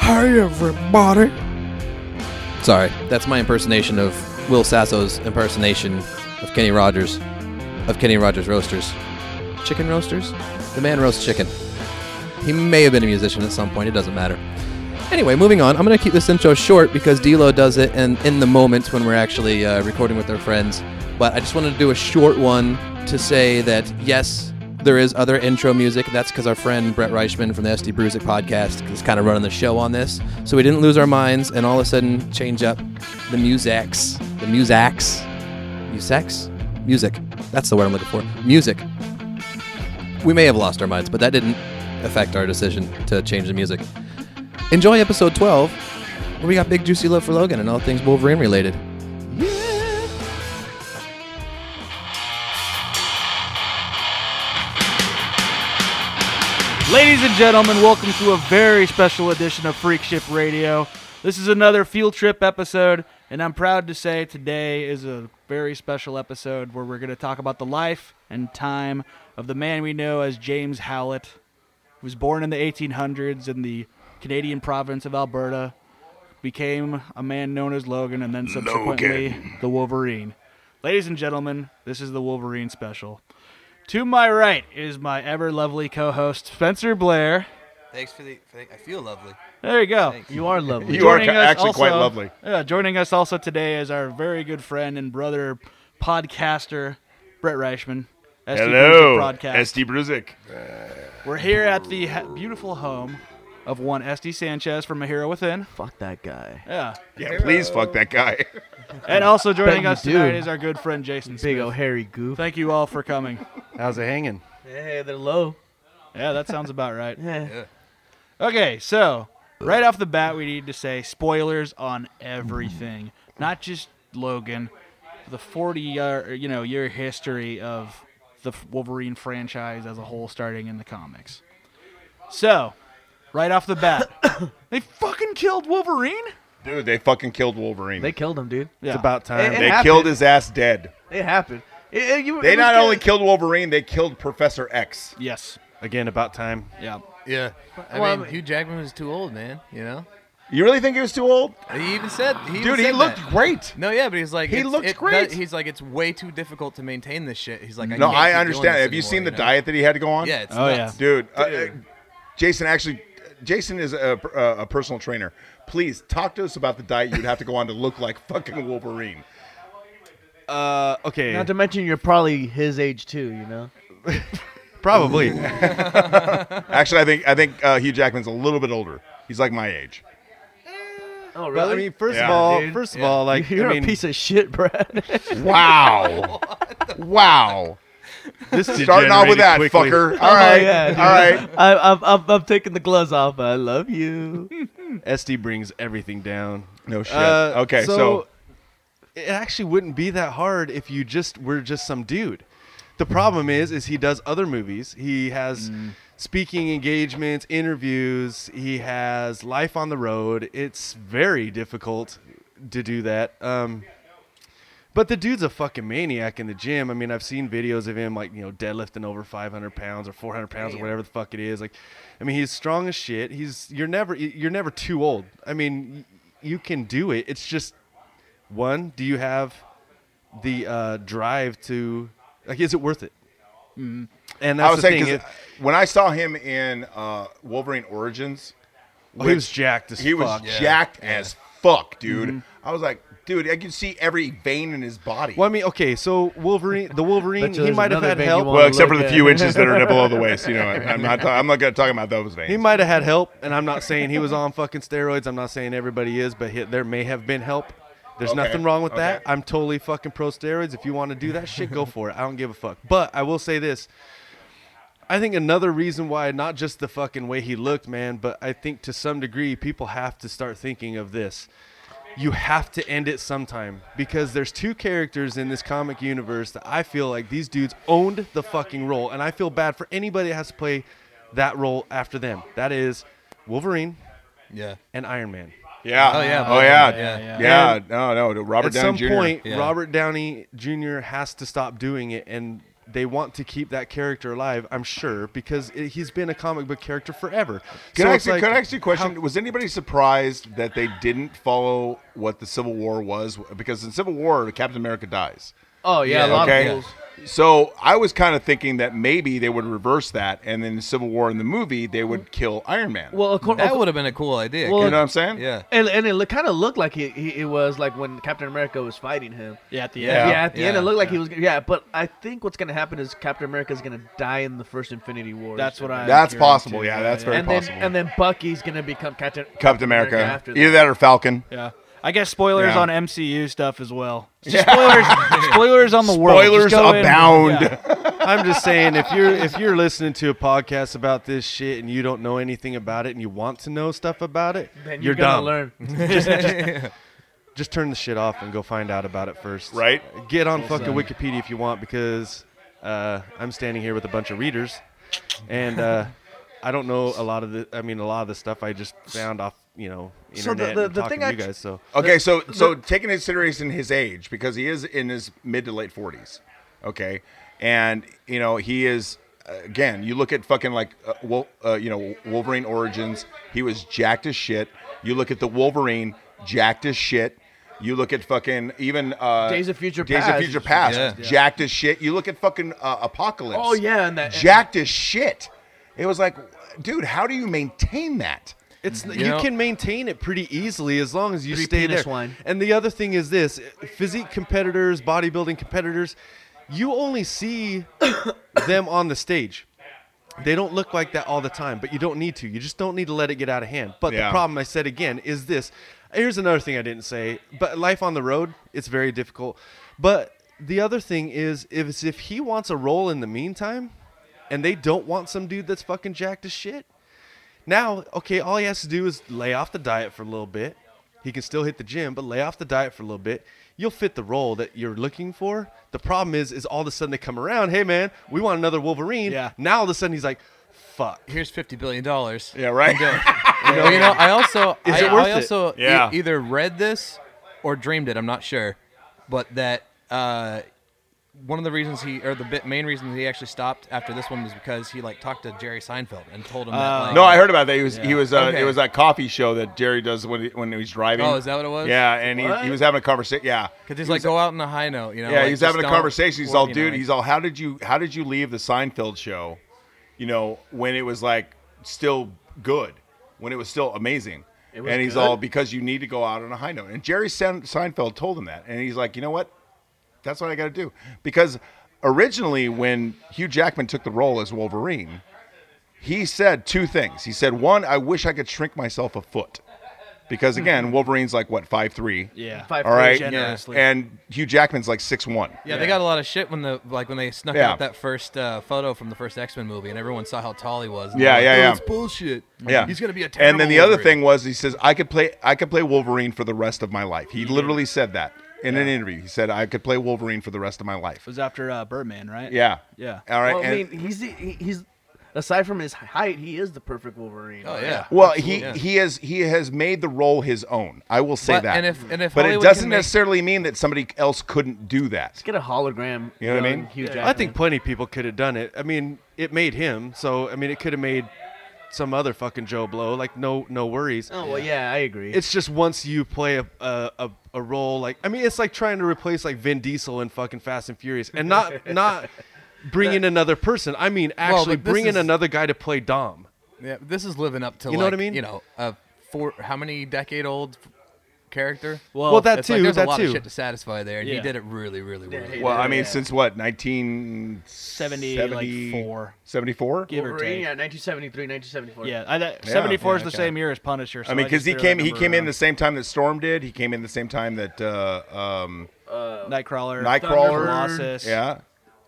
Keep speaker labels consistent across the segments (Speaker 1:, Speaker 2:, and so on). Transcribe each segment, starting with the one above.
Speaker 1: Hi, everybody.
Speaker 2: Sorry, that's my impersonation of Will Sasso's impersonation of Kenny Rogers, of Kenny Rogers Roasters. Chicken Roasters? The man roasts chicken. He may have been a musician at some point, it doesn't matter. Anyway, moving on, I'm going to keep this intro short because D'Lo does it in, in the moment when we're actually uh, recording with our friends. But I just wanted to do a short one to say that yes, there is other intro music. That's because our friend Brett Reichman from the SD Bruisic podcast is kind of running the show on this. So we didn't lose our minds and all of a sudden change up the musex. The musax. Musex? Music. That's the word I'm looking for. Music. We may have lost our minds, but that didn't affect our decision to change the music. Enjoy episode 12, where we got big juicy love for Logan and all things Wolverine related.
Speaker 3: Ladies and gentlemen, welcome to a very special edition of Freak Ship Radio. This is another field trip episode, and I'm proud to say today is a very special episode where we're going to talk about the life and time of the man we know as James Howlett. He was born in the 1800s in the Canadian province of Alberta, became a man known as Logan, and then subsequently the Wolverine. Ladies and gentlemen, this is the Wolverine special. To my right is my ever lovely co-host Spencer Blair.
Speaker 2: Thanks for the. I feel lovely.
Speaker 3: There you go. You are lovely.
Speaker 4: You are
Speaker 3: Joining
Speaker 4: ca-
Speaker 3: us
Speaker 4: actually quite
Speaker 3: also-
Speaker 4: lovely.
Speaker 3: Yeah, joining us also today is our very good friend and brother podcaster Brett Reichman. SD
Speaker 4: Hello,
Speaker 3: Podcast.
Speaker 4: SD Bruzik.
Speaker 3: We're here at the ha- beautiful home of one SD Sanchez from A Hero Within.
Speaker 5: Fuck that guy.
Speaker 3: Yeah.
Speaker 4: Yeah, please fuck that guy.
Speaker 3: And also joining
Speaker 5: Um, you
Speaker 3: us tonight
Speaker 5: do.
Speaker 3: is our good friend Jason
Speaker 5: Big
Speaker 3: Smith.
Speaker 5: ol' hairy goof.
Speaker 3: Thank you all for coming.
Speaker 6: How's it hanging?
Speaker 5: Hey, they're low.
Speaker 3: Yeah, that sounds about right.
Speaker 5: Yeah.
Speaker 3: Okay, so right off the bat, we need to say spoilers on everything, not just Logan, the forty-year you know year history of the f- Wolverine franchise as a whole, starting in the comics. So, right off the bat, they fucking killed Wolverine.
Speaker 4: Dude, they fucking killed Wolverine.
Speaker 5: They
Speaker 4: They,
Speaker 5: killed him, dude.
Speaker 3: Yeah.
Speaker 6: It's about time.
Speaker 5: It- it- happened.
Speaker 4: killed his ass dead.
Speaker 5: It happened. It- it- you-
Speaker 4: They
Speaker 5: it was
Speaker 4: not
Speaker 5: good.
Speaker 4: only killed Wolverine, they killed Professor X.
Speaker 3: yes.
Speaker 6: Again, about time.
Speaker 3: Yeah.
Speaker 2: Yeah. I
Speaker 5: Well, I
Speaker 2: mean,
Speaker 5: mean-
Speaker 2: Hugh Jackman was too old, man. You know?
Speaker 4: You really think he was too old?
Speaker 2: He even said. He even
Speaker 4: Dude, he
Speaker 2: said
Speaker 4: looked
Speaker 2: that.
Speaker 4: great.
Speaker 2: No, yeah, but he's like.
Speaker 4: He
Speaker 2: it's-
Speaker 4: looked
Speaker 2: it does-
Speaker 4: great.
Speaker 2: he's like, it's way too difficult to maintain this shit. He's like, I
Speaker 4: No,
Speaker 2: can't
Speaker 4: I
Speaker 2: keep doing
Speaker 4: understand.
Speaker 2: this
Speaker 4: Have you seen the
Speaker 2: anymore, know?
Speaker 4: diet that he had to go on?
Speaker 2: Yeah, it's
Speaker 3: Oh,
Speaker 2: nuts.
Speaker 4: Dude, uh, uh, Jason actually, Jason is a, uh, a personal trainer. Please talk to us about the diet you'd have to go on to look like fucking Wolverine.
Speaker 6: Uh, okay.
Speaker 5: Not to mention, you're probably his age too. You know.
Speaker 6: Probably.
Speaker 4: Actually, I think I think uh, Hugh Jackman's a little bit older. He's like my age.
Speaker 5: Oh,
Speaker 6: But I mean, first of
Speaker 4: Yeah.
Speaker 6: all,
Speaker 5: Dude.
Speaker 6: first of
Speaker 2: Yeah.
Speaker 6: all, like
Speaker 5: you're
Speaker 6: I mean,
Speaker 5: a piece of shit, Brad.
Speaker 4: Wow. wow.
Speaker 6: this
Speaker 4: Starting off with that, fucker. All right.
Speaker 5: Oh, yeah, dude.
Speaker 4: All right.
Speaker 5: I, I'm, I'm, I'm taking the gloves off. I love you.
Speaker 6: SD brings everything down.
Speaker 4: No shit.
Speaker 6: Uh,
Speaker 4: okay, so,
Speaker 6: it actually wouldn't be that hard if you just were just some dude. The problem is, is he does other movies. He has
Speaker 5: Mm.
Speaker 6: speaking engagements, interviews. He has life on the road. It's very difficult to do that. Um, but the dude's a fucking maniac in the gym. I mean, I've seen videos of him like you know deadlifting over 500 pounds or 400
Speaker 4: Oh,
Speaker 6: pounds or whatever the fuck it is. Like, I mean, he's strong as shit. He's you're never you're never too old. I mean, y- you can do it. It's just one, do you have the uh, drive to like? Is it worth it? And that's
Speaker 4: Mm-hmm. I was
Speaker 6: the
Speaker 4: saying
Speaker 6: thing.
Speaker 4: 'cause when I saw him in uh, Wolverine Origins,
Speaker 6: Oh, he was jacked as
Speaker 4: he was
Speaker 6: fuck. Mm-hmm.
Speaker 4: jacked as fuck, dude. I was like, dude, I could see every vein in his body.
Speaker 6: Well, I mean, okay, so Wolverine, the Wolverine,
Speaker 5: Bet you
Speaker 6: he
Speaker 5: there's
Speaker 6: might have
Speaker 5: another
Speaker 6: had
Speaker 5: thing you
Speaker 6: help.
Speaker 5: want. Well, except for the few
Speaker 4: inches that are below the waist, you know. I'm not. I'm not going to talk about those veins.
Speaker 6: He might have had help, and I'm not saying he was on fucking steroids. I'm not saying everybody is, but he, there may have been help. There's
Speaker 4: Okay,
Speaker 6: nothing wrong with that.
Speaker 4: okay.
Speaker 6: I'm totally fucking pro steroids. If you want to do that shit, go for it. I don't give a fuck. But I will say this. I think another reason why, not just the fucking way he looked, man, but I think to some degree, people have to start thinking of this. You have to end it sometime because there's two characters in this comic universe that I feel like these dudes owned the fucking role, and I feel bad for anybody that has to play that role after them. That is Wolverine
Speaker 2: Yeah.
Speaker 6: and Iron Man.
Speaker 4: Yeah.
Speaker 2: Oh, yeah,
Speaker 4: Oh
Speaker 2: both
Speaker 4: yeah.
Speaker 2: of them. Yeah,
Speaker 4: Yeah. yeah. No, no. Robert
Speaker 6: At
Speaker 4: Downey Jr.
Speaker 6: some point,
Speaker 2: Yeah.
Speaker 6: Robert Downey Jr. has to stop doing it, and they want to keep that character alive. I'm sure because i he's been a comic book character forever.
Speaker 4: Can,
Speaker 6: So
Speaker 4: I
Speaker 6: it's
Speaker 4: ask you,
Speaker 6: like,
Speaker 4: can I ask you a question?
Speaker 6: how-
Speaker 4: was anybody surprised that they didn't follow what the Civil War was? Because in Civil War, Captain America dies.
Speaker 7: Oh yeah, a lot
Speaker 4: okay.
Speaker 7: of people.
Speaker 4: So I was kind of thinking that maybe they would reverse that, and then in Civil War in the movie, they would kill Iron Man.
Speaker 7: Well, of course,
Speaker 2: That would have been a cool idea.
Speaker 7: Well,
Speaker 4: you
Speaker 2: Could-
Speaker 4: know what I'm saying?
Speaker 2: yeah.
Speaker 7: and, and it kind of looked like he, he it was like when Captain America was fighting him.
Speaker 3: Yeah, at the
Speaker 4: Yeah.
Speaker 7: Yeah,
Speaker 3: end.
Speaker 7: at the end it
Speaker 2: yeah,
Speaker 7: looked like he was. Yeah, but I think what's gonna happen is Captain America is gonna die in the first Infinity War.
Speaker 3: That's what I.
Speaker 4: That's
Speaker 3: guarantee.
Speaker 4: possible. Yeah, that's very
Speaker 7: And then
Speaker 4: possible.
Speaker 7: and then Bucky's gonna become Captain
Speaker 4: Captain America.
Speaker 7: after
Speaker 4: Either
Speaker 7: that.
Speaker 4: that or Falcon.
Speaker 3: Yeah. I guess spoilers
Speaker 4: Yeah.
Speaker 3: on MCU stuff as well. Just Spoilers, spoilers on the world. Just
Speaker 4: Spoilers
Speaker 3: go in-
Speaker 4: abound.
Speaker 3: yeah.
Speaker 6: I'm just saying if you're if you're listening to a podcast about this shit and you don't know anything about it and you want to know stuff about it,
Speaker 7: Then
Speaker 6: you're,
Speaker 7: you're, gonna
Speaker 6: dumb.
Speaker 7: learn.
Speaker 6: Just turn the shit off and go find out about it first.
Speaker 4: Right?
Speaker 6: Get on fucking Wikipedia if you want because uh, I'm standing here with a bunch of readers and uh, I don't know a lot of the I mean a lot of the stuff I just found off, you know, internet
Speaker 7: So the- the-
Speaker 6: and
Speaker 7: the
Speaker 6: talking
Speaker 7: thing
Speaker 6: to
Speaker 7: I
Speaker 6: you
Speaker 7: tr-
Speaker 6: guys. So
Speaker 4: Okay, so so taking into consideration his age because he is in his mid to late forties, okay, and you know he is uh, again. You look at fucking like uh, Wol- uh, you know Wolverine Origins. He was jacked as shit. You look at the Wolverine, jacked as shit. You look at fucking even uh,
Speaker 7: Days of Future
Speaker 4: Days
Speaker 7: Past.
Speaker 4: of Future Past,
Speaker 2: Yeah.
Speaker 4: jacked as shit. You look at fucking uh, Apocalypse.
Speaker 7: Oh yeah, and that
Speaker 4: jacked as shit. It was like, dude, how do you maintain that?
Speaker 6: It's you,
Speaker 2: know-
Speaker 6: can maintain it pretty easily as long as you
Speaker 7: Three
Speaker 6: stay
Speaker 7: penis
Speaker 6: there.
Speaker 7: wine.
Speaker 6: And the other thing is this: physique competitors, bodybuilding competitors, you only see them on the stage. They don't look like that all the time, but you don't need to. You just don't need to let it get out of hand. But
Speaker 4: Yeah.
Speaker 6: the problem I said again is this. Here's another thing I didn't say. But life on the road, it's very difficult. But the other thing is if it's if he wants a role in the meantime and they don't want some dude that's fucking jacked as shit, now, okay, all he has to do is lay off the diet for a little bit. He can still hit the gym, but lay off the diet for a little bit. You'll fit the role that you're looking for. The problem is, is all of a sudden they come around. Hey, man, we want another Wolverine.
Speaker 3: Yeah.
Speaker 6: Now all of a sudden he's like, fuck.
Speaker 2: Here's fifty billion dollars.
Speaker 4: Yeah, right.
Speaker 2: you, know, you know, Oh, I also, I,
Speaker 6: it worth
Speaker 2: I
Speaker 6: it?
Speaker 2: also e-
Speaker 4: Yeah.
Speaker 2: either read this or dreamed it. I'm not sure, but that uh, one of the reasons he, or the bit, main reason he actually stopped after this one was because he like talked to Jerry Seinfeld and told him that. Like,
Speaker 4: No, I heard about that. He was he was uh,
Speaker 2: Oh. Okay.
Speaker 4: it was that coffee show that Jerry does when he, when he's driving.
Speaker 2: Oh, is that what it was?
Speaker 4: Yeah, and he, he was having a conversation. Yeah,
Speaker 2: Because he's like, go out on a high note, you know.
Speaker 4: yeah,
Speaker 2: like,
Speaker 4: he's
Speaker 2: just
Speaker 4: having a
Speaker 2: don't
Speaker 4: conversation. He's
Speaker 2: work
Speaker 4: all,
Speaker 2: me
Speaker 4: dude.
Speaker 2: night."
Speaker 4: He's all, how did you how did you leave the Seinfeld show? You know, when it was like still good, when it was still amazing. and he's all because you need to go out on a high note. And Jerry Sein- Seinfeld told him that, and he's like, you know what? That's what I got to do because originally when Hugh Jackman took the role as Wolverine, he said two things. He said, one, I wish I could shrink myself a foot. Because
Speaker 2: Hmm.
Speaker 4: again, Wolverine's like what, five three?
Speaker 3: Yeah.
Speaker 7: Five
Speaker 4: All right.
Speaker 3: generously.
Speaker 4: And Hugh Jackman's like six one.
Speaker 2: Yeah, they got a lot of shit when the like when they snuck
Speaker 4: Yeah.
Speaker 2: out that first uh, photo from the first X Men movie, and everyone saw how tall he was. and
Speaker 4: Yeah,
Speaker 2: they're
Speaker 4: yeah,
Speaker 2: like, "Oh,
Speaker 4: yeah.
Speaker 2: It's bullshit.
Speaker 4: Yeah.
Speaker 2: he's gonna be a terrible.
Speaker 4: And then the other
Speaker 2: Wolverine."
Speaker 4: thing was he says, I could play I could play Wolverine for the rest of my life. He
Speaker 2: Mm-hmm.
Speaker 4: literally said that in an interview. He said, I could play Wolverine for the rest of my life.
Speaker 3: It was after uh, Birdman, right?
Speaker 4: Yeah.
Speaker 3: Yeah.
Speaker 4: All right.
Speaker 7: Well, I
Speaker 4: and-
Speaker 7: mean, he's the- he, he's aside from his height, he is the perfect Wolverine.
Speaker 2: Oh yeah.
Speaker 4: Well,
Speaker 2: Absolutely.
Speaker 4: he
Speaker 2: Yeah.
Speaker 4: he has he has made the role his own. I will say
Speaker 2: But-
Speaker 4: that.
Speaker 2: and if- and if
Speaker 4: but it
Speaker 2: Hollywood
Speaker 4: doesn't
Speaker 2: can make-
Speaker 4: necessarily mean that somebody else couldn't do that.
Speaker 7: Let's get a hologram.
Speaker 4: You know what I
Speaker 7: young
Speaker 4: mean?
Speaker 7: Hugh
Speaker 6: I
Speaker 7: Jackman.
Speaker 6: think plenty of people could have done it. I mean, it made him. So, I mean, it could have made some other fucking Joe Blow. Like, no, no worries.
Speaker 7: Oh well, yeah, I agree.
Speaker 6: It's just once you play a, a, a, a role like I mean it's like trying to replace like Vin Diesel in fucking Fast and Furious and not not bring in another person. I mean actually
Speaker 2: but this
Speaker 6: bring in
Speaker 2: is-
Speaker 6: another guy to play Dom.
Speaker 2: Yeah, this is living up to
Speaker 6: You know
Speaker 2: like,
Speaker 6: what I mean?
Speaker 2: You know, a four how many decade old character?
Speaker 6: Well, that
Speaker 2: it's
Speaker 6: too,
Speaker 2: Like, there's
Speaker 6: that
Speaker 2: a lot
Speaker 6: too.
Speaker 2: of shit to satisfy there, and he
Speaker 3: Yeah.
Speaker 2: did it really, really well.
Speaker 7: he-
Speaker 4: Well, I
Speaker 7: Yeah.
Speaker 4: mean, since what, 1970,
Speaker 3: 74.
Speaker 4: 74?
Speaker 3: Give or
Speaker 7: Wolverine,
Speaker 3: take.
Speaker 7: yeah, 1973, 1974.
Speaker 3: Yeah, I, that, 74 is
Speaker 4: Yeah,
Speaker 3: the
Speaker 4: okay.
Speaker 3: same year as Punisher. So
Speaker 4: I mean, because
Speaker 3: because
Speaker 4: he came he came in the same time that Storm did. He came in the same time that uh, um,
Speaker 3: Nightcrawler,
Speaker 4: Nightcrawler,
Speaker 3: Colossus.
Speaker 4: yeah,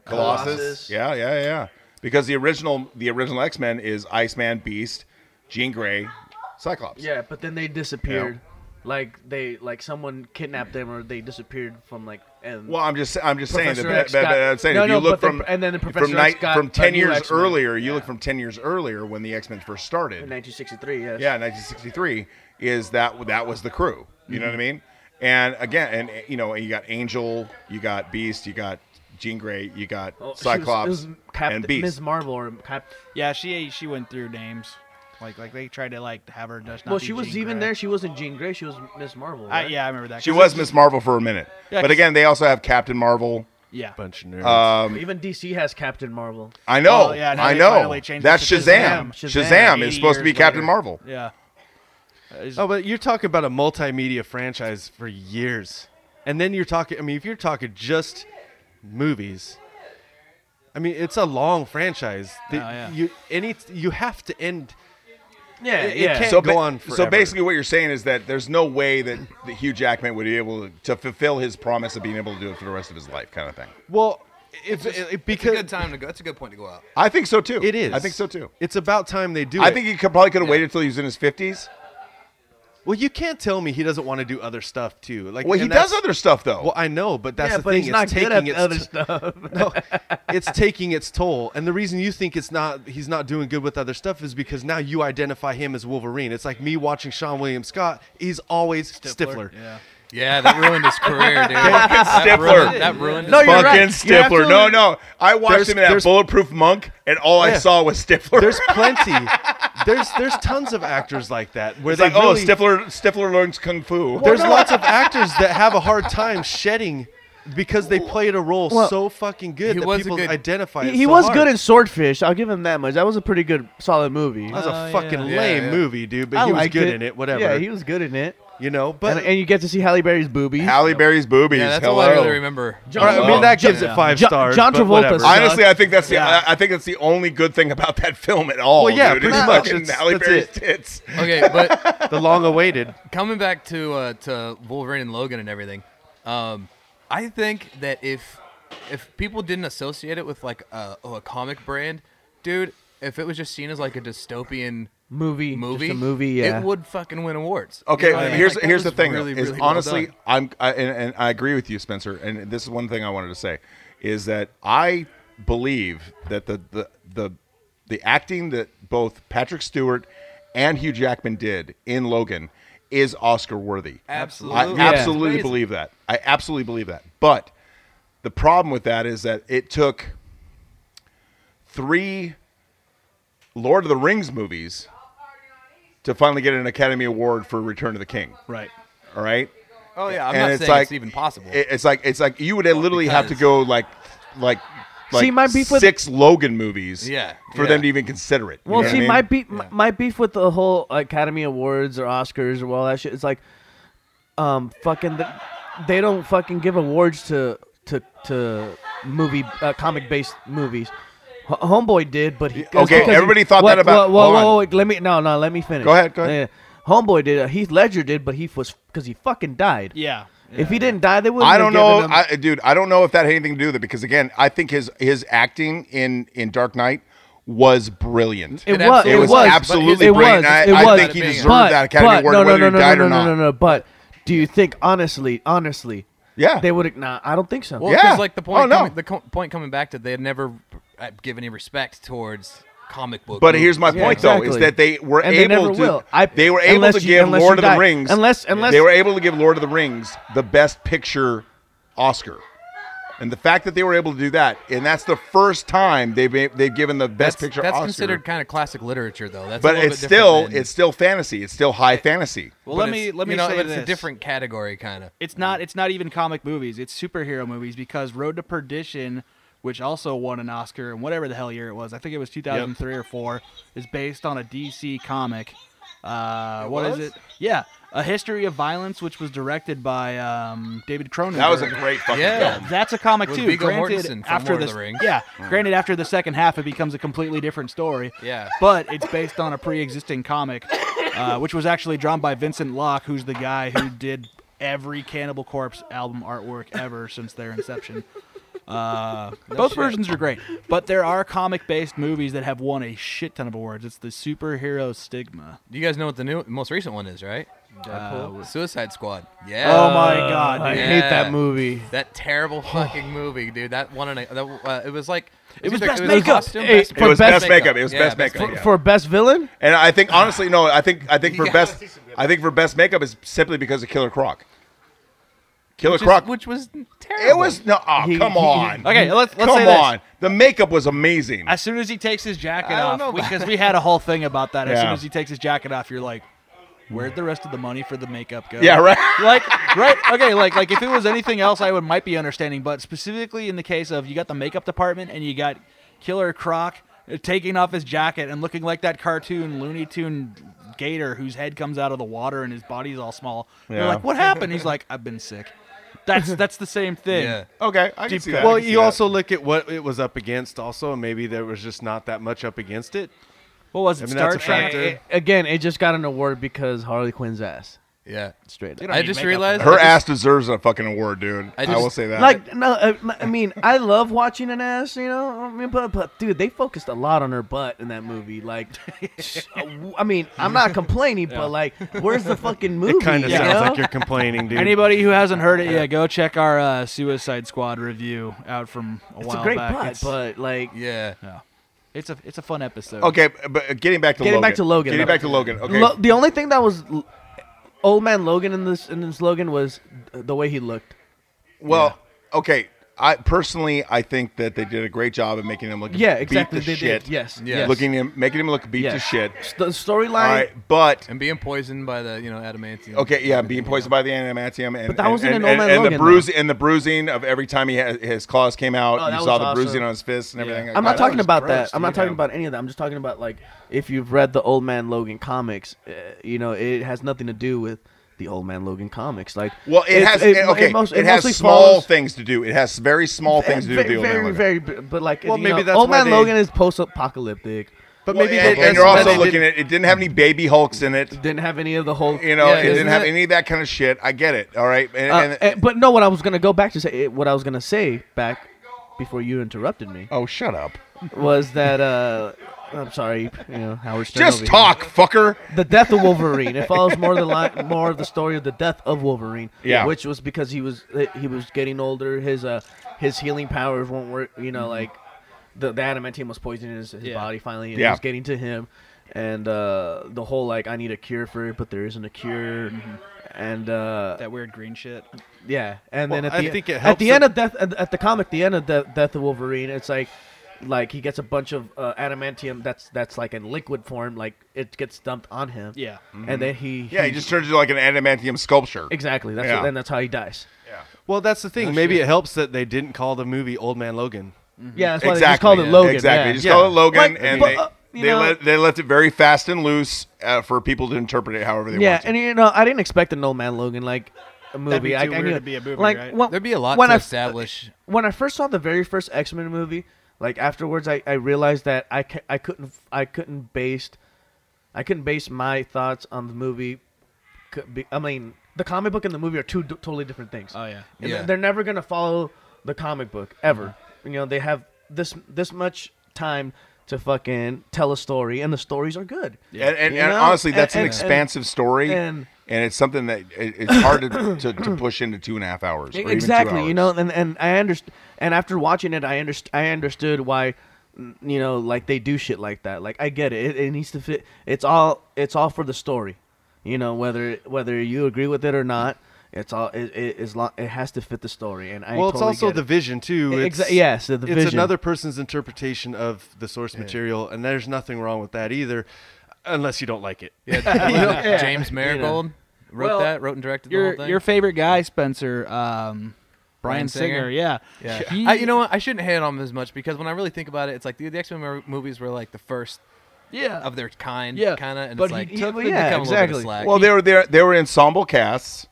Speaker 4: Colossus.
Speaker 7: Colossus.
Speaker 4: yeah, yeah, yeah. Because the original the original X Men is Iceman, Beast, Jean Grey, Cyclops.
Speaker 7: Yeah, but then they disappeared. Like they like someone kidnapped them or they disappeared from like and
Speaker 4: Well, I'm just I'm just saying
Speaker 7: Professor
Speaker 4: that,
Speaker 7: X
Speaker 4: that-
Speaker 7: got-
Speaker 4: that- I'm saying
Speaker 7: No,
Speaker 4: if you
Speaker 7: no,
Speaker 4: look
Speaker 7: but the-
Speaker 4: from
Speaker 7: and then the
Speaker 4: from,
Speaker 7: Professor X got
Speaker 4: from
Speaker 7: a
Speaker 4: ten
Speaker 7: new
Speaker 4: years
Speaker 7: X-Men.
Speaker 4: earlier, you look from ten years earlier when the X Men first started.
Speaker 7: in 1963, yes.
Speaker 4: yeah, 1963 is that that was the crew.
Speaker 7: Mm-hmm.
Speaker 4: You know what I mean? And again, and you know, you got Angel, you got Beast, you got Jean Grey, you got
Speaker 7: Oh, she was- it
Speaker 4: Cyclops,
Speaker 7: was Cap-
Speaker 4: and Beast.
Speaker 7: Ms. Marvel or Cap.
Speaker 3: Yeah, she she went through names, like like they tried to like have her just. Not
Speaker 7: Well,
Speaker 3: be
Speaker 7: she was
Speaker 3: Jean
Speaker 7: even
Speaker 3: Grey.
Speaker 7: there. She wasn't Jean Grey. Uh, She was Miss Marvel.
Speaker 3: I,
Speaker 7: right?
Speaker 3: yeah, I remember that.
Speaker 4: she
Speaker 3: 'cause
Speaker 4: was
Speaker 3: it's-
Speaker 4: Miss Marvel for a minute,
Speaker 3: Yeah,
Speaker 4: but
Speaker 3: 'cause-
Speaker 4: again, they also have Captain Marvel.
Speaker 3: Yeah.
Speaker 6: bunch of nerds.
Speaker 4: Um,
Speaker 7: Even DC has Captain Marvel.
Speaker 4: I know,
Speaker 7: Oh,
Speaker 3: Well, yeah, now
Speaker 4: I
Speaker 3: they
Speaker 4: know.
Speaker 3: finally changed it
Speaker 4: That's
Speaker 3: to Shazam.
Speaker 4: Shazam. Shazam,
Speaker 3: Shazam,
Speaker 4: is
Speaker 3: 80
Speaker 4: supposed to be
Speaker 3: years
Speaker 4: Captain
Speaker 3: later.
Speaker 4: Marvel.
Speaker 3: yeah. Uh, it's-
Speaker 6: oh, but you're talking about a multimedia franchise for years, and then you're talking. I mean, if you're talking just movies, I mean, it's a long franchise.
Speaker 2: Oh,
Speaker 6: The-
Speaker 3: yeah.
Speaker 6: You any you have to end.
Speaker 7: Yeah,
Speaker 6: It- it
Speaker 7: yeah.
Speaker 6: can't-
Speaker 4: So,
Speaker 6: go
Speaker 4: ba-
Speaker 6: on
Speaker 4: so
Speaker 6: forever.
Speaker 4: basically, what you're saying is that there's no way that, that Hugh Jackman would be able to fulfill his promise of being able to do it for the rest of his life, kind of thing.
Speaker 6: Well, if, it,
Speaker 2: It's a
Speaker 6: because
Speaker 2: good time to go. That's a good point to go out.
Speaker 4: I think so too.
Speaker 6: it is.
Speaker 4: I think so too.
Speaker 6: It's about time they do.
Speaker 4: I
Speaker 6: it.
Speaker 4: think he could probably could have waited until he was in his 50s.
Speaker 6: Well, you can't tell me he doesn't want to do other stuff too. Like,
Speaker 4: Well, he
Speaker 6: and
Speaker 4: does
Speaker 6: that's-
Speaker 4: other stuff though.
Speaker 6: Well, I know, but that's
Speaker 7: yeah,
Speaker 6: the
Speaker 7: but
Speaker 6: thing.
Speaker 7: he's
Speaker 6: it's
Speaker 7: not
Speaker 6: taking
Speaker 7: good at
Speaker 6: its
Speaker 7: other
Speaker 6: t-
Speaker 7: stuff.
Speaker 6: no, it's taking its toll. And the reason you think it's not he's not doing good with other stuff is because now you identify him as Wolverine. It's like me watching Sean William Scott. He's always Stifler.
Speaker 3: Yeah.
Speaker 2: Yeah, that ruined his career, dude. That
Speaker 4: Stifler.
Speaker 2: ruined, that ruined
Speaker 4: no,
Speaker 2: his
Speaker 4: you're
Speaker 7: right.
Speaker 4: fucking
Speaker 7: You're
Speaker 4: Stifler. No,
Speaker 7: absolutely-
Speaker 4: no. I watched
Speaker 6: There's-
Speaker 4: him in that
Speaker 6: there's-
Speaker 4: Bulletproof Monk, and all I
Speaker 6: Yeah.
Speaker 4: saw was Stifler.
Speaker 6: There's plenty. there's there's tons of actors like that where
Speaker 4: it's
Speaker 6: they
Speaker 4: like, oh,
Speaker 6: really,
Speaker 4: Stifler, Stifler learns kung fu.
Speaker 6: There's lots of actors that have a hard time shedding because they played a role
Speaker 7: Well,
Speaker 6: so fucking good
Speaker 2: he
Speaker 6: that
Speaker 2: was a
Speaker 6: people
Speaker 2: good-
Speaker 6: identify.
Speaker 7: he
Speaker 6: it
Speaker 7: he
Speaker 6: so
Speaker 7: was
Speaker 6: hard.
Speaker 7: good in Swordfish. I'll give him that much. That was a pretty good, solid movie.
Speaker 6: That was a
Speaker 3: Oh,
Speaker 6: fucking
Speaker 3: yeah.
Speaker 6: lame
Speaker 2: Yeah, yeah.
Speaker 6: movie, dude. But
Speaker 7: I
Speaker 6: he was
Speaker 7: liked
Speaker 6: good in it. Whatever.
Speaker 7: Yeah, he was good in it.
Speaker 6: you know, but
Speaker 7: And, and you get to see Halle Berry's boobies.
Speaker 4: Halle Berry's boobies.
Speaker 2: Yeah, that's all
Speaker 4: Hello.
Speaker 2: I really remember.
Speaker 6: All right, I mean
Speaker 4: Well,
Speaker 6: that gives it
Speaker 2: yeah.
Speaker 6: five
Speaker 7: John-
Speaker 6: stars.
Speaker 7: John
Speaker 6: but
Speaker 7: Travolta
Speaker 6: whatever.
Speaker 7: sucks.
Speaker 4: Honestly, I think that's the
Speaker 7: Yeah.
Speaker 4: I, I think that's the only good thing about that film at all.
Speaker 6: Well, yeah,
Speaker 4: dude. It's
Speaker 6: pretty much.
Speaker 4: fucking
Speaker 6: It's-
Speaker 4: Halle
Speaker 6: that's
Speaker 4: Berry's
Speaker 6: it.
Speaker 4: tits.
Speaker 2: Okay, but
Speaker 6: the long-awaited.
Speaker 2: coming back to uh, to Wolverine and Logan and everything, um, I think that if if people didn't associate it with like a, oh, a comic brand, dude, if it was just seen as like a dystopian
Speaker 7: movie,
Speaker 2: movie,
Speaker 7: just a movie. Yeah,
Speaker 2: it would fucking win awards. You
Speaker 4: Okay,
Speaker 2: know what I mean?
Speaker 4: here's
Speaker 2: Like, that
Speaker 4: here's the
Speaker 2: was
Speaker 4: thing.
Speaker 2: really,
Speaker 4: though, is
Speaker 2: really well
Speaker 4: honestly,
Speaker 2: done.
Speaker 4: I'm I, and, and I agree with you, Spencer. And this is one thing I wanted to say, is that I believe that the the the, the acting that both Patrick Stewart and Hugh Jackman did in Logan is Oscar worthy.
Speaker 2: absolutely,
Speaker 4: I
Speaker 7: Yeah.
Speaker 4: absolutely
Speaker 2: It's amazing.
Speaker 4: believe that. I absolutely believe that. But the problem with that is that it took three Lord of the Rings movies to finally get an Academy Award for Return of the King.
Speaker 3: Right.
Speaker 4: All right.
Speaker 2: Oh yeah, I'm
Speaker 4: and
Speaker 2: not
Speaker 4: it's
Speaker 2: saying
Speaker 4: like
Speaker 2: it's even possible.
Speaker 4: it- It's like it's like you would literally have to
Speaker 2: because-
Speaker 4: go like like. Like
Speaker 7: See, my beef with-
Speaker 4: six Logan movies,
Speaker 2: Yeah,
Speaker 4: for
Speaker 2: yeah.
Speaker 4: them to even consider it. You
Speaker 7: Well,
Speaker 4: know what
Speaker 7: see,
Speaker 4: I mean?
Speaker 7: my beef, my beef with the whole Academy Awards or Oscars or all that shit is like, um, fucking, the, they don't fucking give awards to to to movie uh, comic based movies. H- Homeboy did, but he,
Speaker 4: Okay,
Speaker 7: because he-
Speaker 4: everybody thought that
Speaker 7: What-
Speaker 4: about-
Speaker 7: Whoa,
Speaker 4: hold
Speaker 7: whoa,
Speaker 4: on.
Speaker 7: whoa, wait, let me no, no, let me finish.
Speaker 4: Go ahead, go ahead.
Speaker 7: Yeah. Homeboy did. Uh, Heath Ledger did, but he was because he fucking died.
Speaker 3: Yeah.
Speaker 7: If he didn't die, they wouldn't.
Speaker 4: I don't
Speaker 7: have given
Speaker 4: know,
Speaker 7: him-
Speaker 4: I, dude. I don't know if that had anything to do with it because again, I think his his acting in in Dark Knight was brilliant.
Speaker 7: It,
Speaker 2: It
Speaker 7: was.
Speaker 2: absolutely
Speaker 7: It
Speaker 2: was.
Speaker 7: was.
Speaker 2: It
Speaker 4: absolutely
Speaker 7: it
Speaker 4: brilliant.
Speaker 7: Was,
Speaker 4: I-
Speaker 7: it
Speaker 4: I
Speaker 7: was.
Speaker 2: think he
Speaker 7: But-
Speaker 2: deserved
Speaker 4: that Academy
Speaker 7: but-
Speaker 4: Award
Speaker 7: no, no,
Speaker 4: whether
Speaker 7: no,
Speaker 4: he
Speaker 7: no,
Speaker 4: died
Speaker 7: no,
Speaker 4: or
Speaker 7: no,
Speaker 4: not.
Speaker 7: No, no, no. But do you think honestly, honestly,
Speaker 4: Yeah.
Speaker 7: they would? Nah, I don't think so.
Speaker 2: Well,
Speaker 4: Yeah.
Speaker 2: because like the point,
Speaker 4: Oh, no.
Speaker 2: coming, the co- point coming back to they had never uh, give any respect towards comic book.
Speaker 4: But
Speaker 2: movies.
Speaker 4: here's my
Speaker 7: Mm. Yeah,
Speaker 4: point, though, is
Speaker 7: exactly.
Speaker 4: that they were
Speaker 7: And they
Speaker 4: able
Speaker 7: never
Speaker 4: to.
Speaker 7: will. I-
Speaker 4: they were able
Speaker 7: unless
Speaker 4: to
Speaker 7: you-
Speaker 4: give
Speaker 7: unless
Speaker 4: Lord
Speaker 7: you
Speaker 4: of the
Speaker 7: die.
Speaker 4: Rings.
Speaker 7: Unless- unless-
Speaker 4: they were able to give Lord of the Rings the best picture Oscar, and the fact that they were able to do that, and that's the first time they've they've given the best
Speaker 2: that's,
Speaker 4: picture.
Speaker 2: that's
Speaker 4: Oscar.
Speaker 2: considered kind of classic literature, though. That's a
Speaker 4: But
Speaker 2: little
Speaker 4: it's
Speaker 2: bit different
Speaker 4: still
Speaker 2: than-
Speaker 4: it's still fantasy. It's still high fantasy.
Speaker 3: Well,
Speaker 2: but
Speaker 3: let
Speaker 2: it's-
Speaker 3: me let
Speaker 2: you
Speaker 3: me
Speaker 2: know,
Speaker 3: say
Speaker 2: it's
Speaker 3: this.
Speaker 2: a different category, kind of.
Speaker 3: It's not it's not even comic movies. It's superhero movies because Road to Perdition, which also won an Oscar and whatever the hell year it was, I think it was 2003 or four, is based on a DC comic. Uh, what is
Speaker 2: was?
Speaker 3: it? Yeah, A History of Violence, which was directed by um, David Cronenberg.
Speaker 4: That was a great fucking
Speaker 2: Yeah.
Speaker 4: film.
Speaker 3: That's a comic
Speaker 2: With
Speaker 3: too.
Speaker 2: Viggo
Speaker 3: granted,
Speaker 2: Mortensen from
Speaker 3: after
Speaker 2: Lord of
Speaker 3: this-
Speaker 2: the Rings. Hmm.
Speaker 3: yeah. Granted, after the second half, it becomes a completely different story.
Speaker 2: Yeah.
Speaker 3: But it's based on a pre-existing comic, uh, which was actually drawn by Vincent Locke, who's the guy who did every Cannibal Corpse album artwork ever since their inception. Uh, both versions are great, but there are comic-based movies that have won a shit ton of awards. It's the superhero stigma.
Speaker 2: You guys know what the new, most recent one is, right? Uh, Suicide Squad. Yeah.
Speaker 3: oh my god!
Speaker 7: I
Speaker 3: dude.
Speaker 2: yeah.
Speaker 7: hate that movie.
Speaker 2: That terrible fucking movie, dude. That one and a, that, uh, it was like
Speaker 3: It was
Speaker 2: either-
Speaker 3: best makeup.
Speaker 2: costume,
Speaker 7: Hey,
Speaker 2: best-
Speaker 7: for It was
Speaker 4: best best makeup. makeup. It was best makeup,
Speaker 7: For,
Speaker 4: Yeah.
Speaker 7: for best villain,
Speaker 4: And I think honestly, no, I think I think for
Speaker 2: Yeah.
Speaker 4: best I think for best makeup is simply because of Killer Croc. Killer
Speaker 2: which is-
Speaker 4: Croc.
Speaker 2: which was terrible.
Speaker 4: it was no. Oh,
Speaker 7: He-
Speaker 4: come
Speaker 7: he-
Speaker 4: on.
Speaker 3: Okay, let's- let's
Speaker 4: come
Speaker 3: say this.
Speaker 4: on. The makeup was amazing.
Speaker 3: As soon as he takes his jacket
Speaker 2: I don't
Speaker 3: off,
Speaker 2: know about-
Speaker 3: because we, had a whole thing about that. As
Speaker 4: Yeah.
Speaker 3: soon as he takes his jacket off, you're like, where'd the rest of the money for the makeup go?
Speaker 4: yeah, right.
Speaker 3: like right okay like like if it was anything else i would might be understanding but specifically in the case of you got the makeup department and you got killer croc uh, taking off his jacket and looking like that cartoon looney tune gator whose head comes out of the water and his body's all small you're
Speaker 4: Yeah.
Speaker 3: like what happened he's like i've been sick that's that's the same thing
Speaker 2: Yeah.
Speaker 4: Okay, I can
Speaker 3: Deep
Speaker 4: see
Speaker 3: cut.
Speaker 4: that. I
Speaker 6: Well,
Speaker 4: can see
Speaker 6: you
Speaker 4: that.
Speaker 6: also look at what it was up against, also, and maybe there was just not that much up against it.
Speaker 3: what was
Speaker 6: I
Speaker 3: it
Speaker 6: mean, that's a
Speaker 3: Star Trek?
Speaker 6: factor.
Speaker 7: A- again, it just got an award because Harley Quinn's ass.
Speaker 2: Yeah.
Speaker 7: Straight
Speaker 3: You
Speaker 7: up.
Speaker 3: don't
Speaker 2: I
Speaker 3: need
Speaker 2: just
Speaker 3: makeup.
Speaker 2: realized
Speaker 4: her
Speaker 2: I just-
Speaker 4: ass deserves a fucking award, dude.
Speaker 2: I
Speaker 4: I,
Speaker 2: just-
Speaker 4: will say that.
Speaker 7: Like no, I, I mean I love watching an ass, you know. I mean, but but dude, they focused a lot on her butt in that movie. Like, I mean, I'm not complaining, but like, where's the fucking movie?
Speaker 6: It kind of
Speaker 7: you
Speaker 6: sounds
Speaker 7: know?
Speaker 6: like you're complaining, dude.
Speaker 3: Anybody who hasn't heard it yet, go check our uh, Suicide Squad review out from a
Speaker 7: it's
Speaker 3: while
Speaker 7: a great
Speaker 3: back.
Speaker 7: butt,
Speaker 3: it's,
Speaker 7: but like,
Speaker 2: Yeah.
Speaker 3: it's a it's a fun episode.
Speaker 4: okay, but getting back to
Speaker 7: Getting
Speaker 4: Logan.
Speaker 7: back to Logan,
Speaker 4: Getting
Speaker 7: though.
Speaker 4: back to Logan. Okay.
Speaker 7: Lo- the only thing that was l- old man Logan in this in this Logan was the way he looked.
Speaker 4: well, okay. I personally, I think that they did a great job of making him look
Speaker 7: Yeah,
Speaker 4: beat
Speaker 7: exactly.
Speaker 4: to
Speaker 7: they
Speaker 4: shit.
Speaker 7: did. Yes.
Speaker 2: Yeah.
Speaker 7: Yes.
Speaker 4: looking him, making him look beat
Speaker 7: Yes.
Speaker 4: to shit.
Speaker 7: S- The
Speaker 4: All
Speaker 7: storyline.
Speaker 4: right, but
Speaker 2: And being poisoned by the you know adamantium.
Speaker 4: okay, yeah, being poisoned by the adamantium and
Speaker 7: But that
Speaker 4: and-
Speaker 7: wasn't
Speaker 4: and,
Speaker 7: in Old
Speaker 4: and,
Speaker 7: Man
Speaker 4: and
Speaker 7: Logan,
Speaker 4: the
Speaker 7: though.
Speaker 4: bruising and the bruising of every time he had, his claws came out.
Speaker 7: Oh, that
Speaker 4: you
Speaker 7: was
Speaker 4: saw the
Speaker 7: awesome.
Speaker 4: bruising on his fists and everything.
Speaker 7: I'm
Speaker 4: That
Speaker 7: not talking
Speaker 4: was
Speaker 7: about
Speaker 4: gross,
Speaker 7: that. I'm not
Speaker 4: dude.
Speaker 7: talking about any of that. I'm just talking about like if you've read the Old Man Logan comics, uh, you know it has nothing to do with the Old Man Logan comics. Like,
Speaker 4: Well, it
Speaker 7: it's-
Speaker 4: has it-
Speaker 7: mo-
Speaker 4: okay. It,
Speaker 7: most-
Speaker 4: has
Speaker 7: mostly
Speaker 4: small
Speaker 7: follows-
Speaker 4: things to do. It has very small things to do.
Speaker 7: Very,
Speaker 4: with the Old Man
Speaker 7: very,
Speaker 4: Logan.
Speaker 7: very, b- but like,
Speaker 6: Well,
Speaker 7: you
Speaker 6: maybe
Speaker 7: know,
Speaker 6: that's
Speaker 7: Old
Speaker 6: why
Speaker 7: Man
Speaker 6: they-
Speaker 7: Logan is post-apocalyptic.
Speaker 6: But
Speaker 4: Well,
Speaker 6: maybe
Speaker 4: and,
Speaker 6: they,
Speaker 4: and you're
Speaker 6: they
Speaker 4: also
Speaker 6: did-
Speaker 4: looking at it didn't have any baby hulks in it.
Speaker 7: Didn't have any of the whole,
Speaker 4: You know,
Speaker 2: Yeah,
Speaker 4: it didn't
Speaker 2: isn't
Speaker 4: have
Speaker 2: it-
Speaker 4: any of that kind of shit. I get it. All right, and,
Speaker 7: uh,
Speaker 4: and-
Speaker 7: eh, but no, what I was gonna go back to say, eh, what I was gonna say back before you interrupted me
Speaker 4: oh, shut up.
Speaker 7: was that uh, I'm sorry, you know, Howard Stern. over
Speaker 4: Just
Speaker 7: here.
Speaker 4: talk, fucker.
Speaker 7: the death of Wolverine. It follows more the line, more of the story of the death of Wolverine.
Speaker 4: Yeah.
Speaker 7: which was because he was he was getting older. His uh his healing powers won't work. You
Speaker 4: Mm-hmm.
Speaker 7: know, like the the adamantium was poisoning his, his
Speaker 3: Yeah.
Speaker 7: body finally, and it
Speaker 4: Yeah.
Speaker 7: was getting to him. And uh, the whole like I need a cure for it, but there isn't a cure. And uh,
Speaker 3: That weird green shit.
Speaker 7: yeah, and then
Speaker 6: Well,
Speaker 7: at
Speaker 6: I
Speaker 7: the,
Speaker 6: think it
Speaker 7: at
Speaker 6: helps
Speaker 7: the
Speaker 6: that-
Speaker 7: end of death at, at the comic, the end of the death of Wolverine, it's like like he gets a bunch of uh, adamantium that's that's like in liquid form, like it gets dumped on him.
Speaker 3: Yeah.
Speaker 7: and then he
Speaker 4: Mm-hmm. Yeah, he just turns into like an adamantium sculpture.
Speaker 7: exactly that's
Speaker 4: Yeah.
Speaker 7: what, and that's how he dies.
Speaker 6: Well, that's the thing. maybe it helps that they didn't call the movie Old Man Logan.
Speaker 3: Mm-hmm.
Speaker 7: Yeah, that's
Speaker 4: exactly.
Speaker 7: why they just called it
Speaker 4: yeah.
Speaker 7: Logan.
Speaker 4: Exactly. They
Speaker 7: yeah.
Speaker 4: just call it Logan,
Speaker 7: Like,
Speaker 4: and
Speaker 7: but,
Speaker 4: they,
Speaker 7: uh, you
Speaker 4: they,
Speaker 7: know-
Speaker 4: let, they left it very fast and loose uh, for people to interpret it however they
Speaker 7: Yeah,
Speaker 4: want. to.
Speaker 7: and you know I didn't expect an old man Logan like a movie.
Speaker 3: be
Speaker 7: I,
Speaker 3: too
Speaker 7: I
Speaker 3: weird
Speaker 7: knew
Speaker 3: to
Speaker 7: it.
Speaker 3: be a movie,
Speaker 7: like,
Speaker 3: right?
Speaker 7: when-
Speaker 2: There'd be a lot
Speaker 7: when
Speaker 2: to
Speaker 7: I f-
Speaker 2: establish.
Speaker 7: when I first saw the very first X Men movie, like afterwards, I, I realized that I, ca- I couldn't I couldn't based I couldn't base my thoughts on the movie. could be- I mean, the comic book and the movie are two d- totally different things.
Speaker 3: Oh yeah.
Speaker 7: And
Speaker 2: Yeah.
Speaker 7: They're never gonna follow the comic book ever. You know, they have this this much time to fucking tell a story, and the stories are good.
Speaker 4: And, and,
Speaker 7: You
Speaker 4: and
Speaker 7: know?
Speaker 4: honestly, that's
Speaker 7: And-
Speaker 4: an
Speaker 7: and-
Speaker 4: expansive story,
Speaker 7: and-
Speaker 4: and, it's something that it, it's hard to, to, to push into two and a half hours. or even two
Speaker 7: exactly you
Speaker 4: hours.
Speaker 7: know and and i understand and after watching it i underst- i understood why n- you know like they do shit like that like i get it. it it needs to fit it's all it's all for the story you know whether whether you agree with it or not it's all it it, is lo- it has to fit the story and i
Speaker 6: well,
Speaker 7: totally
Speaker 6: it's also
Speaker 7: get
Speaker 6: the
Speaker 7: it.
Speaker 6: vision too.
Speaker 7: E-
Speaker 6: It's,
Speaker 7: exa- yes, the- the
Speaker 6: it's
Speaker 7: vision.
Speaker 6: another person's interpretation of the source material, and there's nothing wrong with that either, unless you don't like it.
Speaker 2: Yeah, James Marigold wrote
Speaker 3: Well,
Speaker 2: that, wrote and directed the whole
Speaker 3: Your
Speaker 2: thing.
Speaker 3: your favorite guy, Spencer, um, Brian
Speaker 2: Bryan
Speaker 3: Singer.
Speaker 2: Singer?
Speaker 3: Yeah.
Speaker 2: yeah.
Speaker 3: He-
Speaker 2: I, you know what? I shouldn't hate on him as much because when I really think about it, it's like the, the X Men movies were like the first
Speaker 3: Yeah.
Speaker 2: of their kind,
Speaker 3: Yeah.
Speaker 2: kind of, and
Speaker 3: But
Speaker 2: it's like
Speaker 3: he-
Speaker 2: took
Speaker 7: well,
Speaker 2: the-
Speaker 7: yeah,
Speaker 2: become a little bit
Speaker 7: exactly.
Speaker 2: of slack.
Speaker 4: Well, they were there. They were ensemble casts,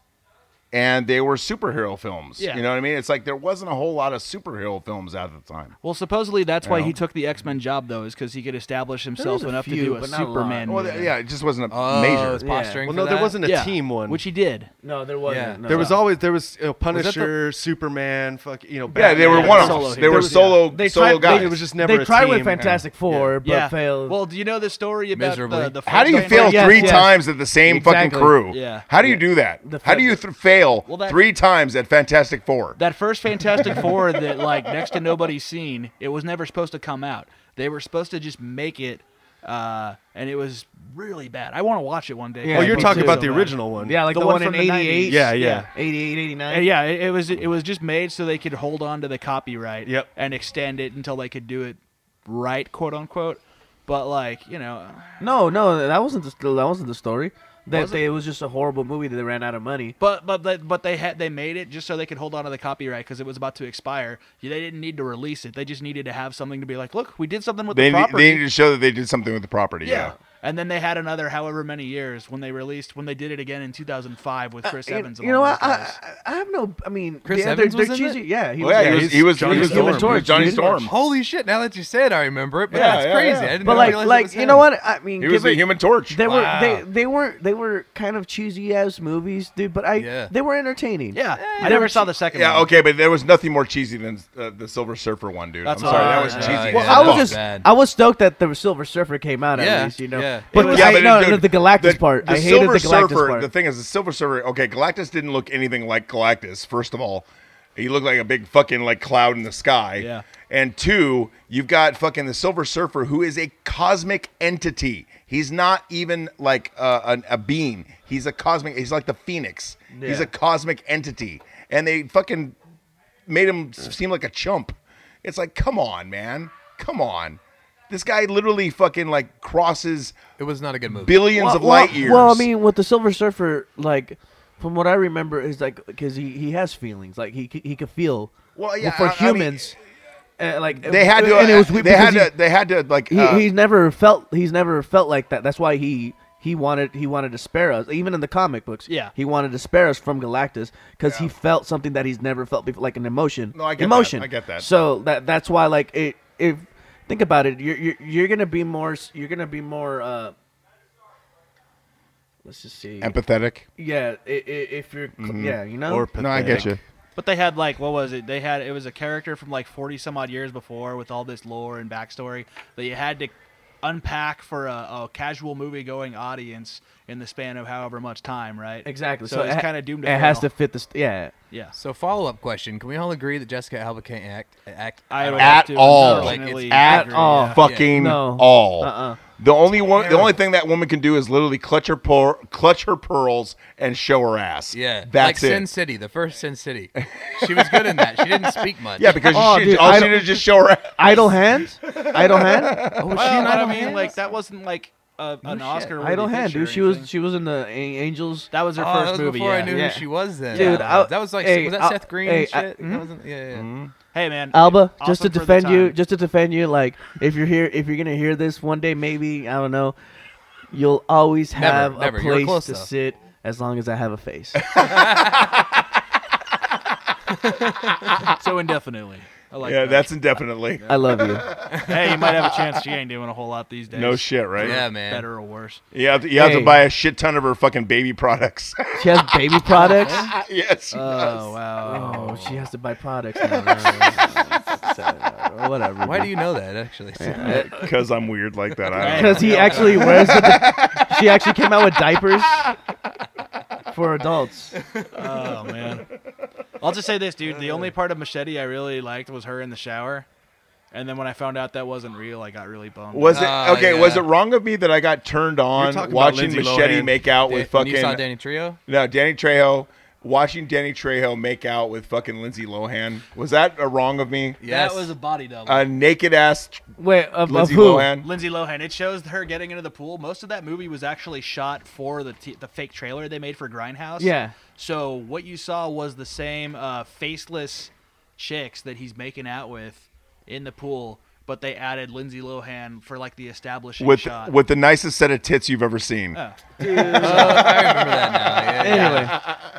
Speaker 4: and they were superhero films.
Speaker 3: Yeah.
Speaker 4: You know what I mean? It's like there wasn't a whole lot of superhero films at the time.
Speaker 3: well, supposedly that's why
Speaker 4: Yeah.
Speaker 3: he took the X Men job though, is because he could establish himself
Speaker 7: a
Speaker 3: enough to
Speaker 7: few,
Speaker 3: do a
Speaker 7: but not a lot.
Speaker 3: Superman.
Speaker 4: Well,
Speaker 3: movie.
Speaker 4: yeah, it just wasn't a
Speaker 2: oh, it's
Speaker 4: major.
Speaker 2: posturing.
Speaker 6: Well,
Speaker 2: for
Speaker 6: no, there
Speaker 2: that?
Speaker 6: wasn't a
Speaker 3: Yeah,
Speaker 6: team one.
Speaker 3: which he did.
Speaker 7: no there wasn't
Speaker 2: Yeah.
Speaker 7: no.
Speaker 6: there was
Speaker 7: No.
Speaker 6: always there was you know,
Speaker 2: that the-
Speaker 6: Punisher, Superman, fuck, you know.
Speaker 4: Yeah, they were
Speaker 6: Batman.
Speaker 4: one
Speaker 3: Solo
Speaker 4: offs.
Speaker 3: hero.
Speaker 4: They
Speaker 6: There
Speaker 4: were
Speaker 6: was-
Speaker 4: solo
Speaker 7: they
Speaker 4: solo
Speaker 7: tried,
Speaker 4: guys.
Speaker 7: They,
Speaker 6: It was just never
Speaker 7: They
Speaker 6: a
Speaker 7: tried with
Speaker 6: team, and-
Speaker 7: Fantastic Four, but
Speaker 3: yeah.
Speaker 7: failed.
Speaker 3: Well, do you know the story about
Speaker 2: Miserably.
Speaker 3: the, the
Speaker 4: How do you
Speaker 3: first
Speaker 4: fail
Speaker 3: Iron Man?
Speaker 7: Yes,
Speaker 4: three
Speaker 7: yes.
Speaker 4: times at the same
Speaker 7: Exactly.
Speaker 4: fucking crew?
Speaker 3: Yeah.
Speaker 4: How do you do that?
Speaker 7: The
Speaker 4: How do you th- fail
Speaker 3: Well, that-
Speaker 4: three times at Fantastic Four?
Speaker 3: That first Fantastic Four that like next to nobody's seen, it was never supposed to come out. They were supposed to just make it, uh, and it was really bad. I want to watch it one day.
Speaker 7: Yeah,
Speaker 6: oh, you're
Speaker 7: me
Speaker 6: talking
Speaker 7: too.
Speaker 6: about the original one.
Speaker 7: Yeah, like
Speaker 3: The
Speaker 7: the,
Speaker 3: one
Speaker 7: one,
Speaker 3: from
Speaker 7: in
Speaker 3: the 98.
Speaker 7: 88.
Speaker 6: Yeah, yeah.
Speaker 7: 88, 89.
Speaker 3: Uh, yeah, it, it was it was just made so they could hold on to the copyright
Speaker 6: Yep.
Speaker 3: and extend it until they could do it right, quote unquote. But like you know,
Speaker 7: No, no, that wasn't the st- that wasn't the story. That they, it was just a horrible movie that they ran out of money.
Speaker 3: but but but, but they had they made it just so they could hold on to the copyright because it was about to expire. They didn't need to release it. They just needed to have something to be like, look, we did something with
Speaker 4: They,
Speaker 3: the
Speaker 4: ne-
Speaker 3: property.
Speaker 4: they need to show that they did something with the property. Yeah.
Speaker 3: yeah. And then they had another however many years when they released when they did it again in 2005 with Chris
Speaker 7: You-
Speaker 3: Evans. and
Speaker 7: you know,
Speaker 3: all
Speaker 7: what? Uh,
Speaker 3: those
Speaker 7: I,
Speaker 3: guys.
Speaker 7: I, I have no. I mean,
Speaker 1: Chris
Speaker 7: yeah,
Speaker 1: Evans
Speaker 7: they're,
Speaker 1: was
Speaker 7: they're
Speaker 1: in it?
Speaker 7: cheesy. Yeah, he
Speaker 4: Oh, yeah,
Speaker 7: yeah,
Speaker 4: he was, he was
Speaker 6: Johnny
Speaker 4: he was
Speaker 6: Storm.
Speaker 4: He was Johnny
Speaker 7: Human
Speaker 4: Storm.
Speaker 2: Holy shit! Now that you say it, I remember it. But
Speaker 4: Yeah,
Speaker 2: that's
Speaker 4: yeah,
Speaker 2: crazy.
Speaker 4: yeah.
Speaker 2: I didn't
Speaker 7: But like,
Speaker 2: realize it
Speaker 7: like
Speaker 2: was
Speaker 7: you
Speaker 2: him.
Speaker 7: know what? I mean,
Speaker 4: He was
Speaker 7: give
Speaker 4: the
Speaker 7: it-
Speaker 4: Human Torch.
Speaker 7: They were
Speaker 2: Wow.
Speaker 7: they they were they were kind of cheesy ass movies, dude. But I
Speaker 2: Yeah.
Speaker 7: they were entertaining.
Speaker 3: yeah, I never saw the second
Speaker 4: Yeah,
Speaker 3: one.
Speaker 4: okay, but there was nothing more cheesy than uh, the Silver Surfer one, dude.
Speaker 3: That's
Speaker 4: I'm sorry,
Speaker 3: all
Speaker 4: that
Speaker 3: right.
Speaker 4: was
Speaker 2: Uh,
Speaker 4: cheesy.
Speaker 2: yeah,
Speaker 7: Well,
Speaker 4: as
Speaker 7: I was
Speaker 4: fuck.
Speaker 7: just
Speaker 2: bad.
Speaker 7: I was stoked that the Silver Surfer came out
Speaker 2: Yeah,
Speaker 7: at least, you know.
Speaker 2: yeah.
Speaker 7: But,
Speaker 2: It
Speaker 4: was- Yeah,
Speaker 7: I,
Speaker 4: but it-
Speaker 7: no, no,
Speaker 4: dude,
Speaker 7: the Galactus part. I hated
Speaker 4: Silver
Speaker 7: the Galactus
Speaker 4: Surfer.
Speaker 7: part.
Speaker 4: The thing is, the Silver Surfer. Okay, Galactus didn't look anything like Galactus. First of all, he looked like a big fucking like cloud in the sky.
Speaker 3: Yeah.
Speaker 4: And two, you've got fucking the Silver Surfer, who is a cosmic entity. He's not even like uh, an, a being. He's a cosmic. He's like the phoenix. He's
Speaker 7: Yeah.
Speaker 4: a cosmic entity, and they fucking made him s- seem like a chump. It's like, come on, man, come on. This guy literally fucking like crosses
Speaker 2: It was not a good movie.
Speaker 4: billions of
Speaker 7: well,
Speaker 4: light
Speaker 7: well,
Speaker 4: years.
Speaker 7: Well, I mean, with the Silver Surfer, like from what I remember, is like because he, he has feelings, like he c- he could feel.
Speaker 4: Well, yeah,
Speaker 7: for
Speaker 4: I- I mean,
Speaker 7: humans, uh, like
Speaker 4: they had to. uh,
Speaker 7: and it was weird
Speaker 4: they had
Speaker 7: because
Speaker 4: to. They had to like.
Speaker 7: He,
Speaker 4: uh,
Speaker 7: he's never felt he's never felt like that. That's why he he wanted he wanted to spare us, even in the comic books.
Speaker 3: Yeah.
Speaker 7: he wanted to spare us from Galactus because he felt something that he's never felt before, like an emotion.
Speaker 4: No, I get that.
Speaker 7: emotion.
Speaker 4: I get that.
Speaker 7: So that that's why like it if think about it, you're you're, you're gonna be more s- you're gonna be more. uh Let's just see.
Speaker 4: empathetic.
Speaker 7: yeah, i- i- if you're cl- yeah, you know.
Speaker 6: Or
Speaker 4: No, I get you.
Speaker 3: But they had like what was it? They had it was a character from like forty some odd years before with all this lore and backstory that you had to unpack for a, a casual movie going audience in the span of however much time, right?
Speaker 7: Exactly.
Speaker 3: So, it's
Speaker 7: ha-
Speaker 3: kind of doomed.
Speaker 7: It
Speaker 3: To
Speaker 7: has
Speaker 3: fail.
Speaker 7: to fit this. Yeah.
Speaker 3: Yeah.
Speaker 2: So follow up question: Can we all agree that Jessica Alba can't act? Act.
Speaker 3: I would
Speaker 4: At
Speaker 3: have to
Speaker 4: all.
Speaker 3: unfortunately
Speaker 4: Like, it's at
Speaker 3: agree,
Speaker 7: all.
Speaker 3: yeah.
Speaker 4: Fucking
Speaker 7: No.
Speaker 4: all.
Speaker 7: Uh-uh.
Speaker 4: The only one. The only thing that woman can do is literally clutch her pearl, clutch her pearls and show her ass.
Speaker 2: Yeah,
Speaker 4: that's
Speaker 2: like
Speaker 4: it.
Speaker 2: Sin City, the first Sin City. She was good in that. She didn't speak much.
Speaker 4: yeah, because
Speaker 7: Oh,
Speaker 4: she,
Speaker 7: dude,
Speaker 4: all
Speaker 7: I
Speaker 4: she
Speaker 7: don't-
Speaker 4: did is just show her. ass.
Speaker 7: Idle hand. Idle hand.
Speaker 2: Oh,
Speaker 3: Well,
Speaker 2: she
Speaker 3: but I mean, like that wasn't like a, an Oscar.
Speaker 7: Idle hand, dude. She was she was in the A- Angels.
Speaker 3: That was her
Speaker 2: Oh, that
Speaker 3: first
Speaker 2: was
Speaker 3: movie.
Speaker 2: before
Speaker 3: yeah.
Speaker 2: I knew
Speaker 7: Yeah.
Speaker 2: who she was then.
Speaker 7: Dude,
Speaker 2: Yeah.
Speaker 7: I-
Speaker 2: that was like
Speaker 7: hey,
Speaker 2: was that
Speaker 7: I-
Speaker 2: Seth Green
Speaker 7: hey,
Speaker 2: and shit?
Speaker 7: I-
Speaker 2: That wasn't- yeah, yeah.
Speaker 3: Hey man,
Speaker 7: Alba, just
Speaker 3: awesome for
Speaker 7: to
Speaker 3: the
Speaker 7: defend you,
Speaker 3: time.
Speaker 7: just to defend you, like if you're here, if you're gonna hear this one day, maybe I don't know, you'll always
Speaker 2: Never,
Speaker 7: have
Speaker 2: never.
Speaker 7: a
Speaker 2: You were
Speaker 7: place
Speaker 2: close,
Speaker 7: to
Speaker 2: though.
Speaker 7: sit as long as I have a face.
Speaker 3: so indefinitely. I like
Speaker 4: yeah,
Speaker 3: that.
Speaker 4: that's indefinitely.
Speaker 7: I love you.
Speaker 3: hey, you might have a chance. She ain't doing a whole lot these days.
Speaker 4: No shit, right?
Speaker 2: Yeah, man.
Speaker 3: Better or worse.
Speaker 4: You have to, you have
Speaker 7: Hey.
Speaker 4: to buy a shit ton of her fucking baby products.
Speaker 7: She has baby products.
Speaker 4: yes. she does.
Speaker 7: Oh wow! Oh, she has to buy products. now. Whatever.
Speaker 2: Why do you know that actually?
Speaker 4: Because I'm weird like that. I don't know.
Speaker 7: Because he actually wears the. Di- she actually came out with diapers for adults.
Speaker 3: Oh man. I'll just say this, dude. The only part of Machete I really liked was her in the shower. And then when I found out that wasn't real, I got really bummed.
Speaker 4: Was it
Speaker 2: Ah,
Speaker 4: okay? Was it
Speaker 2: yeah.
Speaker 4: wrong of me that I got turned on
Speaker 6: talking about
Speaker 4: watching
Speaker 6: Lindsay
Speaker 4: Machete
Speaker 6: Lohan.
Speaker 4: make out
Speaker 2: With
Speaker 4: with
Speaker 2: fucking
Speaker 4: fucking
Speaker 2: you saw Danny Trio.
Speaker 4: No, Danny Trejo. Watching Danny Trejo make out with fucking Lindsay Lohan was that a wrong of me?
Speaker 2: Yes.
Speaker 3: That was a body double.
Speaker 4: A naked ass
Speaker 7: Wait, of, of
Speaker 4: Lindsay
Speaker 7: who?
Speaker 4: Lohan.
Speaker 3: Lindsay Lohan. It shows her getting into the pool. Most of that movie was actually shot for the t- the fake trailer they made for Grindhouse.
Speaker 7: Yeah.
Speaker 3: So what you saw was the same uh, faceless chicks that he's making out with in the pool, but they added Lindsay Lohan for like the establishing
Speaker 4: with
Speaker 3: shot.
Speaker 4: with the nicest set of tits you've ever seen.
Speaker 2: I remember that now. Yeah, yeah.
Speaker 7: Anyway,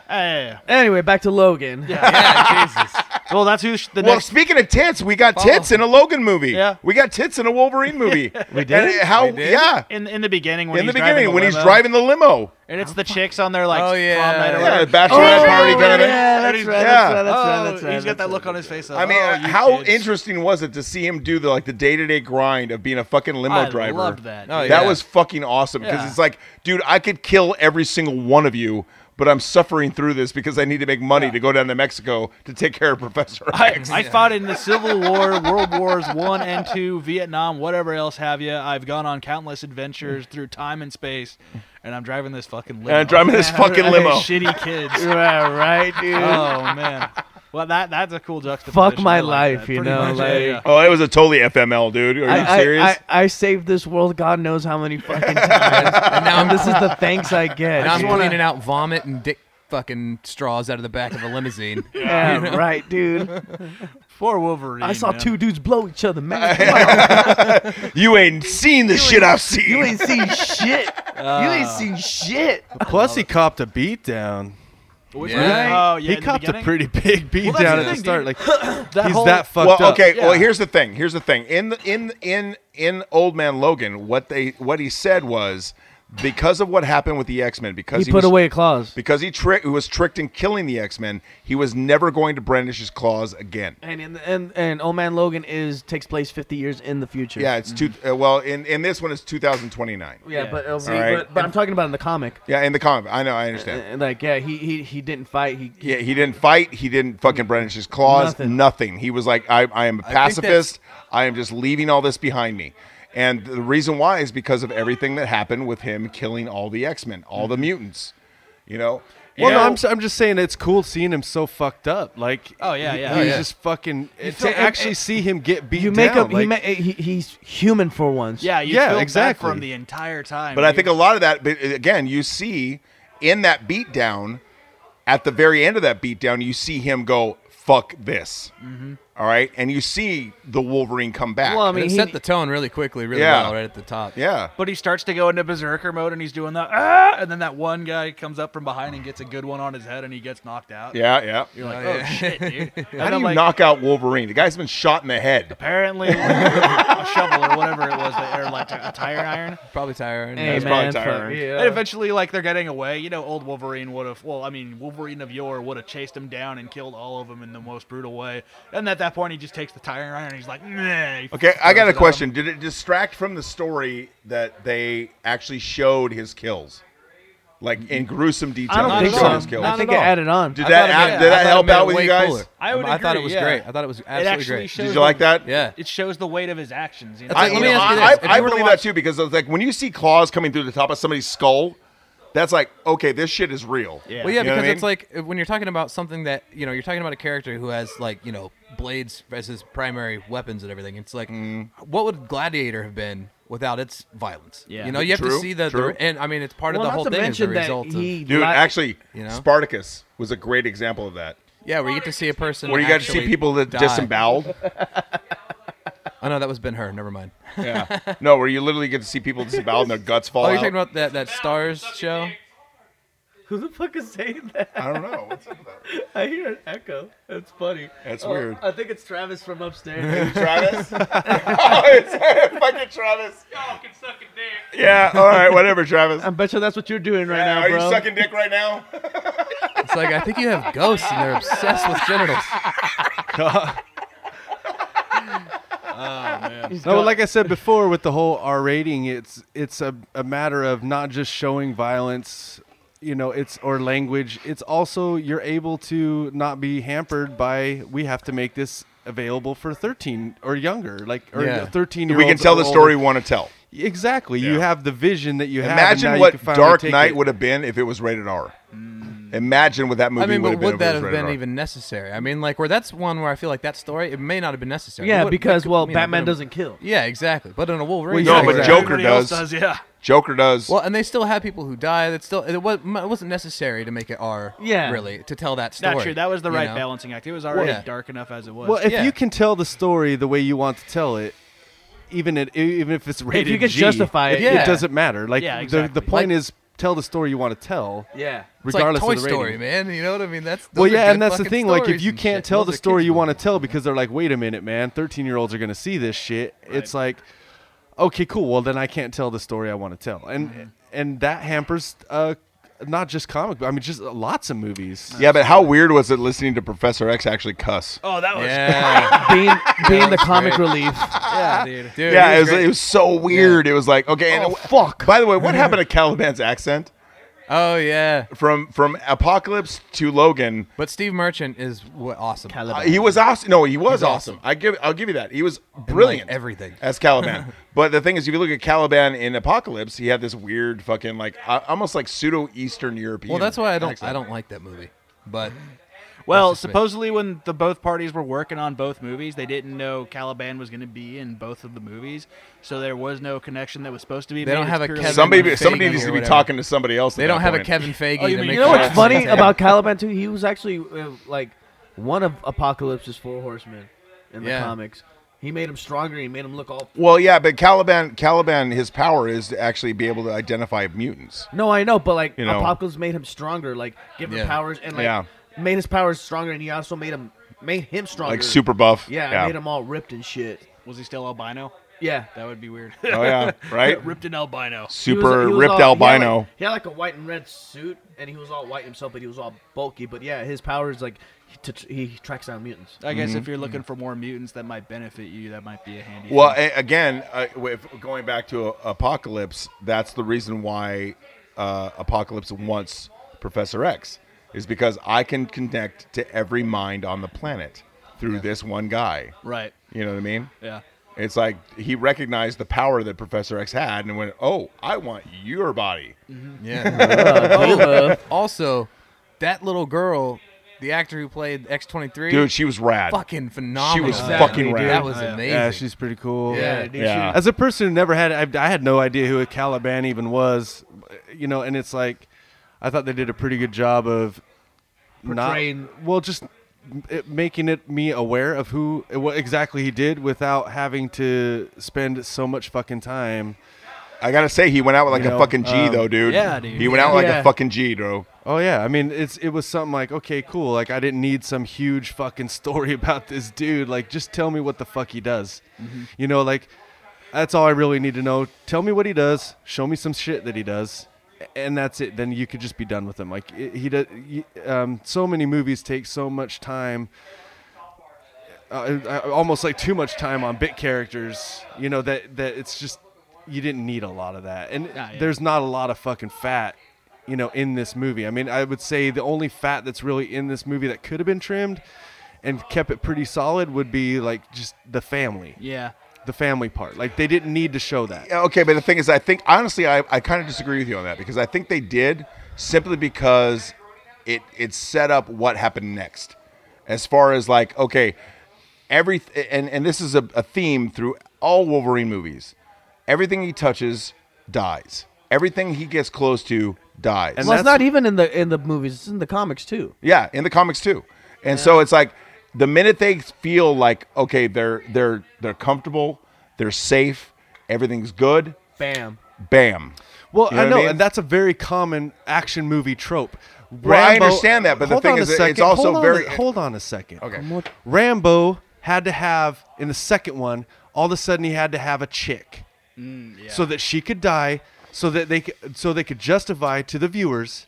Speaker 3: Hey.
Speaker 7: anyway, back to Logan. Yeah.
Speaker 2: Yeah, Jesus.
Speaker 3: Well, that's who sh- the
Speaker 4: well,
Speaker 3: next.
Speaker 4: speaking of tits, we got tits in a Logan movie.
Speaker 3: Yeah.
Speaker 4: we got tits in a Wolverine movie. we
Speaker 7: did?
Speaker 4: how?
Speaker 2: did?
Speaker 4: Yeah,
Speaker 3: In, in the beginning, when
Speaker 4: in the
Speaker 3: he's driving
Speaker 4: beginning when he's
Speaker 3: limo.
Speaker 4: driving the limo.
Speaker 3: And it's the chicks on their like
Speaker 2: Oh, yeah.
Speaker 3: prom night
Speaker 2: Yeah,
Speaker 3: or
Speaker 4: Yeah,
Speaker 3: whatever.
Speaker 4: the bachelorette
Speaker 7: yeah,
Speaker 4: party kind of thing.
Speaker 7: yeah, that's right. That's
Speaker 4: Yeah.
Speaker 7: right. That's right.
Speaker 3: oh,
Speaker 7: That's right.
Speaker 3: he's got
Speaker 7: that's
Speaker 3: that look
Speaker 7: right.
Speaker 3: on his face. Of,
Speaker 4: I mean,
Speaker 3: oh,
Speaker 4: uh,
Speaker 3: you
Speaker 4: how
Speaker 3: kids.
Speaker 4: interesting was it to see him do the like the day to day grind of being a fucking limo
Speaker 3: I
Speaker 4: driver?
Speaker 3: loved that.
Speaker 2: Oh,
Speaker 4: That
Speaker 2: yeah.
Speaker 4: was fucking awesome because
Speaker 3: Yeah.
Speaker 4: it's like, dude, I could kill every single one of you, but I'm suffering through this because I need to make money to go down to Mexico to take care of Professor X.
Speaker 3: I fought in the Civil War, World Wars One and Two, Vietnam, whatever else have you. I've gone on countless adventures through time and space, and I'm driving this fucking limo.
Speaker 4: And I'm driving this fucking limo.
Speaker 3: Shitty kids.
Speaker 7: Yeah, right, dude.
Speaker 3: oh man. Well, that that's a cool juxtaposition.
Speaker 7: Fuck my
Speaker 3: I like that.
Speaker 7: life, you
Speaker 3: Pretty
Speaker 7: know,
Speaker 3: much, yeah,
Speaker 7: like-
Speaker 3: yeah.
Speaker 4: Oh, it was a totally FML, dude. Are you
Speaker 7: I, I,
Speaker 4: serious?
Speaker 7: I, I saved this world God knows how many fucking times. and now this is the thanks I get.
Speaker 2: And I'm
Speaker 7: dude.
Speaker 2: cleaning out vomit and dick fucking straws out of the back of a limousine.
Speaker 7: Yeah, right, dude.
Speaker 3: Poor Wolverine.
Speaker 7: I saw
Speaker 3: man.
Speaker 7: two dudes blow each other, man. Come on,
Speaker 4: you ain't seen the shit I've seen.
Speaker 7: you ain't seen shit. you ain't seen shit.
Speaker 6: Plus, he copped a beat down.
Speaker 3: Which
Speaker 2: Yeah.
Speaker 3: one? Oh, yeah.
Speaker 6: he
Speaker 3: in the
Speaker 6: copped a
Speaker 3: beginning?
Speaker 6: pretty big beat
Speaker 3: Well, that's
Speaker 6: down
Speaker 3: the
Speaker 6: at the
Speaker 3: thing,
Speaker 6: start.
Speaker 3: dude.
Speaker 6: Like
Speaker 7: That
Speaker 6: he's
Speaker 7: whole,
Speaker 6: that
Speaker 4: well,
Speaker 6: fucked up.
Speaker 4: okay. Well,
Speaker 3: Yeah.
Speaker 4: here's the thing. Here's the thing. In the in in in Old Man Logan, what they what he said was because of what happened with the X Men, because
Speaker 7: He
Speaker 4: he,
Speaker 7: put
Speaker 4: was,
Speaker 7: away a clause.
Speaker 4: because he trick was tricked in killing the X Men, he was never going to brandish his claws again.
Speaker 7: And, in the, and and Old Man Logan is takes place 50 years in the future.
Speaker 4: Yeah, it's two. Uh, well, in in this one, it's 2029.
Speaker 7: Yeah, but, it'll be,
Speaker 4: right.
Speaker 7: but but I'm talking about in the comic.
Speaker 4: Yeah, in the comic, I know, I understand.
Speaker 7: Uh, Like, yeah, he he, he didn't fight. He
Speaker 4: Yeah, he didn't fight. He didn't fucking brandish his claws.
Speaker 7: Nothing.
Speaker 4: Nothing. He was like, I, I am a
Speaker 2: that's-
Speaker 4: pacifist. I am just leaving all this behind me. And the reason why is because of everything that happened with him killing all the X Men, all
Speaker 7: Mm-hmm.
Speaker 4: the mutants. You know.
Speaker 6: Well,
Speaker 4: You
Speaker 6: no,
Speaker 4: know,
Speaker 6: I'm, s- I'm just saying it's cool seeing him so fucked up. Like,
Speaker 3: Oh, yeah,
Speaker 6: he-
Speaker 3: yeah.
Speaker 6: he
Speaker 3: Oh,
Speaker 6: was
Speaker 2: yeah.
Speaker 6: just fucking and
Speaker 7: feel-
Speaker 6: to actually see him get beat
Speaker 7: you make
Speaker 6: down.
Speaker 7: up. he,
Speaker 6: like,
Speaker 7: ma- he he's human for once.
Speaker 3: Yeah, you
Speaker 6: Yeah,
Speaker 3: feel
Speaker 6: exactly.
Speaker 3: bad for him the entire time.
Speaker 4: But I
Speaker 3: dude.
Speaker 4: think a lot of that, but uh, again, you see in that beatdown, at the very end of that beatdown, you see him go, fuck this. All right. And you see the Wolverine come back.
Speaker 7: Mm-hmm. Well, I mean,
Speaker 2: it
Speaker 7: he-
Speaker 2: set the tone really quickly, really
Speaker 4: Yeah.
Speaker 2: well, right at the top.
Speaker 4: yeah.
Speaker 3: But he starts to go into berserker mode, and he's doing that, ah! and then that one guy comes up from behind and gets a good one on his head, and he gets knocked out.
Speaker 4: Yeah. Yeah.
Speaker 3: You're like, oh, shit, dude. And
Speaker 4: How do
Speaker 3: then,
Speaker 4: you
Speaker 3: like,
Speaker 4: knock out Wolverine? The guy's been shot in the head.
Speaker 3: Apparently, a shovel or whatever it was, they- or like a tire iron.
Speaker 2: Probably tired.
Speaker 7: Hey,
Speaker 4: That's probably
Speaker 7: man,
Speaker 4: tiring.
Speaker 7: fuck,
Speaker 3: And
Speaker 7: yeah.
Speaker 3: eventually, like they're getting away. You know, old Wolverine would have. Well, I mean, Wolverine of yore would have chased him down and killed all of them in the most brutal way. And at that point, he just takes the tire iron. and He's like, nah. he
Speaker 4: Okay, I
Speaker 3: throws
Speaker 4: got
Speaker 3: it
Speaker 4: a
Speaker 3: at him.
Speaker 4: question. Did it distract from the story that they actually showed his kills, like in gruesome detail?
Speaker 7: Mm-hmm. I don't
Speaker 4: they
Speaker 7: think
Speaker 4: showed
Speaker 7: so.
Speaker 4: his kills.
Speaker 7: I
Speaker 2: Not
Speaker 7: think it
Speaker 2: at all.
Speaker 7: added on.
Speaker 4: Did that add- did that help out with you guys?
Speaker 3: I would
Speaker 2: I thought it
Speaker 3: agree,
Speaker 2: was
Speaker 3: yeah.
Speaker 2: great. I thought it was
Speaker 3: It
Speaker 2: absolutely
Speaker 3: actually
Speaker 2: great.
Speaker 3: shows.
Speaker 4: Did you like that?
Speaker 2: Yeah.
Speaker 3: It shows the weight of his actions. You know?
Speaker 4: I,
Speaker 2: Let
Speaker 4: you
Speaker 2: me
Speaker 4: know,
Speaker 2: ask you
Speaker 4: I-
Speaker 2: this. If
Speaker 4: I, I
Speaker 2: you were to
Speaker 4: believe that
Speaker 2: watch-
Speaker 4: too because it's like when you see claws coming through the top of somebody's skull, that's like okay, this shit is real.
Speaker 3: Yeah.
Speaker 2: Well, yeah,
Speaker 4: You know what
Speaker 2: because
Speaker 4: I
Speaker 2: it's
Speaker 4: mean?
Speaker 2: like uh, when you're talking about something that you know, you're talking about a character who has like you know blades as his primary weapons and everything. It's like, what would Gladiator have been without its violence?
Speaker 3: Yeah.
Speaker 2: you know, you have to
Speaker 4: True,
Speaker 2: see the, the
Speaker 4: true.
Speaker 2: and I mean, it's part
Speaker 7: Well,
Speaker 2: of the
Speaker 7: not
Speaker 2: whole
Speaker 7: to
Speaker 2: thing is the
Speaker 7: mention that
Speaker 2: result of
Speaker 7: he
Speaker 4: dude,
Speaker 7: li-
Speaker 4: actually,
Speaker 2: you know?
Speaker 4: Spartacus was a great example of that.
Speaker 2: yeah, where you get to see a person
Speaker 4: Where you got to see
Speaker 2: actually
Speaker 4: people that
Speaker 2: die.
Speaker 4: disemboweled.
Speaker 2: Oh no, that was Ben Hur. Never mind.
Speaker 4: yeah, no, where you literally get to see people disemboweled and their guts fall
Speaker 2: Oh, you're
Speaker 4: out.
Speaker 2: talking about that that Stars show.
Speaker 7: Who the fuck is saying that?
Speaker 4: I don't know. What's up with that?
Speaker 7: I hear an echo. That's funny.
Speaker 4: That's weird.
Speaker 7: I think it's Travis from upstairs.
Speaker 4: Travis? oh, it's fucking Travis.
Speaker 5: Y'all can suck a dick.
Speaker 4: Yeah, all right, whatever, Travis.
Speaker 7: I bet you that's what you're doing right
Speaker 4: Yeah,
Speaker 7: now,
Speaker 4: are
Speaker 7: bro.
Speaker 4: you sucking dick right now?
Speaker 2: It's like I think you have ghosts and they're obsessed with genitals.
Speaker 7: He's
Speaker 6: No,
Speaker 7: going-
Speaker 6: like I said before, with the whole R rating, it's it's a, a matter of not just showing violence, you know, it's or language. It's also you're able to not be hampered by we have to make this available for 13 or younger, like or
Speaker 2: Yeah.
Speaker 6: 13 year
Speaker 4: We can tell the story we want to tell.
Speaker 6: Exactly. You
Speaker 4: Yeah.
Speaker 6: have the vision that you have. and now
Speaker 4: Imagine
Speaker 6: you
Speaker 4: what
Speaker 6: can finally
Speaker 4: Dark
Speaker 6: take
Speaker 4: Knight
Speaker 6: it.
Speaker 4: would have been if it was rated R. Imagine what that movie
Speaker 2: Mm. I mean,
Speaker 4: would
Speaker 2: but
Speaker 4: have been.
Speaker 2: would that
Speaker 4: if it
Speaker 2: have
Speaker 4: was
Speaker 2: been
Speaker 4: rated
Speaker 2: even necessary? I mean, like where that's one where I feel like that story it may not have been necessary. It
Speaker 7: yeah,
Speaker 2: would-
Speaker 7: because
Speaker 2: it could-
Speaker 7: well,
Speaker 2: you know,
Speaker 7: Batman
Speaker 2: but in-
Speaker 7: doesn't kill.
Speaker 2: Yeah, exactly. But in a Wolverine,
Speaker 4: R.
Speaker 2: yeah,
Speaker 4: No, but
Speaker 2: exactly.
Speaker 3: Everybody
Speaker 4: Joker
Speaker 3: else
Speaker 4: does.
Speaker 3: does. Yeah.
Speaker 4: Joker does.
Speaker 2: Well, and they still have people who die. That still it was it wasn't necessary to make it R.
Speaker 7: Yeah.
Speaker 2: really to tell that story.
Speaker 3: Not true. That was the
Speaker 2: you
Speaker 3: right
Speaker 2: know?
Speaker 3: balancing act. It was already
Speaker 2: yeah.
Speaker 3: dark enough as it was.
Speaker 6: Well, if
Speaker 2: Yeah.
Speaker 6: you can tell the story the way you want to tell it, even it, e, even if it's rated
Speaker 7: you can
Speaker 6: G,
Speaker 7: justify it,
Speaker 2: yeah.
Speaker 6: it doesn't matter. Like
Speaker 3: Yeah,
Speaker 6: the,
Speaker 3: exactly.
Speaker 6: the point
Speaker 2: Like-
Speaker 6: is tell the story you want to tell,
Speaker 7: Yeah.
Speaker 2: It's like
Speaker 6: regardless
Speaker 2: Toy
Speaker 6: of the rating.
Speaker 2: Story, man. You know what I mean? That's
Speaker 6: Well,
Speaker 2: those are
Speaker 6: yeah,
Speaker 2: good
Speaker 6: and that's the
Speaker 2: fucking
Speaker 6: thing. Like, if
Speaker 2: stories
Speaker 6: you
Speaker 2: and
Speaker 6: can't
Speaker 2: shit.
Speaker 6: tell
Speaker 2: Those
Speaker 6: the
Speaker 2: are
Speaker 6: story
Speaker 2: kids'
Speaker 6: you want to
Speaker 2: movies.
Speaker 6: tell because they're like, wait a minute, man, 13 year olds are going to see this shit. It's like, okay, cool. Well, then I can't tell the story I want to tell. And
Speaker 2: Mm-hmm.
Speaker 6: and that hampers uh, not just comic, but I mean, just lots of movies.
Speaker 4: yeah, but how weird was it listening to Professor X actually cuss?
Speaker 3: oh, that was
Speaker 2: Yeah,
Speaker 7: Being being the
Speaker 2: that's
Speaker 7: comic
Speaker 2: great.
Speaker 7: relief.
Speaker 3: yeah, dude.
Speaker 2: dude,
Speaker 4: yeah,
Speaker 2: it
Speaker 4: it
Speaker 2: was
Speaker 4: was, it
Speaker 2: great.
Speaker 4: was so weird. It was like, okay, and
Speaker 7: Oh
Speaker 4: it-
Speaker 7: fuck.
Speaker 4: By the way, what happened to Caliban's accent?
Speaker 2: Oh yeah,
Speaker 4: from from Apocalypse to Logan.
Speaker 2: but Steve Merchant is what awesome.
Speaker 4: Uh, he was awesome. No, he was awesome.
Speaker 2: awesome.
Speaker 4: I give. I'll give you that. He was brilliant.
Speaker 2: everything.
Speaker 4: as Caliban. but the thing is, if you look at Caliban in Apocalypse, he had this weird fucking like uh, almost like pseudo Eastern European.
Speaker 2: Well, that's why I don't
Speaker 4: accent.
Speaker 2: I don't like that movie. But
Speaker 3: Well,
Speaker 2: That's just me.
Speaker 3: supposedly when the both parties were working on both movies, they didn't know Caliban was going to be in both of the movies, so there was no connection that was supposed to be.
Speaker 2: They
Speaker 3: made.
Speaker 2: don't
Speaker 3: It's
Speaker 2: have a
Speaker 3: purely-
Speaker 2: Kevin
Speaker 4: Somebody,
Speaker 2: Feige
Speaker 4: somebody needs
Speaker 2: or
Speaker 4: to be
Speaker 2: whatever.
Speaker 4: talking to somebody else. at
Speaker 2: they don't
Speaker 4: that
Speaker 2: have a
Speaker 4: point.
Speaker 2: Kevin Feige.
Speaker 3: Oh, you
Speaker 2: to
Speaker 3: mean-
Speaker 2: make
Speaker 3: you
Speaker 7: You know what's
Speaker 2: sense.
Speaker 7: funny about Caliban too? He was actually uh, like one of Apocalypse's four horsemen in the
Speaker 2: Yeah.
Speaker 7: comics. He made him stronger. He made him look all.
Speaker 4: Well, yeah, but Caliban, Caliban, his power is to actually be able to identify mutants.
Speaker 7: No, I know, but like
Speaker 4: You know.
Speaker 7: Apocalypse made him stronger. Like give him
Speaker 2: Yeah.
Speaker 7: powers and like
Speaker 4: Yeah.
Speaker 7: made his powers stronger, and he also made him made him stronger.
Speaker 4: Like super buff.
Speaker 7: Yeah,
Speaker 4: yeah.
Speaker 7: made him all ripped and shit.
Speaker 3: Was he still albino?
Speaker 7: Yeah.
Speaker 3: That would be weird.
Speaker 4: Oh yeah, right.
Speaker 3: Ripped an albino.
Speaker 7: He was-
Speaker 4: Super
Speaker 7: he was
Speaker 4: ripped
Speaker 7: all- he had,
Speaker 4: albino.
Speaker 7: like- He had, like, a white and red suit, and he was all white himself, but he was all bulky. But yeah, his power is like he, t- he tracks down mutants.
Speaker 3: I guess
Speaker 2: Mm-hmm.
Speaker 3: if you're looking for more mutants that might benefit you, that might be a handy.
Speaker 4: Well,
Speaker 3: thing.
Speaker 4: a- again, uh, if going back to uh, Apocalypse, that's the reason why uh, Apocalypse wants Professor X is because I can connect to every mind on the planet through this one guy.
Speaker 3: right?
Speaker 4: You know what I mean?
Speaker 3: Yeah.
Speaker 4: It's like he recognized the power that Professor X had and went, "Oh, I want your body."
Speaker 2: Yeah.
Speaker 4: Uh,
Speaker 2: also, that little girl, the actor who played X twenty three,
Speaker 4: Dude, she was rad.
Speaker 2: fucking phenomenal.
Speaker 4: Exactly, fucking dude. rad.
Speaker 2: That was
Speaker 7: Oh, yeah.
Speaker 2: amazing.
Speaker 6: Yeah, she's pretty cool.
Speaker 2: Yeah.
Speaker 7: dude,
Speaker 4: yeah.
Speaker 6: As a person who never had, I, I had no idea who a Caliban even was, you know, and it's like, I thought they did a pretty good job of not-
Speaker 7: Portraying-
Speaker 6: well, just it, making it me aware of who, what exactly he did without having to spend so much fucking time.
Speaker 4: I got to say he went out with like
Speaker 6: You
Speaker 4: a
Speaker 6: know, um,
Speaker 4: fucking G though, dude.
Speaker 3: yeah, dude.
Speaker 4: He went out like
Speaker 7: Yeah.
Speaker 4: a fucking G, bro.
Speaker 6: Oh yeah, I mean, it's it was something like, okay, cool. Like I didn't need some huge fucking story about this dude. Like just tell me what the fuck he does.
Speaker 7: Mm-hmm.
Speaker 6: You know, like that's all I really need to know. Tell me what he does. Show me some shit that he does, a- and that's it. Then you could just be done with him. Like it, he does. y- Um, so many movies take so much time. Uh, I- I- almost like too much time on bit characters, you know that that it's just you didn't need a lot of that, and
Speaker 3: Yeah, yeah.
Speaker 6: there's not a lot of fucking fat, you know, in this movie. I mean, I would say the only fat that's really in this movie that could have been trimmed and kept it pretty solid would be like just the family,
Speaker 3: Yeah.
Speaker 6: the family part. Like they didn't need to show that.
Speaker 4: Yeah, okay, but the thing is, I think honestly, I, I kind of disagree with you on that because I think they did simply because it it set up what happened next, as far as like okay, every and and this is a, a theme through all Wolverine movies, everything he touches dies, everything he gets close to dies.
Speaker 6: And
Speaker 7: Well, it's
Speaker 6: that's-
Speaker 7: not even in the in the movies. It's in the comics too.
Speaker 4: Yeah, in the comics too. And so it's like the minute they feel like okay, they're they're they're comfortable, they're safe, everything's good,
Speaker 7: Bam.
Speaker 4: bam.
Speaker 6: Well,
Speaker 4: You know
Speaker 6: I
Speaker 4: what
Speaker 6: know,
Speaker 4: mean?
Speaker 6: and that's a very common action movie trope.
Speaker 4: Well, I understand that, but the
Speaker 6: Hold
Speaker 4: thing
Speaker 6: on a
Speaker 4: is that it's
Speaker 6: second,
Speaker 4: also
Speaker 6: hold on
Speaker 4: very-
Speaker 6: a- hold on a second.
Speaker 4: Okay.
Speaker 6: Rambo had to have in the second one. All of a sudden, he had to have a chick,
Speaker 4: Mm,
Speaker 6: so that she could die, so that they could, so they could justify to the viewers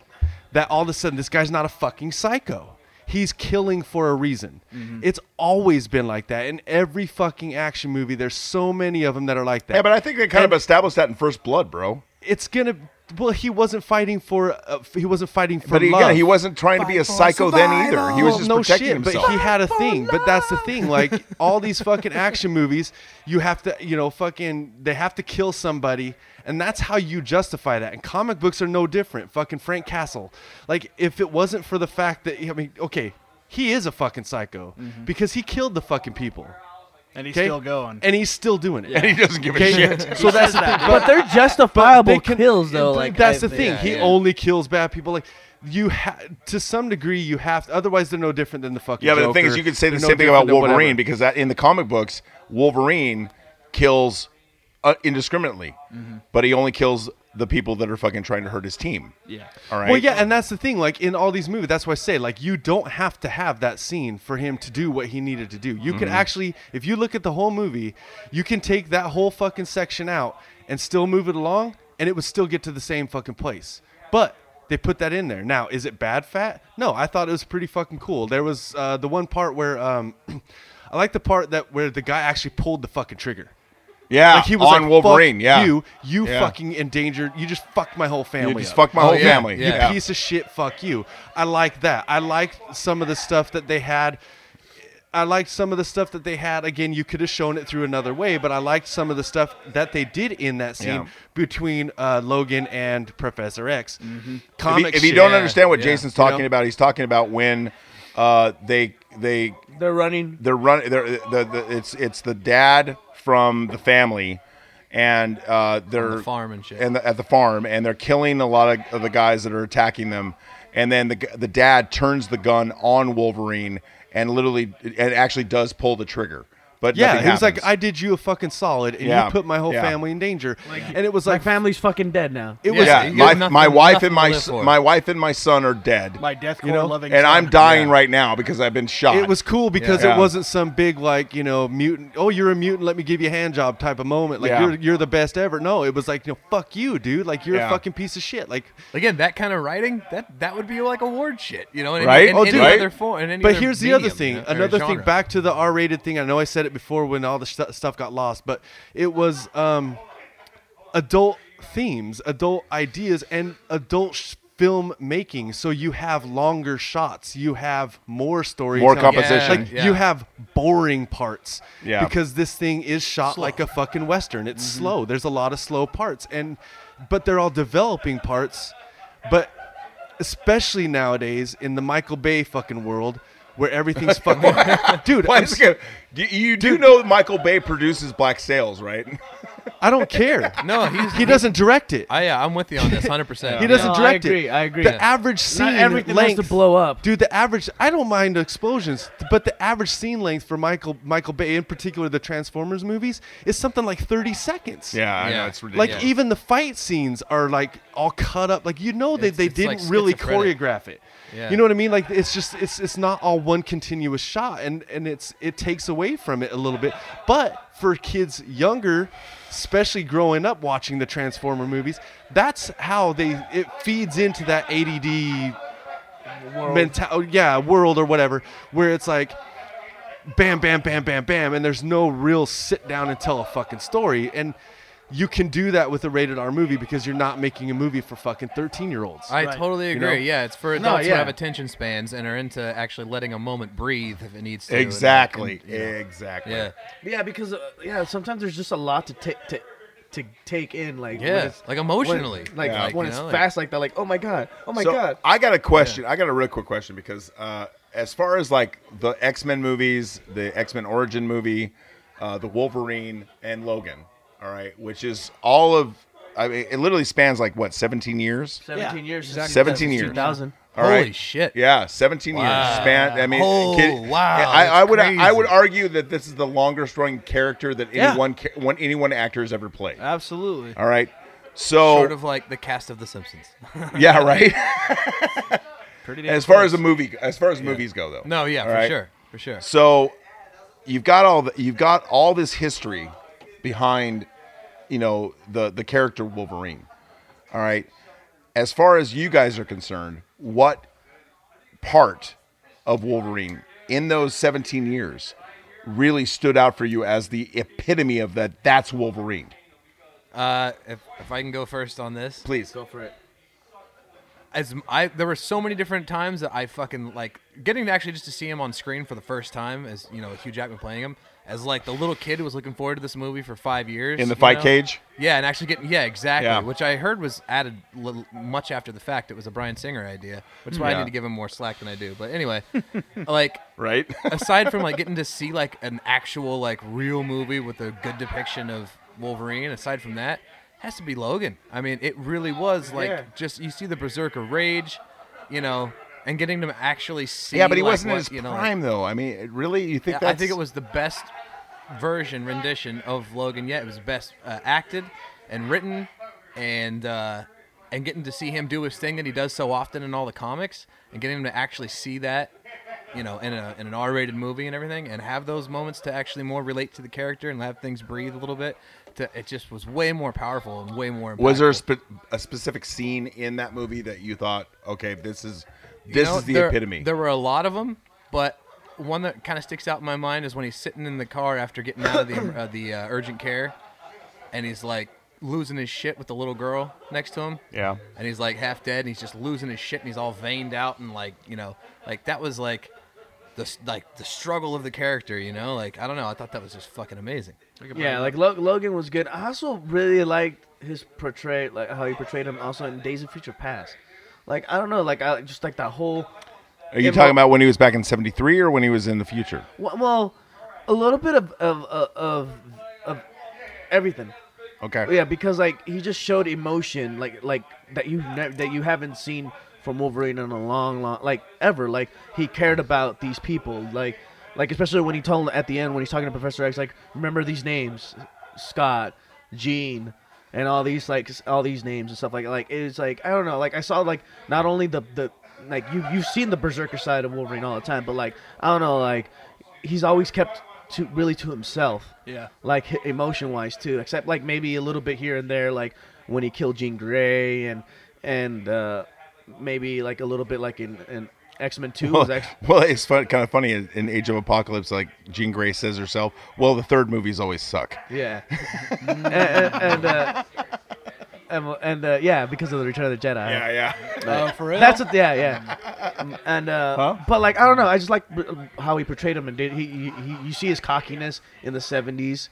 Speaker 6: that all of a sudden this guy's not a fucking psycho. He's killing for a reason.
Speaker 4: Mm-hmm.
Speaker 6: It's always been like that in every fucking action movie. There's so many of them that are like that
Speaker 4: Yeah, but I think they kind
Speaker 6: And-
Speaker 4: of established that in First Blood, bro.
Speaker 6: it's gonna. Well, he wasn't fighting for. Uh, f- he wasn't fighting for
Speaker 4: But he-
Speaker 6: love.
Speaker 4: again, he wasn't trying to be a psycho then either. He was
Speaker 6: Well,
Speaker 4: just
Speaker 6: no
Speaker 4: protecting
Speaker 6: shit,
Speaker 4: himself.
Speaker 6: but he had a thing. But that's the thing. Like all these fucking action movies, you have to, you know, fucking, they have to kill somebody, and that's how you justify that. And comic books are no different. Fucking Frank Castle. Like if it wasn't for the fact that I mean, okay, he is a fucking psycho
Speaker 4: Mm-hmm.
Speaker 6: because he killed the fucking people.
Speaker 3: And he's
Speaker 6: okay?
Speaker 3: still going.
Speaker 6: and he's still doing it.
Speaker 4: he doesn't give a
Speaker 6: Okay?
Speaker 4: shit.
Speaker 6: So that's the thing.
Speaker 7: But they're justifiable
Speaker 6: they can-
Speaker 7: kills though.
Speaker 6: th-
Speaker 7: Like
Speaker 6: that's
Speaker 7: I-
Speaker 6: the thing.
Speaker 7: yeah,
Speaker 6: he
Speaker 7: yeah.
Speaker 6: only kills bad people. Like you ha- to some degree, you have. Otherwise, they're no different than the fucking.
Speaker 4: Yeah, but the thing is,
Speaker 6: Joker.
Speaker 4: you could say the
Speaker 6: They're no
Speaker 4: same thing about
Speaker 6: different than
Speaker 4: Wolverine
Speaker 6: whatever.
Speaker 4: because that in the comic books, Wolverine kills uh, indiscriminately, but he only kills the people that are fucking trying to hurt his team.
Speaker 3: yeah.
Speaker 4: All right.
Speaker 6: Well, yeah, and that's the thing. Like in all these movies, that's why I say like you don't have to have that scene for him to do what he needed to do. You
Speaker 4: Mm-hmm.
Speaker 6: can actually, if you look at the whole movie, you can take that whole fucking section out and still move it along, and it would still get to the same fucking place. But they put that in there. Now, is it bad fat? No, I thought it was pretty fucking cool. There was uh, the one part where um, I like the part that where the guy actually pulled the fucking trigger.
Speaker 4: Yeah,
Speaker 6: like he was
Speaker 4: Ah, on
Speaker 6: like,
Speaker 4: Wolverine,
Speaker 6: Fuck
Speaker 4: yeah.
Speaker 6: you, you
Speaker 4: Yeah.
Speaker 6: fucking endangered. You just fucked my whole family.
Speaker 4: just
Speaker 6: up.
Speaker 4: fucked my
Speaker 6: Oh,
Speaker 4: whole
Speaker 6: yeah.
Speaker 4: family.
Speaker 6: You
Speaker 4: Yeah.
Speaker 6: piece of shit. Fuck you. I like that. I like some of the stuff that they had. I liked some of the stuff that they had. Again, you could have shown it through another way, but I liked some of the stuff that they did in that scene
Speaker 4: Yeah.
Speaker 6: between uh, Logan and Professor X. Mm-hmm.
Speaker 4: If you, if you don't understand what Jason's talking about, he's talking about when uh, they they
Speaker 7: They're running.
Speaker 4: they're running. They're the, the it's it's the dad from the family, and uh, they're
Speaker 5: the farm and shit.
Speaker 4: and the, at the farm, and they're killing a lot of, of the guys that are attacking them. And then the g- the dad turns the gun on Wolverine and literally and actually does pull the trigger. But
Speaker 6: Yeah,
Speaker 4: nothing
Speaker 6: he was like,
Speaker 4: happens.
Speaker 6: "I did you a fucking solid, and
Speaker 4: Yeah.
Speaker 6: you put my whole
Speaker 4: Yeah.
Speaker 6: family in danger." and it was
Speaker 7: My
Speaker 6: like,
Speaker 7: family's fucking dead now.
Speaker 6: it was
Speaker 5: Yeah,
Speaker 4: yeah,
Speaker 5: you
Speaker 4: my,
Speaker 5: have nothing-
Speaker 4: my wife
Speaker 5: nothing
Speaker 4: and my
Speaker 5: to live
Speaker 4: s-
Speaker 5: for.
Speaker 4: my wife and my son are dead,
Speaker 3: My deathcore
Speaker 6: You know,
Speaker 3: loving.
Speaker 4: and
Speaker 3: son.
Speaker 4: I'm dying right now because I've been shot.
Speaker 6: It was cool because
Speaker 4: Yeah.
Speaker 6: it wasn't some big like you know mutant. Oh, you're a mutant. Let me give you a hand job type of moment. Like
Speaker 4: Yeah.
Speaker 6: you're you're the best ever. No, it was like you know fuck you, dude. Like you're
Speaker 4: Yeah.
Speaker 6: a fucking piece of shit. Like,
Speaker 5: Again, that kind of writing that that would be like award shit, you know? In,
Speaker 4: Right?
Speaker 5: Any, in
Speaker 4: Oh,
Speaker 5: any
Speaker 4: dude. Right?
Speaker 5: other form. In any
Speaker 6: but
Speaker 5: other
Speaker 6: here's the
Speaker 5: medium,
Speaker 6: other thing.
Speaker 5: you know, or
Speaker 6: Another thing.
Speaker 5: genre.
Speaker 6: Back to the R-rated thing. I know I said it before when all the stu stuff got lost, but it was um, adult themes, adult ideas, and adult. Sh- film making so you have longer shots you have more stories
Speaker 4: more composition.
Speaker 6: Like
Speaker 5: Yeah.
Speaker 6: you have boring parts.
Speaker 4: Yeah.
Speaker 6: Because this thing is shot like a fucking western. It's
Speaker 5: Mm-hmm.
Speaker 6: slow. There's a lot of slow parts and but they're all developing parts. But especially nowadays in the Michael Bay fucking world where everything's fucking Dude,
Speaker 4: Why
Speaker 6: I'm
Speaker 4: is
Speaker 6: s-
Speaker 4: it gonna- do- you do know Michael Bay produces Black Sails, right?
Speaker 6: I don't care.
Speaker 5: No, he's
Speaker 6: He doesn't direct it.
Speaker 5: I, yeah, I'm with you on this, hundred percent.
Speaker 6: He doesn't
Speaker 7: No, I
Speaker 6: direct
Speaker 7: agree,
Speaker 6: it.
Speaker 7: I agree.
Speaker 6: The average scene
Speaker 7: everything has
Speaker 6: length
Speaker 7: to blow up.
Speaker 6: dude. The average. I don't mind explosions, but the average scene length for Michael Michael Bay, in particular, the Transformers movies, is something like thirty seconds.
Speaker 4: Yeah, I know
Speaker 5: Yeah.
Speaker 4: it's ridiculous.
Speaker 6: Like
Speaker 5: Yeah.
Speaker 6: even the fight scenes are like all cut up. Like you know they,
Speaker 5: It's-
Speaker 6: they
Speaker 5: it's
Speaker 6: didn't
Speaker 5: like
Speaker 6: really
Speaker 5: schizophrenic.
Speaker 6: choreograph it.
Speaker 5: Yeah.
Speaker 6: You know what I mean? Like it's just it's it's not all one continuous shot, and and it's it takes away from it a little bit. But for kids younger, especially growing up watching the Transformer movies, that's how they it feeds into that ADD mental oh, yeah world or whatever, where it's like bam, bam, bam, bam, bam, and there's no real sit down and tell a fucking story. And you can do that with a rated R movie because you're not making a movie for fucking 13 year olds.
Speaker 5: I totally agree.
Speaker 6: know?
Speaker 5: Yeah, it's for adults who
Speaker 6: yeah.
Speaker 5: have attention spans and are into actually letting a moment breathe if it needs to. and-
Speaker 4: exactly,
Speaker 5: and, you know,
Speaker 4: exactly.
Speaker 5: yeah,
Speaker 7: Yeah, because uh, yeah, sometimes there's just a lot to take to to take in, like when
Speaker 5: Yeah,
Speaker 7: it's-
Speaker 5: like emotionally,
Speaker 7: when- like
Speaker 5: Yeah.
Speaker 7: when
Speaker 5: you
Speaker 7: it's
Speaker 5: know, like-
Speaker 7: fast like that, like oh my god, oh my
Speaker 4: so
Speaker 7: god.
Speaker 4: I got a question. I got a real quick question because uh, as far as like the X Men movies, the X Men Origin movie, uh, the Wolverine and Logan, all right, which is all of, I mean, it literally spans like what, 17 years?
Speaker 7: Seventeen years. since
Speaker 4: 17 years.
Speaker 7: 2000.
Speaker 4: All
Speaker 5: Holy
Speaker 4: right.
Speaker 5: shit.
Speaker 4: Yeah, 17 years
Speaker 5: Wow.
Speaker 4: span. I mean,
Speaker 5: Oh,
Speaker 4: kid-
Speaker 5: wow,
Speaker 4: I, I
Speaker 5: that's
Speaker 4: would I would
Speaker 5: crazy.
Speaker 4: argue that this is the longest running character that any
Speaker 7: Yeah.
Speaker 4: one ca- one any one actor has ever played.
Speaker 3: Absolutely.
Speaker 4: All right. So
Speaker 5: sort of like the cast of The Simpsons.
Speaker 4: yeah, right.
Speaker 3: Pretty damn
Speaker 4: as far
Speaker 3: close.
Speaker 4: as the movie as far as movies go though.
Speaker 5: no, yeah,
Speaker 4: All
Speaker 5: for
Speaker 4: right?
Speaker 5: sure, for sure.
Speaker 4: So you've got all the, you've got all this history behind you know the the character Wolverine. All right. As far as you guys are concerned, what part of Wolverine in those 17 years really stood out for you as the epitome of that that's Wolverine?
Speaker 5: Uh, if if I can go first on this,
Speaker 4: Please.
Speaker 7: Go for it.
Speaker 5: as I there were so many different times that I fucking like getting to actually just to see him on screen for the first time as you know Hugh Jackman playing him as like the little kid who was looking forward to this movie for five years
Speaker 4: In the
Speaker 5: you
Speaker 4: fight
Speaker 5: know?
Speaker 4: cage?
Speaker 5: Yeah, and actually getting yeah exactly,
Speaker 4: Yeah.
Speaker 5: which I heard was added l- much after the fact. It was a Brian Singer idea, which is why
Speaker 4: Yeah.
Speaker 5: I need to give him more slack than I do. But anyway, like
Speaker 4: Right?
Speaker 5: aside from like getting to see like an actual like real movie with a good depiction of Wolverine, aside from that, has to be Logan. I mean, it really was like
Speaker 7: Yeah.
Speaker 5: just you see the Berserker rage, you know, and getting to actually see.
Speaker 4: yeah, but he
Speaker 5: like,
Speaker 4: wasn't
Speaker 5: what,
Speaker 4: in his
Speaker 5: you know, like-
Speaker 4: prime though. I mean, it- really you think
Speaker 5: I
Speaker 4: that's
Speaker 5: think it was the best version rendition of Logan yet. It was best uh, acted and written, and uh, and getting to see him do his thing that he does so often in all the comics, and getting him to actually see that, you know, in, a, in an R-rated movie and everything, and have those moments to actually more relate to the character and have things breathe a little bit. To, it just was way more powerful and way more.
Speaker 4: Was there a,
Speaker 5: impactful.
Speaker 4: spe- a specific scene in that movie that you thought, okay, this is
Speaker 5: You
Speaker 4: this
Speaker 5: know,
Speaker 4: is the
Speaker 5: there-
Speaker 4: epitome?
Speaker 5: There were a lot of them, but one that kind of sticks out in my mind is when he's sitting in the car after getting out of the uh, the uh, urgent care,
Speaker 2: and he's like losing his shit with the little girl next to him.
Speaker 4: Yeah.
Speaker 2: And he's like half dead, and he's just losing his shit, and he's all veined out, and like you know, like that was like the s- like the struggle of the character, you know. Like I don't know, I thought that was just fucking amazing.
Speaker 7: Yeah, like Lo- Logan was good. I also really liked his portray, like how he portrayed him also in Days of Future Past. Like I don't know, like I just like that whole
Speaker 4: Are you
Speaker 7: It
Speaker 4: talking
Speaker 7: mo-
Speaker 4: about when he was back in '73 or when he was in the future?
Speaker 7: w- well, a little bit of of of of, of everything.
Speaker 4: Okay.
Speaker 7: Oh, Yeah, because like he just showed emotion, like like that you ne- that you haven't seen from Wolverine in a long, long like ever. Like he cared about these people, like like especially when he told at the end when he's talking to Professor X, like remember these names, Scott, Jean, and all these like s- all these names and stuff like like it's like I don't know, like I saw like not only the the like you you've seen the berserker side of Wolverine all the time, but like I don't know, like he's always kept to really to himself
Speaker 3: Yeah.
Speaker 7: like emotion wise too except like maybe a little bit here and there like when he killed jean gray and and uh maybe like a little bit like in, in x-men 2 was
Speaker 4: Well,
Speaker 7: actually
Speaker 4: well, it's fun, kind of funny in in Age of Apocalypse. Like Jean Grey says herself, "Well, the third movies always suck."
Speaker 7: yeah and and, and, uh, and, and uh, yeah because of the return of the jedi
Speaker 4: Yeah, yeah.
Speaker 3: Uh, for real.
Speaker 7: That's what, yeah, yeah. Um, And uh, but like I don't know, I just like b- how he portrayed him and did he, he, he you see his cockiness in the 70s.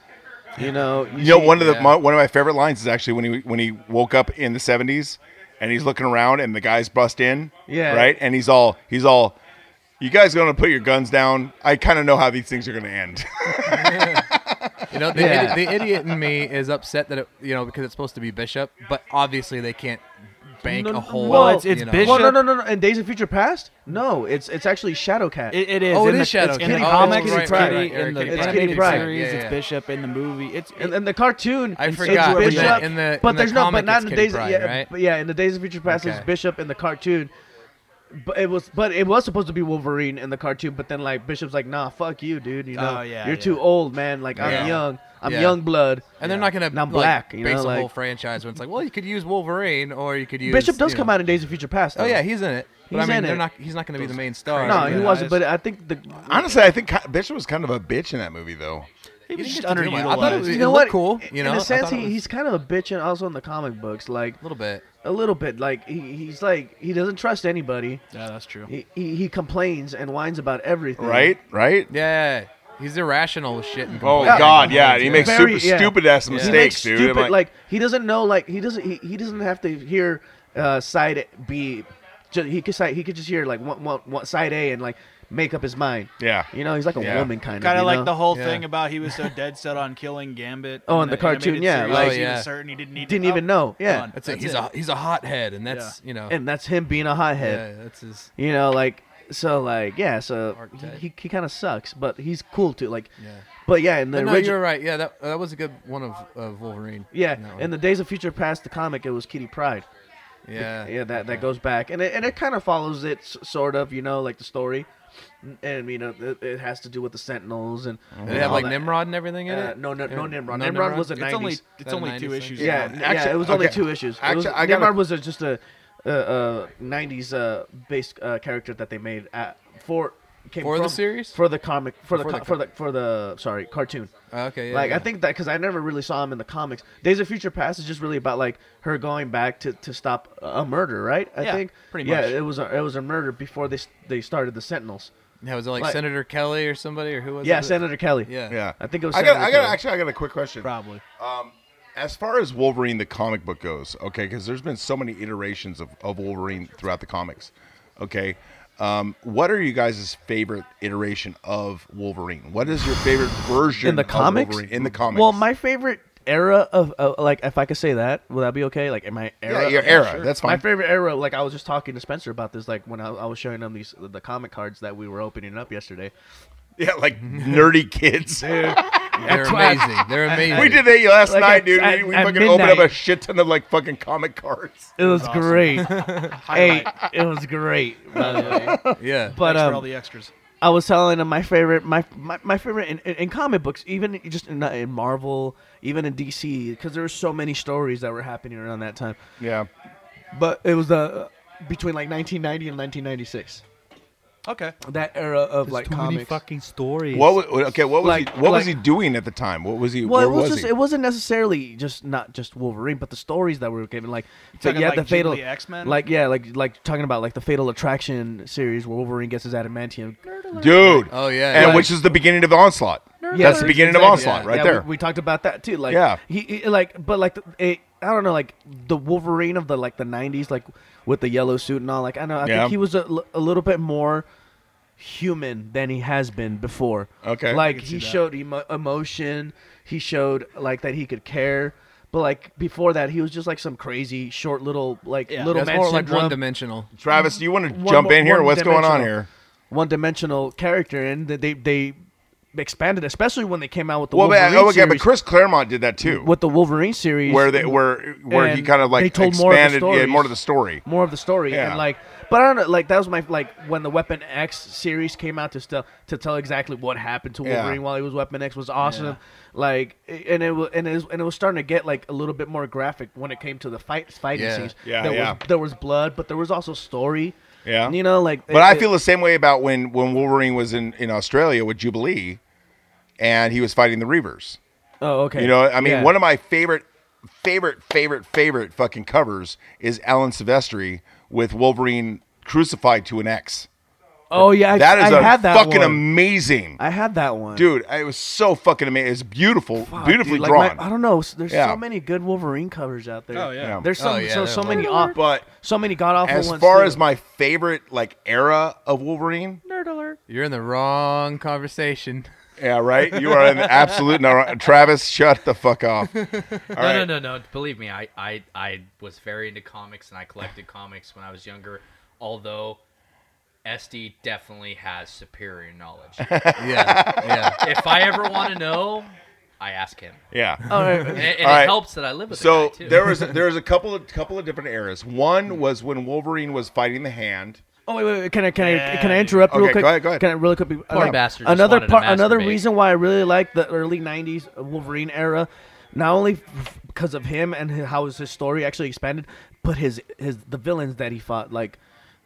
Speaker 7: You know,
Speaker 4: You know,
Speaker 7: see-
Speaker 4: one of the
Speaker 2: yeah.
Speaker 4: my, one of my favorite lines is actually when he when he woke up in the '70s, and he's looking around, and the guys bust in.
Speaker 7: Yeah.
Speaker 4: Right, and he's all he's all, "You guys gonna put your guns down? I kind of know how these things are gonna end."
Speaker 2: You know, the,
Speaker 7: Yeah.
Speaker 2: idi- the idiot in me is upset that it, you know because it's supposed to be Bishop, but obviously they can't bank
Speaker 7: No, no,
Speaker 2: a whole.
Speaker 7: well,
Speaker 2: lot,
Speaker 7: it's-
Speaker 3: it's
Speaker 2: you know.
Speaker 3: Bishop.
Speaker 7: Well, no, no, no, no. In Days of Future Past, no, it's it's actually Shadowcat.
Speaker 3: It, it is.
Speaker 2: Oh, it
Speaker 3: in
Speaker 2: is
Speaker 3: the,
Speaker 2: Shadow
Speaker 3: It's
Speaker 2: King.
Speaker 3: in the
Speaker 7: Oh,
Speaker 3: comics.
Speaker 7: it's
Speaker 3: It's
Speaker 7: Kitty
Speaker 3: Kitty
Speaker 2: Pryde.
Speaker 3: in the
Speaker 2: It's
Speaker 7: Kitty
Speaker 3: animated
Speaker 7: Pryde.
Speaker 3: series.
Speaker 2: Yeah, yeah,
Speaker 3: It's
Speaker 2: yeah.
Speaker 3: Bishop in the movie. It's
Speaker 7: And,
Speaker 3: it-
Speaker 7: and the cartoon,
Speaker 2: I
Speaker 7: it's
Speaker 2: forgot, but
Speaker 7: Bishop,
Speaker 2: yeah, in the-
Speaker 7: but
Speaker 2: in the
Speaker 7: there's no,
Speaker 2: comic
Speaker 7: but not
Speaker 2: it's
Speaker 7: in the
Speaker 2: Kitty
Speaker 7: days,
Speaker 2: Pryde,
Speaker 7: yeah,
Speaker 2: right?
Speaker 7: but yeah, in the days of future past, it's
Speaker 2: Okay.
Speaker 7: Bishop in the cartoon. But it was, but it was supposed to be Wolverine in the cartoon, but then like Bishop's like, nah, fuck you, dude. You know,
Speaker 3: Oh, yeah,
Speaker 7: you're
Speaker 3: yeah.
Speaker 7: too old, man. Like
Speaker 2: Yeah.
Speaker 7: I'm young, I'm
Speaker 2: Yeah.
Speaker 7: young blood.
Speaker 2: And they're not gonna
Speaker 7: And I'm
Speaker 2: like,
Speaker 7: black,
Speaker 2: base
Speaker 7: you know,
Speaker 2: a whole
Speaker 7: like-
Speaker 2: franchise when it's like, well, you could use Wolverine or you could use
Speaker 7: Bishop does
Speaker 2: you
Speaker 7: come
Speaker 2: know.
Speaker 7: out in Days of Future Past.
Speaker 2: Oh
Speaker 7: though.
Speaker 2: yeah, he's in it. But
Speaker 7: He's
Speaker 2: I mean,
Speaker 7: in
Speaker 2: they're
Speaker 7: it.
Speaker 2: not. He's not going to be the main star.
Speaker 7: no, he
Speaker 2: Yeah.
Speaker 7: wasn't. But I think the
Speaker 4: Honestly, I think ki- Bishop was kind of a bitch in that movie, though.
Speaker 3: He was
Speaker 2: didn't
Speaker 3: just
Speaker 2: get to do much. I
Speaker 3: underutilized.
Speaker 2: thought it was-
Speaker 7: you know
Speaker 2: looked
Speaker 7: what?
Speaker 2: cool, you know?
Speaker 7: in
Speaker 2: I
Speaker 7: a sense,
Speaker 2: thought it
Speaker 7: he,
Speaker 2: was-
Speaker 7: he's kind of a bitch, and also in the comic books, like
Speaker 2: a little bit.
Speaker 7: a little bit. Like he, he's like he doesn't trust anybody.
Speaker 3: yeah, that's true.
Speaker 7: He, he, he complains and whines about everything.
Speaker 4: Right, right.
Speaker 2: Yeah, he's irrational with shit. And
Speaker 4: Oh
Speaker 2: complains.
Speaker 4: God, yeah. He makes
Speaker 7: Very-
Speaker 4: super
Speaker 7: yeah.
Speaker 4: stupid ass mistakes,
Speaker 7: He makes
Speaker 4: dude.
Speaker 7: stupid
Speaker 4: I'm like,
Speaker 7: like, he doesn't know like he doesn't he, he doesn't have to hear uh, side B. Ju- he could side, he could just hear like one, one, one side A and like make up his mind.
Speaker 4: Yeah.
Speaker 7: You know he's like a
Speaker 4: Yeah.
Speaker 7: woman kind of.
Speaker 3: Kind of
Speaker 7: you
Speaker 3: like
Speaker 7: know?
Speaker 3: the whole
Speaker 2: Yeah.
Speaker 3: thing about he was so dead set on killing Gambit.
Speaker 7: Oh, in the cartoon,
Speaker 3: animated
Speaker 7: yeah,
Speaker 3: series,
Speaker 7: like-
Speaker 2: Oh,
Speaker 3: he
Speaker 2: yeah.
Speaker 3: was certain he didn't need.
Speaker 7: Didn't
Speaker 3: it.
Speaker 7: even know, yeah.
Speaker 3: done.
Speaker 2: That's it. He's a he's a hothead, and that's you know.
Speaker 7: and that's him being a hothead.
Speaker 2: yeah, that's his.
Speaker 7: You know, like so, like yeah, so
Speaker 2: Archetype.
Speaker 7: he, he, he kind of sucks, but he's cool too. Like,
Speaker 2: Yeah.
Speaker 7: but yeah, in the
Speaker 2: But no,
Speaker 7: original,
Speaker 2: uh, you're right. Yeah, that that was a good one of, of Wolverine.
Speaker 7: yeah,
Speaker 2: No.
Speaker 7: in the Days of Future Past, the comic it was Kitty Pride.
Speaker 2: Yeah.
Speaker 7: Yeah, that that goes back, and it and it kind of follows it s- sort of, you know, like the story, and you know, it, it has to do with the Sentinels and,
Speaker 2: Did
Speaker 7: and
Speaker 2: it Mm-hmm. have
Speaker 7: all
Speaker 2: like
Speaker 7: that.
Speaker 2: Nimrod and everything in
Speaker 7: Uh,
Speaker 2: it?
Speaker 7: no, no, no
Speaker 2: Or-
Speaker 7: Nimrod. Nimrod was a
Speaker 3: It's only
Speaker 7: 90s.
Speaker 3: it's only
Speaker 2: That
Speaker 3: two
Speaker 2: 90s
Speaker 3: issues.
Speaker 2: thing.
Speaker 7: Yeah,
Speaker 3: long.
Speaker 7: yeah,
Speaker 4: Actually-
Speaker 7: it was only
Speaker 4: okay.
Speaker 7: two issues. It was,
Speaker 4: Actually, I gotta-
Speaker 7: Nimrod was a, just a uh, uh, '90s uh, based uh, character that they made at, for came
Speaker 2: For the
Speaker 7: from-
Speaker 2: series?
Speaker 7: for the comic for the,
Speaker 2: For
Speaker 7: co-
Speaker 2: the
Speaker 7: for the for the sorry cartoon.
Speaker 2: Oh, okay. Yeah,
Speaker 7: like
Speaker 2: yeah.
Speaker 7: I think that because I never really saw him in the comics. Days of Future Past is just really about like her going back to, to stop a murder, right? I
Speaker 3: Yeah,
Speaker 7: think
Speaker 3: pretty
Speaker 7: yeah,
Speaker 3: much.
Speaker 7: it was a, it was a murder before they s- they started the Sentinels.
Speaker 2: Yeah, was it like,
Speaker 7: like-
Speaker 2: Senator Kelly or somebody or who was
Speaker 7: Yeah,
Speaker 2: it?
Speaker 7: Senator Kelly.
Speaker 2: Yeah.
Speaker 4: yeah.
Speaker 7: I think it was
Speaker 4: I got.
Speaker 7: Senator
Speaker 4: I got.
Speaker 7: Kelly.
Speaker 4: Actually, I got a quick question.
Speaker 3: probably.
Speaker 4: As far as Wolverine the comic book goes, okay, because there's been so many iterations of, of Wolverine throughout the comics, okay. Um, what are you guys' favorite iteration of Wolverine? What is your favorite version
Speaker 7: in the
Speaker 4: of
Speaker 7: comics.
Speaker 4: Wolverine in the comics?
Speaker 7: Well, my favorite era of uh, like if I could say that, will that be okay? Like in my era.
Speaker 4: yeah, your
Speaker 7: of-
Speaker 4: era. That's
Speaker 7: My
Speaker 4: fine.
Speaker 7: favorite era, like I was just talking to Spencer about this, like when I, I was showing him these the comic cards that we were opening up yesterday.
Speaker 4: yeah, like nerdy kids.
Speaker 2: They're amazing. They're amazing.
Speaker 4: we did that last
Speaker 7: Like
Speaker 4: night,
Speaker 7: at-
Speaker 4: dude.
Speaker 7: at-
Speaker 4: we we
Speaker 7: at
Speaker 4: fucking opened up a
Speaker 7: midnight.
Speaker 4: shit ton of like fucking comic cards.
Speaker 7: It was great. hey, it was great. By the way.
Speaker 2: Yeah.
Speaker 7: But
Speaker 3: Thanks for
Speaker 7: um,
Speaker 3: all the extras.
Speaker 7: I was telling him my favorite, my my, my favorite in, in, in comic books, even just in, in Marvel, even in DC, because there were so many stories that were happening around that time.
Speaker 4: Yeah.
Speaker 7: uh, But it was the between like 1990 and 1996.
Speaker 6: Okay.
Speaker 7: that era of like
Speaker 5: too many
Speaker 7: comics.
Speaker 5: fucking stories.
Speaker 4: What was, okay? What was
Speaker 7: Like-
Speaker 4: he? What was he
Speaker 7: like-
Speaker 4: doing at the time? What was he?
Speaker 7: well,
Speaker 4: where
Speaker 7: it was,
Speaker 4: was,
Speaker 7: just
Speaker 4: he?
Speaker 7: it wasn't necessarily just not just Wolverine, but the stories that we were given, like but
Speaker 3: talking
Speaker 7: yeah,
Speaker 3: like
Speaker 7: the fatal
Speaker 3: Ghibli X-Men?
Speaker 7: like yeah, like like talking about like the Fatal Attraction series where Wolverine gets his adamantium.
Speaker 4: Dude.
Speaker 1: Oh, yeah,
Speaker 4: And
Speaker 1: yeah.
Speaker 4: which is the beginning of onslaught.
Speaker 7: Yeah,
Speaker 4: That's the beginning of
Speaker 7: exactly.
Speaker 4: onslaught right
Speaker 7: Yeah,
Speaker 4: there.
Speaker 7: We, we talked about that too. Like
Speaker 4: Yeah.
Speaker 7: he, he- like but like the, it, I don't know like the Wolverine of the like the '90s, like with the yellow suit and all. Like I know I
Speaker 4: Yeah.
Speaker 7: think he was a, l- a little bit more human than he has been before.
Speaker 4: Okay. I
Speaker 7: like
Speaker 4: can
Speaker 7: he showed emo- emotion. He showed like that he could care. But like before that, he was just like some crazy short little like
Speaker 2: It
Speaker 7: little
Speaker 2: was
Speaker 7: man
Speaker 2: more like
Speaker 7: syndrome.
Speaker 2: one dimensional.
Speaker 4: Travis, do you want to
Speaker 7: One
Speaker 4: jump
Speaker 7: more-
Speaker 4: in here?
Speaker 7: one
Speaker 4: What's going on
Speaker 7: dimensional.
Speaker 4: here?
Speaker 7: one dimensional character, and they they- they expanded, especially when they came out with the
Speaker 4: Well, but,
Speaker 7: Wolverine
Speaker 4: oh, okay,
Speaker 7: series.
Speaker 4: but Chris Claremont did that too.
Speaker 7: with the Wolverine series,
Speaker 4: where they where where he
Speaker 7: and
Speaker 4: kind of like
Speaker 7: they told more of the
Speaker 4: expanded yeah,
Speaker 7: stories.
Speaker 4: more to the story.
Speaker 7: more of the story,
Speaker 4: Yeah.
Speaker 7: and like, but I don't know, like that was my like when the Weapon X series came out to still to tell exactly what happened to
Speaker 4: Yeah.
Speaker 7: Wolverine while he was Weapon X was awesome, like, and it was and it was, and it was starting to get like a little bit more graphic when it came to the fight fighting
Speaker 1: Yeah.
Speaker 7: scenes.
Speaker 4: Yeah,
Speaker 7: there
Speaker 4: yeah.
Speaker 7: was there was blood, but there was also story.
Speaker 4: Yeah.
Speaker 7: you know, like,
Speaker 4: But I feel the same way about when when Wolverine was in in Australia with Jubilee, and he was fighting the Reavers.
Speaker 7: oh okay,
Speaker 4: You know, I mean,
Speaker 7: Yeah.
Speaker 4: one of my favorite, favorite, favorite, favorite fucking covers is Alan Silvestri with Wolverine crucified to an X.
Speaker 7: oh yeah, I,
Speaker 4: That is
Speaker 7: I
Speaker 4: a
Speaker 7: had that
Speaker 4: fucking
Speaker 7: one.
Speaker 4: amazing.
Speaker 7: I had that one,
Speaker 4: Dude, it was so fucking amazing. It's beautiful,
Speaker 7: Fuck,
Speaker 4: beautifully
Speaker 7: dude, like my-
Speaker 4: drawn.
Speaker 7: I don't know. s- There's
Speaker 4: Yeah.
Speaker 7: so many good Wolverine covers out there.
Speaker 6: Oh, yeah.
Speaker 4: Yeah.
Speaker 7: There's some,
Speaker 1: Oh, yeah,
Speaker 7: so
Speaker 1: there
Speaker 7: so
Speaker 1: are.
Speaker 7: many off,
Speaker 4: but
Speaker 7: so many god awful
Speaker 4: as
Speaker 7: ones.
Speaker 4: far
Speaker 7: too.
Speaker 4: as my favorite like era of Wolverine,
Speaker 7: nerd alert,
Speaker 5: You're in the wrong conversation.
Speaker 4: yeah, right. You are an absolute no, Travis. Shut the fuck off. All right.
Speaker 8: No, no, no, no. Believe me, I, I, I was very into comics and I collected comics when I was younger. Although, SD definitely has superior knowledge.
Speaker 1: Yeah, yeah.
Speaker 8: if I ever want to know, I ask him,
Speaker 4: Yeah.
Speaker 7: Oh,
Speaker 8: and, and it
Speaker 4: Alright.
Speaker 8: helps that I live with
Speaker 4: So
Speaker 8: the guy too.
Speaker 4: there was there was a couple of couple of different eras.
Speaker 7: Mm.
Speaker 4: One was when Wolverine was fighting the hand.
Speaker 7: Oh wait, wait, wait, can I can I can I interrupt real
Speaker 4: Okay,
Speaker 7: quick?
Speaker 4: go ahead, go ahead.
Speaker 7: Can I really quick? another-
Speaker 8: bastard just
Speaker 7: Another
Speaker 8: wanted to
Speaker 7: part, another
Speaker 8: masturbate.
Speaker 7: reason why I really like the early '90s Wolverine era, not only f- because of him and hi- how his his story actually expanded, but his his the villains that he fought. Like,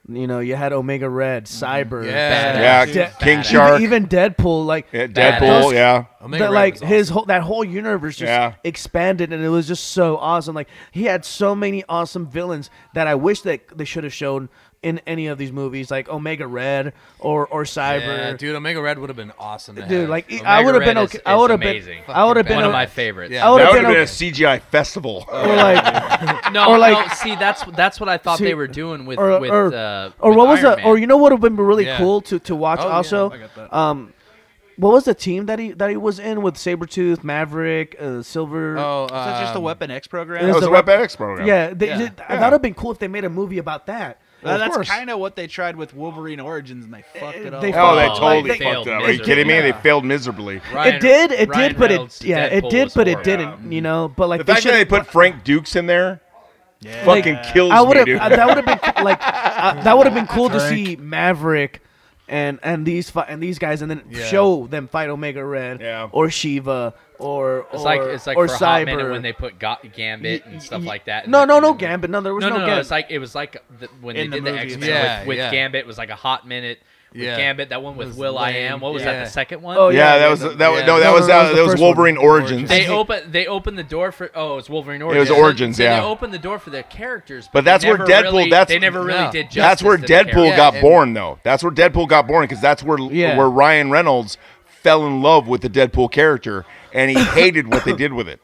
Speaker 7: you know, you had Omega Red,
Speaker 8: Mm-hmm.
Speaker 7: Cyber,
Speaker 8: Badass.
Speaker 4: Yeah,
Speaker 7: De-
Speaker 4: King
Speaker 8: Badass.
Speaker 4: Shark,
Speaker 7: even Deadpool. Like,
Speaker 4: yeah, Deadpool.
Speaker 7: Those-
Speaker 4: Yeah,
Speaker 2: Omega
Speaker 7: that
Speaker 2: Red
Speaker 7: like
Speaker 2: was
Speaker 7: his whole that whole universe just
Speaker 4: Yeah.
Speaker 7: expanded and it was just so awesome. Like he had so many awesome villains that I wish that they should have shown in any of these movies, like Omega Red or or Cyber.
Speaker 2: Yeah,
Speaker 7: dude.
Speaker 2: dude, Omega Red would have been awesome. To have.
Speaker 7: like
Speaker 2: Omega
Speaker 7: I would have
Speaker 8: Red
Speaker 7: been
Speaker 8: is-
Speaker 7: okay. I
Speaker 8: is
Speaker 7: would have been.
Speaker 8: amazing.
Speaker 7: I would have
Speaker 2: Fucking
Speaker 7: been
Speaker 8: one of
Speaker 7: o-
Speaker 8: my favorites.
Speaker 2: Yeah.
Speaker 7: I would
Speaker 4: that
Speaker 7: have
Speaker 4: would
Speaker 7: been
Speaker 4: have been a
Speaker 7: okay.
Speaker 4: CGI festival.
Speaker 7: Or like,
Speaker 8: No,
Speaker 7: Or
Speaker 8: no,
Speaker 7: like-
Speaker 8: see, that's that's what I thought
Speaker 7: See,
Speaker 8: they were doing with
Speaker 7: or
Speaker 8: with
Speaker 7: or,
Speaker 8: uh,
Speaker 7: or
Speaker 8: with
Speaker 7: what was
Speaker 8: Iron
Speaker 7: the? Or
Speaker 8: Man.
Speaker 7: you know what would have been really
Speaker 2: Yeah.
Speaker 7: cool to to watch
Speaker 2: Oh, yeah,
Speaker 7: also.
Speaker 2: I got that.
Speaker 7: Um, what was the team that he that he was in with Sabretooth, Maverick, uh, Silver?
Speaker 2: oh,
Speaker 3: Is that just a
Speaker 2: um,
Speaker 3: Weapon X
Speaker 4: that
Speaker 7: it
Speaker 3: program?
Speaker 4: was
Speaker 7: the
Speaker 4: a
Speaker 7: rep-
Speaker 4: Web X program.
Speaker 7: Yeah, they,
Speaker 3: Yeah.
Speaker 7: they- that would have been cool if they made a movie about that.
Speaker 3: Well,
Speaker 4: Of
Speaker 3: Uh, that's
Speaker 4: course.
Speaker 3: kind of what they tried with Wolverine Origins, and they fucked it all.
Speaker 7: Eh, they
Speaker 3: up.
Speaker 4: Oh, they
Speaker 8: Oh,
Speaker 4: totally
Speaker 8: they
Speaker 4: fucked
Speaker 8: failed
Speaker 4: it up. Are you
Speaker 8: miserably.
Speaker 4: kidding me? They
Speaker 8: Yeah.
Speaker 4: failed miserably.
Speaker 8: Ryan-
Speaker 7: it did, it
Speaker 8: Ryan
Speaker 7: did, but
Speaker 8: Reynolds'
Speaker 7: it yeah,
Speaker 8: Deadpool uh,
Speaker 7: it did,
Speaker 8: was
Speaker 7: but it
Speaker 8: horrible.
Speaker 7: didn't. You know, but like
Speaker 4: The fact
Speaker 7: they
Speaker 4: that they
Speaker 7: should.
Speaker 4: put Frank Dukes in there
Speaker 3: Yeah.
Speaker 4: fucking kills
Speaker 7: I would
Speaker 4: me,
Speaker 7: have.
Speaker 4: dude.
Speaker 7: That would have been like uh, that would have been cool to see Maverick. And, and these fi- and these guys and then show them fight Omega Red
Speaker 4: Yeah.
Speaker 7: or Shiva or
Speaker 8: It's
Speaker 7: or,
Speaker 8: like it's like
Speaker 7: or
Speaker 8: for a
Speaker 7: Cyber
Speaker 8: hot minute when they put Ga- Gambit and stuff like that. in
Speaker 7: No,
Speaker 8: the-
Speaker 7: no,
Speaker 8: in
Speaker 7: no
Speaker 8: the-
Speaker 7: Gambit. No, there was
Speaker 8: No,
Speaker 7: no,
Speaker 8: no, no,
Speaker 7: Gambit.
Speaker 8: It's like it was like the, when
Speaker 3: In
Speaker 8: they
Speaker 3: the
Speaker 8: did the
Speaker 3: movie,
Speaker 8: X Men
Speaker 2: yeah,
Speaker 8: with, with
Speaker 2: yeah.
Speaker 8: Gambit it was like a hot minute with
Speaker 2: Yeah.
Speaker 8: Gambit. That one with
Speaker 2: was
Speaker 8: Will I Am.
Speaker 2: lame.
Speaker 8: What was
Speaker 2: Yeah.
Speaker 8: that? The second one.
Speaker 7: Oh,
Speaker 4: yeah,
Speaker 7: yeah,
Speaker 4: that was
Speaker 7: yeah,
Speaker 4: that was
Speaker 2: yeah.
Speaker 4: no, that
Speaker 7: No,
Speaker 4: was
Speaker 7: no, that
Speaker 4: uh,
Speaker 7: was the
Speaker 4: that was
Speaker 7: first one.
Speaker 4: Wolverine Origins.
Speaker 8: They open they opened the door for oh it's Wolverine Origins.
Speaker 4: was Origins,
Speaker 8: So
Speaker 4: yeah.
Speaker 8: They opened the door for their characters,
Speaker 4: But
Speaker 8: they
Speaker 4: that's where
Speaker 8: never
Speaker 4: Deadpool-
Speaker 8: really-
Speaker 4: that's-
Speaker 8: they never really
Speaker 2: yeah.
Speaker 8: did. Justice
Speaker 4: That's where
Speaker 8: to the character.
Speaker 4: Deadpool
Speaker 2: Yeah,
Speaker 4: got
Speaker 2: and-
Speaker 4: born, though. That's where Deadpool got born because that's where
Speaker 7: Yeah.
Speaker 4: where Ryan Reynolds fell in love with the Deadpool character, and he hated what they did with it.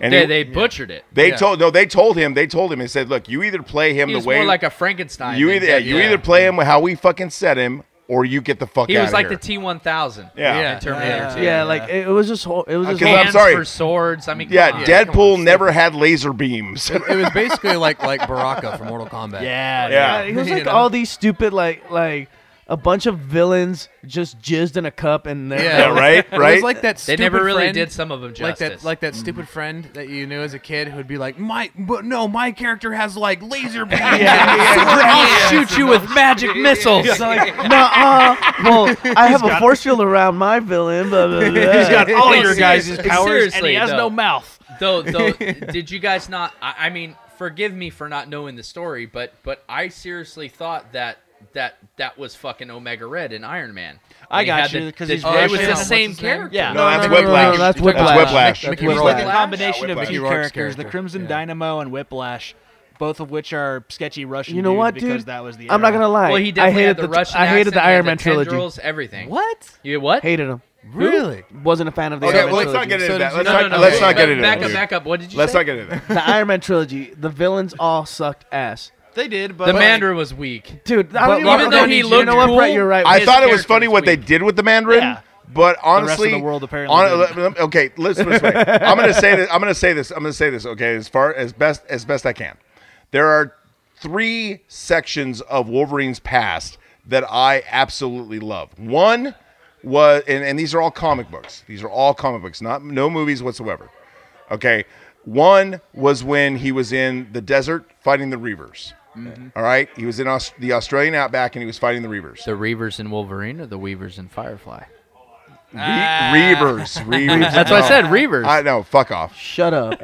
Speaker 4: And
Speaker 8: They,
Speaker 4: he-
Speaker 8: they butchered it.
Speaker 4: they
Speaker 2: yeah.
Speaker 4: told no, they told him. They told him. They said, "Look, you either play him
Speaker 8: He
Speaker 4: the
Speaker 8: was
Speaker 4: way
Speaker 8: more like a Frankenstein.
Speaker 4: you
Speaker 8: than
Speaker 4: either
Speaker 8: Deadpool.
Speaker 4: you either play him how we fucking set him, or you get the fuck
Speaker 8: He
Speaker 4: out
Speaker 8: was like
Speaker 4: here.
Speaker 8: the T one thousand.
Speaker 4: Yeah. Yeah.
Speaker 8: in Terminator
Speaker 3: Yeah.
Speaker 8: two.
Speaker 7: yeah, like it, it was just whole, it was just
Speaker 4: Okay,
Speaker 7: whole-
Speaker 4: I'm
Speaker 8: Hands
Speaker 4: sorry.
Speaker 8: for swords. I mean, come
Speaker 4: yeah,
Speaker 8: on.
Speaker 4: Deadpool never had laser beams.
Speaker 2: It was basically like like Baraka from Mortal Kombat.
Speaker 3: Yeah.
Speaker 4: yeah.
Speaker 7: it was
Speaker 2: You
Speaker 7: like
Speaker 2: know?
Speaker 7: all these stupid like like a bunch of villains just jizzed in a cup and they're
Speaker 2: Yeah.
Speaker 4: Yeah, right,
Speaker 2: It
Speaker 4: right.
Speaker 2: was like that.
Speaker 8: They
Speaker 2: Stupid
Speaker 8: never really
Speaker 2: friend,
Speaker 8: did some of them
Speaker 2: Like
Speaker 8: justice.
Speaker 2: that, like that stupid friend that you knew as a kid who'd be like, my, but no, my character has like laser beams.
Speaker 8: I'll shoot you with magic missiles.
Speaker 7: It's like, nah, uh, well, I have a force field around my villain. Blah, blah, blah.
Speaker 3: He's got all your
Speaker 8: Oh, Seriously,
Speaker 3: guys' powers, and
Speaker 8: seriously,
Speaker 3: he has
Speaker 8: though.
Speaker 3: no mouth.
Speaker 8: though though did you guys not I, I mean forgive me for not knowing the story but but i seriously thought that that that was fucking Omega Red in Iron Man.
Speaker 3: I
Speaker 8: When he
Speaker 3: got
Speaker 8: had
Speaker 3: you,
Speaker 8: the-
Speaker 3: 'cause
Speaker 8: the-
Speaker 3: he's
Speaker 8: oh, it was
Speaker 3: Russian.
Speaker 8: the
Speaker 3: What's
Speaker 8: same
Speaker 3: his name?
Speaker 8: character.
Speaker 3: Yeah.
Speaker 4: No,
Speaker 3: No, no,
Speaker 4: that's
Speaker 3: no, no,
Speaker 4: Whiplash.
Speaker 7: no, that's
Speaker 4: That's
Speaker 7: Whiplash.
Speaker 4: Whiplash.
Speaker 2: Mickey
Speaker 3: It was
Speaker 2: Rourke.
Speaker 3: like a combination of the
Speaker 4: Whiplash.
Speaker 3: two
Speaker 2: Mickey Rourke's
Speaker 3: characters, the
Speaker 2: character.
Speaker 3: Crimson
Speaker 2: Yeah.
Speaker 3: Dynamo and Whiplash, both of which are sketchy Russian.
Speaker 7: You know
Speaker 3: dudes
Speaker 7: what,
Speaker 3: because
Speaker 7: dude?
Speaker 3: that was the.
Speaker 7: I'm not
Speaker 3: era.
Speaker 7: gonna lie.
Speaker 8: Well, he
Speaker 7: I
Speaker 8: definitely
Speaker 7: hated
Speaker 8: had the,
Speaker 7: the
Speaker 8: Russian
Speaker 7: I hated
Speaker 8: accent,
Speaker 7: the
Speaker 8: he had
Speaker 7: Iron Man trilogy.
Speaker 8: tendrils, everything.
Speaker 5: What?
Speaker 8: You what?
Speaker 7: Hated him.
Speaker 5: Really?
Speaker 7: Wasn't a fan of the
Speaker 4: Okay,
Speaker 7: Iron
Speaker 4: well,
Speaker 7: Man
Speaker 4: let's not
Speaker 7: trilogy.
Speaker 4: get into
Speaker 5: So
Speaker 4: that.
Speaker 5: did
Speaker 4: Let's
Speaker 5: you-
Speaker 4: not,
Speaker 5: no, no, no,
Speaker 4: let's
Speaker 5: no,
Speaker 4: not
Speaker 8: back,
Speaker 4: get into
Speaker 8: back
Speaker 4: that.
Speaker 8: up, back up. What did you
Speaker 4: Let's
Speaker 8: say?
Speaker 4: not get into that.
Speaker 7: the Iron Man trilogy. The villains all sucked ass,
Speaker 3: They did, but
Speaker 8: the Mandarin was weak.
Speaker 7: dude. I don't
Speaker 8: even
Speaker 7: even,
Speaker 8: though
Speaker 7: okay,
Speaker 8: he
Speaker 7: you
Speaker 8: looked
Speaker 7: know what,
Speaker 8: cool,
Speaker 7: Brett, you're right.
Speaker 4: I
Speaker 8: His
Speaker 4: thought it was
Speaker 8: character
Speaker 4: funny
Speaker 8: was
Speaker 4: what they
Speaker 8: weak.
Speaker 4: did with the Mandarin,
Speaker 3: Yeah.
Speaker 4: but
Speaker 3: rest of
Speaker 4: honestly,
Speaker 3: the world apparently didn't.
Speaker 4: on- let- let- okay, let's put it this way. I'm gonna say this. I'm gonna say this. I'm gonna say this. Okay, as far as best as best I can, there are three sections of Wolverine's past that I absolutely love. One was, and, and these are all comic books. These are all comic books, not no movies whatsoever. Okay, one was when he was in the desert fighting the Reavers.
Speaker 3: Mm-hmm.
Speaker 4: All right, he was in Aus- the Australian outback and he was fighting the Reavers.
Speaker 8: The Reavers in Wolverine or the Weavers in Firefly?
Speaker 4: Re- Reavers, Reavers.
Speaker 8: Ah. That's what I said, Reavers.
Speaker 4: I know. Fuck off.
Speaker 7: Shut up.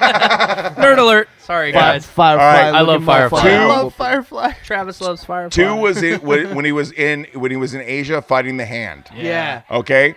Speaker 8: Nerd alert. Sorry, guys.
Speaker 7: Firefly.
Speaker 4: All right.
Speaker 8: I love
Speaker 7: looking motherfucker.
Speaker 8: Firefly. I
Speaker 7: I'll
Speaker 5: love
Speaker 7: whoop-
Speaker 5: Firefly.
Speaker 8: Travis loves Firefly.
Speaker 4: Two was in, when when he was in when he was in Asia fighting the hand.
Speaker 7: Yeah.
Speaker 4: Okay.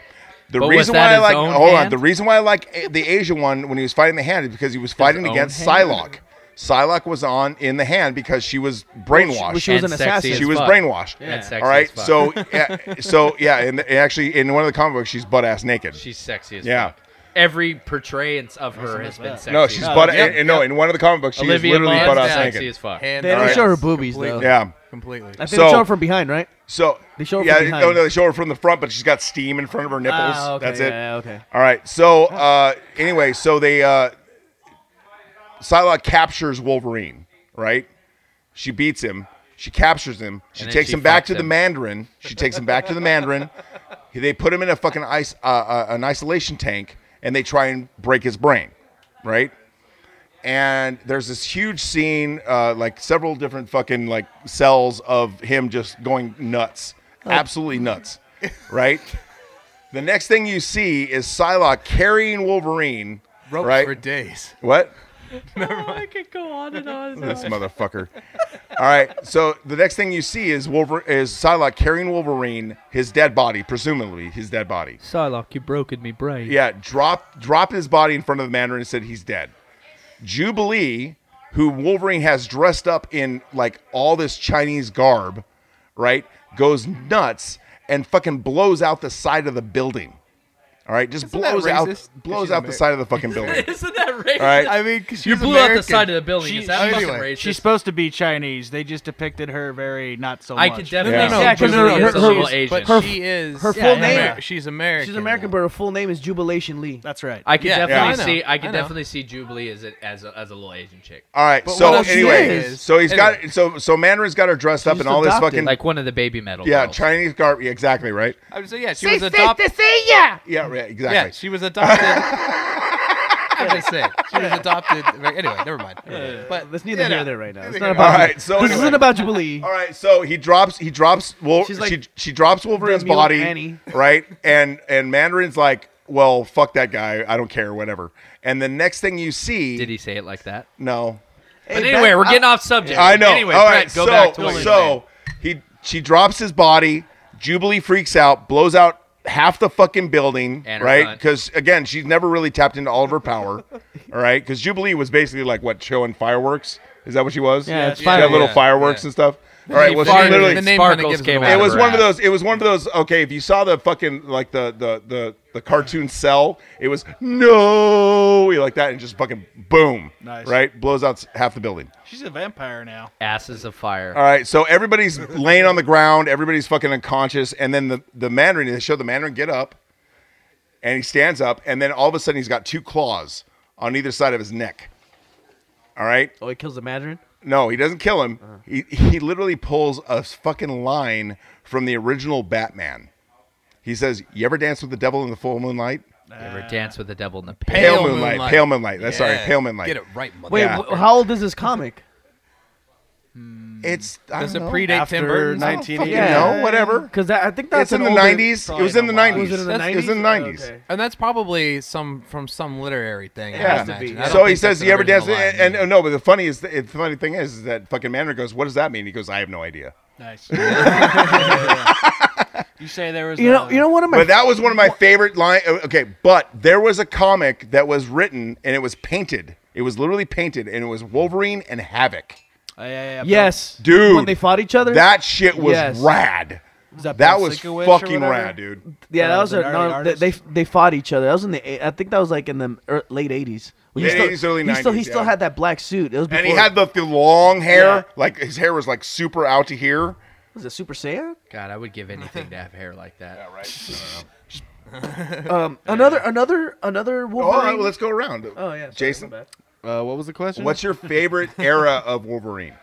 Speaker 4: The
Speaker 8: But was
Speaker 4: reason
Speaker 8: that
Speaker 4: why I
Speaker 8: his
Speaker 4: like
Speaker 8: own
Speaker 4: hold on.
Speaker 8: hand?
Speaker 4: The reason why I like A- the Asia one when he was fighting the hand is because he was fighting
Speaker 8: own
Speaker 4: against
Speaker 8: hand?
Speaker 4: Psylocke. Psylocke was on in the hand because she was brainwashed.
Speaker 7: She was
Speaker 8: And
Speaker 7: an
Speaker 8: sexy
Speaker 7: assassin.
Speaker 8: as
Speaker 4: she was
Speaker 8: fuck.
Speaker 4: brainwashed.
Speaker 8: Yeah. And sexy
Speaker 4: All right.
Speaker 8: as fuck.
Speaker 4: So yeah, so yeah, and and actually in one of the comic books she's butt ass naked.
Speaker 8: She's sexy as
Speaker 4: Yeah.
Speaker 8: fuck. Every portrayance of her has been sexy.
Speaker 4: no, she's
Speaker 8: as
Speaker 4: butt.
Speaker 8: fuck. Oh,
Speaker 4: and, and no, in one of the comic books she
Speaker 8: Olivia
Speaker 4: is literally
Speaker 8: Munn's
Speaker 4: butt ass
Speaker 8: sexy
Speaker 4: naked.
Speaker 8: as fuck.
Speaker 7: They don't show her boobies though.
Speaker 5: Completely.
Speaker 4: Yeah.
Speaker 5: Completely.
Speaker 7: I think
Speaker 4: So-
Speaker 7: they show her from behind, right?
Speaker 4: So
Speaker 7: They show her
Speaker 4: yeah,
Speaker 7: from behind.
Speaker 4: no, no, they show her from the front, but she's got steam in front of her nipples.
Speaker 7: Ah, okay,
Speaker 4: That's
Speaker 7: yeah,
Speaker 4: it.
Speaker 7: Yeah, okay.
Speaker 4: All right. So uh, anyway, so they uh, Psylocke captures Wolverine. Right? She beats him. She captures him. She
Speaker 8: And then
Speaker 4: takes
Speaker 8: she
Speaker 4: him back
Speaker 8: fucks
Speaker 4: to the
Speaker 8: him.
Speaker 4: Mandarin. She takes him back to the Mandarin. They put him in a fucking ice, uh, uh, an isolation tank, and they try and break his brain. Right? and there's this huge scene, uh, like several different fucking like cells of him just going nuts,
Speaker 5: Oh.
Speaker 4: absolutely nuts, right? The next thing you see is Psylocke carrying Wolverine,
Speaker 5: Ropes
Speaker 4: right?
Speaker 5: for days.
Speaker 4: what?
Speaker 8: I could go on and on.
Speaker 4: This motherfucker. All right. So the next thing you see is Wolver is Psylocke carrying Wolverine, his dead body, presumably his dead body.
Speaker 8: Psylocke, you broken me brain.
Speaker 4: Yeah, drop drop his body in front of the Mandarin and said he's dead. Jubilee, who Wolverine has dressed up in like all this Chinese garb, right, goes nuts and fucking blows out the side of the building. All right, just
Speaker 5: Isn't that
Speaker 4: blows out
Speaker 5: racist?
Speaker 4: blows
Speaker 5: She's
Speaker 4: out the
Speaker 5: Ameri-
Speaker 4: side of the fucking building.
Speaker 8: Isn't that racist?
Speaker 4: All right.
Speaker 5: I mean, 'cause
Speaker 8: you
Speaker 5: she's
Speaker 8: blew
Speaker 5: American.
Speaker 8: out the side of the building.
Speaker 3: She-
Speaker 8: Is that
Speaker 5: anyway,
Speaker 8: fucking racist?
Speaker 3: she's supposed to be Chinese. They just depicted her very not so much.
Speaker 8: I could definitely
Speaker 4: Yeah.
Speaker 8: see
Speaker 7: Yeah, 'cause
Speaker 8: Julie
Speaker 7: her-
Speaker 8: as a
Speaker 7: her-
Speaker 8: little
Speaker 7: her-
Speaker 8: Asian.
Speaker 5: But she is.
Speaker 7: her
Speaker 5: yeah,
Speaker 7: full
Speaker 5: Amer-
Speaker 7: name-
Speaker 5: she's American.
Speaker 7: She's American, but her full name is Jubilation Lee.
Speaker 3: That's right.
Speaker 8: I could
Speaker 5: Yeah, yeah,
Speaker 8: definitely
Speaker 5: I know.
Speaker 8: see. I could
Speaker 5: I know.
Speaker 8: definitely see Jubilee as a, as a, as a little Asian chick,
Speaker 4: All right,
Speaker 5: But
Speaker 4: so
Speaker 5: what else
Speaker 4: anyway,
Speaker 5: she is-
Speaker 4: so he's
Speaker 5: anyway.
Speaker 4: got so so Mandarin's got her dressed up
Speaker 7: She's
Speaker 4: in all this
Speaker 7: adopted.
Speaker 4: fucking
Speaker 8: like one of the baby metal.
Speaker 4: yeah
Speaker 8: girls.
Speaker 4: Chinese garb. Yeah, exactly right.
Speaker 5: I would say yeah. She was adopted.
Speaker 4: Yeah, right,
Speaker 5: Yeah,
Speaker 4: exactly.
Speaker 5: she was adopted. I was saying she was adopted. Anyway, never mind. But
Speaker 7: That's neither
Speaker 5: you
Speaker 7: here
Speaker 5: know.
Speaker 7: nor there right now. It's not
Speaker 4: All
Speaker 7: about.
Speaker 4: right, so
Speaker 7: this
Speaker 4: anyway.
Speaker 7: isn't about Jubilee.
Speaker 4: All right, so he drops he drops Wol-
Speaker 7: She's like
Speaker 4: she she drops Wolverine's
Speaker 7: the mule
Speaker 4: body,
Speaker 7: Annie.
Speaker 4: right? And and Mandarin's like, "Well, fuck that guy. I don't care, whatever." And the next thing you see,
Speaker 8: Did he say it like that?
Speaker 4: no,
Speaker 8: but anyway,
Speaker 7: back-
Speaker 8: we're getting off subject.
Speaker 4: I know.
Speaker 8: Anyway,
Speaker 4: All
Speaker 8: Brett,
Speaker 4: right,
Speaker 8: go
Speaker 4: so
Speaker 8: back to what you were saying.
Speaker 4: so he she drops his body. Jubilee freaks out, blows out half the fucking building,
Speaker 8: And her
Speaker 4: right?
Speaker 8: cunt.
Speaker 4: Because again, she's never really tapped into all of her power, all right? Because Jubilee was basically like what showing fireworks. Is that what she was?
Speaker 7: Yeah, it's
Speaker 4: she had little
Speaker 5: yeah,
Speaker 4: fireworks
Speaker 5: yeah.
Speaker 4: and stuff. All right, well, she
Speaker 8: fired-
Speaker 4: literally
Speaker 5: the name kinda
Speaker 8: Sparkles
Speaker 5: gives it
Speaker 8: came
Speaker 5: away.
Speaker 8: out
Speaker 4: it
Speaker 8: of
Speaker 4: was
Speaker 8: her
Speaker 4: one of
Speaker 8: ass.
Speaker 4: those. It was one of those. Okay, if you saw the fucking like the the the the cartoon cell, it was no like that, and just fucking boom,
Speaker 3: Nice.
Speaker 4: right? Blows out s- half the building.
Speaker 3: She's a vampire now.
Speaker 8: Asses of fire.
Speaker 4: All right, so everybody's laying on the ground, everybody's fucking unconscious, and then the the Mandarin. They show the Mandarin get up, and he stands up, and then all of a sudden he's got two claws on either side of his neck. All right,
Speaker 7: Oh, he kills the Mandarin.
Speaker 4: no, he doesn't kill him. He he literally pulls a fucking line from the original Batman. He says, "You ever dance with the devil in the full moonlight?
Speaker 8: Ever dance with the devil in the pale?
Speaker 4: Pale, moonlight, Pale moonlight. That's sorry.
Speaker 5: Yeah.
Speaker 4: Pale moonlight.
Speaker 5: Get it right, mother.
Speaker 7: Wait,
Speaker 4: Yeah.
Speaker 7: wh- how old is this comic?
Speaker 4: It's I
Speaker 5: Does it
Speaker 4: don't know.
Speaker 5: predate Tim
Speaker 6: After
Speaker 5: Burton's?
Speaker 6: nineteen
Speaker 4: You
Speaker 6: eighty.
Speaker 4: know, whatever.
Speaker 7: Because I think
Speaker 4: it's
Speaker 7: that's
Speaker 4: in
Speaker 7: an
Speaker 4: the
Speaker 7: older-
Speaker 4: nineties. It was in the nineties.
Speaker 7: Was it in the Oh,
Speaker 4: It was in the nineties.
Speaker 7: Okay.
Speaker 5: And that's probably some from some literary thing.
Speaker 4: Yeah.
Speaker 5: I would
Speaker 4: Has to
Speaker 7: be,
Speaker 5: imagine.
Speaker 7: yeah.
Speaker 5: I don't
Speaker 4: So he
Speaker 5: think
Speaker 4: says,
Speaker 5: that's
Speaker 4: "You
Speaker 5: an
Speaker 4: ever dance?"
Speaker 5: original line.
Speaker 4: oh, And, and, no, but the funny is, the funny thing is, is that fucking Mandarin goes, "What does that mean?" He goes, "I have no idea."
Speaker 3: Nice. Yeah, yeah, yeah. You say there was.
Speaker 7: You know,
Speaker 3: a-
Speaker 7: you know one of my
Speaker 4: But that was one of my favorite line. Okay, but there was a comic that was written and it was painted. It was literally painted and it was Wolverine and Havoc.
Speaker 3: Oh, yeah, yeah, yeah,
Speaker 7: yes,
Speaker 4: Dude.
Speaker 7: when they fought each other.
Speaker 4: That shit was
Speaker 7: Yes.
Speaker 4: rad.
Speaker 3: that
Speaker 4: That was
Speaker 3: Blaziken-Witch or
Speaker 4: fucking
Speaker 3: whatever?
Speaker 4: rad, dude.
Speaker 7: yeah, that
Speaker 3: uh,
Speaker 7: was
Speaker 3: the
Speaker 7: a,
Speaker 3: art-
Speaker 7: no, they,
Speaker 3: artist?
Speaker 7: they they fought each other. That was in the eight- I think that was like in the er, late eighties.
Speaker 4: Late 80s, early
Speaker 7: He still he
Speaker 4: 90s,
Speaker 7: still
Speaker 4: yeah.
Speaker 7: had that black suit. It was before,
Speaker 4: And he had the, the long hair.
Speaker 7: Yeah.
Speaker 4: Like his hair was like super out to here. Oh,
Speaker 7: was it Super Saiyan?
Speaker 8: God, I would give anything to have hair like that.
Speaker 7: Um, another another another
Speaker 4: All
Speaker 7: Wolverine.
Speaker 4: right, well, Oh, let's go around.
Speaker 7: oh yeah, sorry, my
Speaker 4: Jason,
Speaker 7: bad.
Speaker 6: Uh, what was the question?
Speaker 4: what's your favorite era of Wolverine?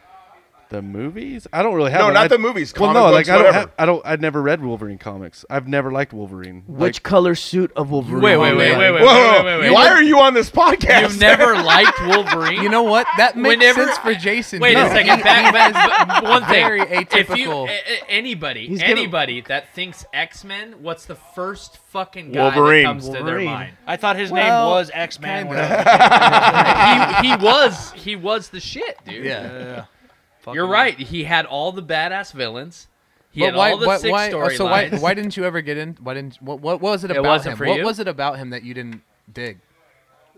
Speaker 6: the movies? I don't really have.
Speaker 4: No,
Speaker 6: one.
Speaker 4: not
Speaker 6: I-
Speaker 4: the movies,
Speaker 6: Well,
Speaker 4: comic
Speaker 6: no,
Speaker 4: books,
Speaker 6: like I don't.
Speaker 4: whatever.
Speaker 6: Have, I don't. I'd never read Wolverine comics. I've never liked Wolverine.
Speaker 7: Which color suit of Wolverine?
Speaker 8: Wait, wait, wait, wait, wait,
Speaker 4: Whoa,
Speaker 8: wait, wait, wait.
Speaker 4: why are you on this podcast?
Speaker 8: You've never liked Wolverine?
Speaker 5: You know what? That makes
Speaker 8: Whenever-
Speaker 5: sense for Jason.
Speaker 8: Wait a
Speaker 5: though.
Speaker 8: second. Back, back, back- one thing.
Speaker 5: very
Speaker 8: If you,
Speaker 5: atypical.
Speaker 8: a- a- anybody,
Speaker 7: He's giving-
Speaker 8: anybody that thinks X Men, what's the first fucking guy
Speaker 4: Wolverine.
Speaker 8: that comes to their
Speaker 7: Wolverine.
Speaker 8: mind?
Speaker 3: I thought his name
Speaker 5: Well,
Speaker 3: was X Man.
Speaker 8: he, he was he was the shit, dude.
Speaker 5: Yeah.
Speaker 8: You're right. He had all the badass villains. He
Speaker 5: But
Speaker 8: had
Speaker 5: why?
Speaker 8: all the
Speaker 5: why,
Speaker 8: sick
Speaker 5: why oh,
Speaker 8: storylines.
Speaker 5: so why? Why didn't you ever get in? Why didn't? What, what was it
Speaker 8: It
Speaker 5: about
Speaker 8: wasn't
Speaker 5: him?
Speaker 8: for
Speaker 5: what
Speaker 8: you?
Speaker 5: was it about him that you didn't dig?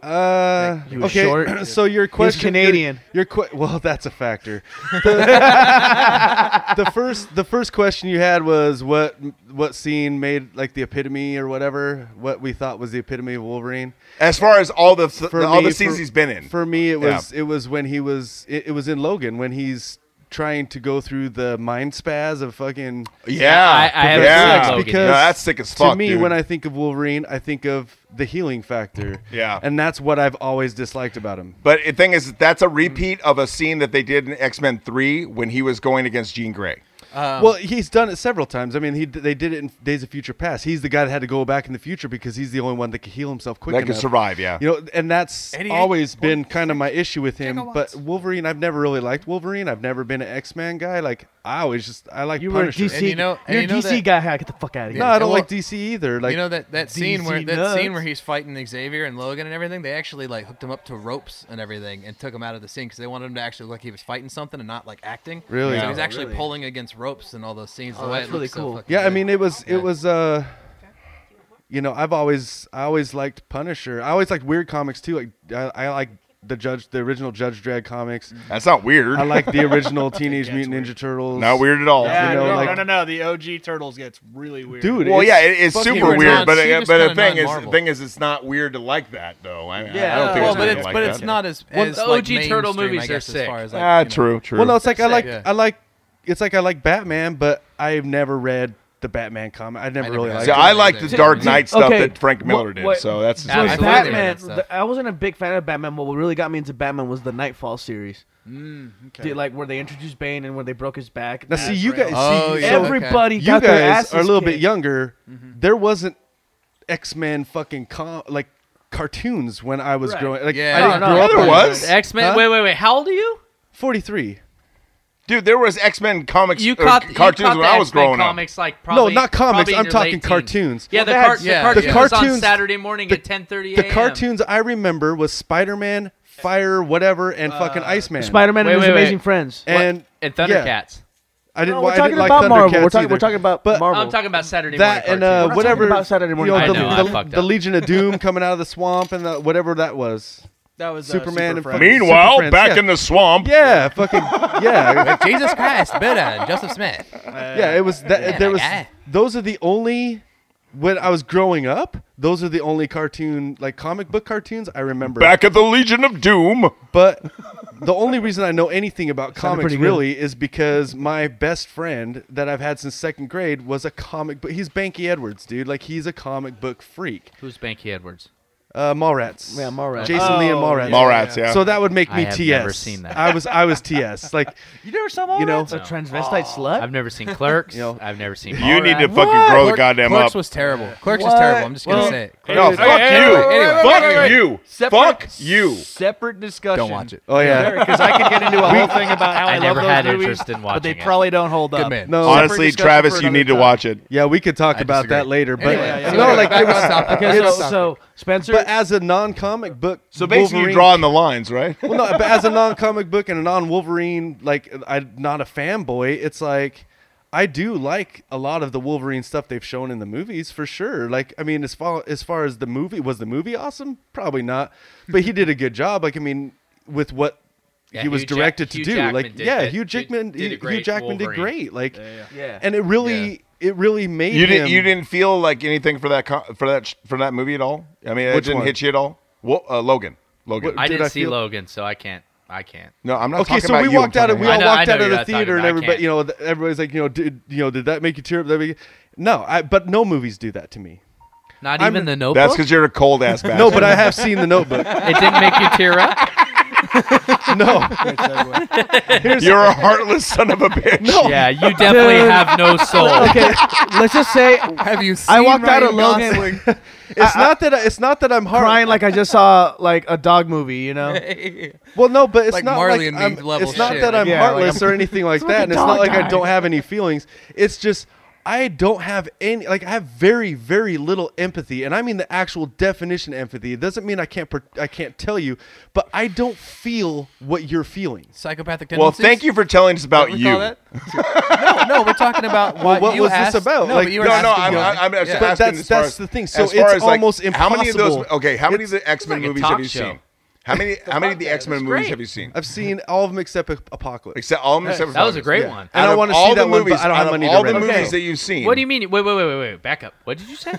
Speaker 6: Uh,
Speaker 7: He was
Speaker 6: okay.
Speaker 7: short.
Speaker 6: so your question,
Speaker 7: Canadian.
Speaker 6: Your, your que- well, that's a factor. The, the first, the first question you had was what what scene made like the epitome or whatever what we thought was the epitome of Wolverine.
Speaker 4: as far as all the
Speaker 6: For
Speaker 4: all
Speaker 6: me,
Speaker 4: the scenes
Speaker 6: for-
Speaker 4: he's been in.
Speaker 6: For me, it
Speaker 4: Yeah.
Speaker 6: was it was when he was it, it was in Logan when he's trying to go through the mind spaz of fucking.
Speaker 4: yeah,
Speaker 8: I- I haven't
Speaker 4: yeah.
Speaker 8: seen Logan.
Speaker 6: Because
Speaker 4: No, that's sick as fuck.
Speaker 6: to me,
Speaker 4: dude.
Speaker 6: when I think of Wolverine, I think of the healing factor.
Speaker 4: Yeah.
Speaker 6: and that's what I've always disliked about him.
Speaker 4: But the thing is, that's a repeat of a scene that they did in X Men Three when he was going against Jean Grey.
Speaker 6: well, he's done it several times. I mean, he they did it in Days of Future Past. He's the guy that had to go back in the future because he's the only one that could heal himself quick
Speaker 4: That could
Speaker 6: enough.
Speaker 4: survive, yeah.
Speaker 6: You know, and that's
Speaker 5: 88
Speaker 6: always been kind of my issue with him. But Wolverine, I've never really liked Wolverine. I've never been an X Man guy. Like I always just I like
Speaker 7: You were a
Speaker 6: Punisher.
Speaker 7: DC.
Speaker 5: And you know- and
Speaker 7: you're
Speaker 5: you know
Speaker 7: a DC
Speaker 5: that-
Speaker 7: guy. Hey, Get the fuck out of here.
Speaker 6: No, I don't
Speaker 5: Well,
Speaker 6: like DC either. Like
Speaker 5: you know that, that scene where
Speaker 7: DC
Speaker 5: that scene
Speaker 7: nuts.
Speaker 5: where he's fighting Xavier and Logan and everything. They actually like hooked him up to ropes and everything and took him out of the scene because they wanted him to actually look like he was fighting something and not like acting.
Speaker 6: Really?
Speaker 5: So
Speaker 6: Yeah.
Speaker 4: Oh,
Speaker 5: he's actually
Speaker 7: Really?
Speaker 5: pulling against ropes and all those scenes.
Speaker 7: Oh,
Speaker 5: the way
Speaker 7: that's
Speaker 5: it
Speaker 7: really
Speaker 5: looks so
Speaker 7: cool.
Speaker 5: fucking
Speaker 6: Yeah, I
Speaker 5: good.
Speaker 6: mean it was
Speaker 5: Yeah.
Speaker 6: it was uh you know, I've always I always liked Punisher. I always liked weird comics too. Like I, I like the Judge the original Judge Dredd comics.
Speaker 4: That's not weird.
Speaker 6: I like the original Teenage Mutant Ninja Turtles.
Speaker 4: not weird at all.
Speaker 3: Yeah,
Speaker 6: You know,
Speaker 3: no,
Speaker 6: like-
Speaker 3: no, no, no. The OG Turtles gets really weird.
Speaker 6: Dude,
Speaker 4: Well,
Speaker 6: it's
Speaker 4: yeah, it- it's
Speaker 6: fucking
Speaker 4: super
Speaker 5: weird.
Speaker 4: weird,
Speaker 5: Non-
Speaker 4: but
Speaker 5: she
Speaker 4: uh,
Speaker 5: just
Speaker 4: but the
Speaker 5: kinda
Speaker 4: thing is, the
Speaker 5: non-Marvel.
Speaker 4: thing is, it's not weird to like that though. I, yeah, I don't
Speaker 7: Yeah.
Speaker 4: think
Speaker 5: Well,
Speaker 4: it's
Speaker 5: but
Speaker 4: weird to
Speaker 5: it's
Speaker 4: like
Speaker 5: but
Speaker 4: that.
Speaker 5: it's not as
Speaker 8: Well,
Speaker 5: as
Speaker 8: the
Speaker 5: like,
Speaker 8: OG Turtle
Speaker 5: mainstream,
Speaker 8: movies
Speaker 5: I
Speaker 8: are
Speaker 5: guess,
Speaker 8: sick.
Speaker 5: As far as, like,
Speaker 4: ah,
Speaker 5: you know,
Speaker 4: true, true.
Speaker 6: Well, no, it's like I like
Speaker 5: Yeah.
Speaker 6: I like it's like I like Batman, but I've never read the Batman comic. I never
Speaker 5: never
Speaker 6: really
Speaker 5: got
Speaker 6: liked
Speaker 4: See,
Speaker 5: it.
Speaker 6: it.
Speaker 4: I like the
Speaker 5: Dude,
Speaker 4: Dark
Speaker 7: dude,
Speaker 4: Knight stuff
Speaker 7: okay,
Speaker 4: that Frank
Speaker 7: what-
Speaker 4: Miller did,
Speaker 7: what-
Speaker 4: so that's
Speaker 8: Yeah, I
Speaker 7: So
Speaker 8: Absolutely.
Speaker 5: totally read
Speaker 7: Batman.
Speaker 5: that stuff.
Speaker 7: th- I wasn't a big fan of Batman. What really got me into Batman was the Nightfall series. Dude, like where they introduced Bane and where they broke his back.
Speaker 6: Mm, Now see you guys see,
Speaker 5: Oh, yeah.
Speaker 6: so
Speaker 7: Everybody
Speaker 6: you
Speaker 7: got their
Speaker 6: guys
Speaker 7: asses
Speaker 6: are a little bit
Speaker 7: kicked.
Speaker 6: younger. Mm-hmm. There wasn't X Men fucking com- like cartoons when I was
Speaker 7: Right.
Speaker 6: growing. Like
Speaker 5: Yeah.
Speaker 6: I
Speaker 5: No,
Speaker 6: didn't
Speaker 7: no,
Speaker 6: grow
Speaker 7: yeah,
Speaker 6: up.
Speaker 7: there
Speaker 6: on
Speaker 4: was.
Speaker 6: that.
Speaker 8: X Men.
Speaker 6: Huh?
Speaker 8: Wait, wait, wait. How old are you?
Speaker 6: 43.
Speaker 4: Dude, there was X Men comics,
Speaker 8: You
Speaker 4: or
Speaker 8: caught
Speaker 4: c- cartoons
Speaker 8: you caught
Speaker 4: when
Speaker 8: the
Speaker 4: I was
Speaker 8: X-Men
Speaker 4: growing up.
Speaker 8: comics, Like probably,
Speaker 6: not comics,
Speaker 8: probably in
Speaker 6: I'm
Speaker 8: your
Speaker 6: talking
Speaker 8: late teens.
Speaker 6: cartoons.
Speaker 8: Yeah, the,
Speaker 7: Well,
Speaker 8: car-
Speaker 7: that's-
Speaker 8: the
Speaker 5: yeah,
Speaker 8: cartoons,
Speaker 5: the
Speaker 8: on
Speaker 6: cartoons-
Speaker 8: Saturday morning
Speaker 6: the-
Speaker 8: at 10:30
Speaker 6: The
Speaker 8: a.m.
Speaker 6: cartoons I remember was Spider Man, Fire, whatever, and fucking Iceman.
Speaker 7: Spider-Man
Speaker 8: Wait,
Speaker 7: and his
Speaker 8: wait, wait.
Speaker 7: amazing friends.
Speaker 6: and
Speaker 8: and
Speaker 6: yeah.
Speaker 8: Thundercats.
Speaker 6: I didn't.
Speaker 7: No,
Speaker 6: wa-
Speaker 7: we're
Speaker 6: I didn't
Speaker 7: talking
Speaker 6: like
Speaker 7: about Marvel.
Speaker 6: Thundercats
Speaker 7: We're talking,
Speaker 6: either.
Speaker 7: we're talking about
Speaker 6: But-
Speaker 7: Marvel.
Speaker 8: Oh, I'm talking about Saturday
Speaker 6: that and
Speaker 8: morning cartoons.
Speaker 6: uh,
Speaker 7: We're not
Speaker 6: whatever
Speaker 7: talking about Saturday morning
Speaker 6: you know,
Speaker 8: cartoons. I know, I
Speaker 6: the, the,
Speaker 8: fucked
Speaker 6: the
Speaker 8: up.
Speaker 6: Legion of Doom coming out of the swamp and the, whatever that was.
Speaker 3: that was uh,
Speaker 6: Superman and
Speaker 3: Super
Speaker 6: fucking
Speaker 3: Friends.
Speaker 6: Super Friends, yeah.
Speaker 4: the swamp.
Speaker 6: yeah, fucking yeah,
Speaker 5: Jesus Christ, better Joseph Smith.
Speaker 6: yeah. It was that
Speaker 5: Yeah,
Speaker 6: there
Speaker 5: my
Speaker 6: was
Speaker 5: guy.
Speaker 6: those are the only when I was growing up. Those are the only cartoon like comic book cartoons I remember.
Speaker 4: at the Legion of Doom.
Speaker 6: But the only reason I know anything about comics
Speaker 7: pretty good.
Speaker 6: really is because my best friend that I've had since second grade was a comic book. He's Banky Edwards, dude. Like he's a comic book freak.
Speaker 8: Who's Banky Edwards?
Speaker 6: Uh, Mallrats.
Speaker 7: Yeah, Mallrats.
Speaker 6: Jason Lee and Mallrats.
Speaker 4: Mallrats, yeah.
Speaker 6: So that would make
Speaker 8: I
Speaker 6: me
Speaker 8: have
Speaker 6: TS.
Speaker 8: never seen that.
Speaker 6: I was I was TS. Like
Speaker 3: You never saw
Speaker 6: you know, Oh.
Speaker 7: a transvestite slut.
Speaker 8: I've never seen Clerks.
Speaker 6: know,
Speaker 8: I've never seen.
Speaker 4: You need to
Speaker 8: Mallrats.
Speaker 4: fucking grow the
Speaker 5: Clerk-
Speaker 4: goddamn
Speaker 5: Clerks
Speaker 4: up.
Speaker 5: was terrible. Clerks was
Speaker 7: What?
Speaker 5: terrible. I'm just gonna
Speaker 7: Well,
Speaker 5: say it. Clerks
Speaker 4: No,
Speaker 5: was
Speaker 4: fuck
Speaker 5: terrible.
Speaker 4: you.
Speaker 5: Anyway,
Speaker 4: fuck
Speaker 5: anyway.
Speaker 4: you.
Speaker 3: Separate-
Speaker 4: Fuck you.
Speaker 3: Separate discussion.
Speaker 5: Don't watch it.
Speaker 6: oh yeah.
Speaker 3: because I could get into a whole thing about how I,
Speaker 8: I
Speaker 3: love
Speaker 8: never
Speaker 3: those
Speaker 8: had
Speaker 3: movies,
Speaker 8: interest in
Speaker 3: but they
Speaker 8: watching it.
Speaker 3: probably don't hold up.
Speaker 5: Good man.
Speaker 6: No.
Speaker 4: Honestly,
Speaker 3: discussion
Speaker 4: Travis,
Speaker 3: for
Speaker 4: you need
Speaker 3: another
Speaker 4: to watch it.
Speaker 6: Yeah, we could talk about
Speaker 5: disagree.
Speaker 6: that later, but
Speaker 5: Anyway,
Speaker 3: yeah, yeah.
Speaker 6: no,
Speaker 3: Okay,
Speaker 6: like
Speaker 5: back
Speaker 6: there was
Speaker 5: on topic.
Speaker 7: Okay, so,
Speaker 5: It's-
Speaker 7: so Spencer,
Speaker 6: but as a non-comic book,
Speaker 4: So basically,
Speaker 6: Wolverine,
Speaker 4: you're drawing the lines, right?
Speaker 6: Well, no, but as a non-comic book and a non-Wolverine, like I'm not a fanboy. It's like I do like a lot of the Wolverine stuff they've shown in the movies for sure. Like I mean, as far as far as the movie was, the movie awesome, probably not, but he did a good job. Like I mean, with what.
Speaker 8: Yeah,
Speaker 6: he was
Speaker 8: Hugh Jack-
Speaker 6: directed to
Speaker 8: Hugh
Speaker 6: do
Speaker 8: Jackman
Speaker 6: like
Speaker 8: did
Speaker 6: yeah
Speaker 8: that-
Speaker 6: Hugh
Speaker 8: did-
Speaker 6: Jackman
Speaker 8: did a
Speaker 6: Hugh- Hugh
Speaker 8: great
Speaker 6: Jackman did
Speaker 8: Wolverine.
Speaker 6: great like
Speaker 7: Yeah.
Speaker 6: and it really it really made
Speaker 4: You
Speaker 6: him
Speaker 4: didn't. You didn't feel like anything for that co- for that sh- for that movie at all. I mean, it
Speaker 6: Which
Speaker 4: didn't
Speaker 6: one?
Speaker 4: hit you at all. Well, uh, Logan. Logan.
Speaker 8: I
Speaker 6: did
Speaker 8: didn't
Speaker 6: I
Speaker 8: see
Speaker 6: feel-
Speaker 8: Logan, so I can't. I can't.
Speaker 4: no, I'm not.
Speaker 6: okay,
Speaker 4: talking
Speaker 6: so
Speaker 4: about
Speaker 6: we
Speaker 4: you, I'm
Speaker 6: walked out
Speaker 4: talking
Speaker 6: of we
Speaker 4: about-
Speaker 6: all
Speaker 8: I know-
Speaker 6: walked
Speaker 8: I
Speaker 6: out
Speaker 8: know
Speaker 6: of
Speaker 8: you're
Speaker 6: the
Speaker 8: not talking
Speaker 6: theater, and
Speaker 8: about- I
Speaker 6: everybody,
Speaker 8: can't.
Speaker 6: you know, th- everybody's like, you know, did you know, did that make you tear up? That make you-" No, I, but no movies do that to me.
Speaker 8: Not
Speaker 6: I'm-
Speaker 8: even the Notebook.
Speaker 4: That's because you're a cold ass bastard.
Speaker 6: No, but I have seen The Notebook.
Speaker 8: it didn't make you tear up.
Speaker 6: No,
Speaker 4: You're a heartless son of a bitch.
Speaker 6: no,
Speaker 8: Yeah, you definitely
Speaker 7: Dude.
Speaker 8: have no soul.
Speaker 7: Oh, okay, let's just say
Speaker 2: Have you seen
Speaker 7: I walked out of
Speaker 2: Ryan
Speaker 7: Logan
Speaker 2: Gosling?
Speaker 6: it's not that. I, it's not that I'm hard.
Speaker 7: crying like I just saw like a dog movie, you know?
Speaker 6: well, no, but it's
Speaker 2: like
Speaker 6: not
Speaker 2: Marley
Speaker 6: like
Speaker 2: and Me
Speaker 6: I'm,
Speaker 2: level
Speaker 6: It's not
Speaker 2: shit.
Speaker 6: that I'm
Speaker 7: Yeah, like,
Speaker 6: heartless or anything like that, and it's not like I don't have any feelings. It's just I don't have any. Like I have very, very little empathy, and I mean the actual definition of empathy. It doesn't mean I can't. per- I can't tell you, but I don't feel what you're feeling.
Speaker 2: Psychopathic
Speaker 4: Well,
Speaker 2: tendencies.
Speaker 4: thank you for telling us about
Speaker 2: What we
Speaker 4: you.
Speaker 2: call that? no, no, we're talking about why
Speaker 6: what
Speaker 2: you
Speaker 6: was this
Speaker 2: asked-
Speaker 6: about?
Speaker 2: No,
Speaker 6: Like,
Speaker 2: but you
Speaker 4: No,
Speaker 2: were
Speaker 4: no,
Speaker 2: asking
Speaker 4: I'm,
Speaker 2: me.
Speaker 4: I'm, I'm just
Speaker 2: Yeah.
Speaker 4: asking
Speaker 6: But that's-
Speaker 4: as far
Speaker 6: that's
Speaker 4: as-
Speaker 6: the thing. So
Speaker 4: as far
Speaker 6: it's
Speaker 4: as, like,
Speaker 6: almost
Speaker 4: How many of those?
Speaker 6: impossible.
Speaker 4: Okay, how many of
Speaker 6: It's-
Speaker 4: the X Men
Speaker 8: like a
Speaker 4: movies have
Speaker 8: talk
Speaker 4: you
Speaker 8: show.
Speaker 4: seen? How many? How many of the X Men movies
Speaker 8: great.
Speaker 4: have you seen?
Speaker 6: I've seen all of them except Ap- Apocalypse.
Speaker 4: Except all of them except for
Speaker 8: That was a
Speaker 4: Apocalypse.
Speaker 8: great one.
Speaker 6: And
Speaker 4: Out
Speaker 6: I
Speaker 4: of
Speaker 6: wanna
Speaker 4: all
Speaker 6: see
Speaker 4: the
Speaker 6: that one, but
Speaker 4: movies-
Speaker 6: I don't
Speaker 4: out
Speaker 6: have
Speaker 4: of
Speaker 6: money to
Speaker 4: All
Speaker 6: rent
Speaker 4: the
Speaker 6: it.
Speaker 4: movies
Speaker 6: Okay.
Speaker 4: that you've seen.
Speaker 8: What do you mean? Wait, wait, wait, wait, wait. Back up. What did you say?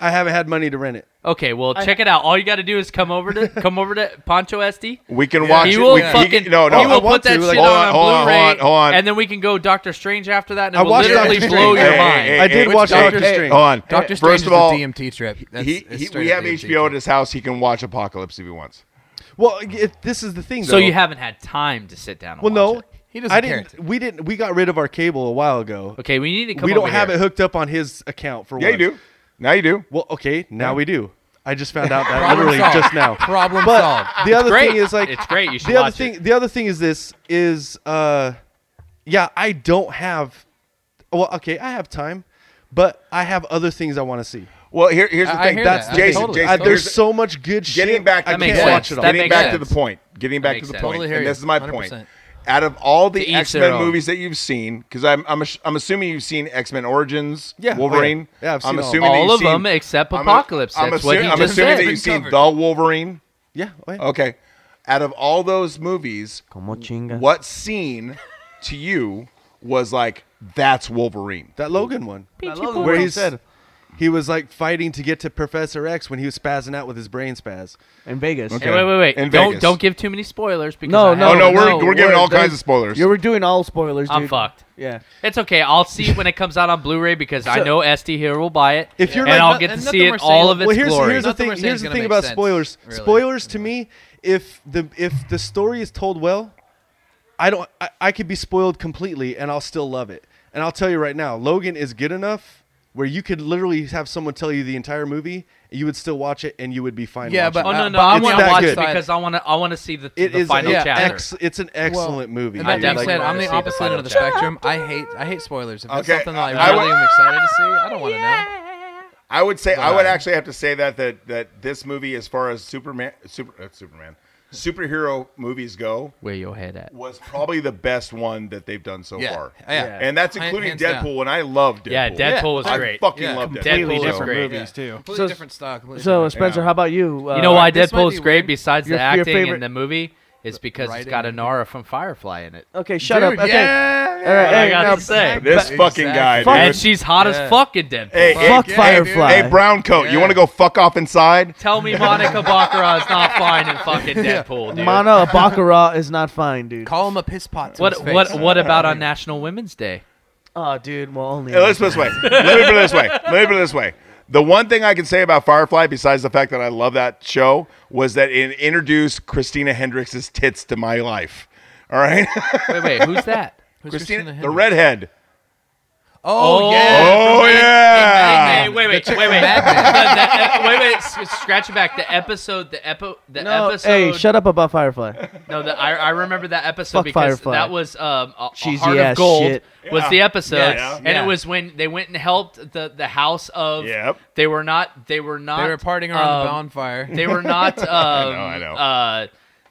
Speaker 6: I haven't had money to rent it.
Speaker 8: Okay, well, check it out. All you got to do is come over to come over to Poncho SD.
Speaker 4: We can watch.
Speaker 8: He
Speaker 4: it.
Speaker 8: will
Speaker 4: we,
Speaker 8: fucking.
Speaker 4: He, no, no.
Speaker 8: he will
Speaker 6: I want
Speaker 8: put that
Speaker 6: to, like-
Speaker 8: shit
Speaker 4: Hold
Speaker 8: on,
Speaker 4: on, hold on,
Speaker 8: Blu-ray,
Speaker 4: hold on, hold on.
Speaker 8: and then we can go Doctor Strange after that, and it
Speaker 6: I
Speaker 8: will
Speaker 6: watched
Speaker 8: literally
Speaker 6: Doctor
Speaker 8: blow
Speaker 6: Strange.
Speaker 8: your
Speaker 4: Hey,
Speaker 8: mind.
Speaker 4: hey, hey,
Speaker 6: I did
Speaker 4: which
Speaker 6: watch Doctor
Speaker 4: Hey,
Speaker 6: Strange.
Speaker 4: Hold on.
Speaker 2: Doctor Strange
Speaker 4: First
Speaker 2: is
Speaker 4: of all,
Speaker 2: a DMT trip. That's,
Speaker 4: he,
Speaker 2: it's
Speaker 4: he,
Speaker 2: straight
Speaker 4: we
Speaker 2: up
Speaker 4: have
Speaker 2: DMT
Speaker 4: HBO
Speaker 2: trip.
Speaker 4: at his house. He can watch Apocalypse if he wants.
Speaker 6: Well, it, this is the thing. Though.
Speaker 8: So you haven't had time to sit down. And
Speaker 6: Well,
Speaker 8: watch
Speaker 6: no,
Speaker 8: it.
Speaker 2: He doesn't
Speaker 6: I
Speaker 2: care
Speaker 6: didn't. We didn't. We got rid of our cable a while ago.
Speaker 8: Okay, we need to come.
Speaker 6: we don't
Speaker 8: over
Speaker 6: have
Speaker 8: here.
Speaker 6: it hooked up on his account for
Speaker 4: Yeah, you
Speaker 6: one.
Speaker 4: do. Now you do.
Speaker 6: Well, okay, now we do. I just found out that
Speaker 2: Problem
Speaker 6: literally
Speaker 2: solved.
Speaker 6: just now.
Speaker 2: Problem
Speaker 6: But
Speaker 2: solved.
Speaker 6: the other
Speaker 8: great.
Speaker 6: thing is like
Speaker 8: It's great. You should
Speaker 6: the other
Speaker 8: watch
Speaker 6: thing.
Speaker 8: it.
Speaker 6: The other thing is this is uh, yeah, I don't have. Well, okay, I have time, but I have other things I want to see.
Speaker 4: Well, here, here's the
Speaker 2: I- I
Speaker 4: thing.
Speaker 2: hear
Speaker 6: That's
Speaker 2: that.
Speaker 6: the
Speaker 2: I
Speaker 6: thing.
Speaker 4: Jason.
Speaker 2: totally-
Speaker 4: Jason,
Speaker 6: I-
Speaker 4: here's
Speaker 6: there's
Speaker 4: the-
Speaker 6: so much good shit.
Speaker 4: getting back.
Speaker 6: I
Speaker 4: To
Speaker 8: That makes
Speaker 6: can't
Speaker 8: sense.
Speaker 6: watch it all.
Speaker 8: That
Speaker 4: Getting
Speaker 8: makes
Speaker 4: back to
Speaker 8: sense.
Speaker 4: the point. Getting back to
Speaker 8: makes
Speaker 4: the
Speaker 8: sense.
Speaker 4: point,
Speaker 2: Totally hear
Speaker 4: and
Speaker 2: you.
Speaker 4: this is my point.
Speaker 2: 100%.
Speaker 4: Out of all the
Speaker 8: To each
Speaker 4: X
Speaker 8: their
Speaker 4: Men
Speaker 8: own.
Speaker 4: movies that you've seen, because I'm I'm ass- I'm assuming you've seen X Men Origins,
Speaker 6: Yeah, oh yeah.
Speaker 4: Wolverine.
Speaker 6: Yeah, I've
Speaker 4: I'm
Speaker 6: seen all of
Speaker 4: assuming that
Speaker 8: All
Speaker 4: you've
Speaker 8: of them
Speaker 4: seen-
Speaker 8: except
Speaker 4: I'm a-
Speaker 8: Apocalypse.
Speaker 4: I'm
Speaker 8: That's what
Speaker 4: assume-
Speaker 8: he
Speaker 4: I'm
Speaker 8: just
Speaker 4: assuming
Speaker 8: said.
Speaker 4: that you've seen the Wolverine.
Speaker 6: Yeah. oh yeah.
Speaker 4: Okay, out of all those movies, what scene to you was like that's Wolverine?
Speaker 6: That Logan one.
Speaker 7: I love
Speaker 6: where
Speaker 7: what he
Speaker 6: he's
Speaker 7: said
Speaker 6: he was like fighting to get to Professor X when he was spazzing out with his brain spaz.
Speaker 7: in Vegas.
Speaker 4: Okay.
Speaker 8: Hey, wait, wait, wait!
Speaker 4: In
Speaker 8: don't
Speaker 4: Vegas.
Speaker 8: don't give too many spoilers because
Speaker 7: No,
Speaker 8: I
Speaker 7: no,
Speaker 4: oh no,
Speaker 8: haven't-
Speaker 4: we're,
Speaker 7: no,
Speaker 4: we're giving
Speaker 7: we're-
Speaker 4: all kinds
Speaker 7: they-
Speaker 4: of spoilers.
Speaker 7: You were doing all spoilers, dude.
Speaker 8: I'm fucked.
Speaker 7: Yeah.
Speaker 8: It's okay. I'll see it when it comes out on Blu-ray because I
Speaker 7: So-
Speaker 8: know SD here will buy it.
Speaker 6: If you're
Speaker 8: and
Speaker 6: like-
Speaker 8: I'll get
Speaker 2: and
Speaker 8: to
Speaker 2: nothing
Speaker 8: see
Speaker 2: we're
Speaker 8: it all
Speaker 2: saying-
Speaker 8: of its
Speaker 6: well, here's
Speaker 8: glory.
Speaker 6: here's the
Speaker 2: Nothing
Speaker 6: thing.
Speaker 2: we're saying
Speaker 6: Here's
Speaker 2: is
Speaker 6: the
Speaker 2: gonna
Speaker 6: thing
Speaker 2: make
Speaker 6: about
Speaker 2: sense,
Speaker 6: spoilers.
Speaker 2: really.
Speaker 6: Spoilers to me, if the if the story is told well, I don't. I, I could be spoiled completely, and I'll still love it. And I'll tell you right now, Logan is good enough where you could literally have someone tell you the entire movie, and you would still watch it, and you would be fine.
Speaker 2: Yeah,
Speaker 6: watching
Speaker 2: but
Speaker 8: Oh
Speaker 6: it.
Speaker 8: no,
Speaker 2: Uh,
Speaker 8: no! I
Speaker 2: it's
Speaker 8: want to
Speaker 6: that
Speaker 8: watch
Speaker 6: good.
Speaker 8: it because I want to. I want to see the,
Speaker 6: it
Speaker 8: the
Speaker 6: is
Speaker 8: final
Speaker 6: yeah,
Speaker 8: chapter.
Speaker 6: ex- it's an excellent movie.
Speaker 2: And like
Speaker 8: I
Speaker 2: Dave
Speaker 8: definitely
Speaker 2: said, I'm
Speaker 8: wanna
Speaker 2: the
Speaker 8: see the
Speaker 2: opposite end of the
Speaker 8: final
Speaker 2: spectrum. I hate I hate spoilers. If it's
Speaker 4: Okay,
Speaker 2: something that I
Speaker 4: I- I
Speaker 2: really
Speaker 4: would-
Speaker 2: am excited to see, I don't want to know.
Speaker 4: I would say I would actually have to say that that that this movie, as far as Superman, super uh, Superman, superhero movies go,
Speaker 8: Where your head at?
Speaker 4: was probably the best one that they've done so
Speaker 2: Yeah,
Speaker 4: far.
Speaker 2: yeah.
Speaker 4: And that's
Speaker 2: Hand-
Speaker 4: including
Speaker 2: hands
Speaker 4: Deadpool,
Speaker 2: down.
Speaker 4: and I love Deadpool.
Speaker 8: Yeah, Deadpool was
Speaker 4: I
Speaker 8: great.
Speaker 4: fucking
Speaker 2: Yeah,
Speaker 4: love Deadpool.
Speaker 8: Deadpol
Speaker 4: So-
Speaker 8: is great.
Speaker 2: movies
Speaker 3: too.
Speaker 2: Completely
Speaker 7: So-
Speaker 2: different style. Completely
Speaker 7: So,
Speaker 2: different.
Speaker 7: Spencer, how about you? Uh,
Speaker 8: You know why
Speaker 2: this might
Speaker 8: Deadpool's
Speaker 2: be
Speaker 8: great
Speaker 2: weird.
Speaker 8: besides
Speaker 7: Your-
Speaker 8: the
Speaker 7: your
Speaker 8: acting
Speaker 7: favorite-
Speaker 8: in the movie is because it's
Speaker 2: writing.
Speaker 8: got Anara from Firefly in it.
Speaker 7: Okay, shut
Speaker 2: Dude,
Speaker 7: up. Okay.
Speaker 4: Yeah,
Speaker 7: All right,
Speaker 8: What I
Speaker 7: hey,
Speaker 8: gotta
Speaker 7: now-
Speaker 8: say.
Speaker 4: This fucking guy,
Speaker 7: Fuck-
Speaker 4: dude.
Speaker 8: And she's hot as fuck in Deadpool.
Speaker 4: Hey, hey,
Speaker 7: Fuck
Speaker 4: hey,
Speaker 7: Firefly.
Speaker 4: Hey, brown coat, you want to go fuck off inside?
Speaker 8: Tell me Monica Baccarat is not fine in fucking Deadpool, dude.
Speaker 7: Mana Baccarat is not fine, dude.
Speaker 2: Call him a piss pot. To his
Speaker 8: what
Speaker 2: face.
Speaker 8: what what about on National Women's Day?
Speaker 7: Oh, dude, well, only.
Speaker 4: Hey, let's put it this way. Let me put it this way. Let me put it this way. The one thing I can say about Firefly, besides the fact that I love that show, was that it introduced Christina Hendricks' tits to my life. All right,
Speaker 8: Wait, wait, who's that?
Speaker 2: Who's
Speaker 4: Christina, the
Speaker 2: Hendricks?
Speaker 4: redhead.
Speaker 2: Oh, yeah.
Speaker 4: Oh yeah.
Speaker 8: Hey, wait, wait, wait, wait, wait, That- that- wait, wait. s- Scratch it back. The episode, the epo, the
Speaker 7: No,
Speaker 8: episode.
Speaker 7: hey, shut up about Firefly.
Speaker 8: No, the, I, I remember that episode
Speaker 7: Fuck
Speaker 8: because
Speaker 7: Firefly.
Speaker 8: that was um, a, a
Speaker 7: Cheesy
Speaker 8: Heart
Speaker 7: ass
Speaker 8: of Gold
Speaker 7: shit.
Speaker 8: was
Speaker 4: Yeah.
Speaker 8: the episode,
Speaker 4: Yes.
Speaker 8: and
Speaker 2: Yeah.
Speaker 8: it was when they went and helped the the house of.
Speaker 4: Yep.
Speaker 8: They were not. They were not.
Speaker 5: They were partying around the
Speaker 8: um,
Speaker 5: bonfire.
Speaker 8: They were not. Um,
Speaker 4: I know.
Speaker 8: Uh,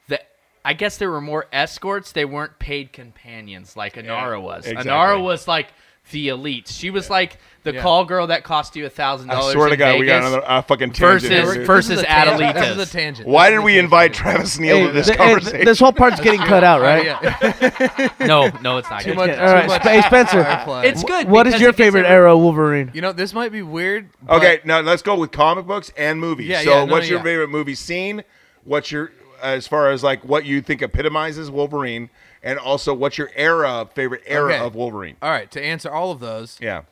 Speaker 8: the, I guess they were more escorts. They weren't paid companions like Anara was.
Speaker 4: exactly.
Speaker 8: Anara was like the elite. She was like the call girl that cost you a thousand
Speaker 4: I
Speaker 8: dollars.
Speaker 4: swear to
Speaker 8: in
Speaker 4: God, we got
Speaker 8: Vegas
Speaker 4: another uh, fucking tangent.
Speaker 8: versus
Speaker 4: here.
Speaker 8: versus
Speaker 5: tangent. This is a
Speaker 8: Adelitas.
Speaker 5: tangent.
Speaker 4: Why
Speaker 5: This
Speaker 4: did
Speaker 5: is
Speaker 4: we
Speaker 5: a
Speaker 4: invite
Speaker 5: tangent.
Speaker 4: Travis Neal to this
Speaker 7: th- hey, th-
Speaker 4: conversation?
Speaker 7: this whole part's getting cut out, right?
Speaker 5: Yeah.
Speaker 8: No, no, it's not. Too
Speaker 5: much-
Speaker 7: All right,
Speaker 5: Too much
Speaker 7: Sp- hey, Spencer.
Speaker 5: Firefly.
Speaker 8: It's good.
Speaker 7: What is
Speaker 8: because
Speaker 7: your
Speaker 8: it gets
Speaker 7: favorite
Speaker 8: everyone-
Speaker 7: era Wolverine?
Speaker 5: You know, this might be weird. but-
Speaker 4: okay, now let's go with comic books and movies.
Speaker 5: Yeah,
Speaker 4: so,
Speaker 5: yeah, no,
Speaker 4: what's
Speaker 5: no,
Speaker 4: your
Speaker 5: yeah.
Speaker 4: favorite movie scene? What's your as far as like what you think epitomizes Wolverine, and also what's your era favorite era
Speaker 5: Okay.
Speaker 4: of Wolverine?
Speaker 5: All right. To answer all of those,
Speaker 4: Yeah,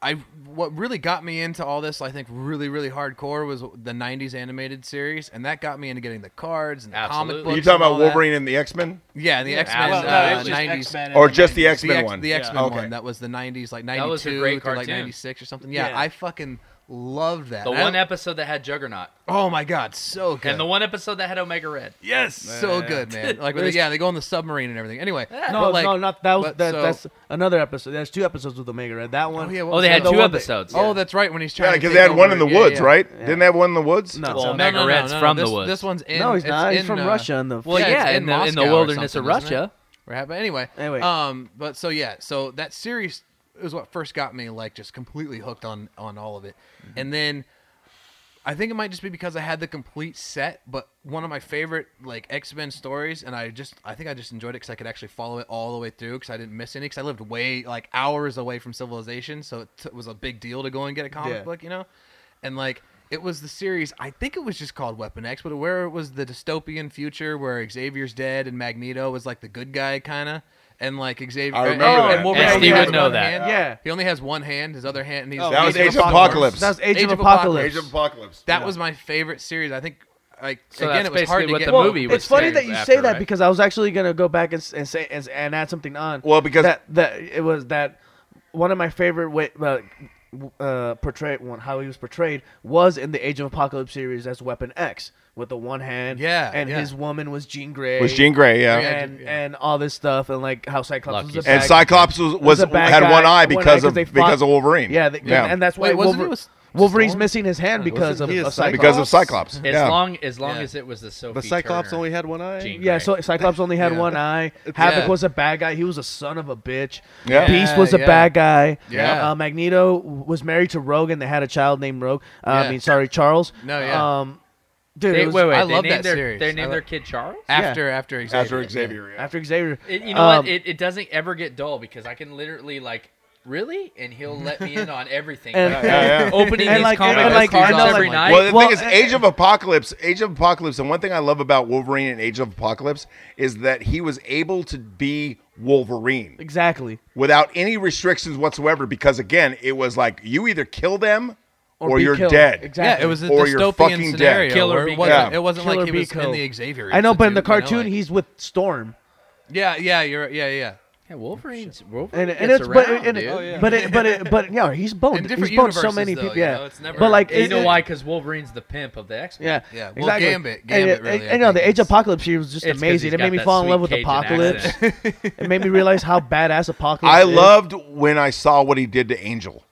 Speaker 5: I what really got me into all this, I think, really, really hardcore was the '90s animated series, and that got me into getting the cards and the
Speaker 8: Absolutely.
Speaker 5: comic
Speaker 4: are
Speaker 5: books.
Speaker 4: you talking
Speaker 5: and all
Speaker 4: about
Speaker 5: that.
Speaker 4: Wolverine and the X Men,
Speaker 5: Yeah, and the X Men
Speaker 8: Well, no, it
Speaker 5: uh,
Speaker 8: was just
Speaker 5: '90s.
Speaker 4: or just the X
Speaker 5: the
Speaker 4: Men
Speaker 5: X-
Speaker 4: one?
Speaker 5: The X Men
Speaker 4: Okay.
Speaker 5: one. That was the 90s, like 92
Speaker 8: was a great
Speaker 5: through like
Speaker 8: cartoon.
Speaker 5: 96 or something. Yeah,
Speaker 7: Yeah.
Speaker 5: I fucking loved that.
Speaker 8: The
Speaker 5: And I
Speaker 8: one
Speaker 5: don't-
Speaker 8: episode that had Juggernaut,
Speaker 5: Oh my god, so good.
Speaker 8: and the one episode that had Omega Red.
Speaker 5: so good, man. Like, with the- yeah, they go on the submarine and everything. Anyway,
Speaker 7: No,
Speaker 5: but, like,
Speaker 7: no, not that. Was,
Speaker 5: but
Speaker 7: that
Speaker 5: so-
Speaker 7: that's another episode. There's two episodes with Omega Red. That one.
Speaker 5: Oh, yeah, what
Speaker 8: Oh,
Speaker 5: was
Speaker 8: they
Speaker 5: that?
Speaker 8: had
Speaker 7: The
Speaker 8: two
Speaker 7: one that-
Speaker 8: episodes.
Speaker 5: Oh, that's right. When he's trying.
Speaker 4: Yeah,
Speaker 5: to
Speaker 4: because
Speaker 5: take
Speaker 4: they had one in the
Speaker 5: over. Yeah,
Speaker 4: woods,
Speaker 5: yeah.
Speaker 4: right? Didn't they have one in the woods?
Speaker 7: No.
Speaker 8: Well,
Speaker 7: No,
Speaker 5: No,
Speaker 8: Omega
Speaker 5: no, no,
Speaker 8: Red's
Speaker 5: no,
Speaker 8: from
Speaker 5: this,
Speaker 8: the woods.
Speaker 5: This one's in.
Speaker 7: No, he's
Speaker 5: it's
Speaker 7: not. He's
Speaker 5: in,
Speaker 7: from
Speaker 5: uh,
Speaker 7: Russia in the-
Speaker 8: well, yeah,
Speaker 5: it's
Speaker 8: in, the, in the
Speaker 5: Moscow or
Speaker 8: wilderness of
Speaker 5: something, isn't it?
Speaker 8: Russia.
Speaker 5: Or have- Anyway,
Speaker 7: Anyway.
Speaker 5: um, but so yeah, so that series is what first got me like just completely hooked on on all of it,
Speaker 7: Mm-hmm.
Speaker 5: and then I think it might just be because I had the complete set. But one of my favorite like X Men stories, and I just I think I just enjoyed it because I could actually follow it all the way through because I didn't miss any because I lived way like hours away from civilization, so it t- was a big deal to go and get a comic
Speaker 7: Yeah.
Speaker 5: book, you know, and like. It was the series. I think it was just called Weapon X, but where it was the dystopian future where Xavier's dead and Magneto was like the good guy kind of, and like Xavier.
Speaker 4: I remember
Speaker 5: and,
Speaker 4: that.
Speaker 5: And Wolverine
Speaker 8: Yeah,
Speaker 5: only
Speaker 8: you
Speaker 5: has
Speaker 8: would know
Speaker 5: one
Speaker 8: that.
Speaker 5: hand.
Speaker 7: Yeah.
Speaker 5: he only has one hand. His other hand. And he's
Speaker 4: That was
Speaker 5: Age
Speaker 4: Age
Speaker 5: of
Speaker 4: of Apocalypse.
Speaker 7: That's Age,
Speaker 5: Age
Speaker 7: of
Speaker 5: of
Speaker 7: Apocalypse.
Speaker 4: Age of Apocalypse.
Speaker 5: That was my favorite series. I think. Like
Speaker 8: So
Speaker 5: again,
Speaker 8: that's
Speaker 5: it was hard
Speaker 8: basically
Speaker 5: to
Speaker 8: what
Speaker 5: get.
Speaker 8: the movie was
Speaker 7: It's funny
Speaker 8: saying
Speaker 7: that you
Speaker 8: after,
Speaker 7: say that
Speaker 8: right?
Speaker 7: because I was actually gonna go back and, s- and say and, s- and add something on.
Speaker 4: Well, because-
Speaker 7: that, that it was that one of my favorite way, uh, uh, portray one how he was portrayed was in the Age of Apocalypse series as Weapon X with the one hand.
Speaker 5: Yeah,
Speaker 7: and
Speaker 5: yeah.
Speaker 7: his woman was Jean Grey.
Speaker 4: was Jean Grey, yeah.
Speaker 7: and and all this stuff and like how Cyclops
Speaker 8: Lucky
Speaker 7: was a
Speaker 4: And
Speaker 7: bad-
Speaker 4: Cyclops was, was
Speaker 7: a bad
Speaker 4: had
Speaker 7: guy-
Speaker 4: one eye
Speaker 7: one eye
Speaker 4: because
Speaker 7: 'cause
Speaker 4: of
Speaker 7: they fought-
Speaker 4: because of Wolverine.
Speaker 7: Yeah, th-
Speaker 4: yeah,
Speaker 7: and that's why
Speaker 5: Wait, wasn't it
Speaker 7: Wolver-
Speaker 5: with
Speaker 7: Wolverine's
Speaker 5: Storm?
Speaker 7: missing his hand because of,
Speaker 6: He is
Speaker 7: of
Speaker 6: Cyclops.
Speaker 7: Cyclops.
Speaker 4: because of Cyclops.
Speaker 8: As
Speaker 4: yeah.
Speaker 8: long as long
Speaker 5: Yeah.
Speaker 8: as it was the Sophie.
Speaker 6: But Cyclops
Speaker 8: Turner.
Speaker 6: only had one eye.
Speaker 8: Jean
Speaker 7: Yeah,
Speaker 8: Grey.
Speaker 7: so Cyclops only had one eye. Havoc
Speaker 5: Yeah.
Speaker 7: was a bad guy. He was a son of a bitch.
Speaker 4: Yeah.
Speaker 7: Beast was a
Speaker 5: Yeah,
Speaker 7: bad guy.
Speaker 5: Yeah.
Speaker 7: Uh, Magneto was married to Rogue, and they had a child named Rogue. Uh, I
Speaker 5: Yeah.
Speaker 7: mean, sorry, Charles.
Speaker 5: No, yeah.
Speaker 7: Um, dude,
Speaker 8: They,
Speaker 7: it was
Speaker 8: wait, wait,
Speaker 5: I
Speaker 8: they
Speaker 5: love
Speaker 8: named
Speaker 5: that
Speaker 8: their,
Speaker 5: series.
Speaker 8: They
Speaker 5: I
Speaker 8: named
Speaker 5: lo-
Speaker 8: their kid Charles.
Speaker 5: after after Xavier.
Speaker 4: after Xavier. Yeah.
Speaker 7: after Xavier.
Speaker 8: It- you know
Speaker 7: Um,
Speaker 8: what? It, it doesn't ever get dull because I can literally like really, and he'll let me in on everything.
Speaker 7: And-
Speaker 8: Like,
Speaker 4: Yeah, yeah.
Speaker 8: opening
Speaker 7: and
Speaker 8: these
Speaker 7: like-
Speaker 8: comic
Speaker 7: and
Speaker 8: book
Speaker 7: like-
Speaker 8: cards
Speaker 7: and like-
Speaker 8: every night.
Speaker 4: Well, the
Speaker 7: Well,
Speaker 4: thing is,
Speaker 7: uh,
Speaker 4: Age of Apocalypse, Age of Apocalypse, and one thing I love about Wolverine and Age of Apocalypse is that he was able to be Wolverine
Speaker 7: Exactly.
Speaker 4: without any restrictions whatsoever. Because again, it was like you either kill them or,
Speaker 7: be
Speaker 4: you're
Speaker 7: killed.
Speaker 4: dead.
Speaker 7: Exactly.
Speaker 5: Yeah, it was a
Speaker 4: Or you're fucking
Speaker 5: dystopian
Speaker 4: dead.
Speaker 5: scenario.
Speaker 8: Killer
Speaker 5: where
Speaker 8: be
Speaker 5: it wasn't,
Speaker 4: killed.
Speaker 5: it wasn't
Speaker 7: Killer
Speaker 5: like he
Speaker 7: be
Speaker 5: was in
Speaker 7: killed.
Speaker 5: the Xavier.
Speaker 7: I know, but in the
Speaker 5: Institute, you know,
Speaker 7: cartoon,
Speaker 5: like-
Speaker 7: he's with Storm.
Speaker 5: yeah, yeah, you're yeah, yeah.
Speaker 8: Yeah, Wolverine's
Speaker 7: And,
Speaker 8: Wolverine
Speaker 7: and
Speaker 8: gets
Speaker 7: it's
Speaker 8: around,
Speaker 7: but and,
Speaker 8: dude.
Speaker 7: but it, but it, but yeah, he's boned.
Speaker 5: In different
Speaker 7: He's boned so
Speaker 5: universes,
Speaker 7: many
Speaker 5: though,
Speaker 7: people.
Speaker 5: you
Speaker 7: Yeah,
Speaker 5: know, it's never-
Speaker 7: but like
Speaker 8: you
Speaker 7: it-
Speaker 8: know
Speaker 7: it-
Speaker 8: why? Because Wolverine's the pimp of the X Men.
Speaker 7: Yeah,
Speaker 5: Yeah, well,
Speaker 7: exactly.
Speaker 5: Gambit-
Speaker 7: And-
Speaker 5: Gambit
Speaker 7: and,
Speaker 5: really, I
Speaker 7: and, you know, the
Speaker 5: think
Speaker 7: Age
Speaker 5: is-
Speaker 7: of Apocalypse series was just
Speaker 8: It's 'cause
Speaker 7: amazing.
Speaker 8: he's
Speaker 7: It made
Speaker 8: got
Speaker 7: me
Speaker 8: that
Speaker 7: fall in love with
Speaker 8: sweet Cajun
Speaker 7: Apocalypse. it made me realize how badass Apocalypse.
Speaker 4: I
Speaker 7: is.
Speaker 4: loved when I saw what he did to Angel.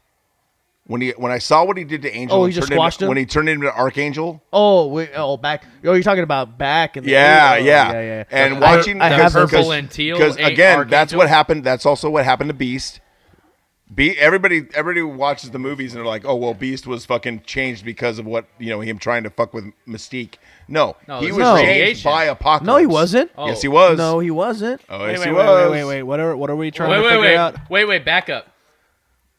Speaker 4: When he when I saw what he did to Angel,
Speaker 7: Oh, he
Speaker 4: and
Speaker 7: just
Speaker 4: turned him-
Speaker 7: squashed him?
Speaker 4: when he turned him into Archangel.
Speaker 7: Oh, wait, oh, back. Oh, you're talking about back and
Speaker 4: Yeah,
Speaker 7: oh,
Speaker 4: yeah.
Speaker 7: yeah, yeah.
Speaker 4: And
Speaker 7: I-
Speaker 4: watching
Speaker 7: I
Speaker 8: the
Speaker 7: have
Speaker 8: purple
Speaker 7: those-
Speaker 8: and teal
Speaker 4: because
Speaker 8: a-
Speaker 4: again, that's
Speaker 8: Archangel.
Speaker 4: what happened. That's also what happened to Beast. Be everybody everybody watches the movies and they're like, oh well, Beast was fucking changed because of what you know him trying to fuck with Mystique. No,
Speaker 8: No,
Speaker 4: he
Speaker 8: it
Speaker 4: was
Speaker 8: was
Speaker 4: changed
Speaker 8: radiation.
Speaker 4: by Apocalypse.
Speaker 7: No, he wasn't.
Speaker 8: Oh.
Speaker 4: Yes, he was.
Speaker 7: No, he wasn't.
Speaker 4: Oh, yes,
Speaker 3: wait,
Speaker 4: he
Speaker 3: wait, wait,
Speaker 4: was.
Speaker 3: wait, wait. What are, what are we trying
Speaker 8: Wait,
Speaker 3: to
Speaker 8: wait,
Speaker 3: figure
Speaker 8: wait,
Speaker 3: out?
Speaker 8: wait, wait. Back up.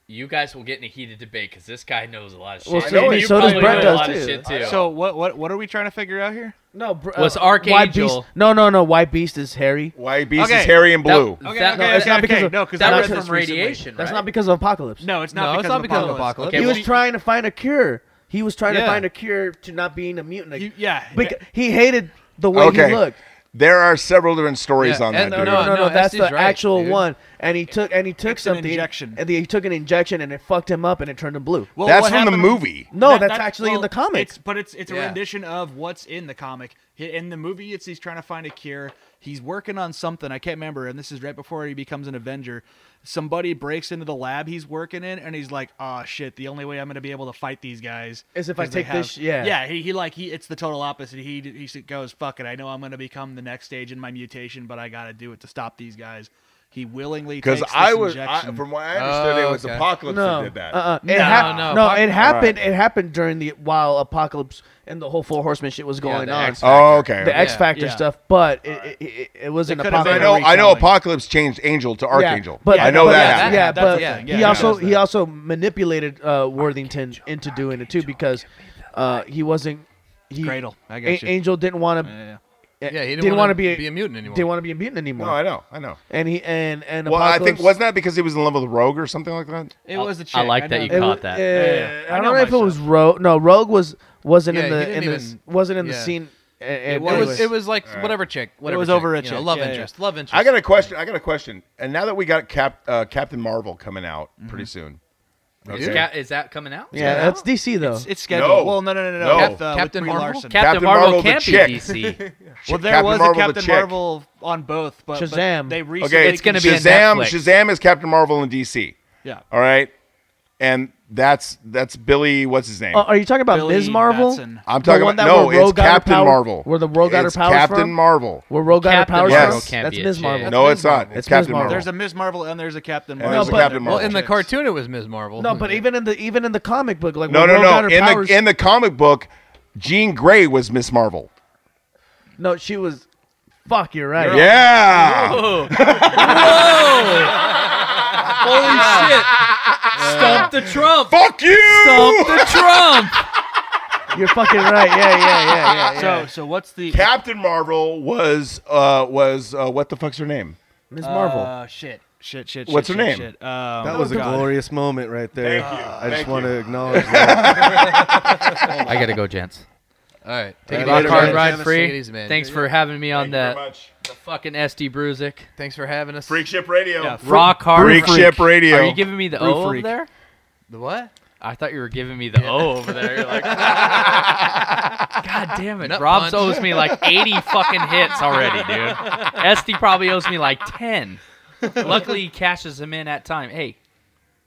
Speaker 8: You guys will get in a heated debate because this guy knows a lot of shit.
Speaker 7: Well,
Speaker 8: I
Speaker 7: so
Speaker 8: mean,
Speaker 7: do-
Speaker 8: you
Speaker 7: so does
Speaker 8: probably
Speaker 7: Brett
Speaker 8: know a
Speaker 7: does
Speaker 8: lot of
Speaker 7: too.
Speaker 8: shit too.
Speaker 3: So what what what are we trying to figure out here?
Speaker 7: No, bro,
Speaker 8: Was
Speaker 7: Why Uh, Beast?
Speaker 8: Archangel-
Speaker 7: No, no, no. Why Beast is hairy?
Speaker 4: Why Beast
Speaker 3: Okay.
Speaker 4: is hairy and
Speaker 8: That-
Speaker 4: blue?
Speaker 3: Okay,
Speaker 8: that-
Speaker 3: okay,
Speaker 8: that-
Speaker 3: okay,
Speaker 7: not because
Speaker 3: okay.
Speaker 7: of-
Speaker 3: no, because
Speaker 8: that
Speaker 7: not
Speaker 8: was
Speaker 7: because
Speaker 8: from radiation,
Speaker 7: That's
Speaker 8: right?
Speaker 7: not because of Apocalypse.
Speaker 3: No, it's
Speaker 5: No,
Speaker 3: not
Speaker 5: it's
Speaker 3: because
Speaker 5: not
Speaker 3: of
Speaker 5: because of
Speaker 3: Apocalypse.
Speaker 5: Apocalypse.
Speaker 8: Okay,
Speaker 7: he
Speaker 8: well,
Speaker 7: was
Speaker 8: he-
Speaker 7: trying to find a cure. He was trying to
Speaker 3: Yeah.
Speaker 7: find a cure to not being a mutant.
Speaker 3: You- yeah.
Speaker 7: Beca- he hated the way
Speaker 4: Okay.
Speaker 7: he looked.
Speaker 4: There are several different stories
Speaker 5: Yeah,
Speaker 4: on that.
Speaker 5: and
Speaker 4: dude.
Speaker 5: no,
Speaker 7: no, no,
Speaker 5: no,
Speaker 7: that's the
Speaker 5: Estes right,
Speaker 7: actual
Speaker 5: dude.
Speaker 7: one. And he took and he took
Speaker 3: It's an
Speaker 7: something
Speaker 3: injection.
Speaker 7: and he took an injection and it fucked him up and it turned him blue.
Speaker 3: Well,
Speaker 4: That's
Speaker 3: what
Speaker 4: from the
Speaker 3: happened-
Speaker 4: movie.
Speaker 7: No, that's actually in the comic.
Speaker 3: It's, but it's it's a
Speaker 5: Yeah.
Speaker 3: rendition of what's in the comic. He- In the movie, it's he's trying to find a cure. He's working on something I can't remember, and this is right before he becomes an Avenger. Somebody breaks into the lab he's working in, and he's like, "Ah, shit! The only way I'm going to be able to fight these guys
Speaker 7: Is if I
Speaker 3: 'cause they
Speaker 7: take this- yeah.
Speaker 3: yeah." He, he like he it's the total opposite. He he s- goes, "Fuck it! I know I'm going to become the next stage in my mutation, but I got to do it to stop these guys." He willingly
Speaker 4: Because
Speaker 3: because
Speaker 4: I was, I,
Speaker 3: injection.
Speaker 4: from what I understood, it was
Speaker 5: okay.
Speaker 4: Apocalypse
Speaker 7: Oh, no,
Speaker 4: that did that.
Speaker 7: Uh-uh.
Speaker 3: No,
Speaker 7: it hap-
Speaker 5: no,
Speaker 7: no,
Speaker 5: Apoc-
Speaker 7: it happened. It happened during the while Apocalypse and the whole Four Horsemen shit was going
Speaker 5: the
Speaker 7: on.
Speaker 5: X-
Speaker 4: oh, okay.
Speaker 7: the X Factor
Speaker 3: yeah.
Speaker 7: stuff, but it, it, it, it was an
Speaker 3: could've been
Speaker 4: I
Speaker 7: Apocalypse.
Speaker 4: know, I know.
Speaker 3: retelling.
Speaker 4: Apocalypse changed Angel to
Speaker 7: Yeah,
Speaker 4: Archangel.
Speaker 7: but
Speaker 4: I know
Speaker 7: but
Speaker 4: that.
Speaker 7: yeah,
Speaker 4: happened.
Speaker 7: Yeah,
Speaker 3: That's a
Speaker 7: but
Speaker 3: thing, yeah.
Speaker 7: he
Speaker 3: Yeah.
Speaker 7: also
Speaker 3: Yeah.
Speaker 7: he also manipulated uh, Worthington into doing it too because uh, he wasn't. He,
Speaker 3: Cradle. I got
Speaker 7: A-
Speaker 3: you.
Speaker 7: Angel didn't want to.
Speaker 3: Yeah.
Speaker 5: Yeah, he didn't,
Speaker 7: didn't
Speaker 5: want
Speaker 7: wanna
Speaker 5: to
Speaker 7: be a-
Speaker 5: be a mutant anymore.
Speaker 7: Didn't want to be a mutant anymore.
Speaker 4: No, I know, I know.
Speaker 7: and he and and
Speaker 4: Well, I think
Speaker 7: Apocalypse-
Speaker 4: wasn't that because he was in love with Rogue or something like that?
Speaker 3: It was the chick.
Speaker 8: I like that
Speaker 3: know
Speaker 8: you
Speaker 7: It
Speaker 8: caught
Speaker 7: wa-
Speaker 8: that.
Speaker 7: uh,
Speaker 3: Yeah, yeah.
Speaker 7: I
Speaker 3: I
Speaker 7: don't know,
Speaker 3: know
Speaker 7: if it was Rogue. No, Rogue was wasn't
Speaker 5: Yeah,
Speaker 7: in
Speaker 5: he
Speaker 7: the in
Speaker 5: didn't
Speaker 7: the
Speaker 5: even-
Speaker 7: wasn't in the
Speaker 5: yeah.
Speaker 7: scene. a- a-
Speaker 5: it
Speaker 7: anyways.
Speaker 5: was it was like whatever chick. Whatever
Speaker 3: was
Speaker 5: chick,
Speaker 3: over a
Speaker 5: you know,
Speaker 3: chick,
Speaker 5: love
Speaker 3: yeah, yeah.
Speaker 5: interest. Love interest.
Speaker 4: I got a question. I got a question. And now that we got Cap, uh, Captain Marvel coming out
Speaker 8: Mm-hmm.
Speaker 4: pretty soon,
Speaker 8: Is,
Speaker 4: Okay.
Speaker 8: Ca- is that coming out?
Speaker 7: yeah, that's DC though.
Speaker 3: It's scheduled.
Speaker 4: No.
Speaker 3: Well, no, no, no, no.
Speaker 4: No.
Speaker 3: With, uh,
Speaker 5: Captain
Speaker 3: with Brie
Speaker 5: Marvel?
Speaker 3: Larson.
Speaker 8: Captain,
Speaker 4: Captain
Speaker 8: Marvel,
Speaker 4: Marvel the
Speaker 8: can't be
Speaker 4: chick.
Speaker 8: DC.
Speaker 3: well, there was
Speaker 4: Marvel
Speaker 3: a
Speaker 4: the
Speaker 3: Captain
Speaker 4: chick.
Speaker 3: Marvel on both, but but
Speaker 7: Shazam.
Speaker 3: they recently
Speaker 4: Okay,
Speaker 8: it's gonna be on
Speaker 4: Shazam.
Speaker 8: Netflix.
Speaker 4: Shazam is Captain Marvel in DC.
Speaker 3: Yeah.
Speaker 4: All right, and that's that's Billy. What's his name?
Speaker 7: Uh, are you talking about
Speaker 3: Billy
Speaker 7: Ms. Marvel?
Speaker 3: Batson.
Speaker 4: I'm talking
Speaker 7: the one
Speaker 4: about
Speaker 7: that
Speaker 4: no.
Speaker 7: where Rogue
Speaker 4: It's
Speaker 7: got her
Speaker 4: Captain
Speaker 7: power-
Speaker 4: Marvel.
Speaker 7: where the Rogue got her
Speaker 4: It's
Speaker 7: powers
Speaker 4: Captain
Speaker 7: from?
Speaker 4: Marvel.
Speaker 7: Where Rogue got her
Speaker 8: Captain
Speaker 7: powers
Speaker 4: Marvel
Speaker 7: from?
Speaker 8: can't
Speaker 7: That's
Speaker 8: be a
Speaker 7: Ms.
Speaker 8: chick.
Speaker 7: Marvel.
Speaker 4: no,
Speaker 5: Ms.
Speaker 4: it's not.
Speaker 5: Marvel.
Speaker 4: It's,
Speaker 7: It's Ms.
Speaker 4: Captain
Speaker 7: Marvel.
Speaker 4: Marvel.
Speaker 3: There's a Ms. Marvel and there's a Captain
Speaker 4: And
Speaker 3: Marvel.
Speaker 4: there's a
Speaker 3: but
Speaker 4: Captain
Speaker 3: they're
Speaker 5: Well,
Speaker 4: Marvel.
Speaker 3: both
Speaker 5: in the
Speaker 3: chicks.
Speaker 5: cartoon, it was Ms. Marvel.
Speaker 7: No, but even in the even in the comic book, like
Speaker 4: no,
Speaker 7: when
Speaker 4: no,
Speaker 7: Rogue
Speaker 4: no.
Speaker 7: got her
Speaker 4: In
Speaker 7: powers,
Speaker 4: the in the comic book, Jean Grey was Miss Marvel.
Speaker 7: no, she was. Fuck, you're right.
Speaker 4: Yeah.
Speaker 8: Stump the Trump.
Speaker 4: Fuck you.
Speaker 8: Stump the Trump.
Speaker 7: You're fucking right. Yeah, yeah, yeah, yeah. yeah.
Speaker 3: So, so what's the
Speaker 4: Captain Marvel was uh was uh, what the fuck's her name?
Speaker 7: Ms. Marvel.
Speaker 3: Uh, shit, shit, shit.
Speaker 4: What's
Speaker 3: shit,
Speaker 4: her
Speaker 3: shit, Uh, Shit. Um,
Speaker 4: name?
Speaker 6: That was a
Speaker 3: God.
Speaker 6: glorious moment right there.
Speaker 4: Thank you.
Speaker 6: I just
Speaker 4: Thank
Speaker 6: want
Speaker 4: you.
Speaker 6: to acknowledge that.
Speaker 8: I gotta go, gents.
Speaker 5: All right, take
Speaker 6: Right,
Speaker 5: it
Speaker 6: later,
Speaker 5: easy,
Speaker 6: man.
Speaker 8: Car
Speaker 5: man.
Speaker 8: ride
Speaker 5: Take it
Speaker 8: free.
Speaker 5: easy, man.
Speaker 8: Thanks for having me on
Speaker 4: Thank you very
Speaker 8: that
Speaker 4: much.
Speaker 8: fucking SD Bruzik.
Speaker 5: Thanks for having us.
Speaker 4: Freak Ship Radio.
Speaker 3: Yeah,
Speaker 8: Rock hard.
Speaker 4: Freak Ship Radio.
Speaker 8: Are you giving me the O over
Speaker 3: freak.
Speaker 8: there?
Speaker 5: The what?
Speaker 8: I thought you were giving me the O over there. You're like, God damn it.
Speaker 5: Nut
Speaker 8: Rob's
Speaker 5: punch.
Speaker 8: owes me like 80 fucking hits already, dude. Esty probably owes me like 10. Luckily, he cashes them in at time. Hey,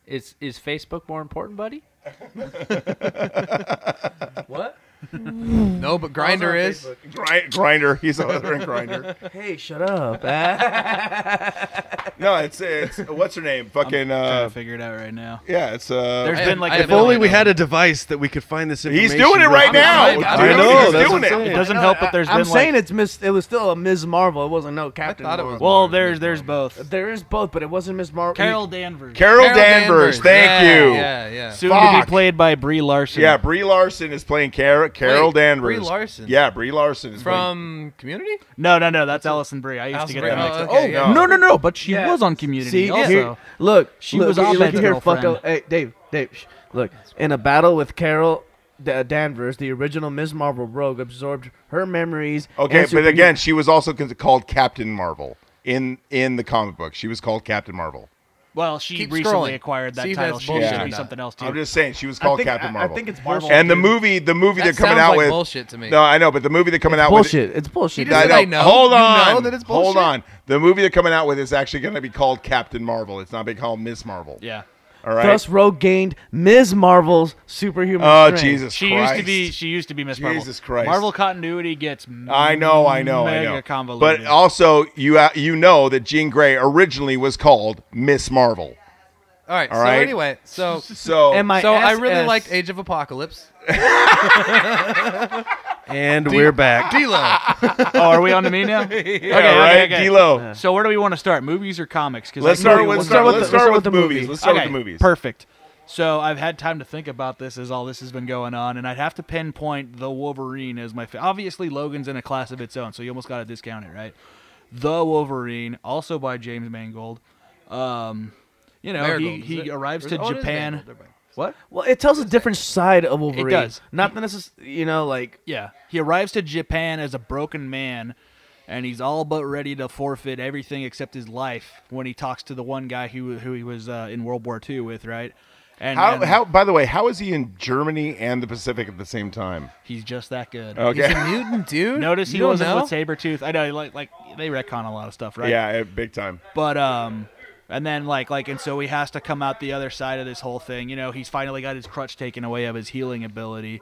Speaker 8: is, is Facebook more important, buddy? what?
Speaker 5: No, but Grinder is.
Speaker 4: Gri- grinder. He's over in Grinder.
Speaker 7: hey, shut up. eh?
Speaker 4: No, it's it's what's her name? Fucking
Speaker 3: Trying
Speaker 4: uh,
Speaker 3: to figure it out right now.
Speaker 4: yeah, it's uh.
Speaker 3: There's
Speaker 5: I
Speaker 3: been
Speaker 5: am-
Speaker 3: like
Speaker 5: I
Speaker 3: a
Speaker 5: am
Speaker 6: if only
Speaker 5: Billy,
Speaker 6: we
Speaker 5: though.
Speaker 6: had a device that we could find this
Speaker 4: He's
Speaker 6: information.
Speaker 4: doing it right now.
Speaker 5: I'm- I'm-
Speaker 4: Dude,
Speaker 5: I know,
Speaker 4: He's
Speaker 6: that's
Speaker 4: doing
Speaker 6: what I'm
Speaker 4: it.
Speaker 3: It doesn't help, but there's
Speaker 7: I'm
Speaker 3: been
Speaker 7: saying
Speaker 3: like.
Speaker 7: it's Miss. It was still a Ms. Marvel. It wasn't no Captain.
Speaker 5: thought it
Speaker 7: Marvel.
Speaker 5: was-
Speaker 3: Well, there's there's both.
Speaker 7: there is both, but it wasn't Miss Marvel.
Speaker 3: Carol Danvers,
Speaker 4: Carol, Danvers. Thank
Speaker 5: yeah,
Speaker 4: you. Yeah.
Speaker 5: Yeah, yeah.
Speaker 3: soon to
Speaker 4: Fuck.
Speaker 3: be played by Brie Larson.
Speaker 4: Brie Larson is playing Car- Carol
Speaker 5: Wait, Brie
Speaker 4: Danvers.
Speaker 5: Larson?
Speaker 4: Yeah, Brie Larson is
Speaker 5: From Community?
Speaker 3: No, no, no. That's Allison Brie. I used to
Speaker 5: Allison
Speaker 3: get
Speaker 5: Brie,
Speaker 3: that mixed
Speaker 5: oh,
Speaker 3: up.
Speaker 5: okay,
Speaker 4: yeah.
Speaker 3: no, no, no. But she
Speaker 7: Yeah.
Speaker 3: was on Community
Speaker 7: See,
Speaker 3: also.
Speaker 7: here, look, she
Speaker 3: was
Speaker 7: look, look
Speaker 3: Ahmed's
Speaker 7: here, fucko.
Speaker 3: girlfriend.
Speaker 7: Hey, Dave, Dave, shh, look. In a battle with Carol D- Danvers, the original Ms. Marvel rogue absorbed her memories.
Speaker 4: Brie. Okay,
Speaker 7: and
Speaker 4: but
Speaker 7: superhu-
Speaker 4: again, she was also con- called Captain Marvel in in the comic book. She was called Captain Marvel.
Speaker 3: Well, she
Speaker 5: Keep
Speaker 3: recently
Speaker 5: scrolling.
Speaker 3: acquired that
Speaker 5: See if
Speaker 3: title.
Speaker 5: that's
Speaker 3: She used
Speaker 4: bullshit
Speaker 3: to
Speaker 4: or
Speaker 3: be
Speaker 5: not.
Speaker 3: something else too.
Speaker 4: I'm just saying she was
Speaker 7: I
Speaker 4: called
Speaker 7: think,
Speaker 4: Captain
Speaker 7: I-
Speaker 4: Marvel.
Speaker 7: I think it's Marvel.
Speaker 4: and the movie, the movie
Speaker 5: That
Speaker 4: they're coming
Speaker 5: sounds
Speaker 4: out
Speaker 5: like
Speaker 4: with
Speaker 5: bullshit to me.
Speaker 4: No, I know, but the movie they're coming out with
Speaker 7: bullshit. It's bullshit.
Speaker 5: just
Speaker 4: I
Speaker 5: said
Speaker 4: know.
Speaker 5: I know.
Speaker 4: Hold
Speaker 5: You
Speaker 4: on.
Speaker 5: know that it's
Speaker 4: Hold
Speaker 5: bullshit?
Speaker 4: on. The movie they're coming out with is actually going to be called Captain Marvel. It's not being called Miss Marvel.
Speaker 3: yeah.
Speaker 4: All right.
Speaker 7: Thus, Rogue gained Ms. Marvel's superhuman
Speaker 4: oh
Speaker 7: strength.
Speaker 4: Jesus
Speaker 3: She
Speaker 4: Christ!
Speaker 3: used to be. She used to be Miss Marvel.
Speaker 4: Jesus Christ.
Speaker 3: Marvel continuity gets.
Speaker 4: I know. I know.
Speaker 3: Mega
Speaker 4: I know.
Speaker 3: convoluted.
Speaker 4: But also, you uh, you know that Jean Grey originally was called Miss Marvel.
Speaker 5: All right.
Speaker 4: All
Speaker 5: so
Speaker 4: right.
Speaker 5: anyway, so
Speaker 4: So
Speaker 7: And my
Speaker 5: so I
Speaker 7: SS
Speaker 5: really liked Age of Apocalypse.
Speaker 6: And we're back.
Speaker 5: D-Lo.
Speaker 3: oh, are we on to me now? okay,
Speaker 4: yeah, right,
Speaker 3: okay, okay.
Speaker 4: D-Lo.
Speaker 3: So where do we want to start? Movies or comics? Because
Speaker 4: Uh, Let's start with
Speaker 7: Let's start with
Speaker 4: let's
Speaker 7: the-
Speaker 4: start with
Speaker 7: the
Speaker 4: the movies.
Speaker 7: movie.
Speaker 4: Let's start with
Speaker 3: Okay,
Speaker 4: the movies.
Speaker 3: Perfect. So I've had time to think about this as all this has been going on, and I'd have to pinpoint the Wolverine as my fa- obviously Logan's in a class of its own, so you almost got to discount it, right? The Wolverine, also by James Mangold. Um, you know,
Speaker 5: Marigold,
Speaker 3: he,
Speaker 5: is
Speaker 3: he
Speaker 5: it?
Speaker 3: arrives to
Speaker 5: Oh, it is
Speaker 3: Japan.
Speaker 5: Mangold, never mind.
Speaker 3: What?
Speaker 7: Well, it tells a different side of Wolverine.
Speaker 3: does.
Speaker 7: Not the necess- you know, like
Speaker 3: Yeah, he arrives to Japan as a broken man, and he's all but ready to forfeit everything except his life when he talks to the one guy who who he was uh, in World War II with, right? And,
Speaker 4: How,
Speaker 3: and
Speaker 4: how? By the way, how is he in Germany and the Pacific at the same time?
Speaker 3: he's just that good.
Speaker 4: Okay.
Speaker 5: He's a mutant, dude.
Speaker 3: Notice he
Speaker 5: You don't
Speaker 3: wasn't
Speaker 5: know?
Speaker 3: with Sabretooth. I know, like, like they retcon a lot of stuff, right?
Speaker 4: Yeah, eh, big time.
Speaker 3: But um, and then like like and so he has to come out the other side of this whole thing. You know, he's finally got his crutch taken away of his healing ability.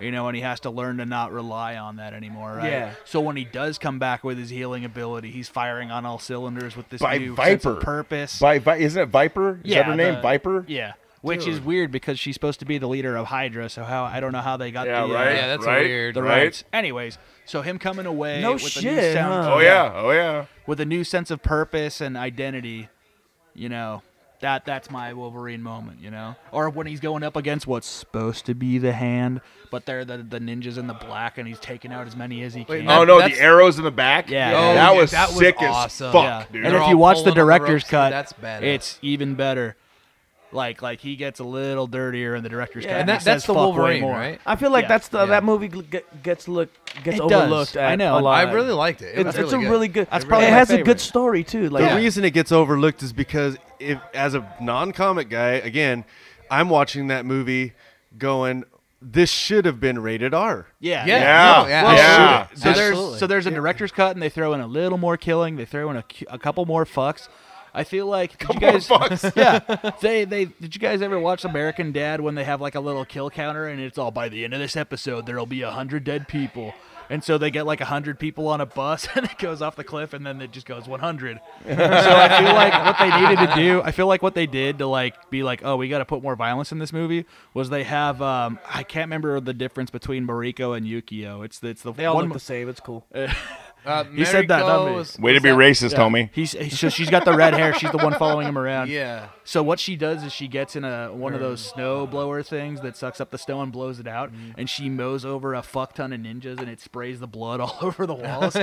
Speaker 3: You know, and he has to learn to not rely on that anymore, right?
Speaker 7: Yeah.
Speaker 3: So when he does come back with his healing ability, he's firing on all cylinders with this
Speaker 4: By
Speaker 3: new sense
Speaker 4: Viper.
Speaker 3: of purpose.
Speaker 4: By, Vi isn't it Viper? Is that her name?
Speaker 3: the-
Speaker 4: Viper.
Speaker 3: Yeah. Which is weird because she's supposed to be the leader of Hydra, so how I don't know how they got
Speaker 4: Yeah,
Speaker 3: the uh,
Speaker 4: right.
Speaker 5: Yeah, that's
Speaker 4: right,
Speaker 5: weird.
Speaker 3: the
Speaker 4: right.
Speaker 3: rights. Anyways, so him coming away
Speaker 7: No
Speaker 3: with a new
Speaker 7: shit,
Speaker 3: sound,
Speaker 7: huh?
Speaker 4: Oh yeah. Oh yeah.
Speaker 3: with a new sense of purpose and identity, you know, that that's my Wolverine moment, you know. Or when he's going up against what's supposed to be the hand, but they're the, the ninjas in the black and he's taking out as many as he can.
Speaker 4: oh no, the
Speaker 5: that's-
Speaker 4: arrows in the back.
Speaker 3: Yeah.
Speaker 5: Oh,
Speaker 4: that
Speaker 5: yeah,
Speaker 4: was
Speaker 5: that was
Speaker 4: sick
Speaker 5: awesome.
Speaker 4: as fuck,
Speaker 3: yeah.
Speaker 4: dude.
Speaker 3: And
Speaker 5: They're
Speaker 3: if
Speaker 5: all
Speaker 3: you watch the
Speaker 5: pulling on the
Speaker 3: director's
Speaker 5: ropes,
Speaker 3: cut,
Speaker 5: that's better.
Speaker 3: It's even better. Like like he gets a little dirtier in the director's cut.
Speaker 7: Yeah,
Speaker 5: and
Speaker 3: he
Speaker 5: that,
Speaker 3: says
Speaker 5: that's the
Speaker 3: fuck way
Speaker 5: Wolverine,
Speaker 3: more.
Speaker 5: right?
Speaker 7: I feel like
Speaker 3: Yeah.
Speaker 7: that's the
Speaker 5: Yeah.
Speaker 7: that movie gl- get- gets look gets
Speaker 3: It does.
Speaker 7: overlooked. At
Speaker 3: I know.
Speaker 7: a lot.
Speaker 5: I really liked it. It
Speaker 7: it's,
Speaker 5: was
Speaker 7: it's
Speaker 5: really
Speaker 7: a
Speaker 5: good.
Speaker 7: really good.
Speaker 3: That's probably
Speaker 7: it
Speaker 3: my
Speaker 7: has a
Speaker 3: favorite.
Speaker 7: good story too. Like
Speaker 6: The
Speaker 7: yeah.
Speaker 6: reason it gets overlooked is because if as a non-comic guy, again, I'm watching that movie going this should have been rated R.
Speaker 3: Yeah.
Speaker 5: Yeah.
Speaker 4: Yeah.
Speaker 5: No, yeah.
Speaker 4: Well, Yeah.
Speaker 3: So
Speaker 5: Absolutely.
Speaker 3: there's so there's a director's cut, and they throw in a little more killing. They throw in a, cu- a couple more fucks. I feel like did you guys, yeah. They they did you guys ever watch American Dad when they have like a little kill counter and it's all by the end of this episode there'll be a hundred dead people. And so they get like a hundred people on a bus, and it goes off the cliff, and then it just goes 100. so I feel like what they needed to do, I feel like what they did to like be like, oh, we got to put more violence in this movie, was they have um, I can't remember the difference between Mariko and Yukio. It's the, it's the
Speaker 7: they all
Speaker 3: one
Speaker 7: look the same. It's cool.
Speaker 5: Uh,
Speaker 3: He said that, not
Speaker 5: Mariko
Speaker 3: me.
Speaker 5: was-
Speaker 4: Way to
Speaker 5: was
Speaker 4: be
Speaker 5: that-
Speaker 4: racist, homie.
Speaker 3: He's so she's got the red hair. She's the one following him around.
Speaker 5: Yeah.
Speaker 3: So what she does is she gets in a one of those
Speaker 7: Mm.
Speaker 3: snow blower things that sucks up the snow and blows it out, and she mows over a fuck ton of ninjas, and it sprays the blood all over the walls.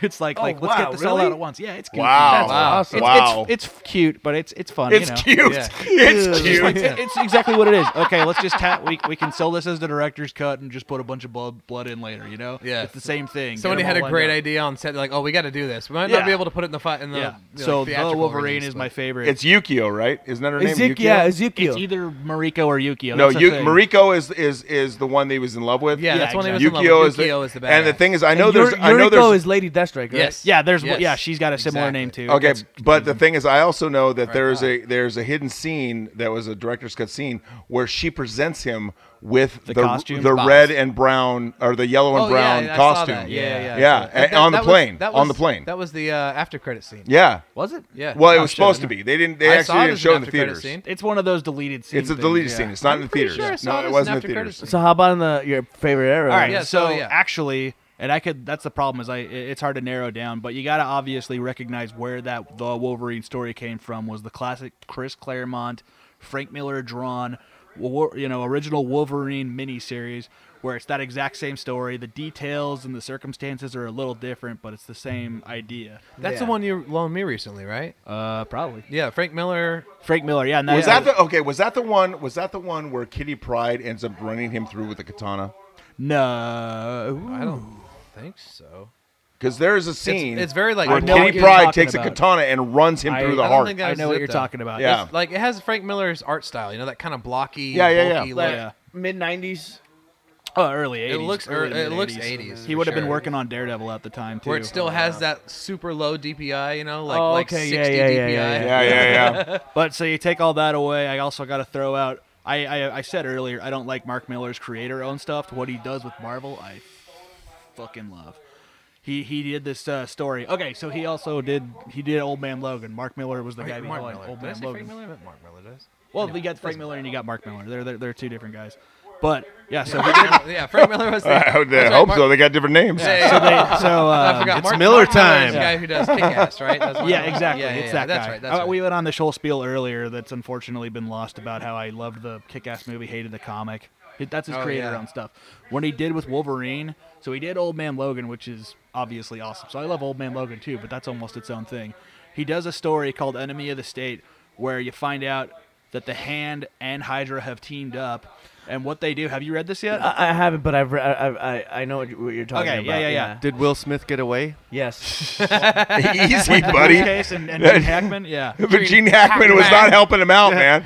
Speaker 3: it's like like let's
Speaker 7: Oh, wow,
Speaker 3: get this all
Speaker 7: really?
Speaker 3: out at once. Yeah, it's goofy.
Speaker 4: Wow.
Speaker 3: That's-
Speaker 4: wow.
Speaker 3: It's,
Speaker 4: Wow.
Speaker 3: it's, it's cute, but it's it's fun.
Speaker 4: It's
Speaker 3: you know?
Speaker 4: cute.
Speaker 5: Yeah.
Speaker 4: It's cute.
Speaker 3: It's, it's exactly what it is. Okay, let's just tap. We, we can sell this as the director's cut and just put a bunch of blood, blood in later. You know,
Speaker 5: Yeah.
Speaker 3: it's the same thing. Get
Speaker 5: Somebody
Speaker 3: them
Speaker 5: had
Speaker 3: all
Speaker 5: a
Speaker 3: lined
Speaker 5: great
Speaker 3: up.
Speaker 5: idea on set. They're like, oh, we got to do this. We might
Speaker 3: Yeah.
Speaker 5: not be able to put it in the fight. In the
Speaker 3: Yeah.
Speaker 5: you know,
Speaker 3: So the
Speaker 5: theatrical
Speaker 3: Wolverine
Speaker 5: release,
Speaker 3: is
Speaker 5: but-
Speaker 3: my favorite.
Speaker 4: It's Yukio, right? Isn't that her name?
Speaker 7: Ezekiel,
Speaker 4: Yukio?
Speaker 7: yeah, Ezekiel.
Speaker 3: It's either Mariko or Yukio.
Speaker 4: No,
Speaker 3: That's the
Speaker 4: you,
Speaker 3: thing.
Speaker 4: Mariko is is is the one that he was in love with.
Speaker 5: Yeah,
Speaker 3: Yeah,
Speaker 5: that's one
Speaker 3: exactly.
Speaker 5: he was in love
Speaker 4: Yukio is
Speaker 5: with.
Speaker 4: the,
Speaker 5: Yukio is the bad.
Speaker 4: and the thing is, I know there's,
Speaker 7: Yur-
Speaker 4: I know
Speaker 7: Yuriko
Speaker 4: there's,
Speaker 7: is Lady Deathstrike, right?
Speaker 5: Yes.
Speaker 3: Yeah, there's one
Speaker 5: Yes.
Speaker 3: yeah, she's got a similar
Speaker 5: Exactly.
Speaker 3: name too.
Speaker 4: Okay,
Speaker 3: That's-
Speaker 4: but the thing is, I also know that there's a there's a hidden scene that was a director's cut scene where she presents him with the the,
Speaker 3: costume box.
Speaker 4: red and brown or the yellow and
Speaker 5: Oh, yeah,
Speaker 4: brown
Speaker 5: yeah, I saw
Speaker 4: costume.
Speaker 5: that. Yeah, yeah,
Speaker 4: yeah,
Speaker 5: That-
Speaker 4: a- on the
Speaker 5: that was-
Speaker 4: plane,
Speaker 5: that
Speaker 4: on the
Speaker 5: was-
Speaker 4: plane.
Speaker 5: That was the uh, after credit scene.
Speaker 4: yeah,
Speaker 5: Was it? Yeah.
Speaker 4: well, it was
Speaker 3: shit,
Speaker 4: supposed
Speaker 3: I
Speaker 4: to
Speaker 3: know.
Speaker 4: be. They didn't. They
Speaker 5: I
Speaker 4: actually
Speaker 5: saw it
Speaker 4: didn't
Speaker 5: as
Speaker 4: show
Speaker 5: an
Speaker 4: it in the
Speaker 5: after credit
Speaker 4: theaters.
Speaker 5: scene.
Speaker 3: it's one of those deleted scenes.
Speaker 4: It's a deleted
Speaker 3: yeah.
Speaker 4: scene. It's not in the theaters.
Speaker 5: Sure, I saw
Speaker 4: no,
Speaker 5: it as
Speaker 4: it
Speaker 5: an
Speaker 4: wasn't in the
Speaker 5: after credit
Speaker 4: theaters.
Speaker 5: scene.
Speaker 7: So how about in the your favorite era?
Speaker 3: All right.
Speaker 5: Yeah,
Speaker 3: so
Speaker 5: so, yeah.
Speaker 3: actually, and I could that's the problem is I it- it's hard to narrow down, but you got to obviously recognize where that the Wolverine story came from was the classic Chris Claremont, Frank Miller drawn, war, you know, original Wolverine miniseries where it's that exact same story. The details and the circumstances are a little different, but it's the same idea.
Speaker 5: That's the
Speaker 7: Yeah.
Speaker 5: one you loaned me recently, right?
Speaker 3: Uh, probably
Speaker 5: Yeah, Frank Miller.
Speaker 3: Frank Miller. Yeah, and
Speaker 4: Was that the okay? Was that the one? Was that the one where Kitty Pride ends up running him through with a katana?
Speaker 3: no?
Speaker 5: I don't think so.
Speaker 4: Because there is a scene.
Speaker 5: it's very, like,
Speaker 4: where
Speaker 3: I know what
Speaker 4: Kitty
Speaker 3: you're
Speaker 4: Pride
Speaker 3: talking
Speaker 4: takes a
Speaker 3: about.
Speaker 4: katana and runs him
Speaker 3: I-
Speaker 4: through the
Speaker 3: I
Speaker 5: don't
Speaker 4: heart.
Speaker 5: think that-
Speaker 3: I
Speaker 5: was
Speaker 3: know what
Speaker 5: it,
Speaker 3: you're
Speaker 5: though.
Speaker 3: talking about.
Speaker 4: Yeah.
Speaker 5: It's, like it has Frank Miller's art style. You know that kind of blocky.
Speaker 4: Yeah, yeah, yeah.
Speaker 5: bulky
Speaker 3: Like,
Speaker 5: look.
Speaker 7: mid '90s.
Speaker 3: Oh, early 80s.
Speaker 5: looks
Speaker 3: early
Speaker 5: ear-
Speaker 3: to
Speaker 5: it
Speaker 3: mid-
Speaker 5: looks 80s,
Speaker 3: He
Speaker 5: for
Speaker 3: would have been
Speaker 5: sure.
Speaker 3: working on Daredevil at the time too.
Speaker 5: Where it still has that super low DPI. You know, like
Speaker 7: Oh,
Speaker 5: like
Speaker 7: okay,
Speaker 5: sixty
Speaker 7: yeah, yeah, yeah,
Speaker 5: DPI.
Speaker 7: yeah,
Speaker 4: Yeah, yeah, yeah.
Speaker 3: But so you take all that away. I also got to throw out. I, I I said earlier I don't like Mark Miller's creator-owned stuff. What he does with Marvel, I fucking love. He he did this uh, story. Okay, so he also did he did Old Man Logan. Mark Miller was the guy
Speaker 5: Wait, Mark
Speaker 3: behind
Speaker 5: Miller.
Speaker 3: Old
Speaker 5: Did I
Speaker 3: Man
Speaker 5: say
Speaker 3: Logan.
Speaker 5: Frank Miller? I meant Mark Miller does.
Speaker 3: Well, you got Frank Miller and you got Mark Miller. They're they're, they're two different guys. But yeah, so he did,
Speaker 5: yeah, Frank Miller was. The,
Speaker 4: I would, uh,
Speaker 5: that's right,
Speaker 4: hope
Speaker 5: Mark-
Speaker 4: so. They got different names.
Speaker 5: Yeah,
Speaker 3: so
Speaker 5: yeah.
Speaker 3: they so uh,
Speaker 5: I forgot.
Speaker 6: It's
Speaker 5: Mark,
Speaker 6: Miller
Speaker 5: Mark Miller's
Speaker 6: time.
Speaker 5: the guy who does kick ass, right? That's Mark
Speaker 3: Yeah,
Speaker 5: Miller.
Speaker 3: exactly.
Speaker 5: Yeah, yeah,
Speaker 3: it's
Speaker 5: yeah.
Speaker 3: that
Speaker 5: That's
Speaker 3: guy.
Speaker 5: right. That's
Speaker 3: Uh,
Speaker 5: right.
Speaker 3: We went on this whole spiel earlier that's unfortunately been lost about how I loved the Kick-Ass movie, hated the comic. It- That's his
Speaker 5: Oh,
Speaker 3: creator-owned
Speaker 5: yeah.
Speaker 3: stuff. When he did with Wolverine, so he did Old Man Logan, which is obviously awesome. So I love Old Man Logan too, but that's almost its own thing. He does a story called Enemy of the State, where you find out that the Hand and Hydra have teamed up, and what they do. Have you read this yet?
Speaker 7: I, I haven't, but I've re- I, I I- I know what you- what you're talking
Speaker 3: Okay,
Speaker 7: about.
Speaker 3: yeah, yeah, yeah.
Speaker 6: Did Will Smith get away?
Speaker 7: Yes.
Speaker 4: Easy, buddy.
Speaker 3: Case and, and Gene Hackman. Yeah.
Speaker 4: But Gene Hackman was not helping him out, man.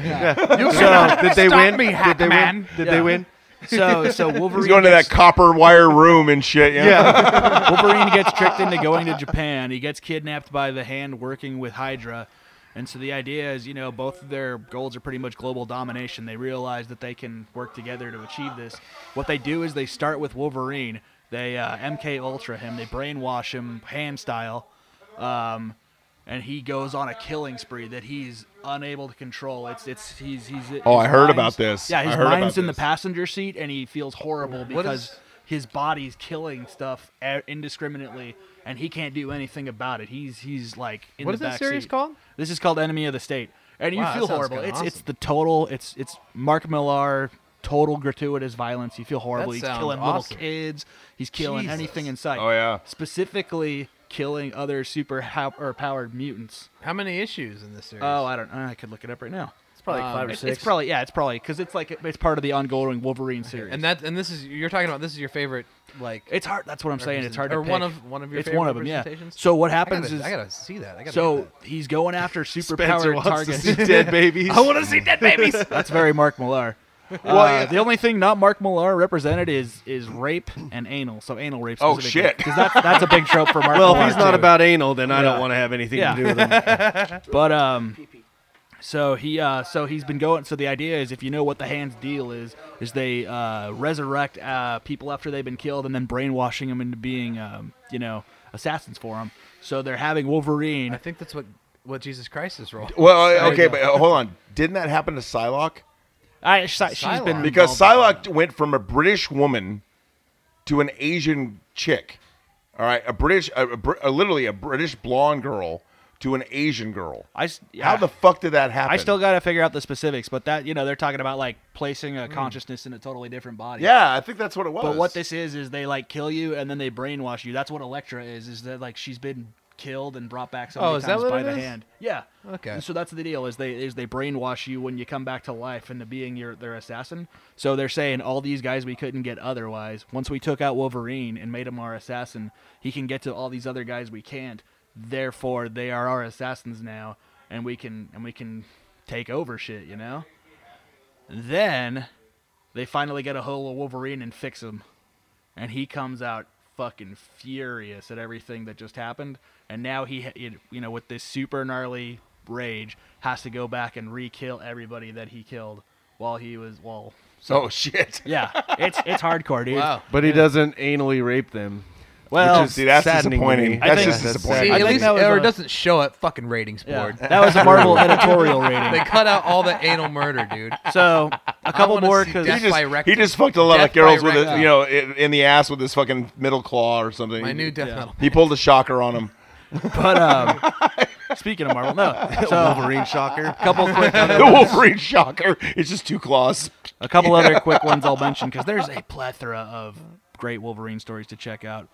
Speaker 6: So did they win?
Speaker 5: me,
Speaker 6: did they win?
Speaker 5: Hackman.
Speaker 6: Did they win?
Speaker 3: So so Wolverine.
Speaker 4: He's going to that
Speaker 3: gets,
Speaker 4: copper wire room and shit. Yeah.
Speaker 3: Wolverine gets tricked into going to Japan. He gets kidnapped by the Hand working with Hydra. And so the idea is, you know, both of their goals are pretty much global domination. They realize that they can work together to achieve this. What they do is they start with Wolverine. They uh, MK Ultra him. They brainwash him, hand style, um, and he goes on a killing spree that he's unable to control. It's it's he's he's.
Speaker 4: Oh,
Speaker 3: his
Speaker 4: I heard about
Speaker 3: mind's-
Speaker 4: this.
Speaker 3: Yeah,
Speaker 4: I
Speaker 3: his
Speaker 4: heard about
Speaker 3: mind's in the
Speaker 4: this.
Speaker 3: passenger seat, and he feels horrible because
Speaker 5: is-
Speaker 3: his body's killing stuff a- indiscriminately, and he can't do anything about it. He's he's like in
Speaker 5: What
Speaker 3: the
Speaker 5: is that
Speaker 3: back
Speaker 5: series
Speaker 3: seat.
Speaker 5: called?
Speaker 3: This is called Enemy of the State, and you
Speaker 5: Wow, that
Speaker 3: feel
Speaker 5: sounds
Speaker 3: horrible.
Speaker 5: kinda
Speaker 3: It's it's
Speaker 5: awesome.
Speaker 3: the total. It's it's Mark Millar. Total gratuitous violence. You feel horrible.
Speaker 5: That
Speaker 3: He's
Speaker 5: sounds
Speaker 3: killing little
Speaker 5: awesome.
Speaker 3: kids. He's killing
Speaker 5: Jesus.
Speaker 3: anything in sight.
Speaker 4: Oh, yeah.
Speaker 3: Specifically killing other super how or powered mutants.
Speaker 5: How many issues in this series?
Speaker 3: Oh, I don't. know. I could look it up right now. Uh,
Speaker 7: It's probably like five or
Speaker 3: Um, It's,
Speaker 7: six.
Speaker 3: it's probably yeah. It's probably because it's like it's part of the ongoing Wolverine series.
Speaker 5: and that and this is you're talking about. This is your favorite, like
Speaker 3: It's hard. That's what I'm saying. It's hard to
Speaker 5: Or one
Speaker 3: pick.
Speaker 5: of- one of your
Speaker 3: It's
Speaker 5: favorite
Speaker 3: one of them. Yeah.
Speaker 5: representations?
Speaker 3: So what
Speaker 5: I
Speaker 3: happens
Speaker 5: gotta,
Speaker 3: is
Speaker 5: I gotta see that. I gotta
Speaker 3: so
Speaker 5: get
Speaker 3: he's going after
Speaker 6: Spencer
Speaker 3: superpowered
Speaker 6: wants
Speaker 3: targets.
Speaker 6: to see dead babies.
Speaker 5: that. I want to see dead babies.
Speaker 3: That's very Mark Millar. Uh, The only thing not Mark Millar represented is is rape and anal. So anal rape.
Speaker 4: Oh,
Speaker 3: specifically.
Speaker 4: shit.
Speaker 3: 'Cause that- that's a big trope for Mark.
Speaker 6: well,
Speaker 3: Millar,
Speaker 6: if he's not
Speaker 3: too.
Speaker 6: about anal, then I
Speaker 3: Yeah.
Speaker 6: don't want to have anything
Speaker 3: Yeah.
Speaker 6: to do with him.
Speaker 3: But um, so he uh, so he's been going. So the idea is, if you know what the hands deal is, is they uh, resurrect uh, people after they've been killed and then brainwashing them into being um, you know assassins for them. So they're having
Speaker 5: I
Speaker 3: Wolverine.
Speaker 5: think that's what what Jesus Christ is role.
Speaker 4: Well, okay, but uh, hold on. Didn't that happen to Psylocke?
Speaker 3: I, she, has been
Speaker 5: Psylocke.
Speaker 4: Because
Speaker 3: involved.
Speaker 4: Psylocke went from a British woman to an Asian chick. All right, a British, a, a, Br- a- literally a British blonde girl to an Asian girl.
Speaker 3: I s- yeah.
Speaker 4: How the fuck did that happen?
Speaker 3: I still got to figure out the specifics, but that you know they're talking about like placing
Speaker 4: Hmm.
Speaker 3: a consciousness in a totally different body.
Speaker 4: Yeah, I think that's what it was.
Speaker 3: But what this is is they like kill you and then they brainwash you. That's what Elektra is. Is that like she's been killed and brought back so many
Speaker 5: Oh, is that
Speaker 3: times
Speaker 5: what
Speaker 3: by
Speaker 5: it
Speaker 3: the
Speaker 5: is?
Speaker 3: hand. Yeah.
Speaker 5: Okay.
Speaker 3: And so that's the deal is they is they brainwash you when you come back to life into being your their assassin. So they're saying all these guys we couldn't get otherwise. Once we took out Wolverine and made him our assassin, he can get to all these other guys we can't. Therefore, they are our assassins now, and we can and we can take over shit. You know. Then they finally get a hold of Wolverine and fix him. And he comes out fucking furious at everything that just happened. And now he, ha- it- you know, with this super gnarly rage, has to go back and re-kill everybody that he killed while he was, well,
Speaker 4: Oh shit!
Speaker 3: yeah, it's it's hardcore, dude.
Speaker 5: Wow.
Speaker 6: But he doesn't anally rape them.
Speaker 3: Well,
Speaker 6: which is
Speaker 4: See, that's
Speaker 6: saddening to
Speaker 4: disappointing.
Speaker 6: me.
Speaker 4: That's
Speaker 3: think-
Speaker 4: just
Speaker 6: That's
Speaker 4: disappointing.
Speaker 5: See,
Speaker 7: I
Speaker 5: at
Speaker 7: think
Speaker 5: least
Speaker 7: that was
Speaker 5: or
Speaker 7: a-
Speaker 5: it doesn't show at fucking ratings
Speaker 3: yeah,
Speaker 5: board.
Speaker 3: that was a Marvel editorial rating.
Speaker 5: They cut out all the anal murder, dude.
Speaker 3: So a couple
Speaker 5: wanna
Speaker 3: more
Speaker 5: see
Speaker 3: because
Speaker 5: death
Speaker 4: he just,
Speaker 5: by
Speaker 4: he
Speaker 5: rectum.
Speaker 4: just fucked a lot of
Speaker 5: Death by
Speaker 4: girls with it,
Speaker 5: rectum.
Speaker 4: you know, in, in the ass with his fucking middle claw or something.
Speaker 5: My
Speaker 4: he,
Speaker 5: new death metal.
Speaker 4: He pulled a shocker on him.
Speaker 3: but um, speaking of Marvel, no, so
Speaker 6: Wolverine shocker.
Speaker 3: a couple quick other
Speaker 4: The Wolverine shocker. It's just two claws.
Speaker 3: A couple other quick ones I'll mention because there's a plethora of great Wolverine stories to check out.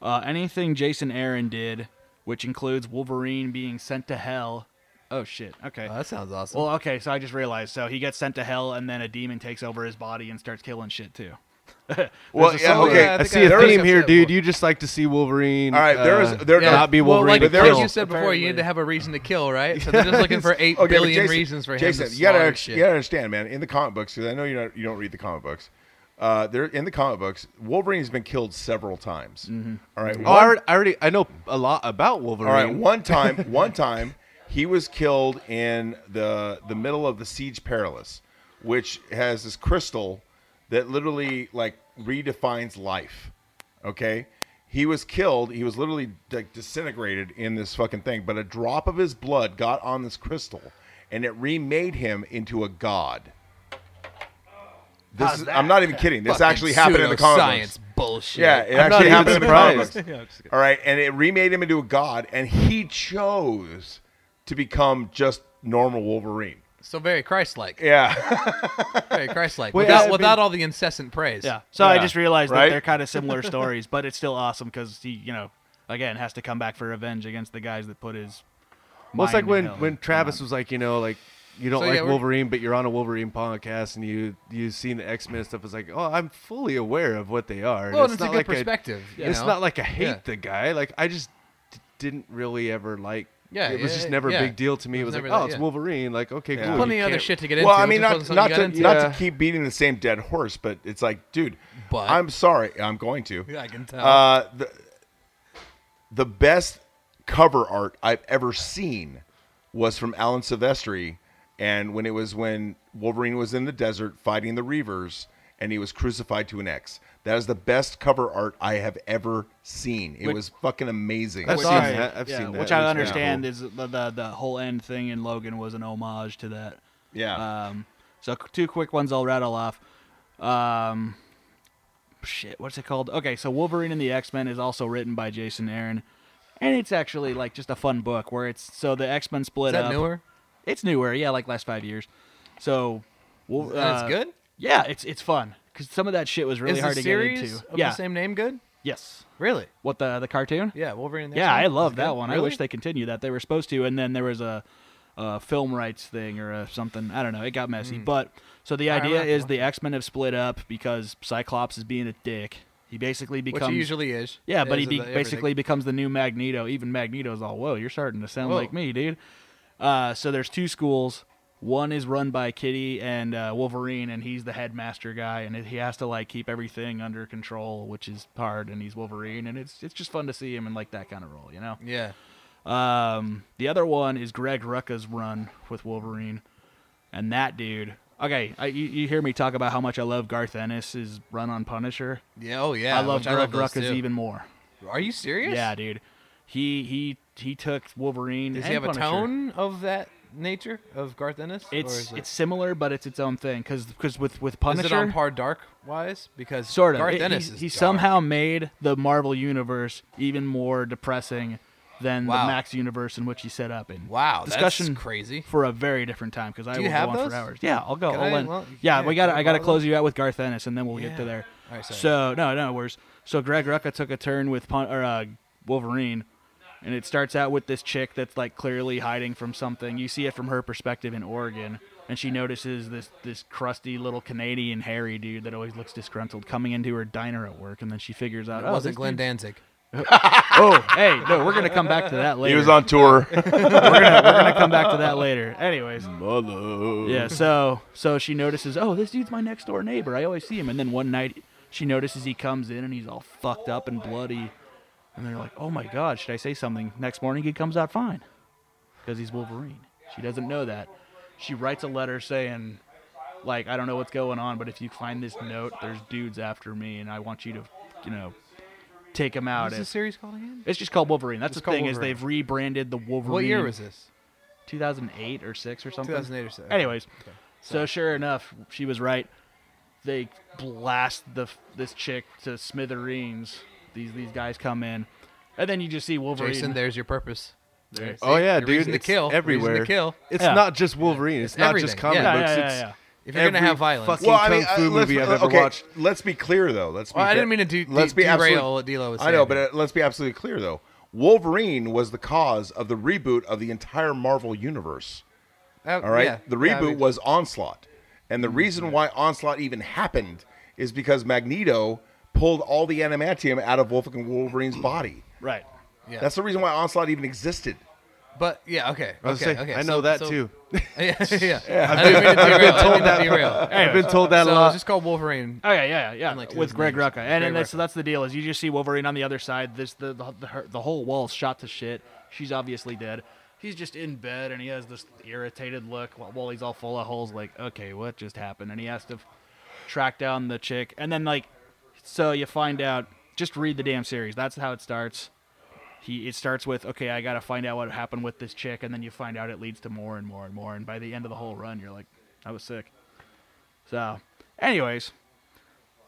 Speaker 3: Uh, anything Jason Aaron did, which includes Wolverine being sent to hell. Oh shit. Okay.
Speaker 5: Oh, that sounds awesome.
Speaker 3: well, okay. So I just realized. So he gets sent to hell, and then a demon takes over his body and starts killing shit too.
Speaker 4: Well, yeah,
Speaker 5: song-
Speaker 4: okay.
Speaker 5: Yeah,
Speaker 6: I,
Speaker 5: I think
Speaker 6: see
Speaker 5: I-
Speaker 6: a
Speaker 4: there is-
Speaker 6: theme here, dude. You just like to see Wolverine.
Speaker 4: All right, there is-
Speaker 6: uh,
Speaker 4: there-
Speaker 6: not be
Speaker 5: well,
Speaker 6: Wolverine.
Speaker 5: like,
Speaker 4: but there
Speaker 5: like
Speaker 4: is-
Speaker 5: you said before, you need
Speaker 3: Apparently.
Speaker 5: to have a reason to kill, right? So they're just looking for eight
Speaker 4: Okay,
Speaker 5: billion
Speaker 4: but Jason-
Speaker 5: reasons for him
Speaker 4: Jason,
Speaker 5: to
Speaker 4: you gotta
Speaker 5: slaughter
Speaker 4: ex-
Speaker 5: shit.
Speaker 4: you gotta understand, man. In the comic books, because I know you don't you don't read the comic books. Uh, there in the comic books, Wolverine's been killed several times.
Speaker 5: Mm-hmm.
Speaker 4: All right,
Speaker 6: Oh, I already- I already I know a lot about Wolverine.
Speaker 4: All right, one time, one time, he was killed in the the middle of the siege perilous, which has this crystal that literally like redefines life. Okay, he was killed. He was literally like disintegrated in this fucking thing, but a drop of his blood got on this crystal, and it remade him into a god. This is, I'm not even kidding. This
Speaker 5: Fucking
Speaker 4: actually happened in the comic books.
Speaker 5: pseudoscience bullshit.
Speaker 4: Yeah, it
Speaker 6: I'm not
Speaker 4: actually
Speaker 6: even
Speaker 4: happened in the comic
Speaker 6: surprised.
Speaker 4: books. All right, and it remade him into a god, and he chose to become just normal Wolverine.
Speaker 5: So very Christ-like.
Speaker 4: Yeah,
Speaker 5: Very Christ-like.
Speaker 6: Wait,
Speaker 5: without
Speaker 6: I-
Speaker 5: without all the incessant praise.
Speaker 3: Yeah. So I
Speaker 4: Yeah,
Speaker 3: just realized
Speaker 4: right?
Speaker 3: that they're kind of similar stories, but it's still awesome because he, you know, again has to come back for revenge against the guys that put his.
Speaker 6: Well, it's
Speaker 3: mind in
Speaker 6: like when
Speaker 3: hell.
Speaker 6: when Travis was like, you know, like you don't
Speaker 5: So,
Speaker 6: like
Speaker 5: yeah, we're-
Speaker 6: Wolverine, but you're on a Wolverine podcast and you you've seen the X Men stuff. It's like, oh, I'm fully aware of what they are.
Speaker 5: Well, and it's a
Speaker 6: not
Speaker 5: good
Speaker 6: like I-
Speaker 5: perspective, you
Speaker 6: it's
Speaker 5: know?
Speaker 6: not like I hate
Speaker 5: Yeah.
Speaker 6: the guy. Like I just d- didn't really ever like.
Speaker 5: Yeah,
Speaker 6: it was just
Speaker 5: yeah,
Speaker 6: never
Speaker 5: yeah.
Speaker 6: a big deal to me. It
Speaker 5: was
Speaker 6: was, like,
Speaker 5: never
Speaker 6: oh,
Speaker 5: that-
Speaker 6: it's
Speaker 5: yeah.
Speaker 6: Wolverine. Like, okay, cool.
Speaker 5: Plenty
Speaker 6: you
Speaker 5: of other
Speaker 6: can't-
Speaker 5: shit to get into.
Speaker 4: Well, I
Speaker 5: It
Speaker 4: mean,
Speaker 5: just
Speaker 4: not
Speaker 5: wasn't
Speaker 4: not to
Speaker 5: something you got
Speaker 4: not
Speaker 5: into.
Speaker 4: to keep beating the same dead horse, but it's like, dude,
Speaker 5: But-
Speaker 4: I'm sorry, I'm going to.
Speaker 5: Yeah, I can tell.
Speaker 4: Uh, the the best cover art I've ever seen was from Alan Silvestri, and when it was when Wolverine was in the desert fighting the Reavers, and he was crucified to an X. That is the best cover art I have ever seen. It was fucking amazing.
Speaker 6: I've seen
Speaker 3: Sorry.
Speaker 6: that. I've
Speaker 3: yeah,
Speaker 6: seen that.
Speaker 3: which
Speaker 6: It's
Speaker 3: I
Speaker 6: pretty
Speaker 3: understand is the, the the whole end thing in Logan was an homage to that.
Speaker 4: Yeah.
Speaker 3: Um, so c- two quick ones I'll rattle off. Um, shit, what's it called? Okay, so Wolverine and the X Men is also written by Jason Aaron, and it's actually like just a fun book where it's so the X Men split
Speaker 5: Is that
Speaker 3: up.
Speaker 5: newer?
Speaker 3: It's newer, yeah, like last five years. So, Wol-
Speaker 5: And it's
Speaker 3: uh,
Speaker 5: good.
Speaker 3: Yeah, it's it's fun because some of that shit was really
Speaker 5: Is
Speaker 3: hard to
Speaker 5: the series
Speaker 3: get into.
Speaker 5: of
Speaker 3: yeah,
Speaker 5: the same name good?
Speaker 3: yes.
Speaker 5: Really?
Speaker 3: What the the cartoon?
Speaker 5: Yeah, Wolverine. and the
Speaker 3: Yeah,
Speaker 5: X-Men?
Speaker 3: I
Speaker 5: Is
Speaker 3: love
Speaker 5: it
Speaker 3: that
Speaker 5: good?
Speaker 3: one. I
Speaker 5: Really?
Speaker 3: wish they continued that. They were supposed to, and then there was a, a film rights thing or a something. I don't know. It got
Speaker 5: Hmm.
Speaker 3: messy. But so the idea
Speaker 5: remember
Speaker 3: is the X Men have split up because Cyclops is being a dick. He basically
Speaker 5: which
Speaker 3: becomes
Speaker 5: he usually is.
Speaker 3: yeah, but he
Speaker 5: Is
Speaker 3: be-
Speaker 5: everything.
Speaker 3: basically becomes the new Magneto. Even Magneto's all, whoa, you're starting to sound
Speaker 5: Whoa.
Speaker 3: like me, dude. Uh, so there's two schools. One is run by Kitty and uh, Wolverine, and he's the headmaster guy, and he has to like keep everything under control, which is hard. And he's Wolverine, and it's it's just fun to see him in like that kind of role, you know.
Speaker 5: yeah.
Speaker 3: Um, the other one is Greg Rucka's run with Wolverine, and that dude. Okay, I, you, you hear me talk about how much I love Garth Ennis' run on Punisher.
Speaker 5: Yeah. Oh yeah.
Speaker 3: I love
Speaker 5: which I
Speaker 3: Greg
Speaker 5: those
Speaker 3: Rucka's
Speaker 5: too.
Speaker 3: even more.
Speaker 5: Are you serious?
Speaker 3: Yeah, dude. He he he took Wolverine.
Speaker 5: Does
Speaker 3: and
Speaker 5: he have
Speaker 3: Punisher.
Speaker 5: a tone of that nature of Garth Ennis? or
Speaker 3: It's
Speaker 5: is it-
Speaker 3: it's similar, but it's its own thing. Because with with
Speaker 5: is
Speaker 3: Punisher,
Speaker 5: it on par dark wise? Because
Speaker 3: sort of.
Speaker 5: Garth
Speaker 3: It-
Speaker 5: Ennis
Speaker 3: he
Speaker 5: is
Speaker 3: he
Speaker 5: dark.
Speaker 3: somehow made the Marvel universe even more depressing than
Speaker 5: Wow.
Speaker 3: the Max universe in which he set up. And
Speaker 5: Wow, that's
Speaker 3: discussion
Speaker 5: crazy.
Speaker 3: for a very different time. Because I
Speaker 5: Do you
Speaker 3: will
Speaker 5: have
Speaker 3: go on
Speaker 5: those?
Speaker 3: for hours. Yeah, I'll go.
Speaker 5: Can
Speaker 3: I'll
Speaker 5: I-
Speaker 3: lend-
Speaker 5: well,
Speaker 3: yeah,
Speaker 5: yeah,
Speaker 3: we got.
Speaker 5: can I
Speaker 3: I got to
Speaker 5: borrow
Speaker 3: close you out with Garth Ennis, and then we'll get to
Speaker 5: Yeah.
Speaker 3: there.
Speaker 5: All right, sorry.
Speaker 3: so no, no worries. So Greg Rucka took a turn with Pun- or uh, Wolverine, and it starts out with this chick that's like clearly hiding from something. You see it from her perspective in Oregon, and she notices this this crusty little Canadian hairy dude that always looks disgruntled coming into her diner at work, and then she figures out
Speaker 5: It
Speaker 3: oh,
Speaker 5: wasn't
Speaker 3: this
Speaker 5: Glenn
Speaker 3: dude's-
Speaker 5: Danzig.
Speaker 3: Oh, hey, no, we're gonna come back to that later.
Speaker 4: he was on tour.
Speaker 3: We're gonna come back to that later. Anyways. Yeah, so so she notices, oh, this dude's my next door neighbor. I always see him. And then one night she notices he comes in and he's all fucked up and bloody. And they're like, oh my God, should I say something? Next morning he comes out fine because he's Wolverine. She doesn't know that. She writes a letter saying, like, I don't know what's going on, but if you find this note, there's dudes after me and I want you to, you know, take them out.
Speaker 5: What's the
Speaker 3: If-
Speaker 5: series called again?
Speaker 3: It's just called Wolverine. That's
Speaker 5: It's
Speaker 3: the
Speaker 5: called
Speaker 3: thing is
Speaker 5: Wolverine.
Speaker 3: they've rebranded the Wolverine.
Speaker 5: What year was this?
Speaker 3: 2008 or 6 or something.
Speaker 5: 2008 or so.
Speaker 3: Anyways, so sure enough, she was right. They blast the this chick to smithereens. These these guys come in, and then you just see Wolverine.
Speaker 5: Jason, there's your purpose. There's
Speaker 6: Oh
Speaker 5: it.
Speaker 6: yeah,
Speaker 5: Your
Speaker 6: dude,
Speaker 5: reason to
Speaker 6: it's
Speaker 5: kill.
Speaker 6: everywhere.
Speaker 5: Reason to kill.
Speaker 6: It's
Speaker 3: Yeah.
Speaker 6: not just Wolverine. It's, not just
Speaker 5: everything.
Speaker 6: comic
Speaker 3: yeah,
Speaker 6: books.
Speaker 3: yeah, yeah,
Speaker 6: it's
Speaker 3: yeah.
Speaker 5: If you're gonna
Speaker 6: every
Speaker 5: have violence,
Speaker 6: fucking kung fu
Speaker 4: uh, let's-
Speaker 6: movie I've
Speaker 4: uh,
Speaker 6: ever
Speaker 4: okay,
Speaker 6: watched.
Speaker 4: Let's be clear though. Let's be
Speaker 5: Well,
Speaker 4: ve-
Speaker 5: I didn't mean to de-
Speaker 4: let's
Speaker 5: de-
Speaker 4: be absolute-
Speaker 5: derail what D'Lo was
Speaker 4: I know,
Speaker 5: saying.
Speaker 4: but uh, let's be absolutely clear though. Wolverine was the cause of the reboot of the entire Marvel universe.
Speaker 5: Uh,
Speaker 4: All right,
Speaker 5: yeah.
Speaker 4: the
Speaker 5: Yeah,
Speaker 4: reboot
Speaker 5: I mean, Mm-hmm.
Speaker 4: was Onslaught, and the reason why Onslaught even happened is because Magneto pulled all the adamantium out of Wolverine Wolverine's body.
Speaker 3: Right.
Speaker 5: Yeah.
Speaker 4: That's the reason why Onslaught even existed.
Speaker 5: But yeah, okay.
Speaker 6: I was
Speaker 5: okay,
Speaker 6: saying,
Speaker 5: okay.
Speaker 6: I know
Speaker 5: so-
Speaker 6: that
Speaker 5: so-
Speaker 6: too.
Speaker 5: yeah, yeah. I didn't mean to derail. I didn't mean to derail.
Speaker 6: I've been told that a
Speaker 5: So
Speaker 6: lot.
Speaker 5: it's just called Wolverine.
Speaker 3: Oh yeah, yeah, yeah.
Speaker 5: like,
Speaker 3: With
Speaker 5: his
Speaker 3: Greg
Speaker 5: name's-
Speaker 3: Rucka, and,
Speaker 5: Greg
Speaker 3: and that's,
Speaker 5: Rucka.
Speaker 3: that's the deal is you just see Wolverine on the other side. This the the the, her, the whole wall's shot to shit. She's obviously dead. He's just in bed and he has this irritated look while, while he's all full of holes. Like, okay, what just happened? And he has to track down the chick, and then like, so you find out. Just read the damn series. That's how it starts. He it starts with okay, I gotta find out what happened with this chick, and then you find out it leads to more and more and more. And by the end of the whole run, you're like, I was sick. So, anyways,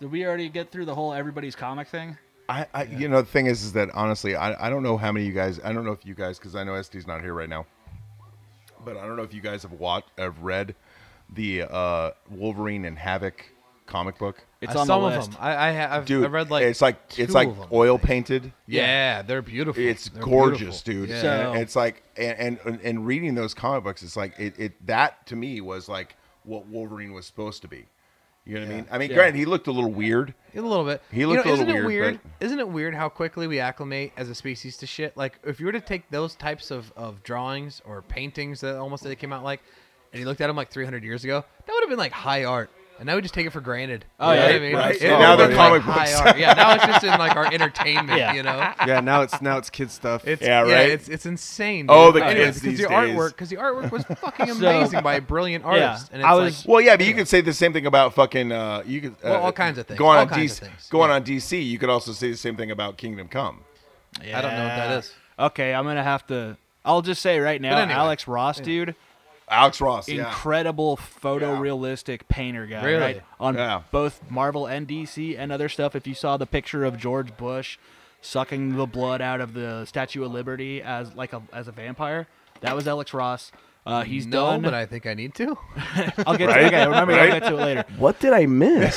Speaker 3: did we already get through the whole everybody's comic thing?
Speaker 4: I, I you know, the thing is, is that honestly, I, I don't know how many of you guys, I don't know if you guys, because I know SD's not here right now, but I don't know if you guys have watched, have read the uh, Wolverine and Havoc comic book?
Speaker 3: It's
Speaker 2: Uh,
Speaker 3: on
Speaker 2: some
Speaker 3: the
Speaker 2: of
Speaker 3: list.
Speaker 2: them. I I, have, I've-
Speaker 4: Dude,
Speaker 2: I read like
Speaker 4: it's like
Speaker 2: two
Speaker 4: it's like
Speaker 2: of 'em.
Speaker 4: oil painted.
Speaker 2: Yeah, they're beautiful.
Speaker 4: It's
Speaker 2: They're
Speaker 4: gorgeous,
Speaker 2: beautiful.
Speaker 4: dude.
Speaker 2: Yeah.
Speaker 3: So-
Speaker 4: And it's like and, and and reading those comic books, it's like it, it that to me was like what Wolverine was supposed to be. You know what I mean? I mean, granted, he looked a little weird.
Speaker 5: A little bit.
Speaker 4: He looked a
Speaker 5: you know,
Speaker 4: little
Speaker 5: isn't
Speaker 4: weird,
Speaker 5: it weird? Isn't it weird how quickly we acclimate as a species to shit? Like, if you were to take those types of, of drawings or paintings that almost they came out like, and you looked at them like 300 years ago, that would have been like high art. And now we just take it for granted.
Speaker 3: Oh,
Speaker 5: You know
Speaker 3: yeah,
Speaker 5: what I mean?
Speaker 4: right.
Speaker 5: It
Speaker 4: And
Speaker 5: would
Speaker 4: now
Speaker 5: have
Speaker 4: they're
Speaker 5: been,
Speaker 4: comic
Speaker 5: like high
Speaker 4: books.
Speaker 5: art. Yeah, now it's just in like our entertainment, you know?
Speaker 6: Yeah, now it's now it's kid stuff.
Speaker 5: It's,
Speaker 4: Yeah, right?
Speaker 5: it's, it's insane.
Speaker 4: Oh,
Speaker 5: dude.
Speaker 4: the
Speaker 5: Anyways,
Speaker 4: kids these
Speaker 5: the
Speaker 4: days.
Speaker 5: artwork, because the artwork was fucking amazing by a brilliant
Speaker 3: Yeah,
Speaker 5: artist. And it's
Speaker 3: I
Speaker 5: like,
Speaker 3: was-
Speaker 4: Well, yeah, but you could say the same thing about fucking. Uh, you could uh,
Speaker 5: Well, all kinds of things.
Speaker 4: Going
Speaker 5: All
Speaker 4: on
Speaker 5: kinds
Speaker 4: DC,
Speaker 5: of things.
Speaker 4: going on DC, you could also say the same thing about Kingdom Come.
Speaker 5: I don't know what that is.
Speaker 3: Okay, I'm gonna have to. I'll just say right now,
Speaker 5: anyway.
Speaker 3: Alex Ross, dude,
Speaker 4: Alex Ross, yeah.
Speaker 3: incredible photorealistic painter guy,
Speaker 5: Really?
Speaker 3: right? On
Speaker 4: Yeah.
Speaker 3: both Marvel and DC and other stuff. If you saw the picture of George Bush sucking the blood out of the Statue of Liberty as like a as a vampire, that was Alex Ross. Uh, he's
Speaker 5: no,
Speaker 3: done.
Speaker 5: but I think I need to.
Speaker 3: I'll get to it. Okay, remember, I'll get to it later.
Speaker 7: What did I miss?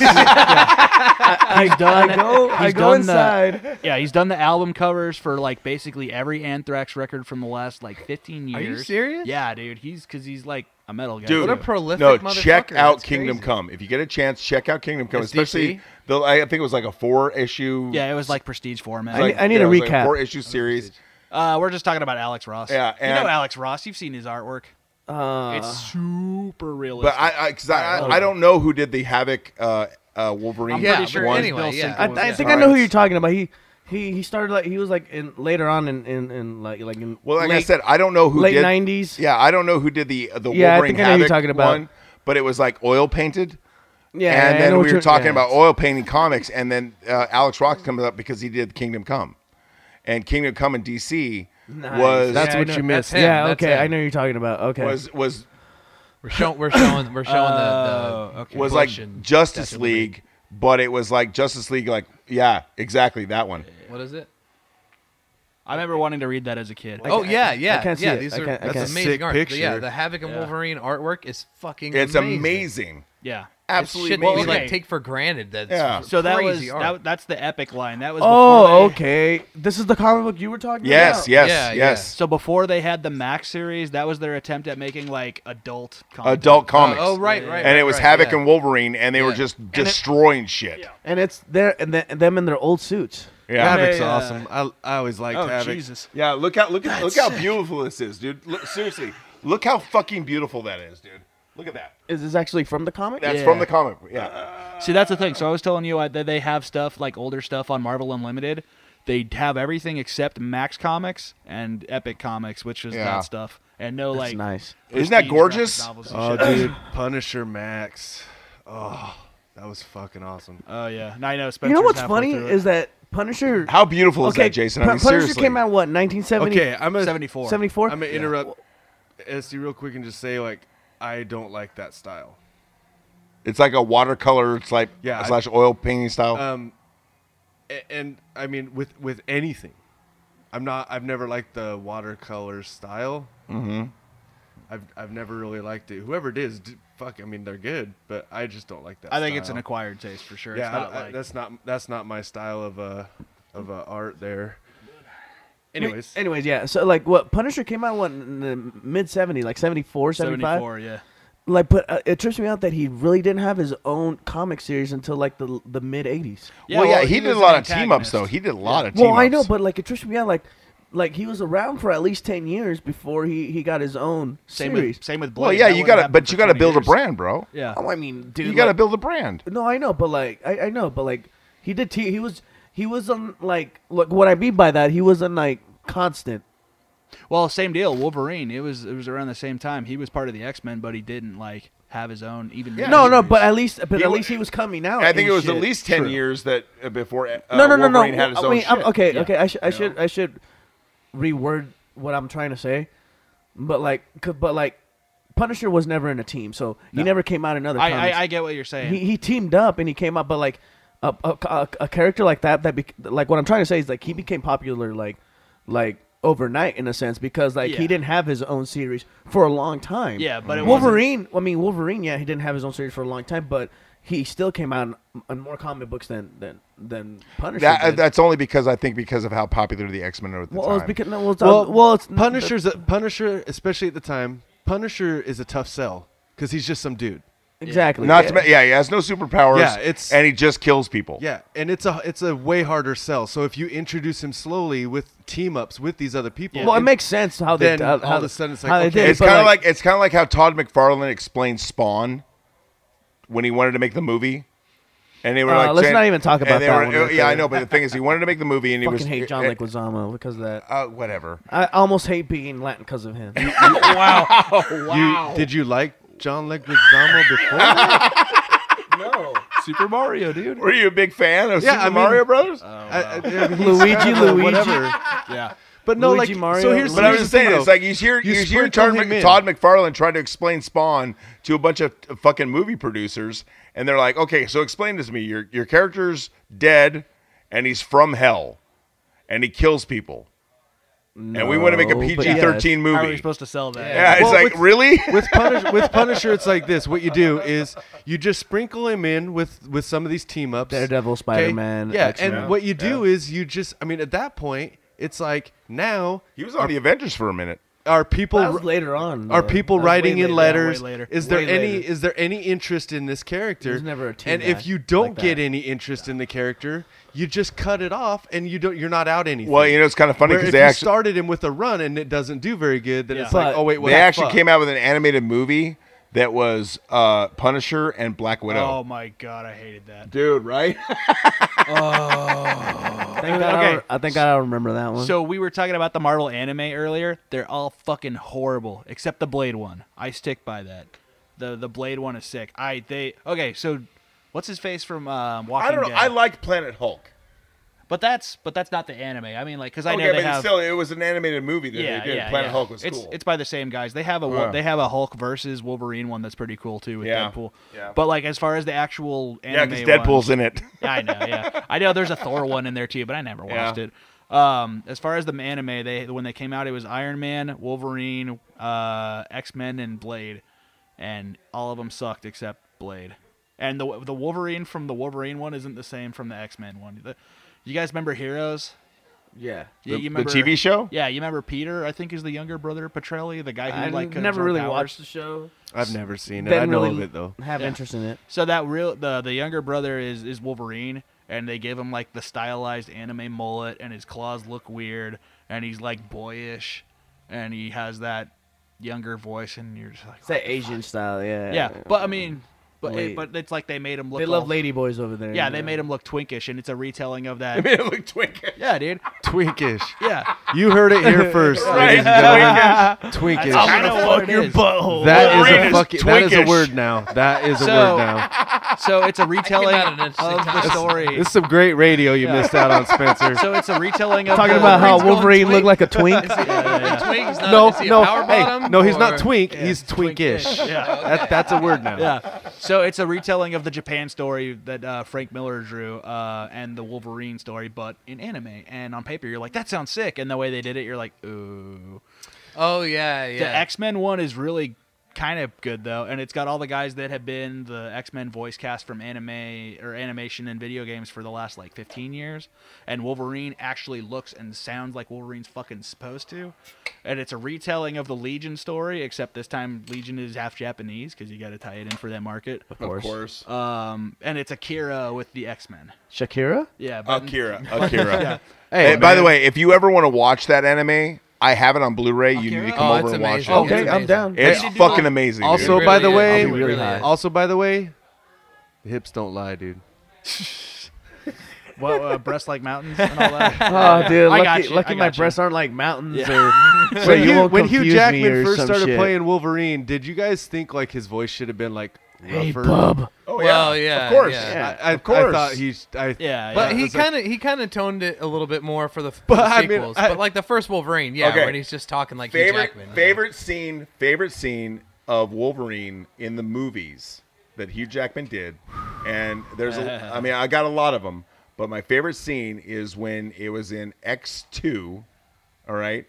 Speaker 7: I, done, I go, I
Speaker 3: he's
Speaker 7: go
Speaker 3: done the-
Speaker 7: inside.
Speaker 3: Yeah, he's done the album covers for like basically every Anthrax record from the last like 15 years.
Speaker 5: you serious?
Speaker 3: Yeah, dude. He's because he's like a metal guy.
Speaker 4: Dude,
Speaker 5: What a
Speaker 3: too.
Speaker 5: prolific
Speaker 4: no,
Speaker 5: motherfucker.
Speaker 4: check out
Speaker 5: That's
Speaker 4: Kingdom
Speaker 5: crazy.
Speaker 4: Come. If you get a chance, check out Kingdom Come,
Speaker 5: It's
Speaker 4: especially
Speaker 5: DC?
Speaker 4: the. I think it was like a four issue.
Speaker 3: yeah, it was like prestige format.
Speaker 4: like-
Speaker 7: I need
Speaker 4: yeah,
Speaker 7: a
Speaker 4: it was like
Speaker 7: recap.
Speaker 4: four issue series.
Speaker 3: Uh, we're just talking about Alex Ross.
Speaker 4: Yeah,
Speaker 3: you know
Speaker 4: and-
Speaker 3: Alex Ross. You've seen his artwork.
Speaker 7: Uh,
Speaker 3: it's super realistic.
Speaker 4: But I, I, cause I, I, I don't know who did the Havoc uh, uh, Wolverine.
Speaker 3: I'm
Speaker 5: Yeah,
Speaker 3: pretty sure
Speaker 5: but
Speaker 4: one.
Speaker 3: it's
Speaker 5: anyway,
Speaker 3: Bill
Speaker 5: yeah.
Speaker 3: Sienkiewicz.
Speaker 7: I, I think I know who you're talking about. He he he started like he was like in later on in in, in like like in
Speaker 4: Well, like I
Speaker 7: late-
Speaker 4: said, I don't know who
Speaker 7: late
Speaker 4: did,
Speaker 7: 90s.
Speaker 4: Yeah, I don't know who did the the
Speaker 7: Yeah, I
Speaker 4: Wolverine
Speaker 7: think I know who you're
Speaker 4: Havoc
Speaker 7: talking about.
Speaker 4: one, but it was like oil painted.
Speaker 7: yeah. I
Speaker 4: and
Speaker 7: know
Speaker 4: then
Speaker 7: what
Speaker 4: we were
Speaker 7: you're-
Speaker 4: talking
Speaker 7: yeah.
Speaker 4: about oil painting comics, and then uh, Alex Ross comes up because he did Kingdom Come, and Kingdom Come in DC was
Speaker 6: That's
Speaker 7: Yeah, I
Speaker 6: what
Speaker 7: know.
Speaker 6: you missed.
Speaker 5: him.
Speaker 7: Yeah,
Speaker 5: That's
Speaker 7: okay,
Speaker 5: him.
Speaker 7: I know who you're talking about. Okay,
Speaker 4: was was
Speaker 5: We're showing. We're showing. We're showing the. the
Speaker 3: okay.
Speaker 4: was like
Speaker 5: Bush and
Speaker 4: Justice
Speaker 5: Statue of Liberty.
Speaker 4: League, but it was like Justice League, like yeah, exactly that one.
Speaker 5: What is it?
Speaker 3: I remember wanting to read that as a kid.
Speaker 5: Oh yeah, yeah,
Speaker 7: can't see
Speaker 5: yeah.
Speaker 7: it.
Speaker 5: These
Speaker 7: I
Speaker 5: are
Speaker 7: can't- I
Speaker 5: that's
Speaker 7: can't.
Speaker 5: amazing
Speaker 6: Sick
Speaker 5: art. But yeah,
Speaker 6: picture.
Speaker 5: the Havoc and Wolverine artwork is fucking.
Speaker 4: It's amazing.
Speaker 3: yeah.
Speaker 5: Absolutely, shit
Speaker 4: Absolutely
Speaker 5: that we
Speaker 4: amazing.
Speaker 5: like take for granted. That's
Speaker 4: Yeah.
Speaker 3: So that was
Speaker 5: crazy art.
Speaker 3: that, that's the epic line. That was before
Speaker 7: Oh,
Speaker 3: they-
Speaker 7: okay. This is the comic book you were talking
Speaker 4: Yes,
Speaker 7: about.
Speaker 4: yes,
Speaker 5: Yeah,
Speaker 4: yes.
Speaker 3: So before they had the Max series, that was their attempt at making like adult content.
Speaker 4: Adult comics.
Speaker 5: oh right, right.
Speaker 4: and it was Havoc and Wolverine, and they were
Speaker 5: Yeah.
Speaker 4: just destroying shit.
Speaker 7: And it's there and the, them in their old suits.
Speaker 4: Yeah.
Speaker 6: Havoc's
Speaker 3: Yeah.
Speaker 6: awesome. I, I always liked
Speaker 3: Oh
Speaker 6: Havoc.
Speaker 3: Jesus!
Speaker 4: Yeah, look how look at look how beautiful this is, dude. Look, seriously, look how fucking beautiful that is, dude. Look at that. Uh,
Speaker 7: Is this actually from the comic?
Speaker 4: That's
Speaker 3: Yeah.
Speaker 4: from the comic. book. Yeah.
Speaker 3: See, that's the thing. So I was telling you I, that they have stuff like older stuff on Marvel Unlimited. They have everything except Max Comics and Epic Comics, which is
Speaker 4: Yeah.
Speaker 3: that stuff, and no
Speaker 7: That's
Speaker 3: like
Speaker 7: nice.
Speaker 3: prestige
Speaker 4: Isn't that
Speaker 3: graphic
Speaker 4: gorgeous?
Speaker 3: novels and
Speaker 6: Oh,
Speaker 3: shit.
Speaker 6: dude, Punisher Max. Oh, that was fucking awesome.
Speaker 3: Oh yeah, and I know.
Speaker 7: you
Speaker 3: Spencer's
Speaker 7: know what's
Speaker 3: halfway
Speaker 7: funny
Speaker 3: through it.
Speaker 7: is that Punisher.
Speaker 4: How beautiful is
Speaker 7: okay,
Speaker 4: that, Jason? I
Speaker 7: Pu-
Speaker 4: mean,
Speaker 7: Punisher
Speaker 4: seriously.
Speaker 7: came out what 1970?
Speaker 6: Okay, I'm gonna
Speaker 3: 74.
Speaker 7: 74.
Speaker 6: I'm gonna interrupt SD real quick and just say like I don't like that style.
Speaker 4: It's like a watercolor. It's like
Speaker 6: Yeah,
Speaker 4: slash oil painting style.
Speaker 6: Um, a- and I mean with with anything, I'm not. I've never liked the watercolor style. Mm-hmm. I've I've never really liked it. Whoever it is, d- fuck. I mean, they're good, but I just don't like that.
Speaker 3: I think it's an
Speaker 6: style.
Speaker 3: acquired taste for sure.
Speaker 6: Yeah,
Speaker 3: it's not
Speaker 6: I- I-
Speaker 3: like
Speaker 6: that's not that's not my style of uh of uh, art there. Anyways,
Speaker 7: Anyways, yeah. So like, what Punisher came out what in the mid 70s, like 74, 75.
Speaker 3: 74. Yeah.
Speaker 7: Like, but uh, it trips me out that he really didn't have his own comic series until like the the mid 80s.
Speaker 4: well, yeah,
Speaker 3: well,
Speaker 4: he,
Speaker 3: he
Speaker 4: did a
Speaker 3: was
Speaker 4: lot
Speaker 3: an
Speaker 4: of team ups though.
Speaker 3: antagonist.
Speaker 4: He did a lot of team
Speaker 7: Well,
Speaker 4: ups.
Speaker 7: I know, but like it trips me out. Like, like he was around for at least 10 years before he he got his own
Speaker 3: Same
Speaker 7: series.
Speaker 3: with same with Blade.
Speaker 4: well, yeah,
Speaker 3: That
Speaker 4: you
Speaker 3: wouldn't
Speaker 4: gotta,
Speaker 3: happen
Speaker 4: but
Speaker 3: for
Speaker 4: you gotta
Speaker 3: 20
Speaker 4: build
Speaker 3: years.
Speaker 4: a brand, bro.
Speaker 3: Yeah.
Speaker 7: Oh, I mean, dude,
Speaker 4: You gotta
Speaker 7: like-
Speaker 4: build a brand.
Speaker 7: No, I know, but like I, I know, but like he did. T- he was he was on like look what I mean by that. He was on like constant.
Speaker 3: Well, same deal. Wolverine. It was it was around the same time. He was part of the X Men, but he didn't like have his own even.
Speaker 4: Yeah.
Speaker 7: No, no, but at least but
Speaker 4: He
Speaker 7: at
Speaker 4: wa-
Speaker 7: least he was coming out.
Speaker 4: I think
Speaker 7: and
Speaker 4: it was
Speaker 7: shit.
Speaker 4: at least ten years that uh, before uh,
Speaker 7: No, no, no, no.
Speaker 4: Wolverine had his
Speaker 7: I
Speaker 4: own
Speaker 7: mean, I'm-
Speaker 4: shit.
Speaker 7: okay, okay. I should I should I should reword what I'm trying to say, but like c- but like Punisher was never in a team, so he never came out in other.
Speaker 3: I,
Speaker 7: comics.
Speaker 3: I I get what you're saying.
Speaker 7: he, he teamed up and he came up, but like a, a, a, a character like that that bec like what I'm trying to say is like he became popular like like overnight in a sense because like he
Speaker 3: Yeah.
Speaker 7: didn't have his own series for a long time.
Speaker 3: Yeah, but it wasn't-
Speaker 7: Wolverine. I mean Wolverine. Yeah, he didn't have his own series for a long time, but he still came out on, on more comic books than than than Punisher.
Speaker 4: That, uh,
Speaker 7: did.
Speaker 4: that's only because I think because of how popular the X Men are at the
Speaker 7: well,
Speaker 4: time.
Speaker 7: it's because no, well, it's,
Speaker 6: Well,
Speaker 7: well, it's
Speaker 6: Punisher's a, Punisher, especially at the time. Punisher is a tough sell because he's just some dude.
Speaker 7: exactly
Speaker 4: Not
Speaker 7: yeah.
Speaker 4: to ma- yeah, he has no superpowers.
Speaker 6: Yeah, it's-
Speaker 4: and he just kills people.
Speaker 6: Yeah, and it's a it's a way harder sell. So if you introduce him slowly with team ups with these other people,
Speaker 7: Well, it makes sense how they
Speaker 6: Then
Speaker 7: how,
Speaker 6: all
Speaker 7: how
Speaker 6: of a sudden it's like,
Speaker 7: how they
Speaker 6: okay.
Speaker 7: did it,
Speaker 4: it's
Speaker 7: but,
Speaker 4: kind of like, it's kind of like how Todd McFarlane explained Spawn when he wanted to make the movie, and they were like,
Speaker 7: Uh, let's
Speaker 4: saying-
Speaker 7: not even talk
Speaker 4: and
Speaker 7: about
Speaker 4: they
Speaker 7: that
Speaker 4: were- uh,
Speaker 7: one right
Speaker 4: yeah, I
Speaker 7: there.
Speaker 4: know, but the thing is, he wanted to make the movie, and he
Speaker 7: fucking
Speaker 4: was
Speaker 7: hate John
Speaker 4: uh,
Speaker 7: Leguizamo because of that.
Speaker 4: Uh, whatever.
Speaker 7: I almost hate being Latin because of him.
Speaker 6: you did you like John Leguizamo before? that? Super Mario, dude.
Speaker 4: Were you a big fan of
Speaker 6: Yeah,
Speaker 4: Super
Speaker 6: I mean-
Speaker 4: Mario Brothers?
Speaker 6: I- I- I mean, he's
Speaker 7: Luigi,
Speaker 6: kind of
Speaker 7: Luigi.
Speaker 6: whatever.
Speaker 3: Yeah.
Speaker 6: But no,
Speaker 7: Luigi
Speaker 6: like
Speaker 7: Mario,
Speaker 6: so here's
Speaker 4: but I was
Speaker 6: here's
Speaker 4: just
Speaker 6: the
Speaker 4: saying,
Speaker 6: thing,
Speaker 4: it's
Speaker 6: though.
Speaker 4: like you hear you, hear
Speaker 6: You sprinkle
Speaker 4: Todd,
Speaker 6: him
Speaker 4: Mc-
Speaker 6: in.
Speaker 4: Todd McFarlane trying to explain Spawn to a bunch of fucking movie producers, and they're like, "Okay, so explain this to me. Your your character's dead, and he's from hell, and he kills people, and we want to make a
Speaker 7: No, but yeah,
Speaker 4: PG thirteen
Speaker 3: How are
Speaker 4: movie."
Speaker 3: we supposed to sell that?
Speaker 4: yeah, it's
Speaker 6: Well,
Speaker 4: like
Speaker 6: with-
Speaker 4: really.
Speaker 6: with Punisher, with Punisher, it's like this. What you do is you just sprinkle him in with with some of these team ups.
Speaker 7: Daredevil, Spider-Man,
Speaker 6: Yeah,
Speaker 7: X-Men.
Speaker 6: and what you do is you just. I mean, at that point, it's like now
Speaker 4: He was on the Avengers for a minute.
Speaker 6: are people
Speaker 7: That was later on.
Speaker 6: are
Speaker 7: though.
Speaker 6: people
Speaker 7: That was
Speaker 6: writing
Speaker 7: way
Speaker 6: in
Speaker 7: later.
Speaker 6: letters?
Speaker 3: way later.
Speaker 6: Is there
Speaker 7: Way
Speaker 6: any
Speaker 7: later.
Speaker 6: is there any interest in this character?
Speaker 7: There's never a team
Speaker 6: And
Speaker 7: that-
Speaker 6: if you don't
Speaker 7: like
Speaker 6: get
Speaker 7: that.
Speaker 6: any interest in the character, you just cut it off, and you don't. You're not out anything.
Speaker 4: Well, you know, it's kind of funny
Speaker 6: Where
Speaker 4: because
Speaker 6: if
Speaker 4: they
Speaker 6: you
Speaker 4: actually
Speaker 6: started him with a run and it doesn't do very good, then it's
Speaker 7: Yeah.
Speaker 6: like,
Speaker 7: But
Speaker 6: oh wait, what
Speaker 4: they
Speaker 6: the
Speaker 4: actually
Speaker 6: fuck?
Speaker 4: came out with an animated movie that was uh, Punisher and Black Widow.
Speaker 3: Oh my god, I hated that.
Speaker 4: Dude, right?
Speaker 7: Thank God I,
Speaker 3: Okay.
Speaker 7: don't- I think I don't remember that one.
Speaker 3: So we were talking about the Marvel anime earlier. They're all fucking horrible, except the Blade one. I stick by that. The the Blade one is sick. I they okay. So what's his face from um, Walking
Speaker 4: I don't know.
Speaker 3: Dead?
Speaker 4: I like Planet Hulk.
Speaker 3: but that's but that's not the anime. I mean, like because I
Speaker 4: okay,
Speaker 3: know they
Speaker 4: but
Speaker 3: have.
Speaker 4: still, it was an animated movie that
Speaker 3: yeah,
Speaker 4: they did.
Speaker 3: yeah,
Speaker 4: Planet
Speaker 3: yeah.
Speaker 4: Hulk was
Speaker 3: it's,
Speaker 4: cool.
Speaker 3: It's by the same guys. They have a
Speaker 4: Yeah.
Speaker 3: they have a Hulk versus Wolverine one that's pretty cool too with
Speaker 4: Yeah.
Speaker 3: Deadpool.
Speaker 4: Yeah.
Speaker 3: But like as far as the actual
Speaker 4: yeah,
Speaker 3: anime,
Speaker 4: because
Speaker 3: one-
Speaker 4: Deadpool's in it.
Speaker 3: I know, yeah. I know there's a Thor one in there too, but I never watched
Speaker 4: Yeah.
Speaker 3: it. Um, as far as the anime, they when they came out, it was Iron Man, Wolverine, uh, X Men, and Blade, and all of them sucked except Blade. And the the Wolverine from the Wolverine one isn't the same from the X Men one. The- you guys remember Heroes?
Speaker 7: yeah.
Speaker 3: Yeah,
Speaker 4: The-
Speaker 3: you
Speaker 4: the TV show?
Speaker 3: Yeah, you remember Peter? I think is the younger brother Petrelli, the guy who
Speaker 7: I
Speaker 3: like couldn't
Speaker 7: never
Speaker 3: absorb
Speaker 7: really
Speaker 3: powers.
Speaker 7: watched the show.
Speaker 6: I've never seen it.
Speaker 7: Didn't
Speaker 6: I know
Speaker 7: really
Speaker 6: of it though.
Speaker 7: Have
Speaker 3: Yeah.
Speaker 7: interest in it.
Speaker 3: So that real the the younger brother is is Wolverine, and they give him like the stylized anime mullet, and his claws look weird, and he's like boyish, and he has that younger voice, and you're just like,
Speaker 7: It's that Asian style, yeah.
Speaker 3: yeah. But I mean, but
Speaker 7: Wait.
Speaker 3: it, but it's like they made him look.
Speaker 7: they love
Speaker 3: all-
Speaker 7: ladyboys over there.
Speaker 3: Yeah, they made him look twinkish, and it's a retelling of that.
Speaker 4: It looked twinkish.
Speaker 3: yeah, dude.
Speaker 6: Twinkish.
Speaker 3: Yeah.
Speaker 6: You heard it here first, ladies and gentlemen. Twinkish.
Speaker 3: kind of what your butthole.
Speaker 6: That is
Speaker 4: Wolverine
Speaker 6: a
Speaker 4: is
Speaker 6: fucking. That is a
Speaker 4: twinkish.
Speaker 6: word now. That is a
Speaker 3: So-
Speaker 6: word now.
Speaker 3: So it's a retelling
Speaker 8: out an
Speaker 3: of
Speaker 8: interesting
Speaker 3: the
Speaker 8: topic.
Speaker 3: story.
Speaker 6: This is some great radio you missed out on, Spencer.
Speaker 3: So it's a retelling of
Speaker 7: talking
Speaker 3: the-
Speaker 7: about how
Speaker 8: going
Speaker 7: Wolverine
Speaker 8: twink.
Speaker 7: looked like a twink.
Speaker 8: Twink's
Speaker 5: uh,
Speaker 8: not,
Speaker 6: no,
Speaker 8: is he a
Speaker 6: no,
Speaker 8: power
Speaker 6: hey,
Speaker 8: bottom,
Speaker 6: no, he's
Speaker 8: or-
Speaker 6: not twink. He's twinkish. That, that's a word now.
Speaker 3: yeah. So it's a retelling of the Japan story that uh, Frank Miller drew uh, and the Wolverine story, but in anime. And on paper, you're like, that sounds sick. And the way they did it, you're like, ooh.
Speaker 8: Oh yeah, yeah.
Speaker 3: The X Men one is really kind of good though, and it's got all the guys that have been the X Men voice cast from anime or animation and video games for the last like 15 years. And Wolverine actually looks and sounds like Wolverine's fucking supposed to. And it's a retelling of the Legion story, except this time Legion is half Japanese because you got to tie it in for that market.
Speaker 7: Oh,
Speaker 4: Of course.
Speaker 3: Um, and it's Akira with the X Men.
Speaker 7: Shakira?
Speaker 3: Yeah, but
Speaker 4: Akira. Akira.
Speaker 6: Hey,
Speaker 4: Hey, by
Speaker 6: man.
Speaker 4: the way, if you ever want to watch that anime, I have it on Blu-ray. You need to come
Speaker 8: Oh,
Speaker 4: over
Speaker 8: it's
Speaker 4: and watch
Speaker 8: amazing.
Speaker 4: it.
Speaker 7: Okay,
Speaker 8: It's
Speaker 7: I'm
Speaker 8: amazing.
Speaker 7: down.
Speaker 4: It's
Speaker 8: They did do
Speaker 4: fucking
Speaker 8: like-
Speaker 4: amazing.
Speaker 6: Also,
Speaker 4: dude.
Speaker 6: by the
Speaker 8: really
Speaker 6: way,
Speaker 8: is. I'll be
Speaker 7: really high.
Speaker 6: also by the way, hips don't lie, dude.
Speaker 3: what, uh, breasts like mountains and all that.
Speaker 7: Oh, dude,
Speaker 3: I
Speaker 7: lucky,
Speaker 3: got you,
Speaker 7: lucky
Speaker 3: I
Speaker 7: my
Speaker 3: got you.
Speaker 7: breasts aren't like mountains or so
Speaker 6: When,
Speaker 7: you
Speaker 6: Hugh,
Speaker 7: won't
Speaker 6: when Hugh
Speaker 7: confuse me
Speaker 6: Jackman
Speaker 7: or
Speaker 6: first
Speaker 7: some
Speaker 6: started
Speaker 7: shit.
Speaker 6: playing Wolverine, did you guys think like his voice should have been like rougher?
Speaker 7: Hey, bub.
Speaker 4: oh,
Speaker 8: Well, yeah,
Speaker 4: of course.
Speaker 8: yeah.
Speaker 7: Yeah,
Speaker 6: I, I,
Speaker 4: of course.
Speaker 6: I thought he. I,
Speaker 3: Yeah,
Speaker 8: But
Speaker 3: yeah.
Speaker 8: he
Speaker 6: it's like-
Speaker 8: kind of he kind of toned it a little bit more for the, f-
Speaker 6: But,
Speaker 8: the
Speaker 6: I mean,
Speaker 8: sequels.
Speaker 6: I-
Speaker 8: but like the first Wolverine, yeah,
Speaker 4: Okay.
Speaker 8: when he's just talking like Hugh
Speaker 4: favorite
Speaker 8: Jackman.
Speaker 4: favorite scene favorite scene of Wolverine in the movies that Hugh Jackman did, and there's a, I mean I got a lot of them, but my favorite scene is when it was in X two, all right,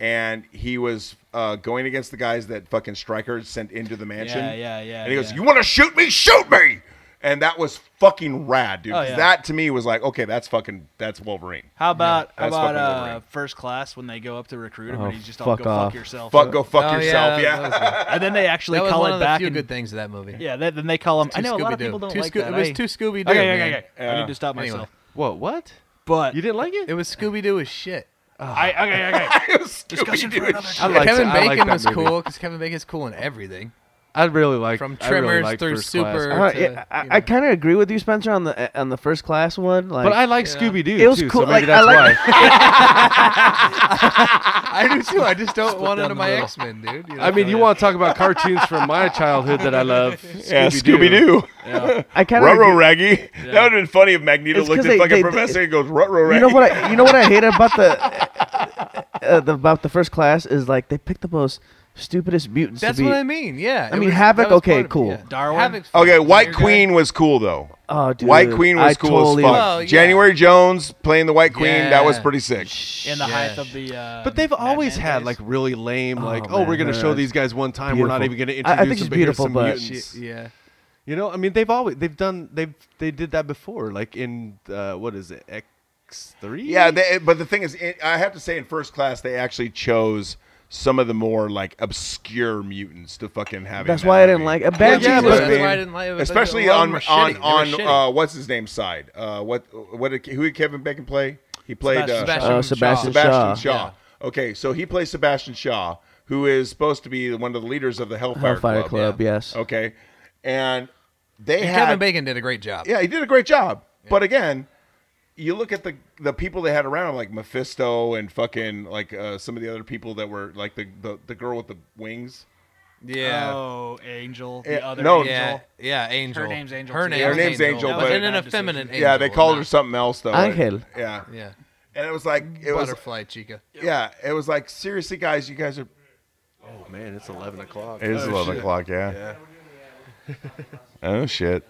Speaker 4: and he was uh, going against the guys that fucking Stryker sent into the mansion.
Speaker 3: Yeah, yeah, yeah,
Speaker 4: And he goes,
Speaker 3: yeah.
Speaker 4: "You want to shoot me? Shoot me!" and that was fucking rad, dude.
Speaker 3: Oh,
Speaker 4: 'Cause
Speaker 3: yeah.
Speaker 4: That to me was like, okay, that's fucking that's Wolverine.
Speaker 3: How about how
Speaker 4: that's
Speaker 3: about
Speaker 4: fucking
Speaker 3: uh,
Speaker 4: Wolverine.
Speaker 3: first class when they go up to recruit him
Speaker 7: Oh,
Speaker 3: and he's just all
Speaker 7: fuck
Speaker 3: go
Speaker 7: off.
Speaker 3: fuck yourself.
Speaker 4: Fuck, go fuck
Speaker 5: Oh,
Speaker 4: yourself.
Speaker 5: yeah,
Speaker 4: Yeah,
Speaker 5: that was good.
Speaker 3: And then they actually
Speaker 5: That was
Speaker 3: call
Speaker 5: one
Speaker 3: it
Speaker 5: of the
Speaker 3: back.
Speaker 5: few
Speaker 3: and,
Speaker 5: good things of that movie.
Speaker 3: Yeah, then, then they call him. I know a lot of
Speaker 5: Scooby-Doo.
Speaker 3: people don't
Speaker 5: Too
Speaker 3: like
Speaker 5: Scoo-
Speaker 3: that.
Speaker 5: It was
Speaker 3: I-
Speaker 5: too Scooby Doo.
Speaker 3: Okay, okay, okay. I
Speaker 4: Yeah.
Speaker 3: need to stop
Speaker 5: Anyway.
Speaker 3: myself.
Speaker 6: Whoa, what?
Speaker 3: But
Speaker 6: You didn't like it?
Speaker 5: It was Scooby Doo as shit.
Speaker 3: I okay, okay.
Speaker 4: it was Discussion for another
Speaker 6: I liked
Speaker 5: Kevin
Speaker 6: it. I liked
Speaker 5: Bacon
Speaker 6: that
Speaker 5: was
Speaker 6: movie.
Speaker 5: cool because Kevin Bacon's cool in everything.
Speaker 6: I really like
Speaker 5: From
Speaker 6: I really
Speaker 5: Tremors
Speaker 6: liked
Speaker 5: through
Speaker 6: First Class.
Speaker 5: Super.
Speaker 7: I don't know,
Speaker 5: to,
Speaker 7: Uh, yeah, I,
Speaker 5: you
Speaker 7: I
Speaker 5: know.
Speaker 7: kind of agree with you, Spencer, on the uh, on the first class one. Like,
Speaker 6: But I like Scooby Doo
Speaker 7: It was
Speaker 6: too,
Speaker 7: cool,
Speaker 6: so maybe
Speaker 7: like,
Speaker 6: that's
Speaker 7: I like-
Speaker 6: why.
Speaker 5: I do too. I just don't want
Speaker 2: down
Speaker 5: it in
Speaker 2: the
Speaker 5: my
Speaker 2: middle.
Speaker 5: X Men, dude. You know?
Speaker 6: I mean, you want to talk about cartoons from my childhood that I love?
Speaker 4: Yeah, Scooby Doo.
Speaker 7: I kind of
Speaker 4: Rutro Raggy. That would have been funny if Magneto
Speaker 7: It's 'cause
Speaker 4: looked at
Speaker 7: they-
Speaker 4: fucking
Speaker 7: they-
Speaker 4: Professor and goes Rutro Raggy.
Speaker 7: You know what I? You know what I hate about the, uh, the about the first class is like they picked the most stupidest mutants.
Speaker 5: That's
Speaker 7: to be,
Speaker 5: what I mean. Yeah.
Speaker 7: I
Speaker 5: it
Speaker 7: mean,
Speaker 5: was-
Speaker 7: Havoc,
Speaker 5: that was
Speaker 7: okay,
Speaker 5: part of it,
Speaker 7: cool.
Speaker 5: yeah.
Speaker 3: Darwin?
Speaker 5: Havoc's fine.
Speaker 4: Okay, White
Speaker 5: You're
Speaker 4: Queen was cool though.
Speaker 7: Oh, dude,
Speaker 4: White Queen was
Speaker 7: I
Speaker 4: cool
Speaker 7: totally,
Speaker 4: as fuck.
Speaker 5: Well, Oh, yeah.
Speaker 4: January Jones playing the White Queen, that was
Speaker 5: Yeah.
Speaker 4: pretty sick.
Speaker 3: In the
Speaker 5: Yeah.
Speaker 3: height of the. Uh,
Speaker 6: But they've
Speaker 3: Batman
Speaker 6: always had
Speaker 3: days.
Speaker 6: like really lame, like,
Speaker 7: Oh,
Speaker 6: oh, we're
Speaker 7: man,
Speaker 6: gonna show
Speaker 7: that's
Speaker 6: these guys one time. We're not
Speaker 7: beautiful.
Speaker 6: even gonna
Speaker 7: I- I
Speaker 6: introduce
Speaker 7: think it's
Speaker 6: them. but here's
Speaker 7: beautiful,
Speaker 6: some
Speaker 7: but-
Speaker 6: mutants.
Speaker 5: good. Yeah.
Speaker 6: You know, I mean, they've always they've done they've they did that before, like in uh, what is it X three?
Speaker 4: Yeah, they, but the thing is, it, I have to say, in first class, they actually chose some of the more like obscure mutants to fucking have. in
Speaker 7: That's
Speaker 4: that
Speaker 7: why I didn't
Speaker 4: movie.
Speaker 7: like a bad
Speaker 5: yeah,
Speaker 4: but
Speaker 5: that's
Speaker 4: I mean,
Speaker 5: why I didn't like it. But
Speaker 4: Especially
Speaker 5: a lot of
Speaker 4: on
Speaker 5: them were
Speaker 4: on
Speaker 5: shitty. They
Speaker 4: on
Speaker 5: were
Speaker 4: uh,
Speaker 5: shitty.
Speaker 4: what's his name's side. Uh, what what did, who did Kevin Bacon play? He played uh,
Speaker 5: Sebastian,
Speaker 7: Uh, Sebastian
Speaker 5: Shaw.
Speaker 7: Shaw.
Speaker 4: Sebastian Shaw. Okay, so he plays Sebastian Shaw, who is supposed to be one of the leaders of the Hellfire,
Speaker 7: Hellfire Club. Yes.
Speaker 4: Okay, and they
Speaker 5: And
Speaker 4: had
Speaker 5: Kevin Bacon did a great job.
Speaker 4: yeah, he did a great job. But again, you look at the the people they had around, like Mephisto and fucking like uh, some of the other people that were like the the, the girl with the wings.
Speaker 5: Yeah.
Speaker 3: Oh, Angel. The
Speaker 4: Yeah,
Speaker 3: other
Speaker 4: no,
Speaker 3: Angel.
Speaker 5: yeah, yeah, Angel.
Speaker 3: Her name's Angel,
Speaker 5: Her
Speaker 3: too.
Speaker 5: name's,
Speaker 3: Her
Speaker 4: name's Angel,
Speaker 5: That
Speaker 4: but-
Speaker 5: was in an
Speaker 3: Bad decision.
Speaker 5: effeminate angel.
Speaker 4: yeah, they called her
Speaker 5: not-
Speaker 4: something else though.
Speaker 7: Angel.
Speaker 4: Yeah,
Speaker 5: Yeah,
Speaker 4: and it was like it was
Speaker 5: butterfly chica.
Speaker 4: yeah, it was like seriously, guys, you guys are.
Speaker 6: Oh man, it's eleven o'clock.
Speaker 4: It is eleven o'clock. Oh, Yeah. oh shit,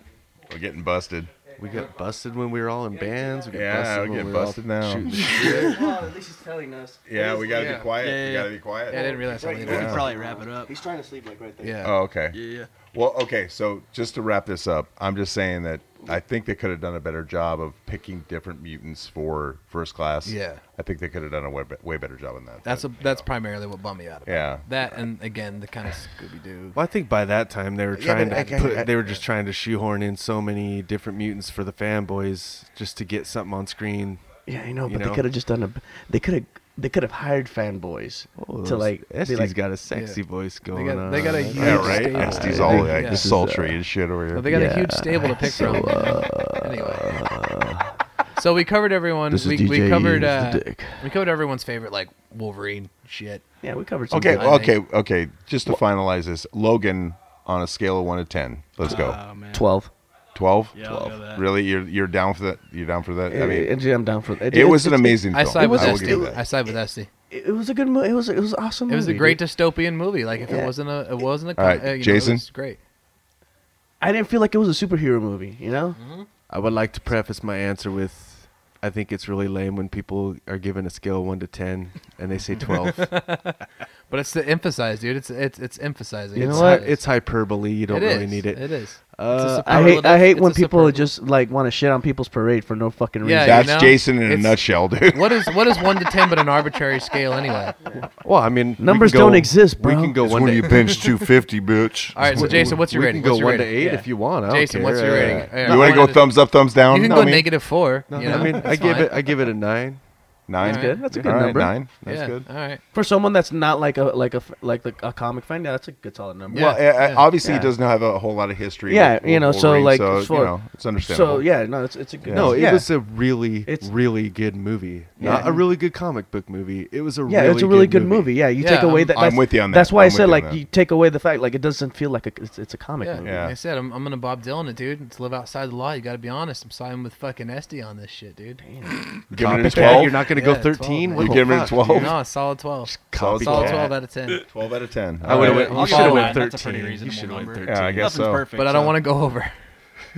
Speaker 4: we're getting busted.
Speaker 6: We got busted when we were all in bands. We got
Speaker 4: Yeah,
Speaker 6: busted
Speaker 4: we
Speaker 6: when
Speaker 4: get
Speaker 6: we were all
Speaker 4: busted now.
Speaker 6: shooting the
Speaker 7: Well, at least he's telling us.
Speaker 4: Yeah, we gotta
Speaker 5: yeah.
Speaker 4: be quiet.
Speaker 3: Yeah,
Speaker 4: we
Speaker 3: yeah,
Speaker 4: gotta be quiet.
Speaker 5: Yeah, I didn't realize how late it
Speaker 3: We
Speaker 5: was.
Speaker 3: could probably wrap it up.
Speaker 7: He's trying to sleep like right there.
Speaker 5: Yeah.
Speaker 4: Oh, okay.
Speaker 3: Yeah.
Speaker 4: Well, okay. So just to wrap this up, I'm just saying that I think they could have done a better job of picking different mutants for first class.
Speaker 5: Yeah.
Speaker 4: I think they could have done a way, way better job on that.
Speaker 5: That's a
Speaker 4: but, you
Speaker 5: that's
Speaker 4: know.
Speaker 5: primarily what bummed me out. About. it.
Speaker 4: yeah.
Speaker 5: That and again the kind of Scooby Doo.
Speaker 6: Well, I think by that time they were
Speaker 4: Yeah,
Speaker 6: trying
Speaker 4: but
Speaker 6: to
Speaker 4: I- I-
Speaker 6: put,
Speaker 4: I-
Speaker 6: they were just trying to shoehorn in so many different mutants for the fanboys just to get something on screen.
Speaker 7: Yeah, I know,
Speaker 6: You
Speaker 7: but
Speaker 6: know?
Speaker 7: they could have just done a. They could have. They could have hired fanboys to like.
Speaker 6: Estee's
Speaker 7: Be like
Speaker 6: got a sexy voice going
Speaker 5: got-
Speaker 6: on.
Speaker 5: they got a huge
Speaker 4: Yeah, right.
Speaker 5: stable.
Speaker 4: Esty's all like
Speaker 5: Yeah.
Speaker 4: sultry and shit over here.
Speaker 5: But they got a huge stable to pick from. anyway. So we covered everyone.
Speaker 7: This is
Speaker 5: we, we
Speaker 7: DJ
Speaker 5: covered
Speaker 7: is
Speaker 5: uh,
Speaker 7: the dick.
Speaker 5: we covered everyone's favorite like Wolverine shit.
Speaker 7: yeah, we covered some.
Speaker 4: okay.
Speaker 7: good-
Speaker 5: I
Speaker 4: okay.
Speaker 5: think-
Speaker 4: Okay. Just to finalize this, Logan on a scale of one to ten. Let's
Speaker 5: Uh,
Speaker 4: go.
Speaker 3: Oh man.
Speaker 7: Twelve.
Speaker 4: Twelve.
Speaker 3: Yeah, I'll go with that.
Speaker 4: Really? You're you're down for that? You're down for that? I mean, it,
Speaker 7: And I'm down for it.
Speaker 4: was
Speaker 7: it's-
Speaker 4: an
Speaker 7: it's-
Speaker 4: amazing.
Speaker 5: I
Speaker 4: Film.
Speaker 5: side with
Speaker 4: I will give you
Speaker 5: Esty.
Speaker 4: that.
Speaker 5: I side with Esty.
Speaker 7: It, it was a good movie. It was. It was an awesome.
Speaker 5: It was a
Speaker 7: movie,
Speaker 5: great
Speaker 7: dude.
Speaker 5: dystopian movie. Like if
Speaker 7: Mm-hmm. Yeah.
Speaker 5: it wasn't a it wasn't a
Speaker 4: All right,
Speaker 5: uh, you know,
Speaker 4: Jason?
Speaker 5: it was great.
Speaker 7: I didn't feel like it was a superhero movie. You know.
Speaker 5: Mm-hmm.
Speaker 6: I would like to preface my answer with, I think it's really lame when people are given a scale of one to ten and they say twelve.
Speaker 5: But it's to emphasize, dude. It's it's it's emphasizing.
Speaker 7: You
Speaker 5: it's
Speaker 7: know what?
Speaker 5: hy-
Speaker 6: it's hyperbole. You don't
Speaker 5: it
Speaker 6: really
Speaker 5: is.
Speaker 6: need it.
Speaker 5: It is.
Speaker 7: Uh, I hate. I hate when people just like want to shit on people's parade for no fucking reason.
Speaker 5: Yeah,
Speaker 4: That's
Speaker 5: you know,
Speaker 4: Jason in a
Speaker 5: it's-
Speaker 4: nutshell, dude.
Speaker 5: What is what is one to ten but an arbitrary scale anyway?
Speaker 6: Well, I mean, we can
Speaker 7: Numbers
Speaker 6: go-
Speaker 7: don't exist,
Speaker 6: We
Speaker 7: bro.
Speaker 6: can go one
Speaker 9: when
Speaker 6: to.
Speaker 9: you bench 250, bitch.
Speaker 5: All right, so Jason, what's your
Speaker 6: we
Speaker 5: rating?
Speaker 6: can go
Speaker 5: What's your
Speaker 6: one to
Speaker 5: rating?
Speaker 6: eight
Speaker 5: Yeah.
Speaker 6: if you want. I don't
Speaker 5: Jason, what's
Speaker 6: care.
Speaker 5: your
Speaker 6: Uh,
Speaker 5: rating? Yeah.
Speaker 4: you want to go
Speaker 5: One to-
Speaker 4: thumbs up, thumbs down?
Speaker 5: You can
Speaker 4: I
Speaker 5: go
Speaker 4: mean,
Speaker 5: negative four.
Speaker 6: No,
Speaker 5: you know?
Speaker 6: I mean,
Speaker 5: That's
Speaker 6: I give
Speaker 5: fine.
Speaker 6: it. I give it a nine.
Speaker 4: Nine.
Speaker 7: good. That's a good
Speaker 4: All right,
Speaker 7: number.
Speaker 4: nine. That's
Speaker 5: yeah.
Speaker 4: good.
Speaker 5: All right.
Speaker 7: For someone that's not like a like a f- like the, a comic fan, yeah, that's a good solid number.
Speaker 4: Well,
Speaker 5: Yeah,
Speaker 4: uh,
Speaker 5: yeah.
Speaker 4: obviously,
Speaker 7: Yeah.
Speaker 4: it doesn't have a whole lot of history.
Speaker 7: Yeah,
Speaker 4: with
Speaker 7: you know, so,
Speaker 4: Wolverine,
Speaker 7: like,
Speaker 4: so,
Speaker 7: for-
Speaker 4: you know, it's understandable.
Speaker 7: So yeah, no, it's it's a good.
Speaker 6: No, it
Speaker 7: yeah.
Speaker 6: was a really,
Speaker 7: It's-
Speaker 6: really good movie. Not
Speaker 7: Yeah.
Speaker 6: a really good comic book movie. It was a
Speaker 7: Yeah,
Speaker 6: really
Speaker 7: it's a really good movie. Yeah, you take
Speaker 5: Yeah,
Speaker 7: away
Speaker 5: I'm-
Speaker 7: that.
Speaker 4: I'm
Speaker 7: that's-
Speaker 4: with you on that.
Speaker 7: That's why
Speaker 4: I'm with
Speaker 7: said
Speaker 4: you on
Speaker 7: like
Speaker 4: that.
Speaker 7: you take away the fact like it doesn't feel like a, it's, it's a comic
Speaker 5: Yeah.
Speaker 7: movie.
Speaker 4: Yeah.
Speaker 5: Like I said, I'm, I'm gonna Bob Dylan it, dude. Let's live outside the law. You gotta be honest. I'm siding with fucking Esty on this shit, dude.
Speaker 4: Give it a
Speaker 6: Copycat,
Speaker 4: 12?
Speaker 6: You're not going to
Speaker 5: Yeah,
Speaker 6: go
Speaker 5: 12,
Speaker 6: 13.
Speaker 5: man.
Speaker 6: What
Speaker 4: You
Speaker 6: the
Speaker 4: give it a
Speaker 6: fuck,
Speaker 4: 12?
Speaker 6: dude?
Speaker 5: No, solid twelve.
Speaker 4: Copycat.
Speaker 5: Solid twelve out of ten.
Speaker 4: 12 out of 10.
Speaker 6: I would have went.
Speaker 5: I'll
Speaker 6: You should
Speaker 5: follow
Speaker 6: have
Speaker 5: that.
Speaker 6: went
Speaker 3: That's a
Speaker 6: 13.
Speaker 3: pretty
Speaker 6: You
Speaker 3: reasonable
Speaker 6: should have went
Speaker 3: number.
Speaker 6: 13.
Speaker 4: Yeah, I guess
Speaker 3: Nothing's
Speaker 4: so.
Speaker 3: perfect.
Speaker 5: But I don't want to go over.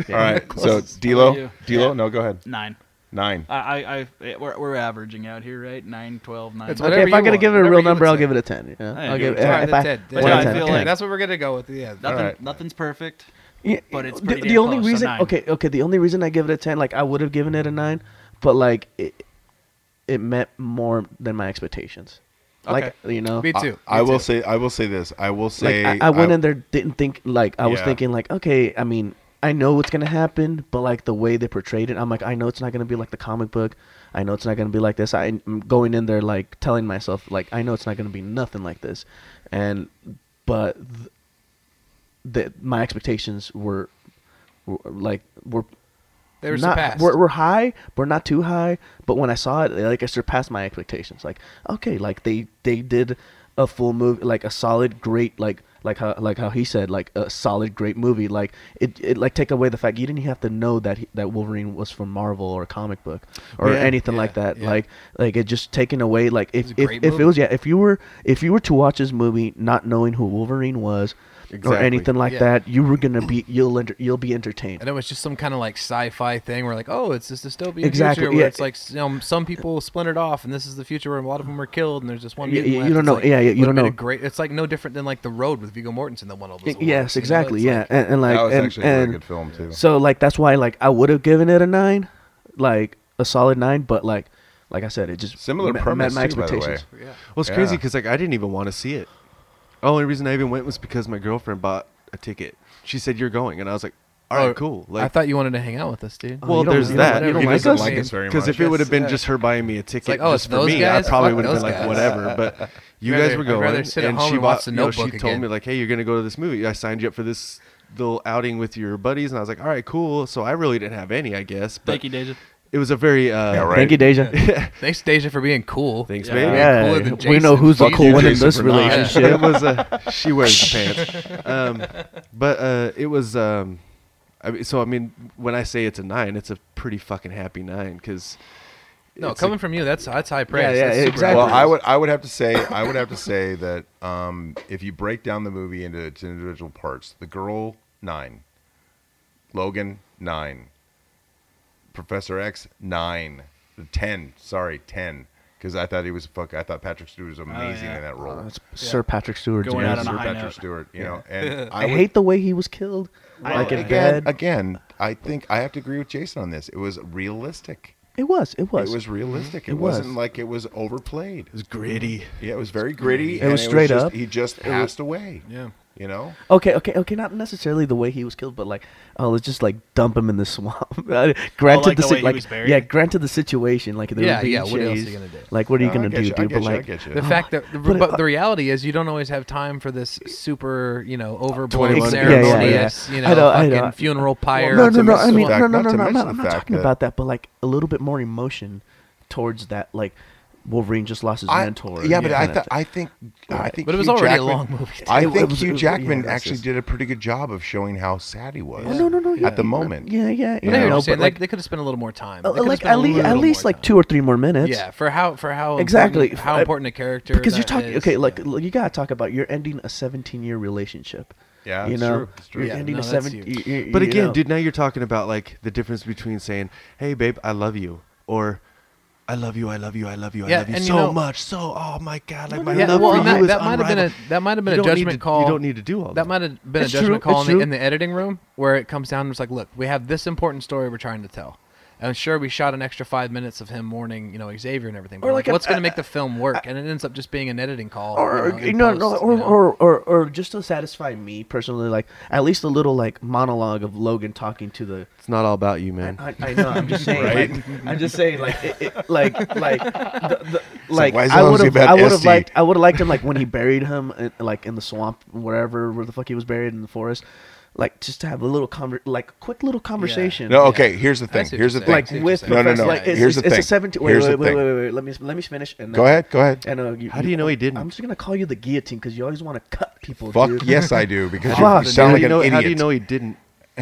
Speaker 4: All right. So, D'Lo?
Speaker 3: you.
Speaker 4: D'Lo? No, go ahead.
Speaker 3: Nine.
Speaker 4: Nine.
Speaker 3: I, I, I
Speaker 1: eh,
Speaker 3: it- we're, we're averaging out here, right? Nine, twelve, nine.
Speaker 5: It's
Speaker 7: Okay,
Speaker 5: whatever
Speaker 7: if I
Speaker 5: you
Speaker 7: gotta
Speaker 5: want,
Speaker 7: give it a
Speaker 5: whatever
Speaker 7: real
Speaker 5: you would
Speaker 7: number, I'll
Speaker 5: say.
Speaker 7: give it a ten. Yeah,
Speaker 3: Yeah,
Speaker 7: I'll
Speaker 3: give
Speaker 7: give
Speaker 3: it
Speaker 7: it.
Speaker 3: a
Speaker 7: If I,
Speaker 5: That's it.
Speaker 7: one out of
Speaker 5: I
Speaker 7: ten,
Speaker 5: feel
Speaker 7: ten.
Speaker 5: like that's what we're gonna go with. Yeah.
Speaker 3: nothing,
Speaker 4: All right.
Speaker 3: nothing's perfect.
Speaker 4: All right.
Speaker 3: Nothing's perfect.
Speaker 7: Yeah,
Speaker 3: But it's
Speaker 7: the,
Speaker 3: pretty
Speaker 7: the
Speaker 3: damn
Speaker 7: only
Speaker 3: close, so
Speaker 7: reason.
Speaker 3: nine.
Speaker 7: Okay, okay. The only reason I give it a ten, like I would have given it a nine, but like it, it meant more than my expectations. Like you know,
Speaker 5: Me too.
Speaker 4: I will say I will say this. I will say
Speaker 7: like I, I went in there didn't think like I was
Speaker 4: Yeah.
Speaker 7: thinking like okay I mean I know what's gonna happen but like the way they portrayed it I'm like I know it's not gonna be like the comic book I know it's not gonna be like this I- I'm going in there like telling myself like I know it's not gonna be nothing like this and but th- that my expectations were, were like were
Speaker 5: They were
Speaker 7: not,
Speaker 5: surpassed.
Speaker 7: We're, we're high, but not too high. But when I saw it, like it surpassed my expectations. Like okay, like they they did a full movie, like a solid, great, like like how like how he said, like a solid, great movie. Like it, it like take away the fact you didn't have to know that he, that Wolverine was from Marvel or a comic book or
Speaker 6: Yeah,
Speaker 7: anything
Speaker 6: yeah,
Speaker 7: like that.
Speaker 6: yeah.
Speaker 7: Like like it just taken away. Like if
Speaker 5: a
Speaker 7: if,
Speaker 5: great
Speaker 7: if
Speaker 5: movie.
Speaker 7: it was yeah, if you were if you were to watch this movie not knowing who Wolverine was. Or
Speaker 6: Exactly.
Speaker 7: anything like
Speaker 5: Yeah.
Speaker 7: that, you were gonna be you'll enter, you'll be entertained.
Speaker 5: And it was just some kind of like sci-fi thing where like, oh, it's this dystopian
Speaker 7: Exactly,
Speaker 5: future where
Speaker 7: yeah.
Speaker 5: it's like some some people splintered off, and this is the future where a lot of them are killed, and there's just one.
Speaker 7: Yeah,
Speaker 5: mutant
Speaker 7: you
Speaker 5: left.
Speaker 7: don't
Speaker 5: It's
Speaker 7: know-
Speaker 5: like,
Speaker 7: yeah, yeah, you
Speaker 5: would've
Speaker 7: don't
Speaker 5: been a
Speaker 7: know.
Speaker 5: Great. It's like no different than like the road with Viggo Mortensen that won all those.
Speaker 7: Y-
Speaker 5: awards,
Speaker 7: Yes,
Speaker 5: you know?
Speaker 7: exactly.
Speaker 5: It's
Speaker 7: Yeah,
Speaker 5: like-
Speaker 7: and, and like
Speaker 4: That was
Speaker 7: and,
Speaker 4: actually a really
Speaker 7: and-
Speaker 4: good film, too.
Speaker 7: So like that's why like I would have given it a nine, like a solid nine, but like like I said, it just
Speaker 4: Similar
Speaker 7: met,
Speaker 4: premise,
Speaker 7: met my
Speaker 4: too, by the way.
Speaker 7: expectations.
Speaker 6: Well, it's crazy because like I didn't even want to see it. The only reason I even went was because my girlfriend bought a ticket. She said you're going, and I was like, all right,
Speaker 5: Oh,
Speaker 6: cool.
Speaker 5: I
Speaker 6: Like,
Speaker 5: thought you wanted to hang out with us, dude.
Speaker 6: well,
Speaker 7: you don't-
Speaker 6: there's
Speaker 7: you don't-
Speaker 6: that.
Speaker 7: you don't
Speaker 6: He
Speaker 7: like
Speaker 6: doesn't
Speaker 7: us?
Speaker 4: It's very
Speaker 6: because if
Speaker 4: much.
Speaker 6: it would have been just her buying me a ticket
Speaker 5: like, oh,
Speaker 6: just
Speaker 5: it's
Speaker 6: for
Speaker 5: those
Speaker 6: me,
Speaker 5: guys?
Speaker 6: I probably
Speaker 5: Fuck
Speaker 6: would have
Speaker 5: those
Speaker 6: been like
Speaker 5: guys.
Speaker 6: whatever. But you
Speaker 5: I'd rather-
Speaker 6: guys were
Speaker 5: I'd
Speaker 6: going,
Speaker 5: rather sit at
Speaker 6: and
Speaker 5: home
Speaker 6: she
Speaker 5: and
Speaker 6: bought.
Speaker 5: watch The
Speaker 6: you know, she
Speaker 5: Notebook
Speaker 6: told
Speaker 5: again.
Speaker 6: me like, hey, you're gonna go to this movie. I signed you up for this little outing with your buddies, and I was like, all right, cool. So I really didn't have any, I guess. But
Speaker 3: Thank you, Deja.
Speaker 6: it was a very uh,
Speaker 4: Yeah, right.
Speaker 7: Thank you, Deja.
Speaker 5: Thanks, Deja, for being cool.
Speaker 6: Thanks,
Speaker 5: yeah.
Speaker 6: baby.
Speaker 7: Yeah,
Speaker 5: Cooler than
Speaker 7: we know
Speaker 5: Jason.
Speaker 7: who's the
Speaker 5: Fuck
Speaker 7: cool
Speaker 5: you,
Speaker 7: one in
Speaker 4: Jason,
Speaker 7: this
Speaker 4: for not-
Speaker 7: relationship.
Speaker 6: it was a she wears the pants. Um, but uh, it was um, I mean, so I mean when I say it's a nine, it's a pretty fucking happy nine because
Speaker 5: No, coming from you, that's that's high praise.
Speaker 7: yeah,
Speaker 5: That's super
Speaker 7: exactly.
Speaker 4: Well,
Speaker 5: high praise.
Speaker 4: I would I would have to say I would have to say that um, if you break down the movie into its individual parts, the girl nine, Logan nine, Professor X nine, ten. Sorry, ten. Because I thought he was fuck. I thought Patrick Stewart was amazing
Speaker 3: Oh, yeah.
Speaker 4: in that role.
Speaker 7: That's Sir Patrick Stewart.
Speaker 3: Going
Speaker 7: dude.
Speaker 3: out on a
Speaker 4: Sir
Speaker 3: high
Speaker 4: Patrick
Speaker 3: note.
Speaker 4: Stewart, you know, and I,
Speaker 7: I
Speaker 4: would-
Speaker 7: hate the way he was killed.
Speaker 4: well,
Speaker 7: like in
Speaker 4: again,
Speaker 7: bed.
Speaker 4: again, I think I have to agree with Jason on this. It was realistic.
Speaker 7: it was. It was.
Speaker 4: It was realistic. It,
Speaker 7: It was.
Speaker 4: wasn't like it was overplayed.
Speaker 6: it's gritty.
Speaker 4: Yeah, it was very gritty.
Speaker 7: It
Speaker 4: and
Speaker 7: was straight
Speaker 4: just-
Speaker 7: up.
Speaker 4: He just passed away. Yeah, you know.
Speaker 7: Okay, okay, okay. Not necessarily the way he was killed, but like, oh, let's just like dump him in the swamp. Uh, granted
Speaker 3: like
Speaker 7: the,
Speaker 3: the
Speaker 7: si-
Speaker 3: way he
Speaker 7: like,
Speaker 3: was buried?
Speaker 7: yeah, granted the situation, like there
Speaker 5: Yeah,
Speaker 7: were being
Speaker 5: yeah, what else are you
Speaker 7: chased.
Speaker 5: gonna do?
Speaker 7: Like, what are you
Speaker 4: No, I
Speaker 7: gonna
Speaker 4: get
Speaker 7: do,
Speaker 4: you, I
Speaker 7: dude?
Speaker 4: get
Speaker 7: But
Speaker 4: you, I
Speaker 7: like,
Speaker 4: get you.
Speaker 5: The fact that,
Speaker 7: But
Speaker 5: but,
Speaker 7: it-
Speaker 5: the
Speaker 6: uh,
Speaker 5: reality is, you don't always have time for this super, you know, overblown
Speaker 6: 21
Speaker 5: ceremony,
Speaker 7: Uh, Yeah, yeah, yeah.
Speaker 5: you
Speaker 7: I
Speaker 5: know,
Speaker 7: know, I
Speaker 5: fucking
Speaker 7: know.
Speaker 5: funeral pyre.
Speaker 7: no,
Speaker 4: not
Speaker 7: no,
Speaker 4: to
Speaker 7: no.
Speaker 4: mention
Speaker 7: I
Speaker 4: the
Speaker 7: mean,
Speaker 4: fact-
Speaker 7: no, no,
Speaker 4: not
Speaker 7: no,
Speaker 4: to
Speaker 7: no. I'm
Speaker 4: mention
Speaker 7: not,
Speaker 4: the
Speaker 7: I'm not
Speaker 4: fact
Speaker 7: talking
Speaker 4: that-
Speaker 7: about that, but like a little bit more emotion towards that. Like, Wolverine just lost his
Speaker 4: I-
Speaker 7: mentor.
Speaker 4: yeah, but
Speaker 7: that
Speaker 4: I,
Speaker 7: kind of
Speaker 4: th-
Speaker 7: thing.
Speaker 4: I think I think
Speaker 5: But it was
Speaker 4: Hugh
Speaker 5: already a
Speaker 4: Jackman-
Speaker 5: long movie.
Speaker 4: I
Speaker 7: It- it
Speaker 4: think
Speaker 7: was- it
Speaker 4: Hugh
Speaker 7: was-
Speaker 4: Jackman
Speaker 7: yeah, that's
Speaker 4: actually
Speaker 7: just-
Speaker 4: did a pretty good job of showing how sad he was.
Speaker 7: Oh, no, no, no. Yeah,
Speaker 4: At the moment,
Speaker 7: Yeah, yeah, yeah.
Speaker 5: I know
Speaker 7: no,
Speaker 5: you're
Speaker 7: but
Speaker 5: saying, like,
Speaker 7: like,
Speaker 5: they could have spent a little more time.
Speaker 7: uh,
Speaker 5: They could've
Speaker 7: like
Speaker 5: spent a
Speaker 7: at least
Speaker 5: little
Speaker 7: at
Speaker 5: more
Speaker 7: least like
Speaker 5: time.
Speaker 7: two or three more minutes.
Speaker 5: Yeah, for how for how
Speaker 7: Exactly.
Speaker 5: important- how
Speaker 7: I-
Speaker 5: important a character
Speaker 7: because you're
Speaker 5: that
Speaker 7: talking
Speaker 5: is.
Speaker 7: okay like look, you gotta talk about you're ending a 17 year relationship
Speaker 4: Yeah,
Speaker 7: you
Speaker 4: it's
Speaker 7: know
Speaker 4: true, it's true.
Speaker 7: you're
Speaker 5: Yeah,
Speaker 7: ending
Speaker 5: no,
Speaker 7: a
Speaker 5: that's
Speaker 7: 17
Speaker 5: huge.
Speaker 7: you- you-
Speaker 6: But
Speaker 7: you
Speaker 6: again,
Speaker 7: know.
Speaker 6: dude, now you're talking about like the difference between saying, "Hey, babe, I love you," or "I love you, I love you, I love you,
Speaker 5: Yeah,
Speaker 6: I love you
Speaker 5: and
Speaker 6: so
Speaker 5: you know-
Speaker 6: much, so oh my god, like my
Speaker 5: Yeah,
Speaker 6: love
Speaker 5: well,
Speaker 6: for
Speaker 5: and
Speaker 6: you
Speaker 5: that,
Speaker 6: is
Speaker 5: that might have been a
Speaker 6: unrivaled."
Speaker 5: that might have been
Speaker 6: You
Speaker 5: a
Speaker 6: don't need
Speaker 5: judgment
Speaker 6: to-
Speaker 5: call.
Speaker 6: You don't need to do all that.
Speaker 5: That might have been
Speaker 7: It's
Speaker 5: a
Speaker 7: true,
Speaker 5: judgment call
Speaker 7: it's
Speaker 5: in the,
Speaker 7: true.
Speaker 5: in the editing room where it comes down and it's like, look, we have this important story we're trying to tell. And sure, we shot an extra five minutes of him mourning, you know, Xavier and everything. But
Speaker 7: Or
Speaker 5: like,
Speaker 7: like a-
Speaker 5: what's going to make the film work? and it ends up just being an editing call.
Speaker 7: or,
Speaker 5: you know,
Speaker 7: or
Speaker 5: in
Speaker 7: no,
Speaker 5: post,
Speaker 7: no,
Speaker 5: you
Speaker 7: or,
Speaker 5: know?
Speaker 7: or, or, or just to satisfy me personally, like at least a little like monologue of Logan talking to the.
Speaker 6: it's not all about you, man.
Speaker 7: I, I know, I'm just saying, like, I'm just saying, like, it, it, like, like, the, the,
Speaker 4: like,
Speaker 7: like,
Speaker 4: why is it
Speaker 7: I
Speaker 4: always
Speaker 7: would have,
Speaker 4: about
Speaker 7: I would have
Speaker 4: SD?
Speaker 7: liked, I would have liked him like when he buried him, uh, like in the swamp, wherever, where the fuck he was buried in the forest, like just to have a little conver, like, quick little conversation.
Speaker 4: No, okay. Here's the thing.
Speaker 5: see what
Speaker 4: Here's the
Speaker 5: you're
Speaker 4: thing.
Speaker 5: saying.
Speaker 7: like
Speaker 5: It's interesting.
Speaker 7: with
Speaker 4: no, no,
Speaker 7: Professor-
Speaker 4: no.
Speaker 7: Like, it's,
Speaker 4: here's
Speaker 7: it's,
Speaker 4: the thing.
Speaker 7: it's a seventeen. Wait,
Speaker 4: Here's
Speaker 7: wait,
Speaker 4: the
Speaker 7: wait,
Speaker 4: thing.
Speaker 7: wait, wait, wait. Let me let me finish. And
Speaker 4: Go
Speaker 7: then-
Speaker 4: ahead. Go ahead.
Speaker 7: And uh, you,
Speaker 6: How do you know he didn't?
Speaker 7: I'm just gonna call you the guillotine because you always want to cut people.
Speaker 4: Fuck
Speaker 7: dude.
Speaker 4: yes, I do because
Speaker 7: Fuck,
Speaker 4: you sound
Speaker 6: how,
Speaker 4: like
Speaker 6: do you
Speaker 4: an
Speaker 6: know,
Speaker 4: idiot.
Speaker 6: how do you know he didn't?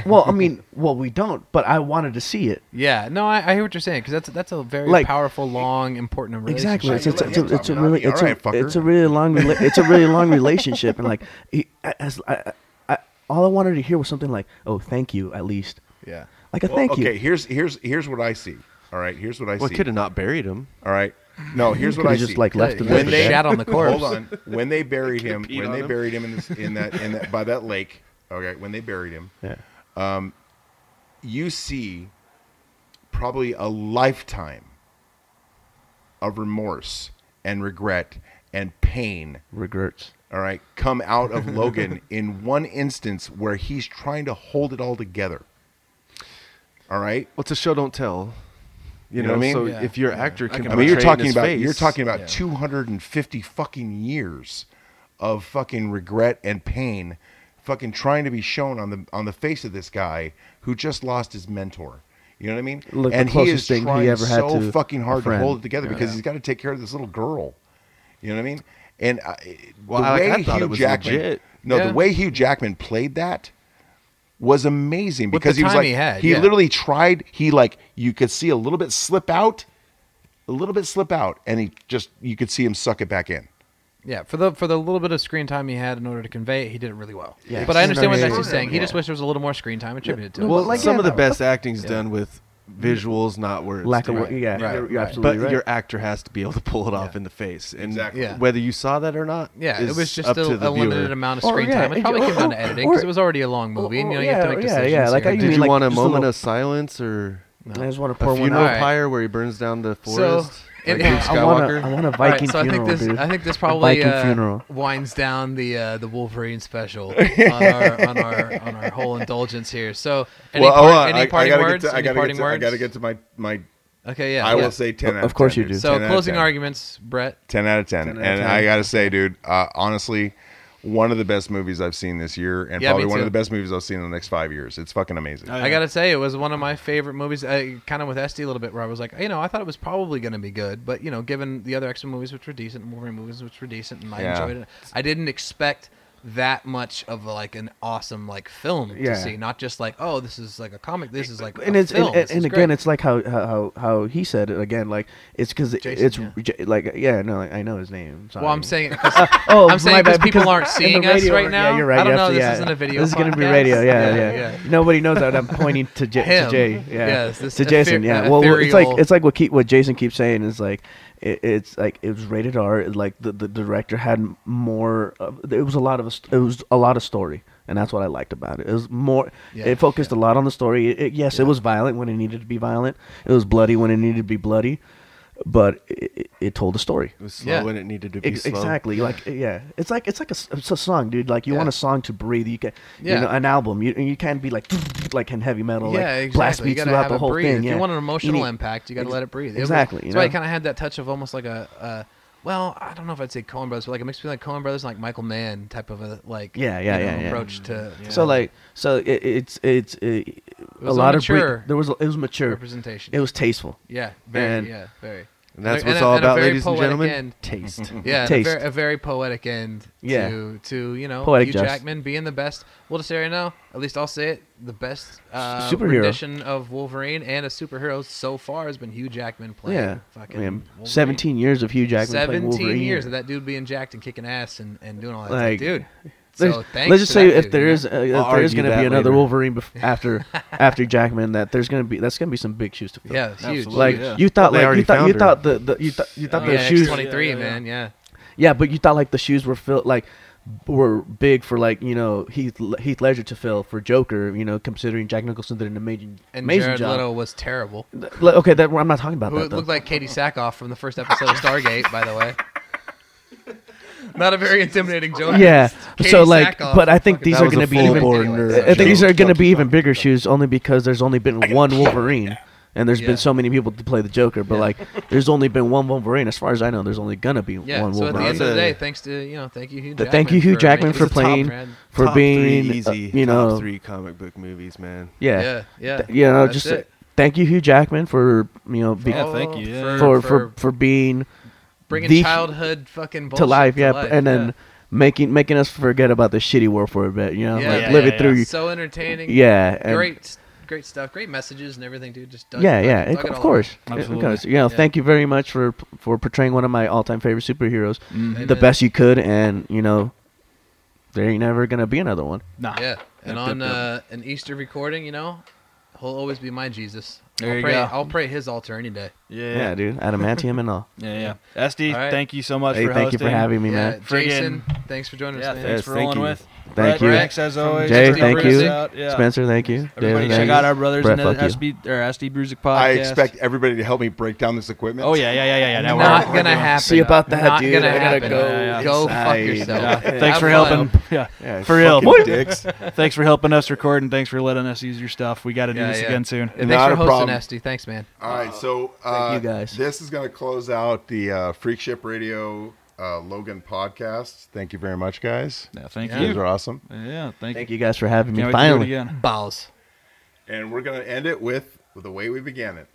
Speaker 7: Well, I mean, well, we don't, but I wanted to see it.
Speaker 5: yeah, no, I, I hear what you're saying because that's that's a very
Speaker 7: Like-
Speaker 5: powerful, long, important relationship.
Speaker 7: Exactly. It's, it's, it's,
Speaker 4: Yeah,
Speaker 7: a, it's a
Speaker 4: fucker.
Speaker 7: really it's,
Speaker 4: Alright,
Speaker 7: a,
Speaker 4: fucker.
Speaker 7: it's a really long rela- it's a really long relationship, and like he, as I, I, all I wanted to hear was something like, "Oh, thank you," at least.
Speaker 5: Yeah.
Speaker 7: Like a
Speaker 4: Well,
Speaker 7: thank
Speaker 4: okay.
Speaker 7: you.
Speaker 4: Here's here's here's what I see. All right. Here's what I
Speaker 6: Well,
Speaker 4: see.
Speaker 6: could have not buried him.
Speaker 4: All right. No, here's what
Speaker 7: Coulda
Speaker 4: I
Speaker 7: just
Speaker 4: see.
Speaker 7: like left him there
Speaker 4: when
Speaker 7: for
Speaker 4: they
Speaker 7: dead.
Speaker 5: Shat on the corpse.
Speaker 4: Hold on. When they buried him,
Speaker 6: peed
Speaker 4: when
Speaker 6: on
Speaker 4: they
Speaker 6: him.
Speaker 4: buried him in this in that in that by that lake, Okay, when they buried him, um,
Speaker 6: Yeah.
Speaker 4: you see probably a lifetime of remorse and regret and pain
Speaker 6: Regrets.
Speaker 4: all right, come out of Logan in one instance where he's trying to hold it all together. All right.
Speaker 6: Well, it's a show don't tell. You, know,
Speaker 4: know what I mean?
Speaker 6: so
Speaker 4: Yeah.
Speaker 6: if your actor can,
Speaker 4: I mean, you're
Speaker 6: portray it in
Speaker 4: talking
Speaker 6: his
Speaker 4: about
Speaker 6: face-
Speaker 4: you're talking about 250 fucking years of fucking regret and pain, fucking trying to be shown on the on the face of this guy who just lost his mentor. You know what I mean?
Speaker 7: Look, the
Speaker 4: and he
Speaker 7: closest
Speaker 4: is
Speaker 7: thing he
Speaker 4: trying
Speaker 7: ever had
Speaker 4: so
Speaker 7: to
Speaker 4: fucking
Speaker 7: a
Speaker 4: hard to
Speaker 7: friend.
Speaker 4: hold it together because he's got to take care of this little girl. You know what I mean? And uh,
Speaker 6: Well,
Speaker 4: the
Speaker 6: I- like,
Speaker 4: way
Speaker 6: I thought it
Speaker 4: Hugh
Speaker 6: was
Speaker 4: Jackman,
Speaker 6: legit.
Speaker 4: no,
Speaker 5: Yeah.
Speaker 4: the way Hugh Jackman played that was amazing
Speaker 5: With
Speaker 4: because
Speaker 5: the
Speaker 4: he was
Speaker 5: time
Speaker 4: like
Speaker 5: he had, yeah.
Speaker 4: literally tried. He like you could see a little bit slip out, a little bit slip out, and he just you could see him suck it back in.
Speaker 5: Yeah, for the for the little bit of screen time he had in order to convey it, he did it really well.
Speaker 6: Yeah,
Speaker 5: but I understand what Jesse's
Speaker 4: extraordinary.
Speaker 5: saying. He just wished there was a little more screen time attributed to it.
Speaker 6: Well,
Speaker 4: like,
Speaker 6: some
Speaker 4: yeah,
Speaker 6: of the
Speaker 4: no,
Speaker 6: best acting's done with visuals, not words.
Speaker 7: Lack of
Speaker 6: dude.
Speaker 7: word. Yeah,
Speaker 5: Right,
Speaker 7: you're, you're
Speaker 5: right.
Speaker 7: absolutely
Speaker 6: But
Speaker 7: right.
Speaker 6: your actor has to be able to pull it off in the face, and
Speaker 4: Exactly.
Speaker 5: Yeah.
Speaker 6: whether you saw that or not,
Speaker 5: yeah, it
Speaker 6: is
Speaker 5: was just
Speaker 6: up
Speaker 5: a,
Speaker 6: to
Speaker 5: a
Speaker 6: the
Speaker 5: limited
Speaker 6: viewer.
Speaker 5: amount of
Speaker 7: Or,
Speaker 5: screen
Speaker 7: yeah,
Speaker 5: time. It
Speaker 7: it-
Speaker 5: probably
Speaker 7: or-
Speaker 5: came down to
Speaker 7: or-
Speaker 5: editing because
Speaker 7: or-
Speaker 5: it was already a long movie, and you know you
Speaker 7: yeah,
Speaker 5: have to make
Speaker 7: yeah, yeah,
Speaker 5: decisions.
Speaker 7: like
Speaker 5: here
Speaker 7: I
Speaker 5: and
Speaker 7: You
Speaker 6: Did
Speaker 7: mean,
Speaker 6: you
Speaker 7: like,
Speaker 6: want a
Speaker 7: just a
Speaker 6: moment
Speaker 7: little-
Speaker 6: of silence or
Speaker 7: I just want to
Speaker 6: a
Speaker 7: pour one
Speaker 6: funeral
Speaker 7: out.
Speaker 5: Alright.
Speaker 6: pyre where he burns down the
Speaker 5: So,
Speaker 6: forest?
Speaker 5: it-
Speaker 6: like
Speaker 5: yeah,
Speaker 6: Luke
Speaker 5: I
Speaker 7: I want, a,
Speaker 6: Skywalker.
Speaker 7: I want a
Speaker 5: All right,
Speaker 7: Viking
Speaker 5: so I
Speaker 7: funeral,
Speaker 5: think this
Speaker 7: dude.
Speaker 5: I think this probably
Speaker 7: Viking
Speaker 5: uh,
Speaker 7: funeral.
Speaker 5: winds down the uh, the Wolverine special on our on our on our whole indulgence here. So any,
Speaker 4: well,
Speaker 5: part-
Speaker 4: hold on.
Speaker 5: any
Speaker 4: I, I
Speaker 5: parting
Speaker 4: gotta
Speaker 5: words?
Speaker 4: Get to, I
Speaker 5: any
Speaker 4: gotta
Speaker 5: parting
Speaker 4: get to,
Speaker 5: words?
Speaker 4: I gotta get to my my.
Speaker 5: Okay, yeah.
Speaker 4: I
Speaker 5: yeah.
Speaker 4: will say ten.
Speaker 7: Of
Speaker 4: out of
Speaker 7: course
Speaker 4: 10,
Speaker 7: you
Speaker 4: dude.
Speaker 7: do.
Speaker 5: So
Speaker 4: 10 out of
Speaker 5: closing
Speaker 4: 10.
Speaker 5: arguments, Brett.
Speaker 4: 10 out of 10.
Speaker 6: out of
Speaker 4: and
Speaker 6: 10.
Speaker 4: I got to say, dude, uh, honestly, one of the best movies I've seen this year and
Speaker 5: Yeah,
Speaker 4: probably
Speaker 5: me
Speaker 4: one of
Speaker 5: too.
Speaker 4: the best movies I've seen in the next five years. It's fucking amazing.
Speaker 5: I gotta say, it was one of my favorite movies. I kind of with Esty a little bit, where I was like, you know, I thought it was probably gonna be good, but you know, given the other X Men movies, which were decent, and Wolverine movies, which were decent, and I
Speaker 4: Yeah.
Speaker 5: enjoyed it, I didn't expect that much of like an awesome like film
Speaker 7: Yeah.
Speaker 5: to see. Not just like, oh, this is like a comic. This is like
Speaker 7: and
Speaker 5: a
Speaker 7: it's
Speaker 5: film.
Speaker 7: and, and,
Speaker 5: This is
Speaker 7: again
Speaker 5: great.
Speaker 7: it's like how how how- how he said it again like it's because
Speaker 5: Jason,
Speaker 7: it's
Speaker 5: yeah.
Speaker 7: j- like yeah no I know his name sorry.
Speaker 5: Well, I'm saying it 'cause-
Speaker 7: oh
Speaker 5: I'm saying
Speaker 7: my
Speaker 5: because
Speaker 7: bad,
Speaker 5: people aren't
Speaker 7: in the
Speaker 5: seeing us
Speaker 7: radio-
Speaker 5: right now.
Speaker 7: yeah you're right
Speaker 5: I don't
Speaker 7: you have
Speaker 5: know,
Speaker 7: to-
Speaker 5: this
Speaker 7: yeah.
Speaker 5: isn't a video
Speaker 7: this is gonna be
Speaker 5: podcast.
Speaker 7: radio yeah
Speaker 5: Yeah,
Speaker 7: yeah,
Speaker 5: yeah.
Speaker 7: nobody knows that I'm pointing to, J-
Speaker 5: Him.
Speaker 7: to Jay yeah
Speaker 5: Yes, this
Speaker 7: to Jason
Speaker 5: ether-
Speaker 7: yeah well well, it's like
Speaker 5: ethereal-
Speaker 7: it's like what keep what Jason keeps saying is like it, it's like it was rated R it, like the, the director had more of, it was a lot of a st- it was a lot of story. And that's what I liked about it. It was more.
Speaker 5: Yeah,
Speaker 7: it focused a lot on the story. It, it- yes, it was violent when it needed to be violent. It was bloody when it needed to be bloody, but it, it, it told a story.
Speaker 6: It was slow
Speaker 5: Yeah.
Speaker 6: when it needed to be
Speaker 7: Ex-
Speaker 6: slow.
Speaker 7: exactly. Like yeah, it's like it's like a, s- it's a song, dude. Like you
Speaker 5: Yeah.
Speaker 7: want a song to breathe. You can,
Speaker 5: Yeah.
Speaker 7: you know, an album. You you can't be like like in heavy metal. like,
Speaker 5: yeah, exactly.
Speaker 7: Blast
Speaker 5: you
Speaker 7: beats
Speaker 5: gotta
Speaker 7: throughout
Speaker 5: have
Speaker 7: the
Speaker 5: it
Speaker 7: whole
Speaker 5: breathe.
Speaker 7: thing.
Speaker 5: If
Speaker 7: yeah.
Speaker 5: you want an emotional
Speaker 7: need-
Speaker 5: impact, you gotta
Speaker 7: ex-
Speaker 5: let it breathe. It was-
Speaker 7: Exactly, you
Speaker 5: That's why I
Speaker 7: know?
Speaker 5: kind of had that touch of almost like a, uh, well, I don't know if I'd say Coen Brothers, but like it makes me feel like Coen Brothers, and like Michael Mann type of a like
Speaker 7: Yeah, yeah,
Speaker 5: you know,
Speaker 7: yeah, yeah.
Speaker 5: approach to to
Speaker 7: So like so it, it's it's it, a
Speaker 5: was a
Speaker 7: lot of bre-
Speaker 5: mature
Speaker 7: there was a- it was mature.
Speaker 5: representation.
Speaker 7: It was tasteful.
Speaker 5: yeah, very,
Speaker 7: and-
Speaker 5: yeah, very.
Speaker 6: And that's
Speaker 5: And a-
Speaker 6: what it's
Speaker 5: and a-
Speaker 6: all
Speaker 5: and a
Speaker 6: about,
Speaker 5: very
Speaker 6: ladies and
Speaker 5: poetic
Speaker 6: gentlemen.
Speaker 5: end.
Speaker 6: Taste.
Speaker 5: Yeah, a,
Speaker 7: Taste.
Speaker 5: very, a very poetic end
Speaker 7: Yeah.
Speaker 5: to to you know
Speaker 7: Poetic
Speaker 5: Hugh
Speaker 7: justice.
Speaker 5: Jackman being the best. We'll just say right now, at least I'll say it, the best uh,
Speaker 7: superhero.
Speaker 5: rendition of Wolverine and a superhero so far has been Hugh Jackman playing.
Speaker 7: Yeah, I
Speaker 5: fucking
Speaker 7: mean,
Speaker 5: Wolverine.
Speaker 7: seventeen years of Hugh Jackman playing
Speaker 5: Seventeen
Speaker 7: Wolverine.
Speaker 5: years of that dude being jacked and kicking ass and, and doing all that,
Speaker 7: Like,
Speaker 5: dude. So
Speaker 7: There's-
Speaker 5: thanks
Speaker 7: let's just
Speaker 5: to
Speaker 7: say
Speaker 5: that
Speaker 7: if
Speaker 5: dude,
Speaker 7: there
Speaker 5: you
Speaker 7: is uh,
Speaker 6: I'll
Speaker 7: if there is
Speaker 6: argue
Speaker 7: going to
Speaker 6: that
Speaker 7: be another
Speaker 6: later.
Speaker 7: Wolverine bef- after after Jackman that there's going to be that's going to be some big shoes to
Speaker 5: know?
Speaker 7: fill.
Speaker 5: yeah, it's huge.
Speaker 7: Like
Speaker 5: huge.
Speaker 7: you thought,
Speaker 6: Well, they
Speaker 7: like you
Speaker 6: already
Speaker 7: thought,
Speaker 6: found
Speaker 7: you
Speaker 6: her.
Speaker 7: thought the, the you thought you thought
Speaker 5: oh,
Speaker 7: the
Speaker 5: yeah,
Speaker 7: shoes.
Speaker 5: twenty three man, yeah.
Speaker 7: Yeah, but you thought like the shoes were filled like were big for like you know Heath Heath Ledger to fill for Joker. You know, considering Jack Nicholson did an amazing
Speaker 5: And
Speaker 7: amazing
Speaker 5: Jared
Speaker 7: job.
Speaker 5: Leto was terrible. Who
Speaker 7: Th- like, Okay, that I'm not talking about that.
Speaker 5: it
Speaker 7: Though.
Speaker 5: looked like Katie Sackhoff from the first episode of Stargate, by the way. Not a very intimidating joke.
Speaker 7: yeah.
Speaker 5: Katie
Speaker 7: so like,
Speaker 5: Sackhoff
Speaker 7: but I
Speaker 5: from
Speaker 7: think
Speaker 5: fucking
Speaker 7: these
Speaker 6: That
Speaker 7: are
Speaker 6: was
Speaker 7: going
Speaker 6: a
Speaker 7: to be
Speaker 6: full
Speaker 7: even.
Speaker 6: board nerd.
Speaker 7: I think these
Speaker 4: Joke,
Speaker 7: are going to
Speaker 4: joke,
Speaker 7: be
Speaker 4: joke,
Speaker 7: even bigger shoes only because there's only been one Wolverine. And there's
Speaker 5: Yeah.
Speaker 7: been so many people to play the Joker, but like, there's only been one Wolverine. As far as I know, there's only gonna be
Speaker 5: Yeah.
Speaker 7: one
Speaker 5: so at the
Speaker 7: Wolverine.
Speaker 5: end of the
Speaker 6: That's a-
Speaker 5: day, thanks to you know, thank you Hugh.
Speaker 7: Th-
Speaker 5: Jackman
Speaker 7: thank you, Hugh Jackman,
Speaker 5: making
Speaker 7: for
Speaker 5: this a top
Speaker 7: playing.
Speaker 5: red.
Speaker 7: for
Speaker 6: Top
Speaker 7: being,
Speaker 6: three
Speaker 7: uh,
Speaker 6: easy,
Speaker 7: you know,
Speaker 6: top three comic book movies, man.
Speaker 7: yeah,
Speaker 5: Yeah, yeah.
Speaker 7: Th- you know,
Speaker 5: That's
Speaker 7: just uh,
Speaker 5: it.
Speaker 7: thank you, Hugh Jackman, for you know, be,
Speaker 10: Yeah,
Speaker 6: Oh,
Speaker 10: thank you. Yeah.
Speaker 7: for, for for being
Speaker 5: bringing
Speaker 7: the-
Speaker 5: childhood fucking bullshit
Speaker 7: to life, yeah, and then
Speaker 5: yeah.
Speaker 7: making making us forget about the shitty world for a bit, you know,
Speaker 5: Yeah,
Speaker 7: like
Speaker 5: yeah,
Speaker 7: live
Speaker 10: yeah,
Speaker 7: it through, you.
Speaker 5: so entertaining.
Speaker 7: yeah, and-
Speaker 5: great, great stuff. Great messages and everything, dude. Just dug,
Speaker 7: yeah,
Speaker 5: dug-
Speaker 7: yeah,
Speaker 5: dug
Speaker 7: it-
Speaker 5: it all
Speaker 7: of
Speaker 5: up.
Speaker 7: course, It- of
Speaker 10: Absolutely.
Speaker 7: course. You know,
Speaker 5: Yeah.
Speaker 7: thank you very much for for portraying one of my all time favorite superheroes, the
Speaker 1: Mm-hmm.
Speaker 5: Amen.
Speaker 7: best you could, and you know, there ain't never gonna be another one.
Speaker 10: Nah.
Speaker 5: Yeah, and
Speaker 7: Yep,
Speaker 5: on
Speaker 7: yep, yep.
Speaker 5: Uh, an Easter recording, you know, he'll always be my Jesus.
Speaker 1: There
Speaker 5: I'll
Speaker 1: you
Speaker 5: pray,
Speaker 1: go.
Speaker 5: I'll pray his altar any day.
Speaker 1: yeah,
Speaker 7: Yeah, dude. Adamantium and all.
Speaker 1: yeah, yeah. SD,
Speaker 5: All right.
Speaker 1: thank you so much
Speaker 7: Hey,
Speaker 1: for
Speaker 7: thank you
Speaker 1: hosting.
Speaker 7: for having me,
Speaker 5: Yeah,
Speaker 7: man.
Speaker 1: Friggin-
Speaker 5: Jason, thanks for joining us.
Speaker 1: Yeah,
Speaker 5: man.
Speaker 1: thanks
Speaker 7: Yes,
Speaker 1: for
Speaker 7: thank
Speaker 1: rolling
Speaker 7: you.
Speaker 1: with.
Speaker 7: Thank
Speaker 1: Brett,
Speaker 7: you.
Speaker 1: Rex, as always.
Speaker 7: Jay,
Speaker 1: Steve
Speaker 7: thank you.
Speaker 1: Brusick out, yeah.
Speaker 7: Spencer, thank you.
Speaker 1: Everybody
Speaker 7: David,
Speaker 1: check
Speaker 7: thank
Speaker 1: out
Speaker 7: you.
Speaker 1: our brothers
Speaker 7: Brett,
Speaker 1: in the
Speaker 7: fuck you.
Speaker 1: SB, or SD Brusick podcast.
Speaker 4: I expect everybody to help me break down this equipment.
Speaker 1: Oh yeah, yeah, yeah, yeah. yeah. Now we're-
Speaker 5: Not
Speaker 1: we're
Speaker 5: gonna
Speaker 1: doing-
Speaker 5: happen.
Speaker 7: See about that,
Speaker 5: Not
Speaker 7: dude.
Speaker 5: Gonna
Speaker 7: I gotta
Speaker 5: happen.
Speaker 7: go
Speaker 1: Yeah, yeah.
Speaker 5: Go fuck
Speaker 4: inside.
Speaker 5: yourself.
Speaker 1: Yeah. Thanks
Speaker 5: Have
Speaker 1: for
Speaker 5: fun.
Speaker 1: helping. Yeah.
Speaker 4: Yeah,
Speaker 1: For real.
Speaker 4: fucking dicks.
Speaker 1: Thanks for helping us record and thanks for letting us use your stuff. We got to do
Speaker 5: Yeah,
Speaker 1: this
Speaker 5: yeah.
Speaker 1: again soon.
Speaker 5: And
Speaker 4: Not
Speaker 5: thanks for
Speaker 4: a
Speaker 5: hosting,
Speaker 4: problem.
Speaker 5: Esty. Thanks, man.
Speaker 4: All right, so uh,
Speaker 7: you, guys.
Speaker 4: This is going to close out the uh, Freak Ship Radio uh, Logan podcast. Thank you very much, guys.
Speaker 1: Yeah, thank
Speaker 4: You guys
Speaker 1: you.
Speaker 4: are awesome.
Speaker 1: Yeah, thank,
Speaker 7: Thank you guys for having
Speaker 1: Can't wait
Speaker 7: me.
Speaker 1: to do it
Speaker 7: Finally.
Speaker 1: again.
Speaker 5: Balls.
Speaker 4: And we're going to end it with, with the way we began it.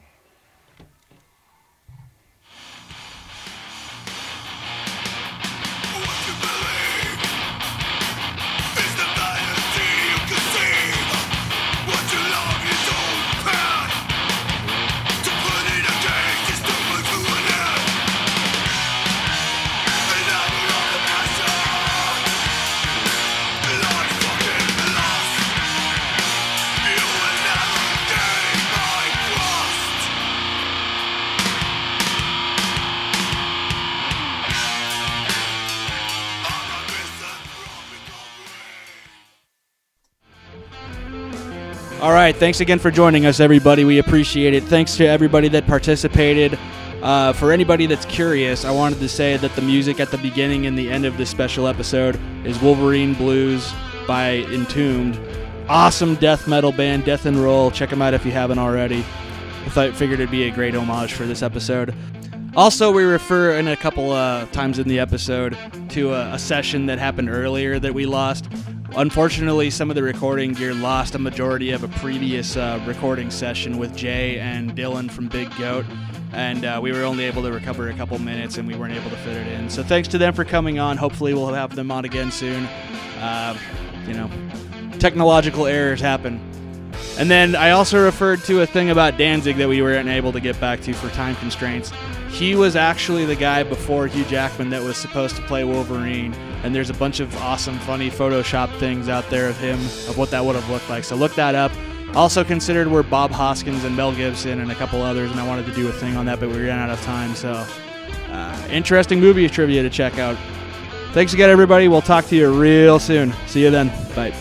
Speaker 1: All right. Thanks again for joining us, everybody. We appreciate it. Thanks to everybody that participated. Uh, for anybody that's curious, I wanted to say that the music at the beginning and the end of this special episode is Wolverine Blues by Entombed. Awesome death metal band, Death and Roll. Check them out if you haven't already. I thought figured it'd be a great homage for this episode. Also, we refer in a couple uh, times in the episode to a, a session that happened earlier that we lost. Unfortunately, some of the recording gear lost a majority of a previous uh, recording session with Jay and Dylan from Big Goat, and uh, we were only able to recover a couple minutes and we weren't able to fit it in. So, thanks to them for coming on. Hopefully, we'll have them on again soon. Uh, you know, technological errors happen. And then I also referred to a thing about Danzig that we weren't able to get back to for time constraints. He was actually the guy before Hugh Jackman that was supposed to play Wolverine, and there's a bunch of awesome, funny Photoshop things out there of him, of what that would have looked like. So look that up. Also considered were Bob Hoskins and Mel Gibson and a couple others, and I wanted to do a thing on that, but we ran out of time. So uh, interesting movie trivia to check out. Thanks again, everybody. We'll talk to you real soon. See you then. Bye.